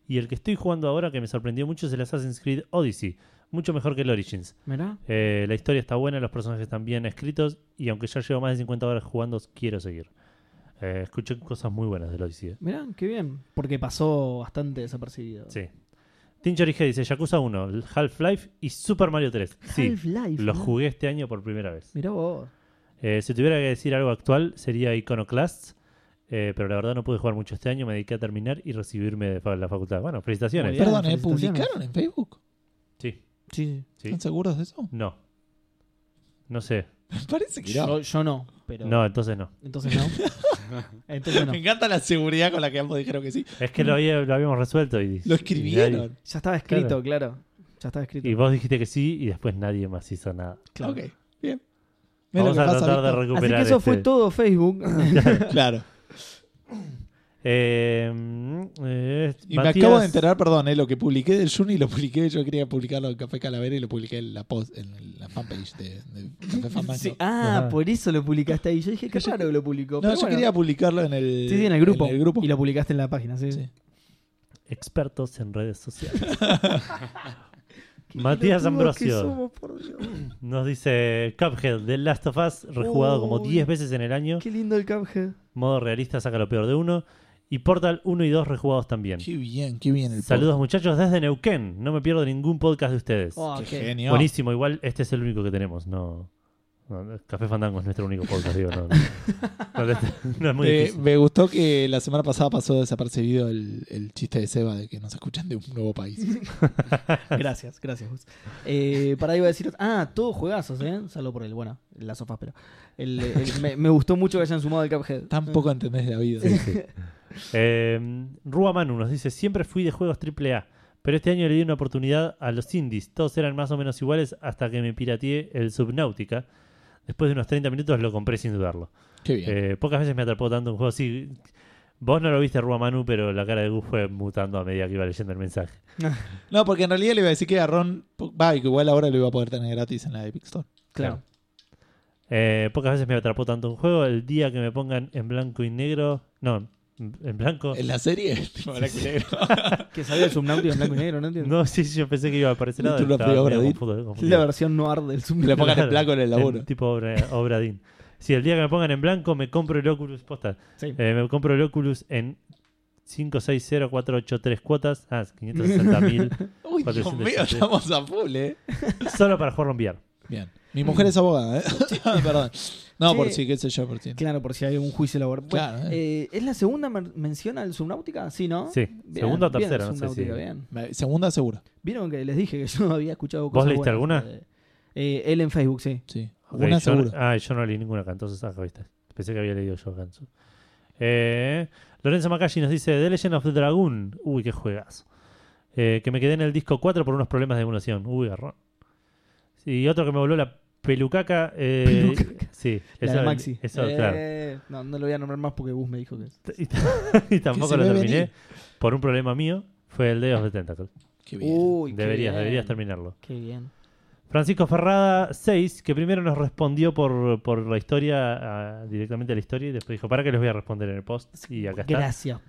Speaker 2: Y el que estoy jugando ahora, que me sorprendió mucho, es el Assassin's Creed Odyssey. Mucho mejor que el Origins.
Speaker 3: Mirá.
Speaker 2: Eh, la historia está buena, los personajes están bien escritos. Y aunque ya llevo más de 50 horas jugando, quiero seguir. Eh, escuché cosas muy buenas del Odyssey. eh.
Speaker 3: Mirá, qué bien. Porque pasó bastante desapercibido.
Speaker 2: Sí. Tincher IG dice Yakuza 1, Half-Life y Super Mario 3. Sí,
Speaker 3: Half-Life.
Speaker 2: los
Speaker 3: mirá.
Speaker 2: jugué este año por primera vez.
Speaker 3: Mirá vos.
Speaker 2: Eh, si tuviera que decir algo actual, sería Iconoclasts. eh, pero la verdad no pude jugar mucho este año, me dediqué a terminar y recibirme de fa- la facultad. Bueno,
Speaker 3: Muy
Speaker 2: felicitaciones.
Speaker 3: bien.
Speaker 1: Perdón, ¿eh?
Speaker 3: Felicitaciones.
Speaker 1: ¿publicaron en Facebook?
Speaker 2: Sí,
Speaker 3: Sí,
Speaker 2: sí.
Speaker 1: ¿Están seguros de eso?
Speaker 2: No. No sé.
Speaker 1: Me parece que
Speaker 3: sí. Yo, yo no, pero.
Speaker 2: No, entonces no.
Speaker 3: Entonces no. Entonces no.
Speaker 1: Me encanta la seguridad con la que ambos dijeron que sí.
Speaker 2: Es que lo, había- lo habíamos resuelto y...
Speaker 1: Lo
Speaker 2: y nadie-
Speaker 1: escribieron.
Speaker 3: Ya estaba escrito, claro. Ya estaba escrito.
Speaker 2: Y vos dijiste que sí y después nadie más hizo nada.
Speaker 3: Claro.
Speaker 1: Ok, bien. Mira lo
Speaker 2: Vamos
Speaker 1: que
Speaker 2: a
Speaker 1: pasa,
Speaker 2: tratar de
Speaker 1: Víctor.
Speaker 2: recuperar
Speaker 3: Así que eso fue
Speaker 2: este-
Speaker 3: todo Facebook.
Speaker 1: Claro.
Speaker 2: Eh, mm, eh,
Speaker 1: Y me
Speaker 2: Matías-
Speaker 1: acabo de enterar, perdón, eh, lo que publiqué del Juni lo publiqué, yo quería publicarlo en Café Calavera y lo publiqué en la post, en la fanpage de, de Café Fandango.
Speaker 3: Sí. Ah,
Speaker 2: Ajá.
Speaker 3: por eso lo publicaste ahí. Yo dije, qué raro que lo publicó.
Speaker 1: no,
Speaker 3: pero
Speaker 1: yo
Speaker 3: bueno.
Speaker 1: quería publicarlo en el,
Speaker 3: Sí, sí, en el grupo. Y lo publicaste en la página, sí.
Speaker 1: Sí.
Speaker 2: expertos en redes sociales. Matías
Speaker 3: Pelotudos que
Speaker 2: Ambrosio
Speaker 3: somos, por Dios.
Speaker 2: nos dice Cuphead The Last of Us rejugado como
Speaker 3: Uy.
Speaker 2: 10 veces en el año,
Speaker 3: Qué lindo el canje.
Speaker 2: modo realista saca lo peor de uno y Portal 1 y 2 rejugados también.
Speaker 1: Qué bien, qué bien el
Speaker 2: Saludos muchachos desde Neuquén, no me pierdo ningún podcast de ustedes.
Speaker 3: Oh,
Speaker 1: podcast. Qué
Speaker 3: ok.
Speaker 1: genio.
Speaker 2: Buenísimo, igual este es el único que tenemos, no, no, Café Fandango es nuestro único podcast, digo, no, no, no, no es muy
Speaker 1: Eh,
Speaker 2: difícil.
Speaker 1: me gustó que la semana pasada pasó desapercibido el, el chiste de Seba de que nos escuchan de un nuevo país.
Speaker 3: Gracias, gracias, Gus. Eh, para ahí iba a decir. Ah, todos juegazos, ¿eh? Salvo por el, bueno, las sofás, pero. el- el- me, me gustó mucho que hayan sumado el Cuphead.
Speaker 1: Tampoco entendés la vida.
Speaker 2: Eh, Rua Manu nos dice: Siempre fui de juegos AAA, pero este año le di una oportunidad a los indies. Todos eran más o menos iguales hasta que me pirateé el Subnautica. Después de unos 30 minutos lo compré sin dudarlo.
Speaker 1: Qué bien.
Speaker 2: Eh, pocas veces me atrapó tanto un juego así. Vos no lo viste, Rua Manu, pero la cara de Gus fue mutando a medida que iba leyendo el mensaje.
Speaker 1: No, porque en realidad le iba a decir que a Ron, va, y que igual ahora lo iba a poder tener gratis en la Epic Store.
Speaker 3: Claro.
Speaker 2: Eh, pocas veces me atrapó tanto un juego. El día que me pongan en blanco y negro. No, ¿En blanco?
Speaker 1: En la serie, tipo blanco y negro.
Speaker 3: Que salió el Subnautica en blanco y negro, ¿no entiendes?
Speaker 2: No, sí, sí, yo pensé que iba a aparecer nada.
Speaker 1: Tú lo
Speaker 2: estaba
Speaker 1: obradín.
Speaker 2: medio confuso,
Speaker 3: Es
Speaker 2: confundido.
Speaker 3: la versión noir del
Speaker 1: Que lo
Speaker 3: Subnautica.
Speaker 1: pongan en
Speaker 2: Claro,
Speaker 1: blanco en el laburo.
Speaker 2: en tipo obra, obradín. Si el día que me pongan en blanco, me compro el Oculus posta.
Speaker 3: Sí.
Speaker 2: Eh, me compro el Oculus en 560483 cuotas. Ah, 560.000.
Speaker 1: Uy, Dios
Speaker 2: 400,
Speaker 1: mío,
Speaker 2: sí.
Speaker 1: estamos a full, eh.
Speaker 2: solo para jugarlo en VR.
Speaker 1: Bien. Mi mujer es abogada, ¿eh? Perdón. No,
Speaker 3: Che.
Speaker 1: por si, qué sé yo, por si.
Speaker 3: Claro, por si hay un juicio laboral. Bueno,
Speaker 1: Claro,
Speaker 3: eh, ¿Es la segunda men- mención al Subnautica? Sí, ¿no?
Speaker 2: Sí,
Speaker 3: Bien,
Speaker 2: segunda o
Speaker 3: bien,
Speaker 2: tercera, no sé si.
Speaker 3: Subnautica, bien.
Speaker 1: Me- Segunda seguro,
Speaker 3: Vieron que les dije que yo había escuchado
Speaker 2: ¿Vos
Speaker 3: cosas
Speaker 2: leíste
Speaker 3: buenas,
Speaker 2: alguna?
Speaker 3: eh, eh, él en Facebook, sí.
Speaker 1: sí.
Speaker 2: Ok,
Speaker 1: Una
Speaker 2: yo no-
Speaker 1: seguro.
Speaker 2: ah, yo no leí ninguna acá, entonces acá viste. Pensé que había leído yo Ganso. Eh, Lorenzo Macalli nos dice The Legend of the Dragon. Uy, qué juegazo. Eh, que me quedé en el disco 4 por unos problemas de emulación. Uy, garrón. Y otro que me voló la pelucaca. Eh, Sí,
Speaker 3: La
Speaker 2: esa-
Speaker 3: de Maxi.
Speaker 2: esa,
Speaker 3: Eh,
Speaker 2: claro.
Speaker 3: No, no lo voy a nombrar más porque Gus me dijo que es.
Speaker 2: Y, t- y tampoco
Speaker 1: se
Speaker 2: lo
Speaker 1: ve
Speaker 2: terminé
Speaker 1: venir.
Speaker 2: por un problema mío. Fue el Day of the Tentacle.
Speaker 3: Uh.
Speaker 1: Qué bien.
Speaker 3: Uy, qué
Speaker 2: Deberías,
Speaker 3: bien.
Speaker 2: deberías terminarlo.
Speaker 3: Qué bien.
Speaker 2: Francisco Ferrada 6, que primero nos respondió por, por la historia, ah, directamente a la historia, y después dijo, para que les voy a responder en el post. Y acá está.
Speaker 3: Gracias.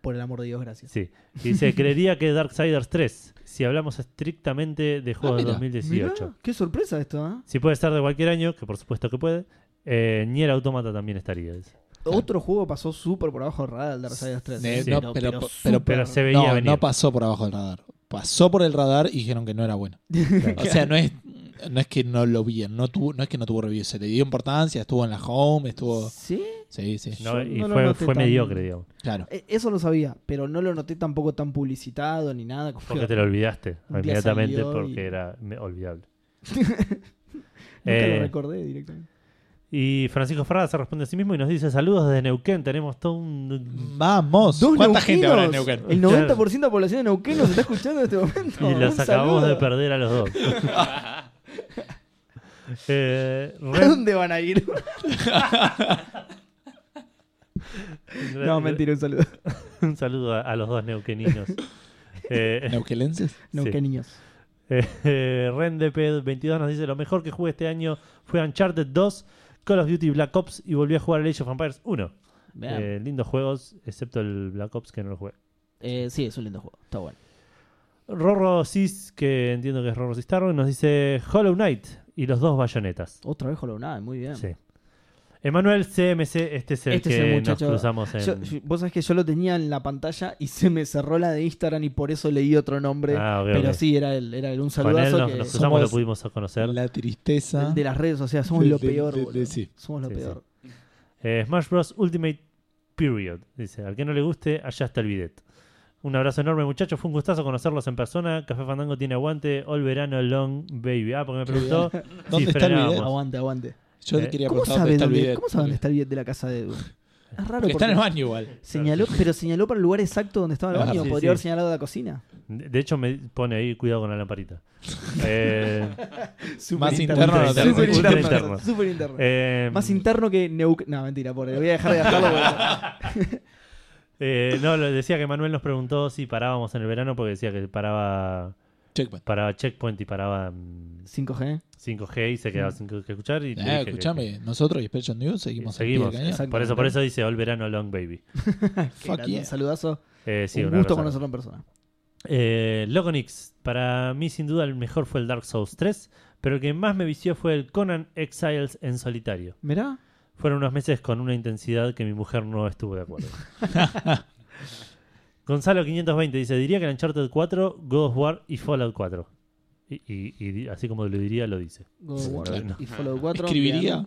Speaker 3: Por el amor de Dios, gracias.
Speaker 2: Sí. Y dice, creería que Darksiders 3, si hablamos estrictamente de
Speaker 3: Ah,
Speaker 2: juegos de
Speaker 1: mira.
Speaker 2: 2018.
Speaker 3: Mirá, qué sorpresa esto, ¿ah?
Speaker 2: Si puede estar de cualquier año, que por supuesto que puede, eh, Nier Automata también estaría. dice.
Speaker 3: Otro juego pasó súper por abajo del radar el Darksiders 3.
Speaker 1: Ne-
Speaker 2: Sí.
Speaker 1: no,
Speaker 3: Pero-
Speaker 1: pero,
Speaker 3: pero
Speaker 1: pero-
Speaker 3: súper.
Speaker 2: Pero se veía
Speaker 1: no,
Speaker 2: venir.
Speaker 1: no pasó por abajo del radar. Pasó por el radar y dijeron que no era bueno. O sea, no es, no es que no lo vieron, no tuvo, no es que no tuvo review, se le dio importancia, estuvo en la home, estuvo.
Speaker 3: ¿Sí?
Speaker 1: Sí, sí.
Speaker 2: No,
Speaker 3: Yo
Speaker 2: y
Speaker 3: no lo
Speaker 2: fue,
Speaker 3: noté
Speaker 2: fue
Speaker 3: tan-
Speaker 2: mediocre, digamos.
Speaker 1: Claro.
Speaker 3: Eh, Eso lo sabía, pero no lo noté tampoco tan publicitado ni nada. como
Speaker 2: Porque
Speaker 3: que-
Speaker 2: te lo olvidaste
Speaker 3: Un día
Speaker 2: inmediatamente
Speaker 3: salió
Speaker 2: porque
Speaker 3: y-
Speaker 2: era me- olvidable.
Speaker 3: Nunca
Speaker 2: Eh,
Speaker 3: lo recordé directamente.
Speaker 2: Y Francisco Ferrada se responde a sí mismo y nos dice saludos desde Neuquén, tenemos todo un...
Speaker 3: Mm.
Speaker 1: Vamos.
Speaker 3: Dos
Speaker 1: ¿Cuánta gente
Speaker 3: neuquinos.
Speaker 1: habrá en Neuquén?
Speaker 3: El 90% de la población de Neuquén nos está escuchando en este momento.
Speaker 2: Y los
Speaker 3: Un
Speaker 2: acabamos
Speaker 3: saludo.
Speaker 2: de perder a los dos. Eh,
Speaker 3: ¿A
Speaker 2: Ren-
Speaker 3: dónde van a ir?
Speaker 2: Ren-
Speaker 3: no, mentira, un saludo.
Speaker 2: Un saludo a, a los dos neuqueninos. Eh,
Speaker 1: Neuquelenses.
Speaker 3: No,
Speaker 2: Sí.
Speaker 3: qué niños.
Speaker 2: eh, RenDP22 nos dice lo mejor que jugué este año fue Uncharted 2, Call of Duty Black Ops y volví a jugar el Age of Empires 1. Eh, lindos juegos, excepto el Black Ops que no lo jugué.
Speaker 3: Eh, sí, es un lindo juego. Está bueno.
Speaker 2: Rorro Cis, que entiendo que es Rorro Cistarro, nos dice Hollow Knight y los dos bayonetas.
Speaker 3: Otra vez Hollow Knight, muy bien.
Speaker 2: Sí. Emanuel CMC, este es el
Speaker 3: Este es el
Speaker 2: que
Speaker 3: muchacho.
Speaker 2: nos cruzamos en...
Speaker 3: Yo- yo- vos sabés que yo lo tenía en la pantalla y se me cerró la de Instagram y por eso leí otro nombre.
Speaker 2: Ah, ok,
Speaker 3: pero
Speaker 2: ok.
Speaker 3: sí, era, el, era el un
Speaker 2: Con él
Speaker 3: saludazo
Speaker 2: nos,
Speaker 3: que
Speaker 2: nos
Speaker 1: somos
Speaker 2: cruzamos, lo pudimos conocer.
Speaker 1: La tristeza.
Speaker 3: ¿Ah? de las redes sociales. Somos
Speaker 1: de-
Speaker 3: lo
Speaker 1: de-
Speaker 3: peor,
Speaker 1: de- de-
Speaker 3: boludo.
Speaker 1: sí.
Speaker 3: Somos lo
Speaker 2: Sí, sí.
Speaker 3: peor.
Speaker 2: Eh, Smash Bros. Ultimate Period. Dice, al que no le guste, allá está el bidet. Un abrazo enorme, muchachos. Fue un gustazo conocerlos en persona. Café Fandango tiene aguante. All verano long, baby. Ah, porque me
Speaker 1: Qué
Speaker 2: preguntó si
Speaker 1: ¿Dónde está el bidet?
Speaker 2: frenábamos.
Speaker 3: Aguante, aguante.
Speaker 1: Yo
Speaker 2: Eh,
Speaker 1: te quería
Speaker 3: ¿Cómo
Speaker 1: preguntar
Speaker 3: sabe,
Speaker 1: dónde está el
Speaker 3: dónde,
Speaker 1: bidet.
Speaker 3: ¿Cómo sabe dónde está el bidet de la casa de Edu? Es raro
Speaker 1: Porque
Speaker 3: porque,
Speaker 1: está en el baño igual.
Speaker 3: señaló, pero señaló para el lugar exacto donde estaba el
Speaker 1: Ah,
Speaker 3: baño.
Speaker 2: sí,
Speaker 3: Podría
Speaker 2: sí.
Speaker 3: haber señalado la cocina.
Speaker 2: De de hecho, me pone ahí cuidado con la lamparita. Eh,
Speaker 1: Más
Speaker 2: interno.
Speaker 1: interno no te
Speaker 2: Súper
Speaker 1: hace.
Speaker 2: interno.
Speaker 1: Che,
Speaker 2: interno.
Speaker 3: Súper interno.
Speaker 2: eh,
Speaker 3: Más interno que Neuc... No, mentira, pobre. Voy a dejar de gastarlo porque...
Speaker 2: eh, no, lo decía que Manuel nos preguntó si parábamos en el verano porque decía que paraba,
Speaker 1: Checkpoint.
Speaker 2: paraba Checkpoint y paraba mm,
Speaker 3: 5G.
Speaker 2: 5G y se
Speaker 3: Mm.
Speaker 2: quedaba sin que que escuchar.
Speaker 3: Ah,
Speaker 2: Y le dije
Speaker 1: Eh,
Speaker 2: que-
Speaker 1: escuchame, nosotros y Special News seguimos al pie del
Speaker 2: Seguimos.
Speaker 1: cañón.
Speaker 3: exacto.
Speaker 2: Por eso, por eso dice All Verano Long Baby.
Speaker 1: Fuck
Speaker 3: Grande,
Speaker 1: yeah.
Speaker 3: Un saludazo.
Speaker 2: Eh, sí,
Speaker 3: un
Speaker 2: una
Speaker 3: gusto
Speaker 2: grosa.
Speaker 3: conocerlo en persona.
Speaker 2: Eh, Loconix, para mí sin duda el mejor fue el Dark Souls 3, pero el que más me vició fue el Conan Exiles en solitario.
Speaker 3: Mirá.
Speaker 2: Fueron unos meses con una intensidad que mi mujer no estuvo de acuerdo. Gonzalo 520 dice, diría que el Uncharted 4, God of War y Fallout 4. Y, y- y di- así como lo diría, lo dice.
Speaker 3: God of War
Speaker 1: Claro.
Speaker 3: y Fallout 4.
Speaker 1: Escribiría.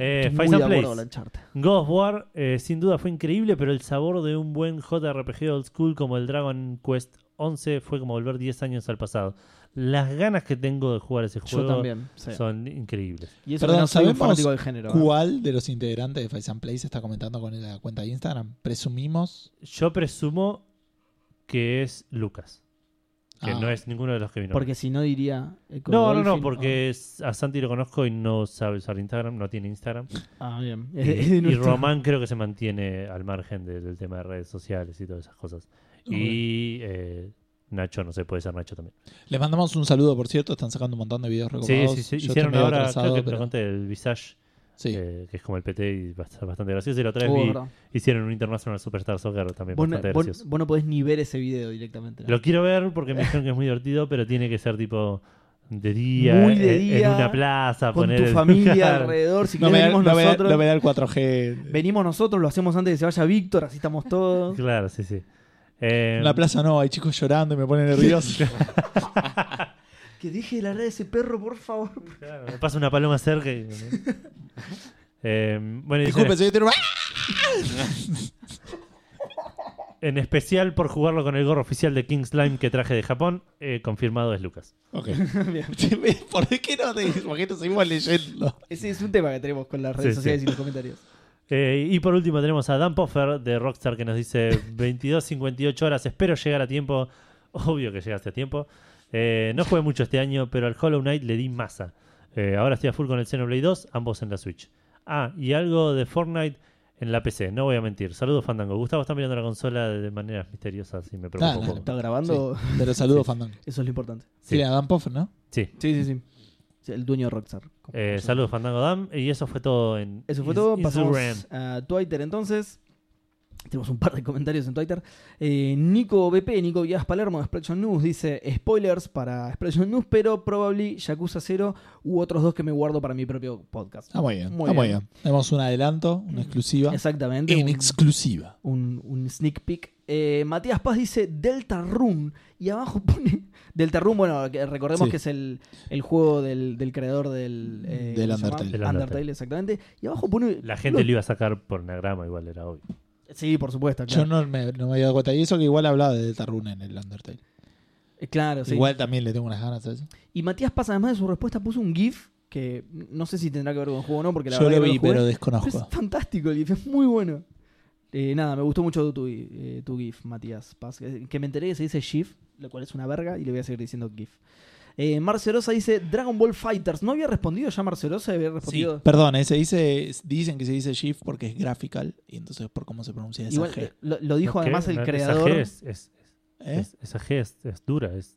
Speaker 2: Eh,
Speaker 3: Bien. Muy
Speaker 2: Faisal
Speaker 3: de acuerdo con la
Speaker 2: Place.
Speaker 3: Uncharted.
Speaker 2: God of War eh, sin duda fue increíble, pero el sabor de un buen JRPG old school como el Dragon Quest 11 fue como volver 10 años al pasado. Las ganas que tengo de jugar ese
Speaker 3: Yo
Speaker 2: juego
Speaker 3: también. sí.
Speaker 2: son increíbles.
Speaker 3: Y eso que
Speaker 1: Perdón,
Speaker 3: no soy un
Speaker 1: ¿sabemos
Speaker 3: fanático del género. ¿eh?
Speaker 1: ¿Cuál de los integrantes de Face and Play se está comentando con la cuenta de Instagram? Presumimos.
Speaker 2: Yo presumo que es Lucas, que
Speaker 1: Ah,
Speaker 2: no es ninguno de los que vino.
Speaker 3: ¿eh? Porque si no diría... Echo
Speaker 2: no, no, no,
Speaker 3: Dolphin,
Speaker 2: porque es- a Santi lo conozco y no sabe usar Instagram, no tiene Instagram.
Speaker 3: o- Ah, bien.
Speaker 2: Y,
Speaker 3: Es de- es de
Speaker 2: y
Speaker 3: nuestro-
Speaker 2: Román creo que se mantiene al margen de- del tema de redes sociales y todas esas cosas. Y eh, Nacho, no sé, puede ser Nacho también.
Speaker 1: Les mandamos un saludo, por cierto. Están sacando un montón de videos
Speaker 2: Sí,
Speaker 1: recopados.
Speaker 2: sí, sí.
Speaker 1: Yo estoy
Speaker 2: Hicieron
Speaker 1: medio
Speaker 2: ahora,
Speaker 1: atrasado,
Speaker 2: creo que te
Speaker 1: pero-
Speaker 2: conté, el Visage
Speaker 1: Sí.
Speaker 2: eh, que es como el PT y va a estar bastante gracioso. Y la otra vez
Speaker 3: Oh,
Speaker 2: vi-
Speaker 3: verdad.
Speaker 2: hicieron un International Superstar Soccer también
Speaker 3: Vos no,
Speaker 2: bastante
Speaker 3: vos-
Speaker 2: gracioso.
Speaker 3: vos no podés ni ver ese video directamente. ¿no?
Speaker 2: Lo quiero ver porque me dijeron que es muy divertido, pero tiene que ser tipo de día,
Speaker 3: Muy de
Speaker 2: eh,
Speaker 3: día,
Speaker 2: en una plaza,
Speaker 3: Con
Speaker 2: poner
Speaker 3: tu
Speaker 2: el-
Speaker 3: familia
Speaker 2: Claro.
Speaker 3: alrededor, si
Speaker 1: No
Speaker 3: querés
Speaker 1: me, da,
Speaker 3: venimos
Speaker 1: no me da-
Speaker 3: nosotros.
Speaker 1: no me da el 4G.
Speaker 3: Venimos nosotros, lo hacemos antes de que se vaya Víctor, así estamos todos.
Speaker 2: Claro, sí, sí. Eh,
Speaker 1: En la plaza no, hay chicos llorando y me pone nervioso.
Speaker 3: que deje de ladrar ese perro, por favor.
Speaker 2: claro, me pasa una paloma cerca. y- Eh, bueno, y dice,
Speaker 1: Disculpe, señor. ¡Ah!
Speaker 2: en especial por jugarlo con el gorro oficial de King Slime que traje de Japón, eh, confirmado es Lucas.
Speaker 1: Ok.
Speaker 3: Bien.
Speaker 1: ¿Por qué no te ¿Por qué no seguimos leyendo?
Speaker 3: Ese es un tema que tenemos con las redes
Speaker 2: Sí,
Speaker 3: sociales
Speaker 2: sí.
Speaker 3: y los comentarios.
Speaker 2: Eh, y por último tenemos a Dan Poffer de Rockstar que nos dice 22, 58 horas, espero llegar a tiempo. Obvio que llegaste a tiempo. Eh, no jugué mucho este año, pero al Hollow Knight le di masa. Eh, ahora estoy a full con el Xenoblade 2, ambos en la Switch. Ah, y algo de Fortnite en la PC, no voy a mentir. Saludos Fandango. Gustavo está mirando la consola de maneras misteriosas y me preocupa
Speaker 1: Ah,
Speaker 2: un
Speaker 1: no,
Speaker 2: poco.
Speaker 3: Está grabando,
Speaker 1: Pero saludos, Fandango.
Speaker 3: eso es lo importante.
Speaker 2: Sí.
Speaker 1: Sí, a Dan Poffer, ¿no?
Speaker 2: Sí.
Speaker 3: Sí, sí, sí. Sí, El dueño de Rockstar.
Speaker 2: Eh, saludos Fandango Dam. Y eso fue todo en
Speaker 3: Eso fue
Speaker 2: Ins-
Speaker 3: todo. Pasamos
Speaker 2: Instagram.
Speaker 3: a Twitter entonces. Tenemos un par de comentarios en Twitter. Eh, Nico BP, Nico Villas Palermo de Explosion News, dice spoilers para Explosion News, pero probably Yakuza 0 u otros dos que me guardo para mi propio podcast.
Speaker 1: Ah, muy bien.
Speaker 3: Muy
Speaker 1: ah, muy
Speaker 3: bien.
Speaker 1: bien. Tenemos un adelanto, una exclusiva.
Speaker 3: Exactamente.
Speaker 1: En
Speaker 3: un-
Speaker 1: exclusiva.
Speaker 3: un, un sneak peek. Eh, Matías Paz dice Delta Room y abajo pone Delta Room, bueno, que recordemos
Speaker 1: Sí.
Speaker 3: que es el, el juego del, del creador del, eh,
Speaker 1: Del
Speaker 3: ¿cómo se llama?
Speaker 1: Undertale.
Speaker 2: Del
Speaker 3: Undertale,
Speaker 2: Undertale.
Speaker 3: exactamente. Y abajo pone
Speaker 2: La gente lo iba a sacar por Nagrama, igual era hoy.
Speaker 3: Sí, por supuesto, claro.
Speaker 1: Yo no me, no me había dado cuenta. Y eso que igual hablaba de Delta Rune en el Undertale.
Speaker 3: Eh, Claro, sí.
Speaker 1: Igual también le tengo unas ganas a eso.
Speaker 3: Y Matías Paz, además de su respuesta, puso un GIF que no sé si tendrá que ver con el juego o no, porque la
Speaker 1: Yo
Speaker 3: verdad
Speaker 1: lo
Speaker 3: que no
Speaker 1: vi,
Speaker 3: jugué. Pues,
Speaker 1: pero
Speaker 3: Pero
Speaker 1: desconozco.
Speaker 3: es fantástico el GIF, es muy bueno. Eh, nada, me gustó mucho tu, eh, tu GIF, Matías Paz. Eh, Que que me enteré que se dice GIF, lo cual es una verga, y le voy a seguir diciendo GIF. Eh, Marcelosa dice Dragon Ball Fighters. ¿No había respondido ya Marcelosa? Había respondido.
Speaker 1: Perdón, eh, se dice, dicen que se dice Shift porque es graphical y entonces por cómo se pronuncia esa
Speaker 3: Igual, eh,
Speaker 1: G.
Speaker 3: lo, lo dijo
Speaker 2: No, ¿qué?
Speaker 3: además el
Speaker 2: No,
Speaker 3: creador.
Speaker 2: Esa G es, es-
Speaker 1: ¿eh?
Speaker 2: es- esa G es- es dura, es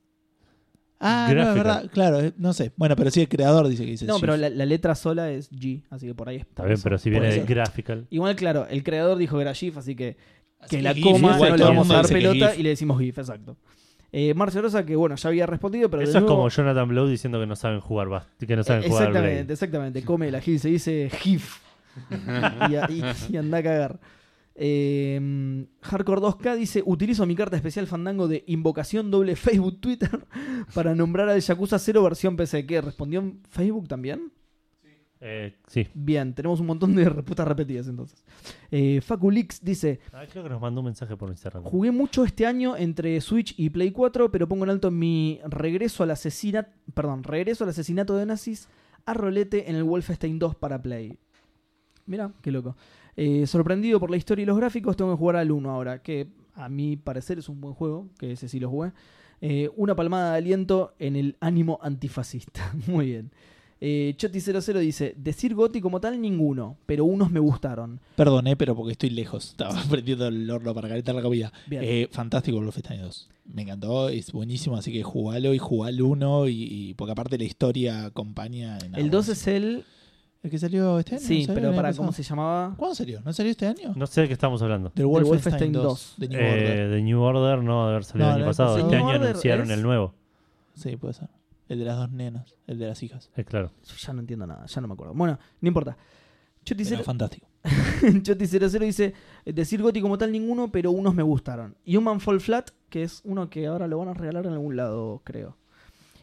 Speaker 1: ah, no, es
Speaker 2: graphical.
Speaker 1: verdad, claro, eh, no sé. Bueno, pero sí el creador dice que dice
Speaker 3: No,
Speaker 1: Shift.
Speaker 3: pero la, la letra sola es G, así que por ahí es.
Speaker 2: Está bien, pero si viene
Speaker 1: puede
Speaker 2: de
Speaker 1: ser.
Speaker 2: graphical.
Speaker 3: Igual, claro, el creador dijo que era GIF, así que
Speaker 1: Así
Speaker 3: que la
Speaker 1: GIF,
Speaker 3: coma,
Speaker 1: igual
Speaker 3: no le
Speaker 1: todo el
Speaker 3: vamos a
Speaker 1: mundo
Speaker 3: dar
Speaker 1: dice que
Speaker 3: pelota
Speaker 1: GIF.
Speaker 3: y le decimos GIF, exacto. Eh, Marcelosa, que bueno, ya había respondido, pero de
Speaker 2: Eso es
Speaker 3: nuevo-
Speaker 2: como Jonathan Blow diciendo que no saben jugar bas- que no saben
Speaker 3: Eh,
Speaker 2: jugar
Speaker 3: exactamente,
Speaker 2: Blade.
Speaker 3: exactamente. Come la GIF, se dice GIF. y, a- y- y anda a cagar. Eh, Hardcore 2K dice: Utilizo mi carta especial fandango de invocación doble Facebook Twitter para nombrar al Yakuza 0 versión PC. ¿Qué? ¿Respondió en Facebook también?
Speaker 2: Eh, sí.
Speaker 3: Bien, tenemos un montón de respuestas repetidas entonces. Eh, Faculix dice:
Speaker 2: Ah, creo que nos mandó un mensaje por Instagram.
Speaker 3: Jugué mucho este año entre Switch y Play 4, pero pongo en alto mi regreso al asesinato, perdón, regreso al asesinato de nazis a rolete en el Wolfenstein 2 para Play. Mira, qué loco. Eh, sorprendido por la historia y los gráficos, tengo que jugar al 1 ahora, que a mi parecer es un buen juego, que ese sí lo jugué. Eh, una palmada de aliento en el ánimo antifascista. Muy bien. Eh, Choti00 dice, decir Goti como tal ninguno, pero unos me gustaron.
Speaker 1: Perdón, eh, pero porque estoy lejos. Estaba prendiendo el horno para calentar la comida.
Speaker 3: Bien.
Speaker 1: Eh, fantástico Wolfenstein 2. Me encantó, es buenísimo, así que jugalo y jugalo uno y, y- porque aparte la historia acompaña. en
Speaker 3: el
Speaker 1: algo.
Speaker 3: 2 es el...
Speaker 1: el que salió este año. ¿no salió
Speaker 3: Sí,
Speaker 1: el
Speaker 3: pero
Speaker 1: año
Speaker 3: para
Speaker 1: pasado?
Speaker 3: cómo se llamaba...
Speaker 1: ¿Cuándo salió? ¿No salió este año?
Speaker 2: No sé de qué estamos hablando.
Speaker 1: Del Wolfenstein
Speaker 3: Wolfenstein
Speaker 1: 2,
Speaker 3: 2.
Speaker 1: de New Order.
Speaker 2: Eh, de New Order no debe haber
Speaker 1: No,
Speaker 2: salido el año
Speaker 1: el
Speaker 2: pasado.
Speaker 1: año
Speaker 2: Este
Speaker 1: pasado.
Speaker 2: año
Speaker 3: New Order
Speaker 2: anunciaron
Speaker 3: es-
Speaker 2: el nuevo.
Speaker 1: Sí, puede ser. El de las dos nenas, el de las hijas.
Speaker 2: Eh, claro.
Speaker 3: Yo ya no entiendo nada, ya no me acuerdo. Bueno, no importa. Choti
Speaker 1: Era
Speaker 3: cero-
Speaker 1: fantástico.
Speaker 3: Choti 00 dice, eh, decir Goti como tal ninguno, pero unos me gustaron. Y Human Fall Flat, que es uno que ahora lo van a regalar en algún lado, creo.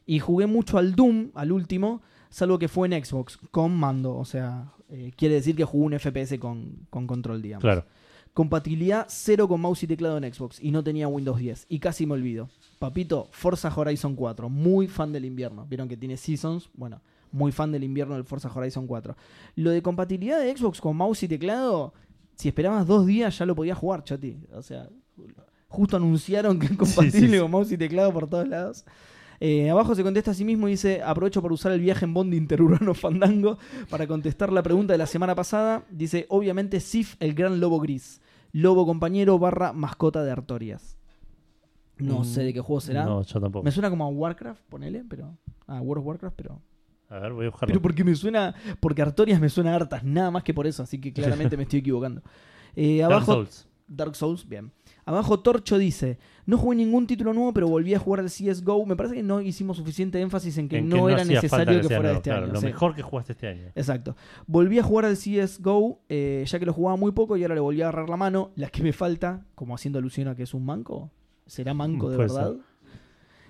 Speaker 3: Y jugué mucho al Doom, al último, salvo que fue en Xbox, con mando. O sea, eh, quiere decir que jugué un FPS con, con control, digamos.
Speaker 2: Claro.
Speaker 3: Compatibilidad cero con mouse y teclado en Xbox. Y no tenía Windows 10. Y casi me olvido. Papito, Forza Horizon 4. Muy fan del invierno. Vieron que tiene Seasons. Bueno, muy fan del invierno del Forza Horizon 4. Lo de compatibilidad de Xbox con mouse y teclado. Si esperabas dos días ya lo podías jugar, chati. O sea, justo anunciaron que es compatible
Speaker 2: sí.
Speaker 3: con mouse y teclado por todos lados. Eh, abajo se contesta a sí mismo y dice: Aprovecho para usar el viaje en Bondi interurbano Fandango para contestar la pregunta de la semana pasada. Dice: Obviamente, Sif, el gran lobo gris. Lobo compañero barra mascota de Artorias. No
Speaker 2: Mm,
Speaker 3: sé de qué juego será.
Speaker 2: No, yo tampoco.
Speaker 3: Me suena como a Warcraft, ponele, pero. A World of Warcraft, pero.
Speaker 2: A ver, voy a buscarlo.
Speaker 3: Pero porque me suena. Porque Artorias me suena a hartas, nada más que por eso, así que claramente me estoy equivocando. Eh,
Speaker 2: Dark
Speaker 3: abajo,
Speaker 2: Souls.
Speaker 3: Dark Souls, bien. Abajo Torcho dice, no jugué ningún título nuevo, pero volví a jugar al CSGO. Me parece que no hicimos suficiente énfasis en que
Speaker 2: En
Speaker 3: no, era
Speaker 2: hacía falta
Speaker 3: necesario que,
Speaker 2: sea
Speaker 3: fuera de
Speaker 2: nuevo,
Speaker 3: este
Speaker 2: claro,
Speaker 3: año.
Speaker 2: Lo
Speaker 3: sí.
Speaker 2: mejor que jugaste este año.
Speaker 3: Exacto. Volví a jugar al CSGO, eh, ya que lo jugaba muy poco y ahora le volví a agarrar la mano. La que me falta, como haciendo alusión a que es un manco. ¿Será manco de
Speaker 2: Puede
Speaker 3: verdad?
Speaker 2: ser.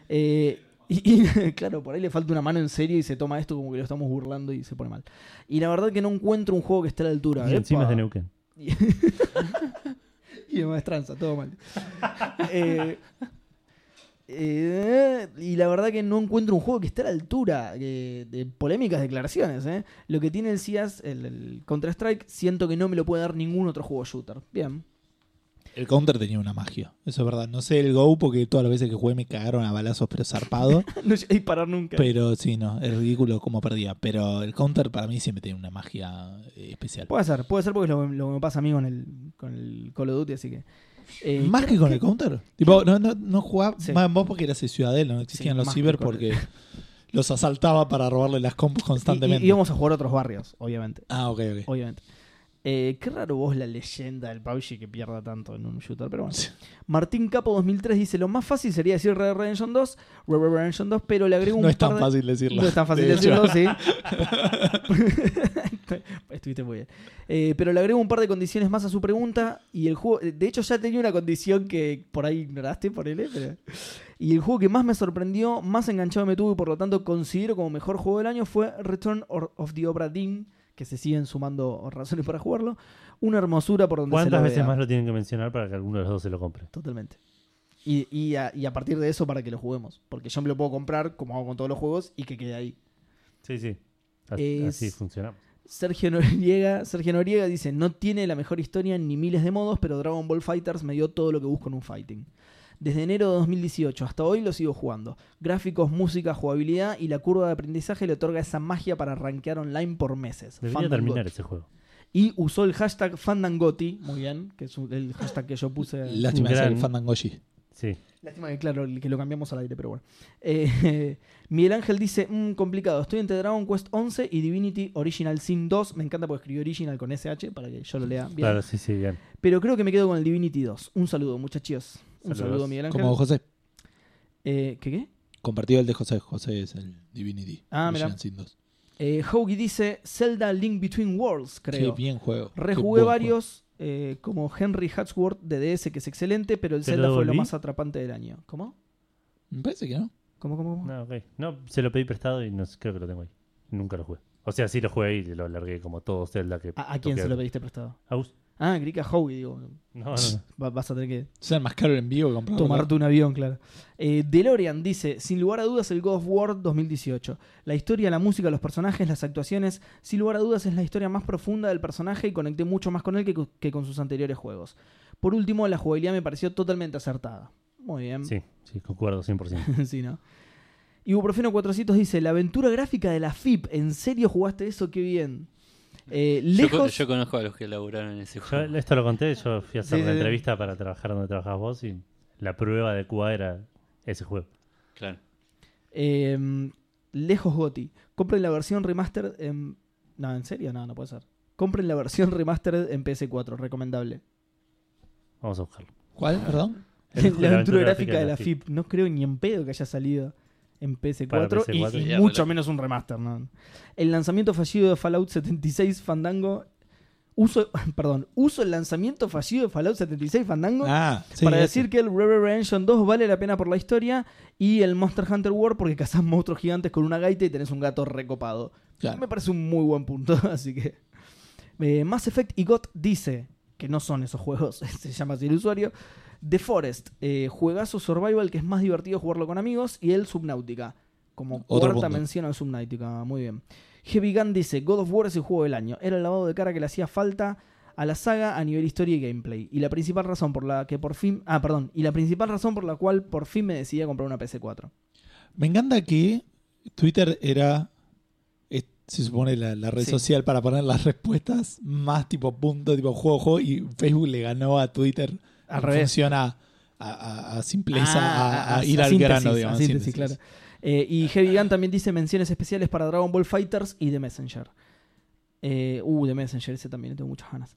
Speaker 3: Eh, y, y, claro, por ahí le falta una mano en serio y se toma esto como que lo estamos burlando y se pone mal. Y la verdad que no encuentro un juego que esté a la altura.
Speaker 2: Y encima es
Speaker 3: ¡Epa!
Speaker 2: de Neuquén.
Speaker 3: Y de maestranza, todo mal. Eh, eh, y la verdad que no encuentro un juego que esté a la altura eh, de polémicas declaraciones. eh. Lo que tiene el CS, el, el Counter-Strike, siento que no me lo puede dar ningún otro juego shooter. Bien.
Speaker 1: El counter tenía una magia. Eso es verdad. No sé el Go porque todas las veces que jugué me cagaron a balazos, pero zarpado.
Speaker 3: No llegué a disparar nunca.
Speaker 1: pero sí, no. Es ridículo cómo perdía. Pero el counter para mí siempre tiene una magia eh, especial.
Speaker 3: Puede ser, puede ser porque es lo, lo que me pasa a mí con el, con el Call of Duty, así que. eh,
Speaker 1: Más que con el counter. Tipo, no, no, no jugaba
Speaker 3: Sí.
Speaker 1: más en vos porque eras el ciudadelo. No existían
Speaker 3: Sí,
Speaker 1: los
Speaker 3: más que
Speaker 1: ciber
Speaker 3: con el-
Speaker 1: porque los asaltaba para robarle las compus
Speaker 3: y-
Speaker 1: constantemente.
Speaker 3: y- íbamos a jugar a otros barrios, obviamente.
Speaker 1: Ah, ok, ok.
Speaker 3: Obviamente. Eh, qué raro vos la leyenda del PUBG que pierda tanto en un shooter, pero bueno.
Speaker 1: Sí.
Speaker 3: Martín Capo 2003 dice, lo más fácil sería decir Red Dead Redemption 2, Red Dead Redemption 2, pero le agrego un
Speaker 1: No es
Speaker 3: par
Speaker 1: tan
Speaker 3: de-
Speaker 1: fácil decirlo.
Speaker 3: No es tan fácil
Speaker 1: De hecho,
Speaker 3: decirlo, sí. Estuviste muy bien. Eh, pero le agrego un par de condiciones más a su pregunta. Y el juego. De hecho, ya tenía una condición que por ahí ignoraste, por él. Pero... Y el juego que más me sorprendió, más enganchado me tuvo y por lo tanto considero como mejor juego del año fue Return or- of the Obra Dinn. Que se siguen sumando razones para jugarlo. Una hermosura por donde se
Speaker 2: ¿Cuántas
Speaker 3: lo
Speaker 2: veces
Speaker 3: vea.
Speaker 2: más lo tienen que mencionar para que alguno de los dos se lo compre?
Speaker 3: Totalmente. Y, y a, y a partir de eso para que lo juguemos. Porque yo me lo puedo comprar, como hago con todos los juegos, y que quede ahí.
Speaker 2: Sí, sí. As- Así,
Speaker 3: Es-
Speaker 2: funcionamos.
Speaker 3: Sergio Noriega, Sergio Noriega dice, no tiene la mejor historia ni miles de modos, pero Dragon Ball Fighters me dio todo lo que busco en un fighting. Desde enero de 2018 hasta hoy lo sigo jugando. Gráficos, música, jugabilidad y la curva de aprendizaje le otorga esa magia para rankear online por meses.
Speaker 2: Debería
Speaker 3: Fandangoti.
Speaker 2: terminar ese juego.
Speaker 3: Y usó el hashtag Fandangoti, muy bien, que es un- el hashtag que yo puse.
Speaker 1: Lástima que sea el
Speaker 2: Gran-
Speaker 1: Fandangoshi.
Speaker 2: Sí.
Speaker 3: Lástima que, claro, que lo cambiamos al aire, pero bueno. Eh, Miguel Ángel dice, "Mm, complicado, estoy entre Dragon Quest 11 y Divinity Original Sin 2. Me encanta porque escribió Original con SH para que yo lo lea bien.
Speaker 2: Claro, sí, sí, bien.
Speaker 3: Pero creo que me quedo con el Divinity 2. Un saludo, muchachos. Un
Speaker 2: Saludos.
Speaker 3: saludo, Miguel Ángel.
Speaker 1: Como José.
Speaker 3: Eh, ¿Qué qué?
Speaker 1: Compartido el de José. José es el Divinity.
Speaker 3: Ah,
Speaker 1: Original
Speaker 3: mirá.
Speaker 1: Sin dos.
Speaker 3: Eh, Hoagie dice Zelda Link Between Worlds,
Speaker 1: Qué
Speaker 3: creo.
Speaker 1: bien juego. Qué
Speaker 3: Rejugué
Speaker 1: buen
Speaker 3: varios, eh, como Henry Hatsworth de DS, que es excelente, pero el
Speaker 2: ¿Te
Speaker 3: Zelda
Speaker 2: lo
Speaker 3: fue lo
Speaker 2: devolví?
Speaker 3: más atrapante del año. ¿Cómo?
Speaker 1: juego. Me parece que no.
Speaker 3: ¿Cómo, cómo, cómo?
Speaker 2: No, ok. No, se lo pedí prestado y no sé, creo que lo tengo ahí. Nunca lo jugué. O sea, sí lo jugué y lo largué como todo Zelda que.
Speaker 3: Ah, ¿A, a quién
Speaker 2: toqué.
Speaker 3: se lo pediste prestado?
Speaker 2: ¿A vos?
Speaker 3: Ah, Grika Hoagie, digo.
Speaker 2: No, no, no.
Speaker 3: Va- vas a tener que
Speaker 1: O sea, más caro el envío que comprarlo.
Speaker 3: Tomarte un avión, claro. Eh, DeLorean dice, sin lugar a dudas el God of War 2018. La historia, la música, los personajes, las actuaciones, sin lugar a dudas es la historia más profunda del personaje y conecté mucho más con él que, co- que con sus anteriores juegos. Por último, la jugabilidad me pareció totalmente acertada. Muy bien.
Speaker 2: Sí, sí, concuerdo 100%.
Speaker 3: Sí, ¿no? Ibuprofeno 400 dice, la aventura gráfica de la FIP, ¿en serio jugaste eso? Qué bien. Eh,
Speaker 4: Yo co- Yo,
Speaker 3: lejos...
Speaker 4: conozco a los que elaboraron en ese
Speaker 2: Yo
Speaker 4: juego.
Speaker 2: esto lo conté, yo fui a hacer
Speaker 3: Sí,
Speaker 2: una
Speaker 3: sí, sí.
Speaker 2: entrevista para trabajar donde trabajabas vos y la prueba de Cuba era ese juego.
Speaker 4: Claro.
Speaker 3: Eh, lejos Goti. Compren la versión remastered en... No, ¿en serio? No, no puede ser. Compren la versión remastered en PS4, recomendable.
Speaker 2: Vamos a buscarlo.
Speaker 1: ¿Cuál? Perdón.
Speaker 3: La aventura, gráfica de la FIP. No creo ni en pedo que haya salido en
Speaker 2: Para
Speaker 3: PS4, y-
Speaker 2: PS4.
Speaker 3: y,
Speaker 4: Ya,
Speaker 3: mucho
Speaker 4: vale.
Speaker 3: menos un remaster. ¿no? El lanzamiento fallido de Fallout 76 Fandango... Uso, perdón, uso el lanzamiento fallido de Fallout 76 Fandango
Speaker 1: Ah, sí,
Speaker 3: para
Speaker 1: ese.
Speaker 3: decir que el Red Dead Redemption 2 vale la pena por la historia y el Monster Hunter World porque cazás monstruos gigantes con una gaita y tenés un gato recopado.
Speaker 1: Claro.
Speaker 3: Me parece un muy buen punto, así que. Eh, Mass Effect y GOT dice que no son esos juegos, se llama así el usuario. The Forest, eh, juegazo survival que es más divertido jugarlo con amigos. Y el Subnautica, como
Speaker 1: Otro
Speaker 3: cuarta
Speaker 1: punto.
Speaker 3: mención al Subnautica, muy bien. Heavy Gun dice: God of War es el juego del año. Era el lavado de cara que le hacía falta a la saga a nivel historia y gameplay. Y la principal razón por la que por fin. Ah, perdón. Y la principal razón por la cual por fin me decidí a comprar una PC4.
Speaker 1: Me encanta que Twitter era, es- se supone, la, la red
Speaker 3: Sí.
Speaker 1: social para poner las respuestas más tipo punto, tipo juego, juego, y Facebook le ganó a Twitter.
Speaker 3: Al
Speaker 1: en
Speaker 3: revés.
Speaker 1: función a- a, a- a simpleza,
Speaker 3: Ah,
Speaker 1: a, a ir al
Speaker 3: síntesis,
Speaker 1: grano, digamos.
Speaker 3: a síntesis,
Speaker 1: síntesis.
Speaker 3: claro. Eh, y Heavy Gun también dice menciones especiales para Dragon Ball Fighters y The Messenger. Eh, uh, The Messenger, ese también, le tengo muchas ganas.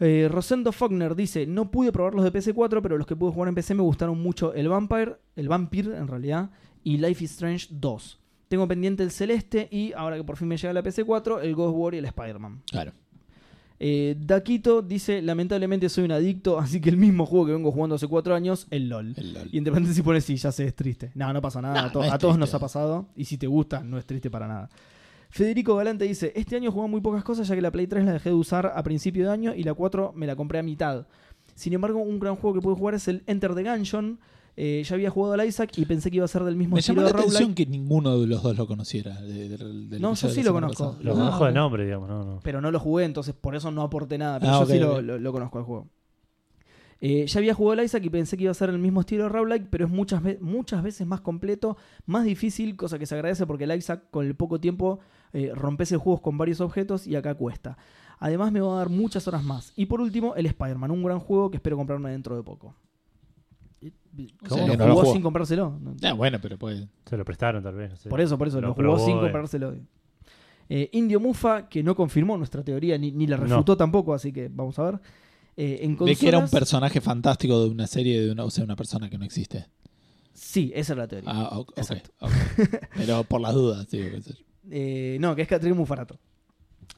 Speaker 3: Eh, Rosendo Faulkner dice: No pude probar los de PC4, pero los que pude jugar en PC me gustaron mucho el Vampire, el Vampire en realidad, y Life is Strange 2. Tengo pendiente el Celeste y ahora que por fin me llega la PC4, el Ghost War y el Spider-Man.
Speaker 1: Claro.
Speaker 3: Eh, Daquito dice: Lamentablemente soy un adicto, así que el mismo juego que vengo jugando hace 4 años, el LOL.
Speaker 1: el LOL.
Speaker 3: Y independiente si pones sí, ya sé, es triste. No, no pasa nada.
Speaker 1: No,
Speaker 3: a, to-
Speaker 1: no es
Speaker 3: a todos
Speaker 1: triste.
Speaker 3: nos ha pasado. Y si te gusta, no es triste para nada. Federico Galante dice: Este año jugué muy pocas cosas, ya que la Play 3 la dejé de usar a principio de año y la 4 me la compré a mitad. Sin embargo, un gran juego que pude jugar es el Enter the Gungeon. Eh, ya había jugado al Isaac y pensé que iba a ser del mismo
Speaker 1: Me
Speaker 3: estilo
Speaker 1: llamó la
Speaker 3: de roguelike.
Speaker 1: atención que ninguno de los dos lo conociera. de- del- del
Speaker 3: No,
Speaker 1: episodio
Speaker 3: yo
Speaker 1: de la
Speaker 3: sí lo
Speaker 1: semana
Speaker 3: conozco.
Speaker 1: pasada.
Speaker 2: Lo
Speaker 3: Ah,
Speaker 2: conozco de
Speaker 3: ok.
Speaker 2: nombre, digamos, no, no.
Speaker 3: pero no lo jugué, entonces por eso no aporté nada. Pero
Speaker 1: Ah,
Speaker 3: yo
Speaker 1: ok,
Speaker 3: sí lo,
Speaker 1: ok.
Speaker 3: lo- lo conozco al juego. Eh, ya había jugado al Isaac y pensé que iba a ser el mismo estilo de Roguelike, pero es muchas, ve- muchas veces más completo, más difícil, cosa que se agradece porque el Isaac con el poco tiempo eh, rompes el juego con varios objetos y acá cuesta. Además me va a dar muchas horas más. Y por último, el Spider-Man, un gran juego que espero comprarme dentro de poco.
Speaker 1: O sea,
Speaker 2: ¿Cómo?
Speaker 1: que
Speaker 3: ¿Lo
Speaker 1: no lo
Speaker 3: jugó
Speaker 1: jugó.
Speaker 3: sin comprárselo? No.
Speaker 1: Ah, bueno, pero pues.
Speaker 2: Se lo prestaron tal vez, no sé.
Speaker 3: Por eso, por eso,
Speaker 2: Lo
Speaker 3: lo, jugó
Speaker 2: probó,
Speaker 3: sin
Speaker 2: eh.
Speaker 3: comprárselo. Eh, Indio Mufa, que no confirmó nuestra teoría ni, ni la
Speaker 2: No.
Speaker 3: refutó tampoco, así que vamos a ver. Eh, en
Speaker 1: De que era un
Speaker 3: consolas-
Speaker 1: personaje fantástico de una serie, de una, o sea, una persona que no existe.
Speaker 3: Sí, esa es la teoría.
Speaker 1: Ah, ok, ok,
Speaker 3: Exacto.
Speaker 1: ok. Pero por las dudas, digo, qué sé yo.
Speaker 3: Eh, no, que es Catrín Mufarato.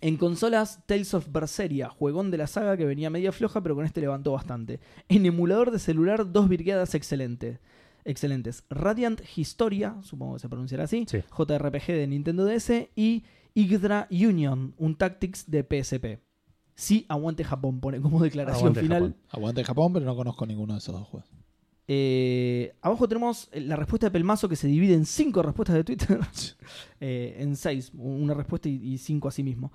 Speaker 3: En consolas, Tales of Berseria, juegón de la saga que venía media floja, pero con este levantó bastante. En emulador de celular, dos virgueadas excelente- excelentes. Radiant Historia, supongo que se pronunciará así,
Speaker 2: Sí.
Speaker 3: JRPG de Nintendo DS, y Yggdra Union, un Tactics de PSP. Sí, aguante Japón, pone como declaración
Speaker 2: Aguante
Speaker 3: final.
Speaker 2: Japón.
Speaker 1: Aguante Japón, pero no conozco ninguno de esos dos juegos.
Speaker 3: Eh, abajo tenemos la respuesta de Pelmazo que se divide en cinco respuestas de Twitter. Eh, en seis, una respuesta y, y cinco a sí mismo.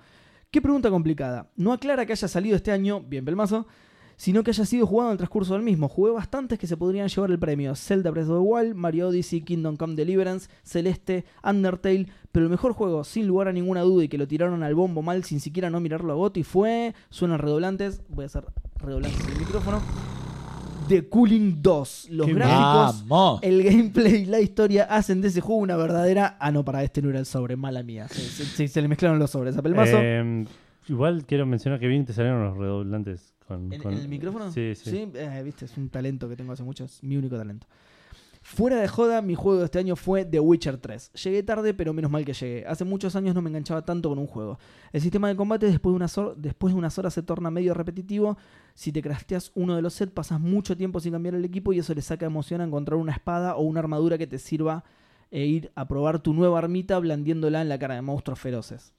Speaker 3: Qué pregunta complicada. No aclara que haya salido este año, bien Pelmazo, sino que haya sido jugado en el transcurso del mismo. Jugué bastantes que se podrían llevar el premio. Zelda Breath of the Wild, Mario Odyssey, Kingdom Come Deliverance, Celeste, Undertale, pero el mejor juego, sin lugar a ninguna duda, y que lo tiraron al bombo mal sin siquiera no mirarlo a Gotti fue... Suenan redoblantes, voy a hacer redoblantes en el micrófono. The Cooling 2. Los
Speaker 2: Qué
Speaker 3: gráficos,
Speaker 1: ¡Vamos!
Speaker 3: el gameplay, la historia hacen de ese juego una verdadera. Ah, no, para este no era el sobre, mala mía. Se, se- se- se le mezclaron los sobres a Pelmazo.
Speaker 2: Eh, igual quiero mencionar que bien te salieron los redoblantes con,
Speaker 3: ¿En, en
Speaker 2: con-
Speaker 3: el micrófono?
Speaker 2: Sí, sí.
Speaker 3: eh, viste, es un talento que tengo hace mucho, es mi único talento. Fuera de joda, mi juego de este año fue The Witcher 3. Llegué tarde, pero menos mal que llegué. Hace muchos años no me enganchaba tanto con un juego. El sistema de combate después de unas, hor- después de unas horas se torna medio repetitivo. Si te crafteas uno de los sets, pasas mucho tiempo sin cambiar el equipo y eso le saca emoción a encontrar una espada o una armadura que te sirva e ir a probar tu nueva armita blandiéndola en la cara de monstruos feroces.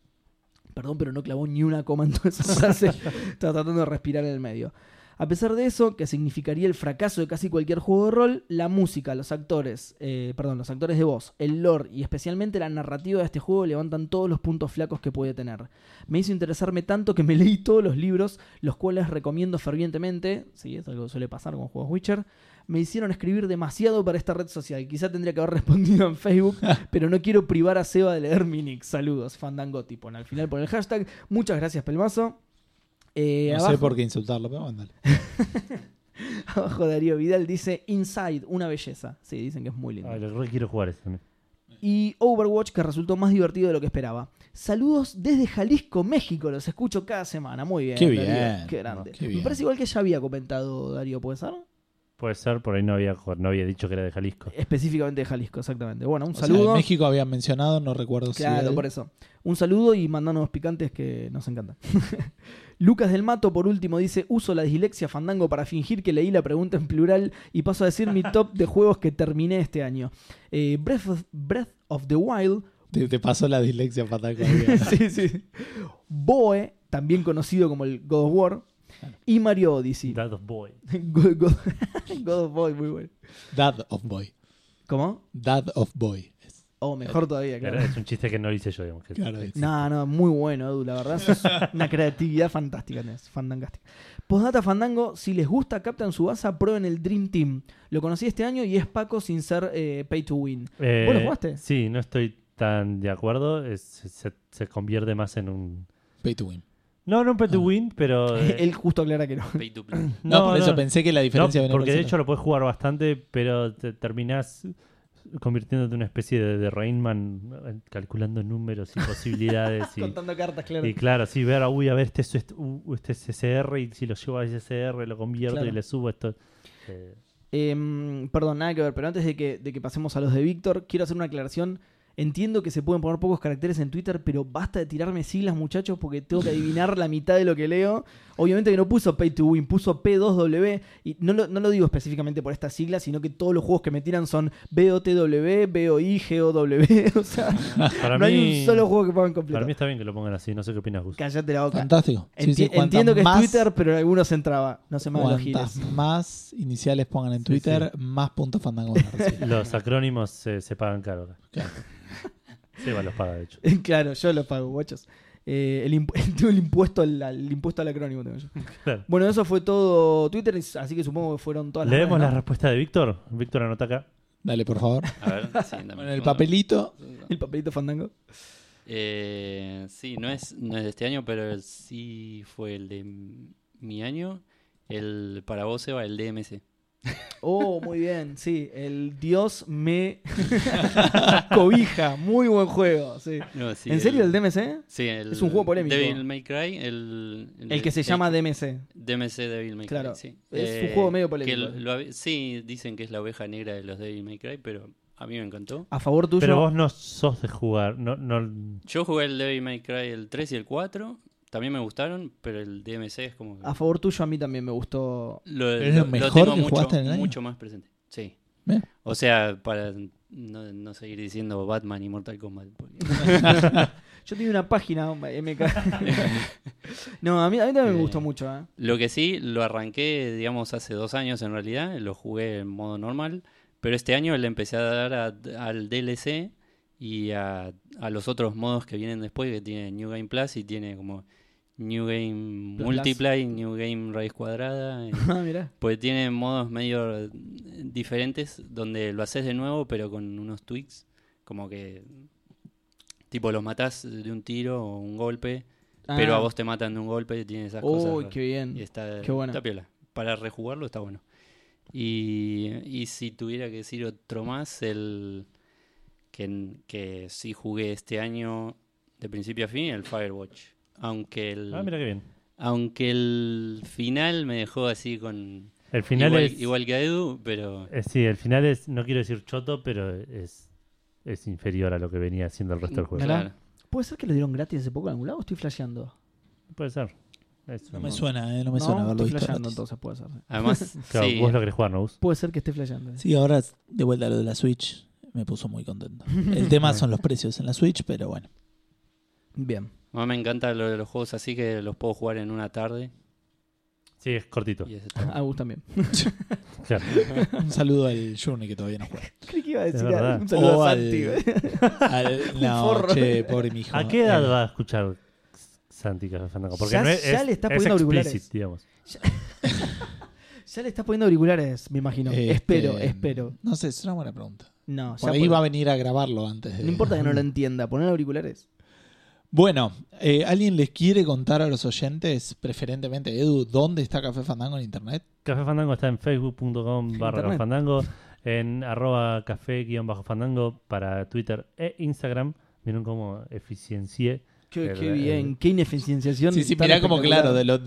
Speaker 3: Perdón, pero no clavó ni una coma en toda esa frase. Estaba tratando de respirar en el medio. A pesar de eso, que significaría el fracaso de casi cualquier juego de rol, la música, los actores, eh, perdón, los actores de voz, el lore y especialmente la narrativa de este juego levantan todos los puntos flacos que puede tener. Me hizo interesarme tanto que me leí todos los libros, los cuales recomiendo fervientemente. Sí, es algo que suele pasar con juegos Witcher. Me hicieron escribir demasiado para esta red social. Quizá tendría que haber respondido en Facebook, pero no quiero privar a Seba de leer mi nick. Saludos, Fandangotti. Pon al final por el hashtag. Muchas gracias, Pelmazo. Eh,
Speaker 1: No sé
Speaker 3: abajo-
Speaker 1: por qué insultarlo, pero bueno, dale.
Speaker 3: Abajo Darío Vidal dice Inside, una belleza. Sí, dicen que es muy lindo.
Speaker 2: Ay, lo re quiero jugar este, ese también.
Speaker 3: Y Overwatch, que resultó más divertido de lo que esperaba. Saludos desde Jalisco, México. Los escucho cada semana. Muy bien.
Speaker 1: Qué
Speaker 3: Darío.
Speaker 1: bien.
Speaker 3: Qué grande.
Speaker 1: Qué bien.
Speaker 3: Me parece igual que ya había comentado Darío, ¿puede ser?
Speaker 2: Puede ser, por ahí no había, no había dicho que era de Jalisco.
Speaker 3: Específicamente de Jalisco, exactamente. Bueno, un
Speaker 1: O sea, en
Speaker 3: saludo.
Speaker 1: México habían mencionado, no recuerdo si.
Speaker 3: Claro,
Speaker 1: él-
Speaker 3: por eso. Un saludo y mandanos picantes que nos encantan. Lucas del Mato, por último, dice: Uso la dislexia fandango para fingir que leí la pregunta en plural y paso a decir mi top de juegos que terminé este año. Eh, Breath, of, Breath of the Wild.
Speaker 1: Te, te pasó la dislexia fatal.
Speaker 3: sí, sí. Boe, también conocido como el God of War. Y Mario Odyssey.
Speaker 2: Dad of Boy.
Speaker 3: God, God- God of Boy, muy bueno.
Speaker 1: Dad of Boy.
Speaker 3: ¿Cómo?
Speaker 1: Dad of Boy. Es-
Speaker 3: O mejor todavía, claro.
Speaker 2: Era- es un chiste que no hice yo, digamos. que-
Speaker 1: Claro, es-
Speaker 3: No, no, muy bueno, Edu, la verdad. sos una creatividad fantástica tenés, fantástica. Postdata Fandango, si les gusta Captain Subasa, prueben el Dream Team. Lo conocí este año y es Paco sin ser eh, pay to win.
Speaker 2: Eh,
Speaker 3: ¿Vos lo jugaste?
Speaker 2: Sí, no estoy tan de acuerdo. es- se, se convierte más en un,
Speaker 1: Pay to win.
Speaker 2: No, no un pay to win, pero. eh,
Speaker 3: Él justo aclara que no.
Speaker 4: Pay to play.
Speaker 1: No, por eso pensé que la
Speaker 2: No,
Speaker 1: diferencia venía
Speaker 2: porque
Speaker 1: por
Speaker 2: de
Speaker 1: ese
Speaker 2: hecho lo puedes jugar bastante, pero te terminás convirtiéndote en una especie de, de Rainman, eh, calculando números y posibilidades. y,
Speaker 3: Contando cartas, claro.
Speaker 2: y claro, sí, ver, ah, uy, a ver, este es, este- uh, este es SR y si lo llevo a SR lo convierto
Speaker 3: Claro.
Speaker 2: y le subo esto. Eh,
Speaker 3: Em, perdón, nada que ver, pero antes de que, de que pasemos a los de Víctor, quiero hacer una aclaración. Entiendo que se pueden poner pocos caracteres en Twitter, pero basta de tirarme siglas, muchachos, porque tengo que adivinar la mitad de lo que leo. Obviamente que no puso Pay to Win, puso P2W, y no lo, no lo digo específicamente por estas siglas, sino que todos los juegos que me tiran son BOTW, BOI, GOW. O sea,
Speaker 2: para
Speaker 3: no
Speaker 2: mí,
Speaker 3: hay un solo juego que puedan
Speaker 2: Para
Speaker 3: mí
Speaker 2: mí está bien que lo pongan así, no sé qué opinas, Gus.
Speaker 3: Cállate la boca.
Speaker 1: Fantástico. Sí, sí,
Speaker 3: Enti-
Speaker 1: cuantas
Speaker 3: entiendo que
Speaker 1: más-
Speaker 3: es Twitter, pero en algunos entraba. No se me hagan los giles.
Speaker 1: Cuantas más iniciales pongan en
Speaker 2: Sí,
Speaker 1: Twitter, más puntos fandango van a recibir.
Speaker 2: Los acrónimos se, se pagan caro. acá. Seba los paga, de hecho.
Speaker 3: claro, yo lo pago, guachos. Eh, el, impu- tengo el impuesto al, al impuesto al acrónimo tengo yo.
Speaker 2: Claro.
Speaker 3: Bueno, eso fue todo Twitter, así que supongo que fueron todas las
Speaker 2: Leemos la
Speaker 3: redes, ¿no?
Speaker 2: respuesta de Víctor. Víctor anota acá.
Speaker 1: Dale, por favor.
Speaker 4: A ver, sí, dame
Speaker 1: Con
Speaker 4: un
Speaker 1: el
Speaker 4: segundo.
Speaker 1: papelito.
Speaker 3: el papelito fandango.
Speaker 4: Eh, sí, no es, no es de este año, pero sí fue el de m- mi año. El para vos se va el DMC.
Speaker 3: Oh, muy bien, sí. El Dios me cobija. Muy buen juego, sí.
Speaker 4: No, sí,
Speaker 3: ¿En serio el DMC?
Speaker 4: Sí, el
Speaker 3: Es un juego polémico.
Speaker 4: Devil May Cry, el,
Speaker 3: El que se
Speaker 4: el-
Speaker 3: llama DMC.
Speaker 4: DMC Devil May
Speaker 3: Claro,
Speaker 4: Cry. sí. Eh,
Speaker 3: es un juego medio polémico. eh.
Speaker 4: que lo- lo habe- sí, dicen que es la oveja negra de los Devil May Cry, pero a mí me encantó.
Speaker 3: A favor tuyo.
Speaker 2: Pero vos no sos de jugar. No, no,
Speaker 4: Yo jugué el Devil May Cry el 3 y el 4, también me gustaron, pero el DMC es como... que-
Speaker 3: A favor tuyo a mí también me gustó.
Speaker 4: Lo,
Speaker 1: ¿Es lo mejor
Speaker 4: tengo
Speaker 1: que
Speaker 4: mucho,
Speaker 1: jugaste en el año?
Speaker 4: mucho más presente. Sí.
Speaker 1: Bien.
Speaker 4: O sea, para no, no seguir diciendo Batman y Mortal Kombat. porque-
Speaker 3: Yo tenía una página, MK. no, a mí, a mí también me gustó
Speaker 4: Eh,
Speaker 3: mucho, ¿eh?
Speaker 4: lo que sí, lo arranqué, digamos, hace dos años en realidad. Lo jugué en modo normal. Pero este año le empecé a dar a- al DLC y a, a los otros modos que vienen después, que tiene New Game Plus y tiene como New Game
Speaker 3: Plus, plus.
Speaker 4: Multiply, New Game Raíz Cuadrada. y-
Speaker 3: Ah, mirá.
Speaker 4: Pues tiene modos medio eh, diferentes donde lo haces de nuevo pero con unos tweaks. Como que tipo los matás de un tiro o un golpe, pero
Speaker 3: Ah.
Speaker 4: a vos te matan de un golpe, tiene esas cosas.
Speaker 3: Uy,
Speaker 4: raras.
Speaker 3: qué bien.
Speaker 4: Y está,
Speaker 3: qué bueno.
Speaker 4: está piola. Para rejugarlo está bueno. Y, y si tuviera que decir otro más, el que, en- que sí jugué este año de principio a fin, el Firewatch. Aunque el,
Speaker 2: Ah, mira qué bien.
Speaker 4: aunque el final me dejó así con,
Speaker 2: El final
Speaker 4: igual,
Speaker 2: es.
Speaker 4: igual que a Edu, pero
Speaker 2: eh, sí, el final es. No quiero decir choto, pero es. Es inferior a lo que venía haciendo el resto del juego.
Speaker 1: Mirá.
Speaker 3: ¿Puede ser que lo dieron gratis hace poco en algún lado? Estoy flasheando.
Speaker 2: Puede ser. Es
Speaker 1: No
Speaker 2: un-
Speaker 1: me suena, eh, no me suena haberlo
Speaker 3: estoy
Speaker 1: visto.
Speaker 3: flasheando,
Speaker 1: antes.
Speaker 3: entonces puede ser.
Speaker 4: además
Speaker 2: Claro,
Speaker 4: sí,
Speaker 2: vos lo querés jugar, ¿no? Gus?
Speaker 3: Puede ser que esté flasheando. eh.
Speaker 1: Sí, ahora de vuelta a lo de la Switch me puso muy contento. El tema son los precios en la Switch, pero bueno.
Speaker 3: Bien.
Speaker 4: a mí me encanta lo de los juegos así que los puedo jugar en una tarde
Speaker 2: Sí, es cortito.
Speaker 4: y eso está bueno.
Speaker 3: A Gus también.
Speaker 2: Claro.
Speaker 1: Un saludo al Juni que todavía no juega.
Speaker 3: Creí que iba a
Speaker 2: Es
Speaker 3: decir
Speaker 2: verdad.
Speaker 3: algo. un saludo
Speaker 1: O
Speaker 3: a
Speaker 1: Oh, al-
Speaker 3: Santi. güey.
Speaker 1: Al, no,
Speaker 3: forro.
Speaker 1: che, pobre mijo.
Speaker 2: ¿A qué edad
Speaker 1: Eh,
Speaker 2: va a escuchar Santi Café Fandango? Porque
Speaker 3: Ya-
Speaker 2: no es,
Speaker 3: ya
Speaker 2: es-
Speaker 3: le está
Speaker 2: es
Speaker 3: poniendo auriculares.
Speaker 2: explicit, digamos.
Speaker 3: Ya le estás poniendo auriculares, me imagino.
Speaker 1: este,
Speaker 3: Espero, espero.
Speaker 1: No sé, es una buena pregunta.
Speaker 3: No, ya
Speaker 1: Por ahí
Speaker 3: puede-
Speaker 1: va a venir a grabarlo antes. de-
Speaker 3: No importa que no lo entienda, poner auriculares.
Speaker 1: Bueno, eh, ¿alguien les quiere contar a los oyentes, preferentemente Edu, dónde está Café Fandango en internet?
Speaker 2: Café Fandango está en facebook.com barra
Speaker 3: Internet.
Speaker 2: fandango, en arroba café guión bajo fandango para Twitter e Instagram. Vieron cómo eficiencié.
Speaker 3: Qué,
Speaker 2: El-
Speaker 3: qué bien, qué ineficienciación.
Speaker 1: Sí, sí,
Speaker 3: tan
Speaker 1: mirá como
Speaker 3: espectacular.
Speaker 1: claro, de lo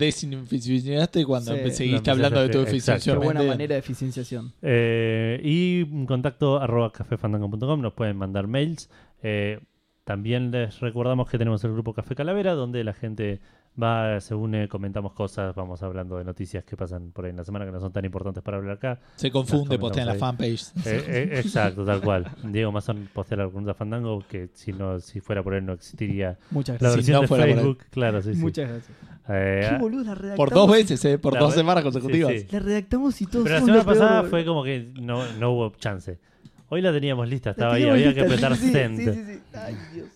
Speaker 1: desinficiaste cuando
Speaker 3: Sí.
Speaker 1: empe-
Speaker 2: Lo
Speaker 1: seguiste
Speaker 2: empezaste
Speaker 1: hablando de tu
Speaker 2: a hacer,
Speaker 1: eficiencia.
Speaker 2: exacto.
Speaker 3: Qué buena manera de eficienciación.
Speaker 2: Eh, y un contacto arroba cafefandango.com, nos pueden mandar mails. Eh, también les recordamos que tenemos el grupo Café Calavera, donde la gente va, se une, comentamos cosas, vamos hablando de noticias que pasan por ahí en la semana que no son tan importantes para hablar acá.
Speaker 1: Se confunde,
Speaker 2: Las
Speaker 1: postea en la
Speaker 2: comentamos
Speaker 1: fanpage.
Speaker 2: Eh, eh, exacto, tal cual. Diego Mazón postea la pregunta Fandango, que si no si fuera por él no existiría
Speaker 3: Muchas
Speaker 2: la
Speaker 1: Si
Speaker 3: gracias.
Speaker 2: versión
Speaker 1: no
Speaker 2: de
Speaker 1: fuera por él.
Speaker 2: Facebook. Claro, sí, sí.
Speaker 3: Muchas gracias.
Speaker 2: Eh,
Speaker 3: Qué boludo la redactamos.
Speaker 1: Por dos veces, eh, por
Speaker 2: La
Speaker 1: dos
Speaker 2: re-
Speaker 1: semanas consecutivas.
Speaker 2: sí, sí.
Speaker 3: La redactamos y todo.
Speaker 2: pero la semana pasada fue como que no, no hubo chance. Hoy la teníamos lista, estaba ahí, había que apretar send.
Speaker 3: Sí, sí, sí. Ay, Dios.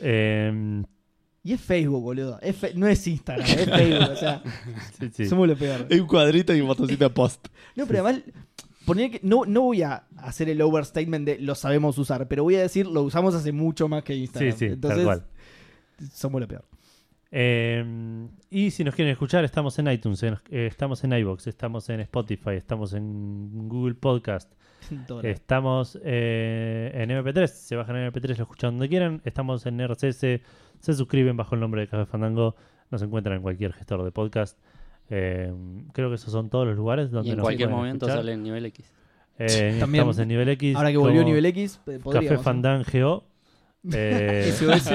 Speaker 2: Eh,
Speaker 3: Y es Facebook, boludo. Es fe- No es Instagram, es Facebook. o sea,
Speaker 2: sí, Eh, sí.
Speaker 3: somos lo peor.
Speaker 1: Hay un cuadrito y un botoncito de post.
Speaker 3: No, pero además, poner que, no, no voy a hacer el overstatement de lo sabemos usar, pero voy a decir lo usamos hace mucho más que Instagram.
Speaker 2: Sí, sí, tal
Speaker 3: Entonces,
Speaker 2: cual.
Speaker 3: somos lo peor.
Speaker 2: Eh, y si nos quieren escuchar, estamos en iTunes, en- eh, estamos en iBox, estamos en Spotify, estamos en Google Podcast,
Speaker 3: Dólar.
Speaker 2: estamos eh, en MP3. Se bajan en MP3, lo escuchan donde quieran. Estamos en RSS, se suscriben bajo el nombre de Café Fandango. Nos encuentran en cualquier gestor de podcast. Eh, creo que esos son todos los lugares donde
Speaker 4: Y en
Speaker 2: nos
Speaker 4: cualquier
Speaker 2: pueden
Speaker 4: momento
Speaker 2: escuchar.
Speaker 4: sale en nivel X.
Speaker 2: Eh,
Speaker 3: También,
Speaker 2: estamos en nivel X.
Speaker 3: Ahora que volvió
Speaker 2: como
Speaker 3: Nivel X, eh, podríamos.
Speaker 2: Café Fandangeo. Eh,
Speaker 3: SOS.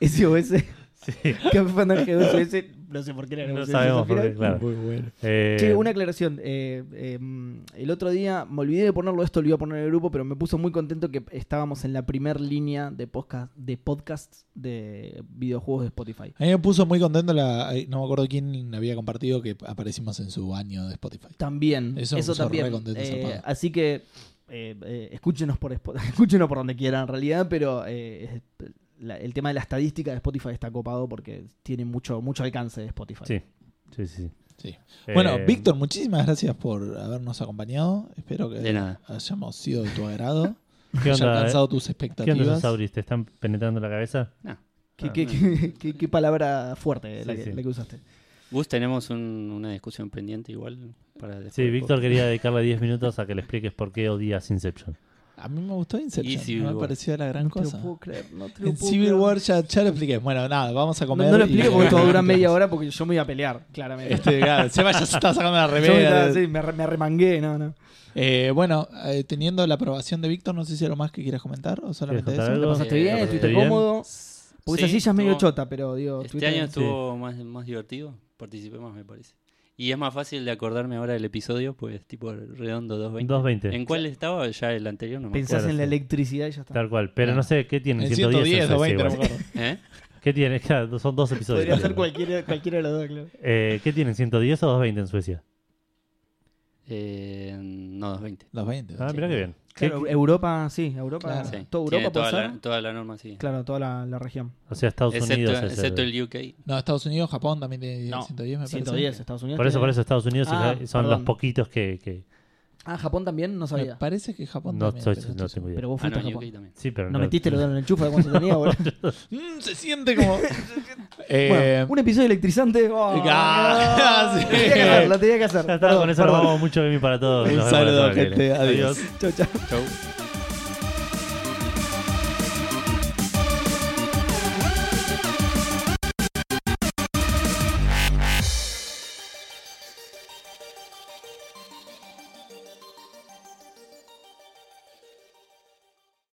Speaker 3: SOS.
Speaker 2: sí,
Speaker 3: Café Fandango SOS. No sé por qué era
Speaker 2: no
Speaker 3: SOS
Speaker 2: sabemos
Speaker 3: al
Speaker 2: por
Speaker 3: final.
Speaker 2: qué, claro.
Speaker 1: Muy bueno.
Speaker 2: Eh,
Speaker 3: Che, una aclaración. eh, eh, mm, el otro día me olvidé de ponerlo, esto lo iba a poner en el grupo, pero me puso muy contento que estábamos en la primer línea de podcast de podcasts de videojuegos de Spotify.
Speaker 1: A mí me puso muy contento la. ay, No me acuerdo quién había compartido que aparecimos en su baño de Spotify.
Speaker 3: Eh, También,
Speaker 1: Eso
Speaker 3: eso,
Speaker 1: me puso
Speaker 3: también.
Speaker 1: re contento,
Speaker 3: Eh,
Speaker 1: zarpado.
Speaker 3: así que eh, eh, escúchenos por Spo- escúchenos por donde quieran en realidad, pero eh, es- la- el tema de la estadística de Spotify está copado porque tiene mucho, mucho alcance de Spotify.
Speaker 2: Sí, sí, sí.
Speaker 1: Sí. Bueno,
Speaker 2: Eh,
Speaker 1: Víctor, muchísimas gracias por habernos acompañado. Espero que
Speaker 4: De nada.
Speaker 1: hayamos sido de tu agrado.
Speaker 2: ¿Qué
Speaker 1: que haya
Speaker 2: onda, eh?
Speaker 1: alcanzado tus
Speaker 2: ¿Qué onda esos
Speaker 1: expectativas.
Speaker 2: auris? ¿Te están penetrando la cabeza?
Speaker 4: No.
Speaker 3: ¿Qué,
Speaker 2: Ah,
Speaker 3: qué- qué- qué- qué palabra fuerte eh, la,
Speaker 2: Sí,
Speaker 3: que,
Speaker 2: sí.
Speaker 3: la que usaste.
Speaker 4: Gus, tenemos un- una discusión pendiente igual. Para después
Speaker 2: Sí,
Speaker 4: del
Speaker 2: Víctor
Speaker 4: podcast.
Speaker 2: quería dedicarle 10 minutos a que le expliques por qué odias Inception.
Speaker 1: A mí me gustó Inception.
Speaker 4: Y Civil
Speaker 1: no me
Speaker 4: War.
Speaker 1: pareció la gran
Speaker 3: no te
Speaker 1: cosa.
Speaker 3: lo puedo creer. No te lo
Speaker 1: En
Speaker 3: puedo
Speaker 1: Civil
Speaker 3: creer.
Speaker 1: War ya, ya lo expliqué. Bueno, nada, vamos a
Speaker 3: No,
Speaker 1: comer.
Speaker 3: no lo
Speaker 1: y-
Speaker 3: explico porque esto dura media hora porque yo me iba a pelear, claramente.
Speaker 1: Este, claro, Seba ya se está sacando la
Speaker 3: Yo me,
Speaker 1: remera.
Speaker 3: estaba- sí, me re- me remangué, no, no.
Speaker 1: Eh, bueno, eh, teniendo la aprobación de Víctor, no sé si hay algo más que quieras comentar o solamente
Speaker 2: ¿Quieres
Speaker 1: eso.
Speaker 2: contar
Speaker 3: ¿La pasaste
Speaker 4: Eh,
Speaker 3: bien?
Speaker 4: la pasé
Speaker 3: ¿Estuviste
Speaker 2: bien.
Speaker 3: cómodo? Porque
Speaker 4: Sí,
Speaker 3: esa silla es medio
Speaker 4: estuvo-
Speaker 3: chota, pero digo...
Speaker 4: Este
Speaker 3: estuviste
Speaker 4: año
Speaker 3: bien.
Speaker 4: estuvo más, más divertido. Participé más, me parece. Y es más fácil de acordarme ahora del episodio, pues tipo redondo 220.
Speaker 2: 220.
Speaker 4: ¿En cuál estaba? Ya el anterior no me
Speaker 3: Pensás
Speaker 2: Claro,
Speaker 3: en la
Speaker 2: sí.
Speaker 3: electricidad y ya está.
Speaker 2: Tal cual. Pero no sé, ¿qué tiene?
Speaker 1: En
Speaker 2: 110,
Speaker 1: 110 o
Speaker 2: ese
Speaker 1: 20, no me
Speaker 2: igual.
Speaker 1: acuerdo.
Speaker 4: acuerdo. ¿Eh?
Speaker 2: ¿Qué tiene? Claro, son dos episodios.
Speaker 3: Podría ser
Speaker 2: digamos.
Speaker 3: cualquiera, cualquiera de los dos, claro.
Speaker 2: Eh, ¿Qué tienen? ¿110 o 220 en Suecia?
Speaker 4: Eh, no, 220.
Speaker 1: Los 20.
Speaker 2: Ah,
Speaker 1: sí.
Speaker 2: mirá qué bien. ¿Qué-
Speaker 3: Claro, Europa, sí, Europa.
Speaker 1: Claro.
Speaker 4: Sí.
Speaker 3: Toda
Speaker 4: Tiene
Speaker 3: Europa puede
Speaker 4: toda,
Speaker 3: ser.
Speaker 4: la, toda la norma, sí.
Speaker 3: Claro, toda la, la región.
Speaker 2: O sea, Estados
Speaker 4: excepto
Speaker 2: Unidos. es el-
Speaker 4: excepto el UK.
Speaker 1: No, Estados Unidos, Japón también tiene
Speaker 4: No,
Speaker 1: 110, me parece.
Speaker 3: 110, Estados Unidos.
Speaker 2: Por eso,
Speaker 3: tiene-
Speaker 2: por eso Estados Unidos
Speaker 3: Ah,
Speaker 2: es- son
Speaker 3: perdón.
Speaker 2: los poquitos que... que-
Speaker 3: Ah, Japón también, no
Speaker 1: Me
Speaker 3: sabía.
Speaker 1: parece que Japón
Speaker 2: No,
Speaker 1: también.
Speaker 2: soy-
Speaker 1: pero
Speaker 2: no
Speaker 1: estoy
Speaker 2: tengo idea.
Speaker 3: Pero vos
Speaker 4: Ah,
Speaker 3: fuiste
Speaker 4: no,
Speaker 3: a Japón.
Speaker 4: UK también.
Speaker 2: Sí, pero
Speaker 3: No metiste los dedos en el enchufe de cuánto tenía, boludo.
Speaker 1: Mm, se siente como. Eh,
Speaker 3: Bueno, un episodio electrizante. Oh,
Speaker 1: Ah,
Speaker 3: no.
Speaker 1: sí.
Speaker 3: Lo tenía que hacer, lo tenía que hacer.
Speaker 2: Ya está,
Speaker 3: Perdón,
Speaker 2: con eso nos
Speaker 3: perdón.
Speaker 2: vamos mucho gaming para todos.
Speaker 1: Un
Speaker 2: Nos vemos la
Speaker 1: saludo,
Speaker 2: semana que
Speaker 1: gente.
Speaker 2: viene.
Speaker 1: Adiós.
Speaker 3: Chau, chau.
Speaker 4: Chau.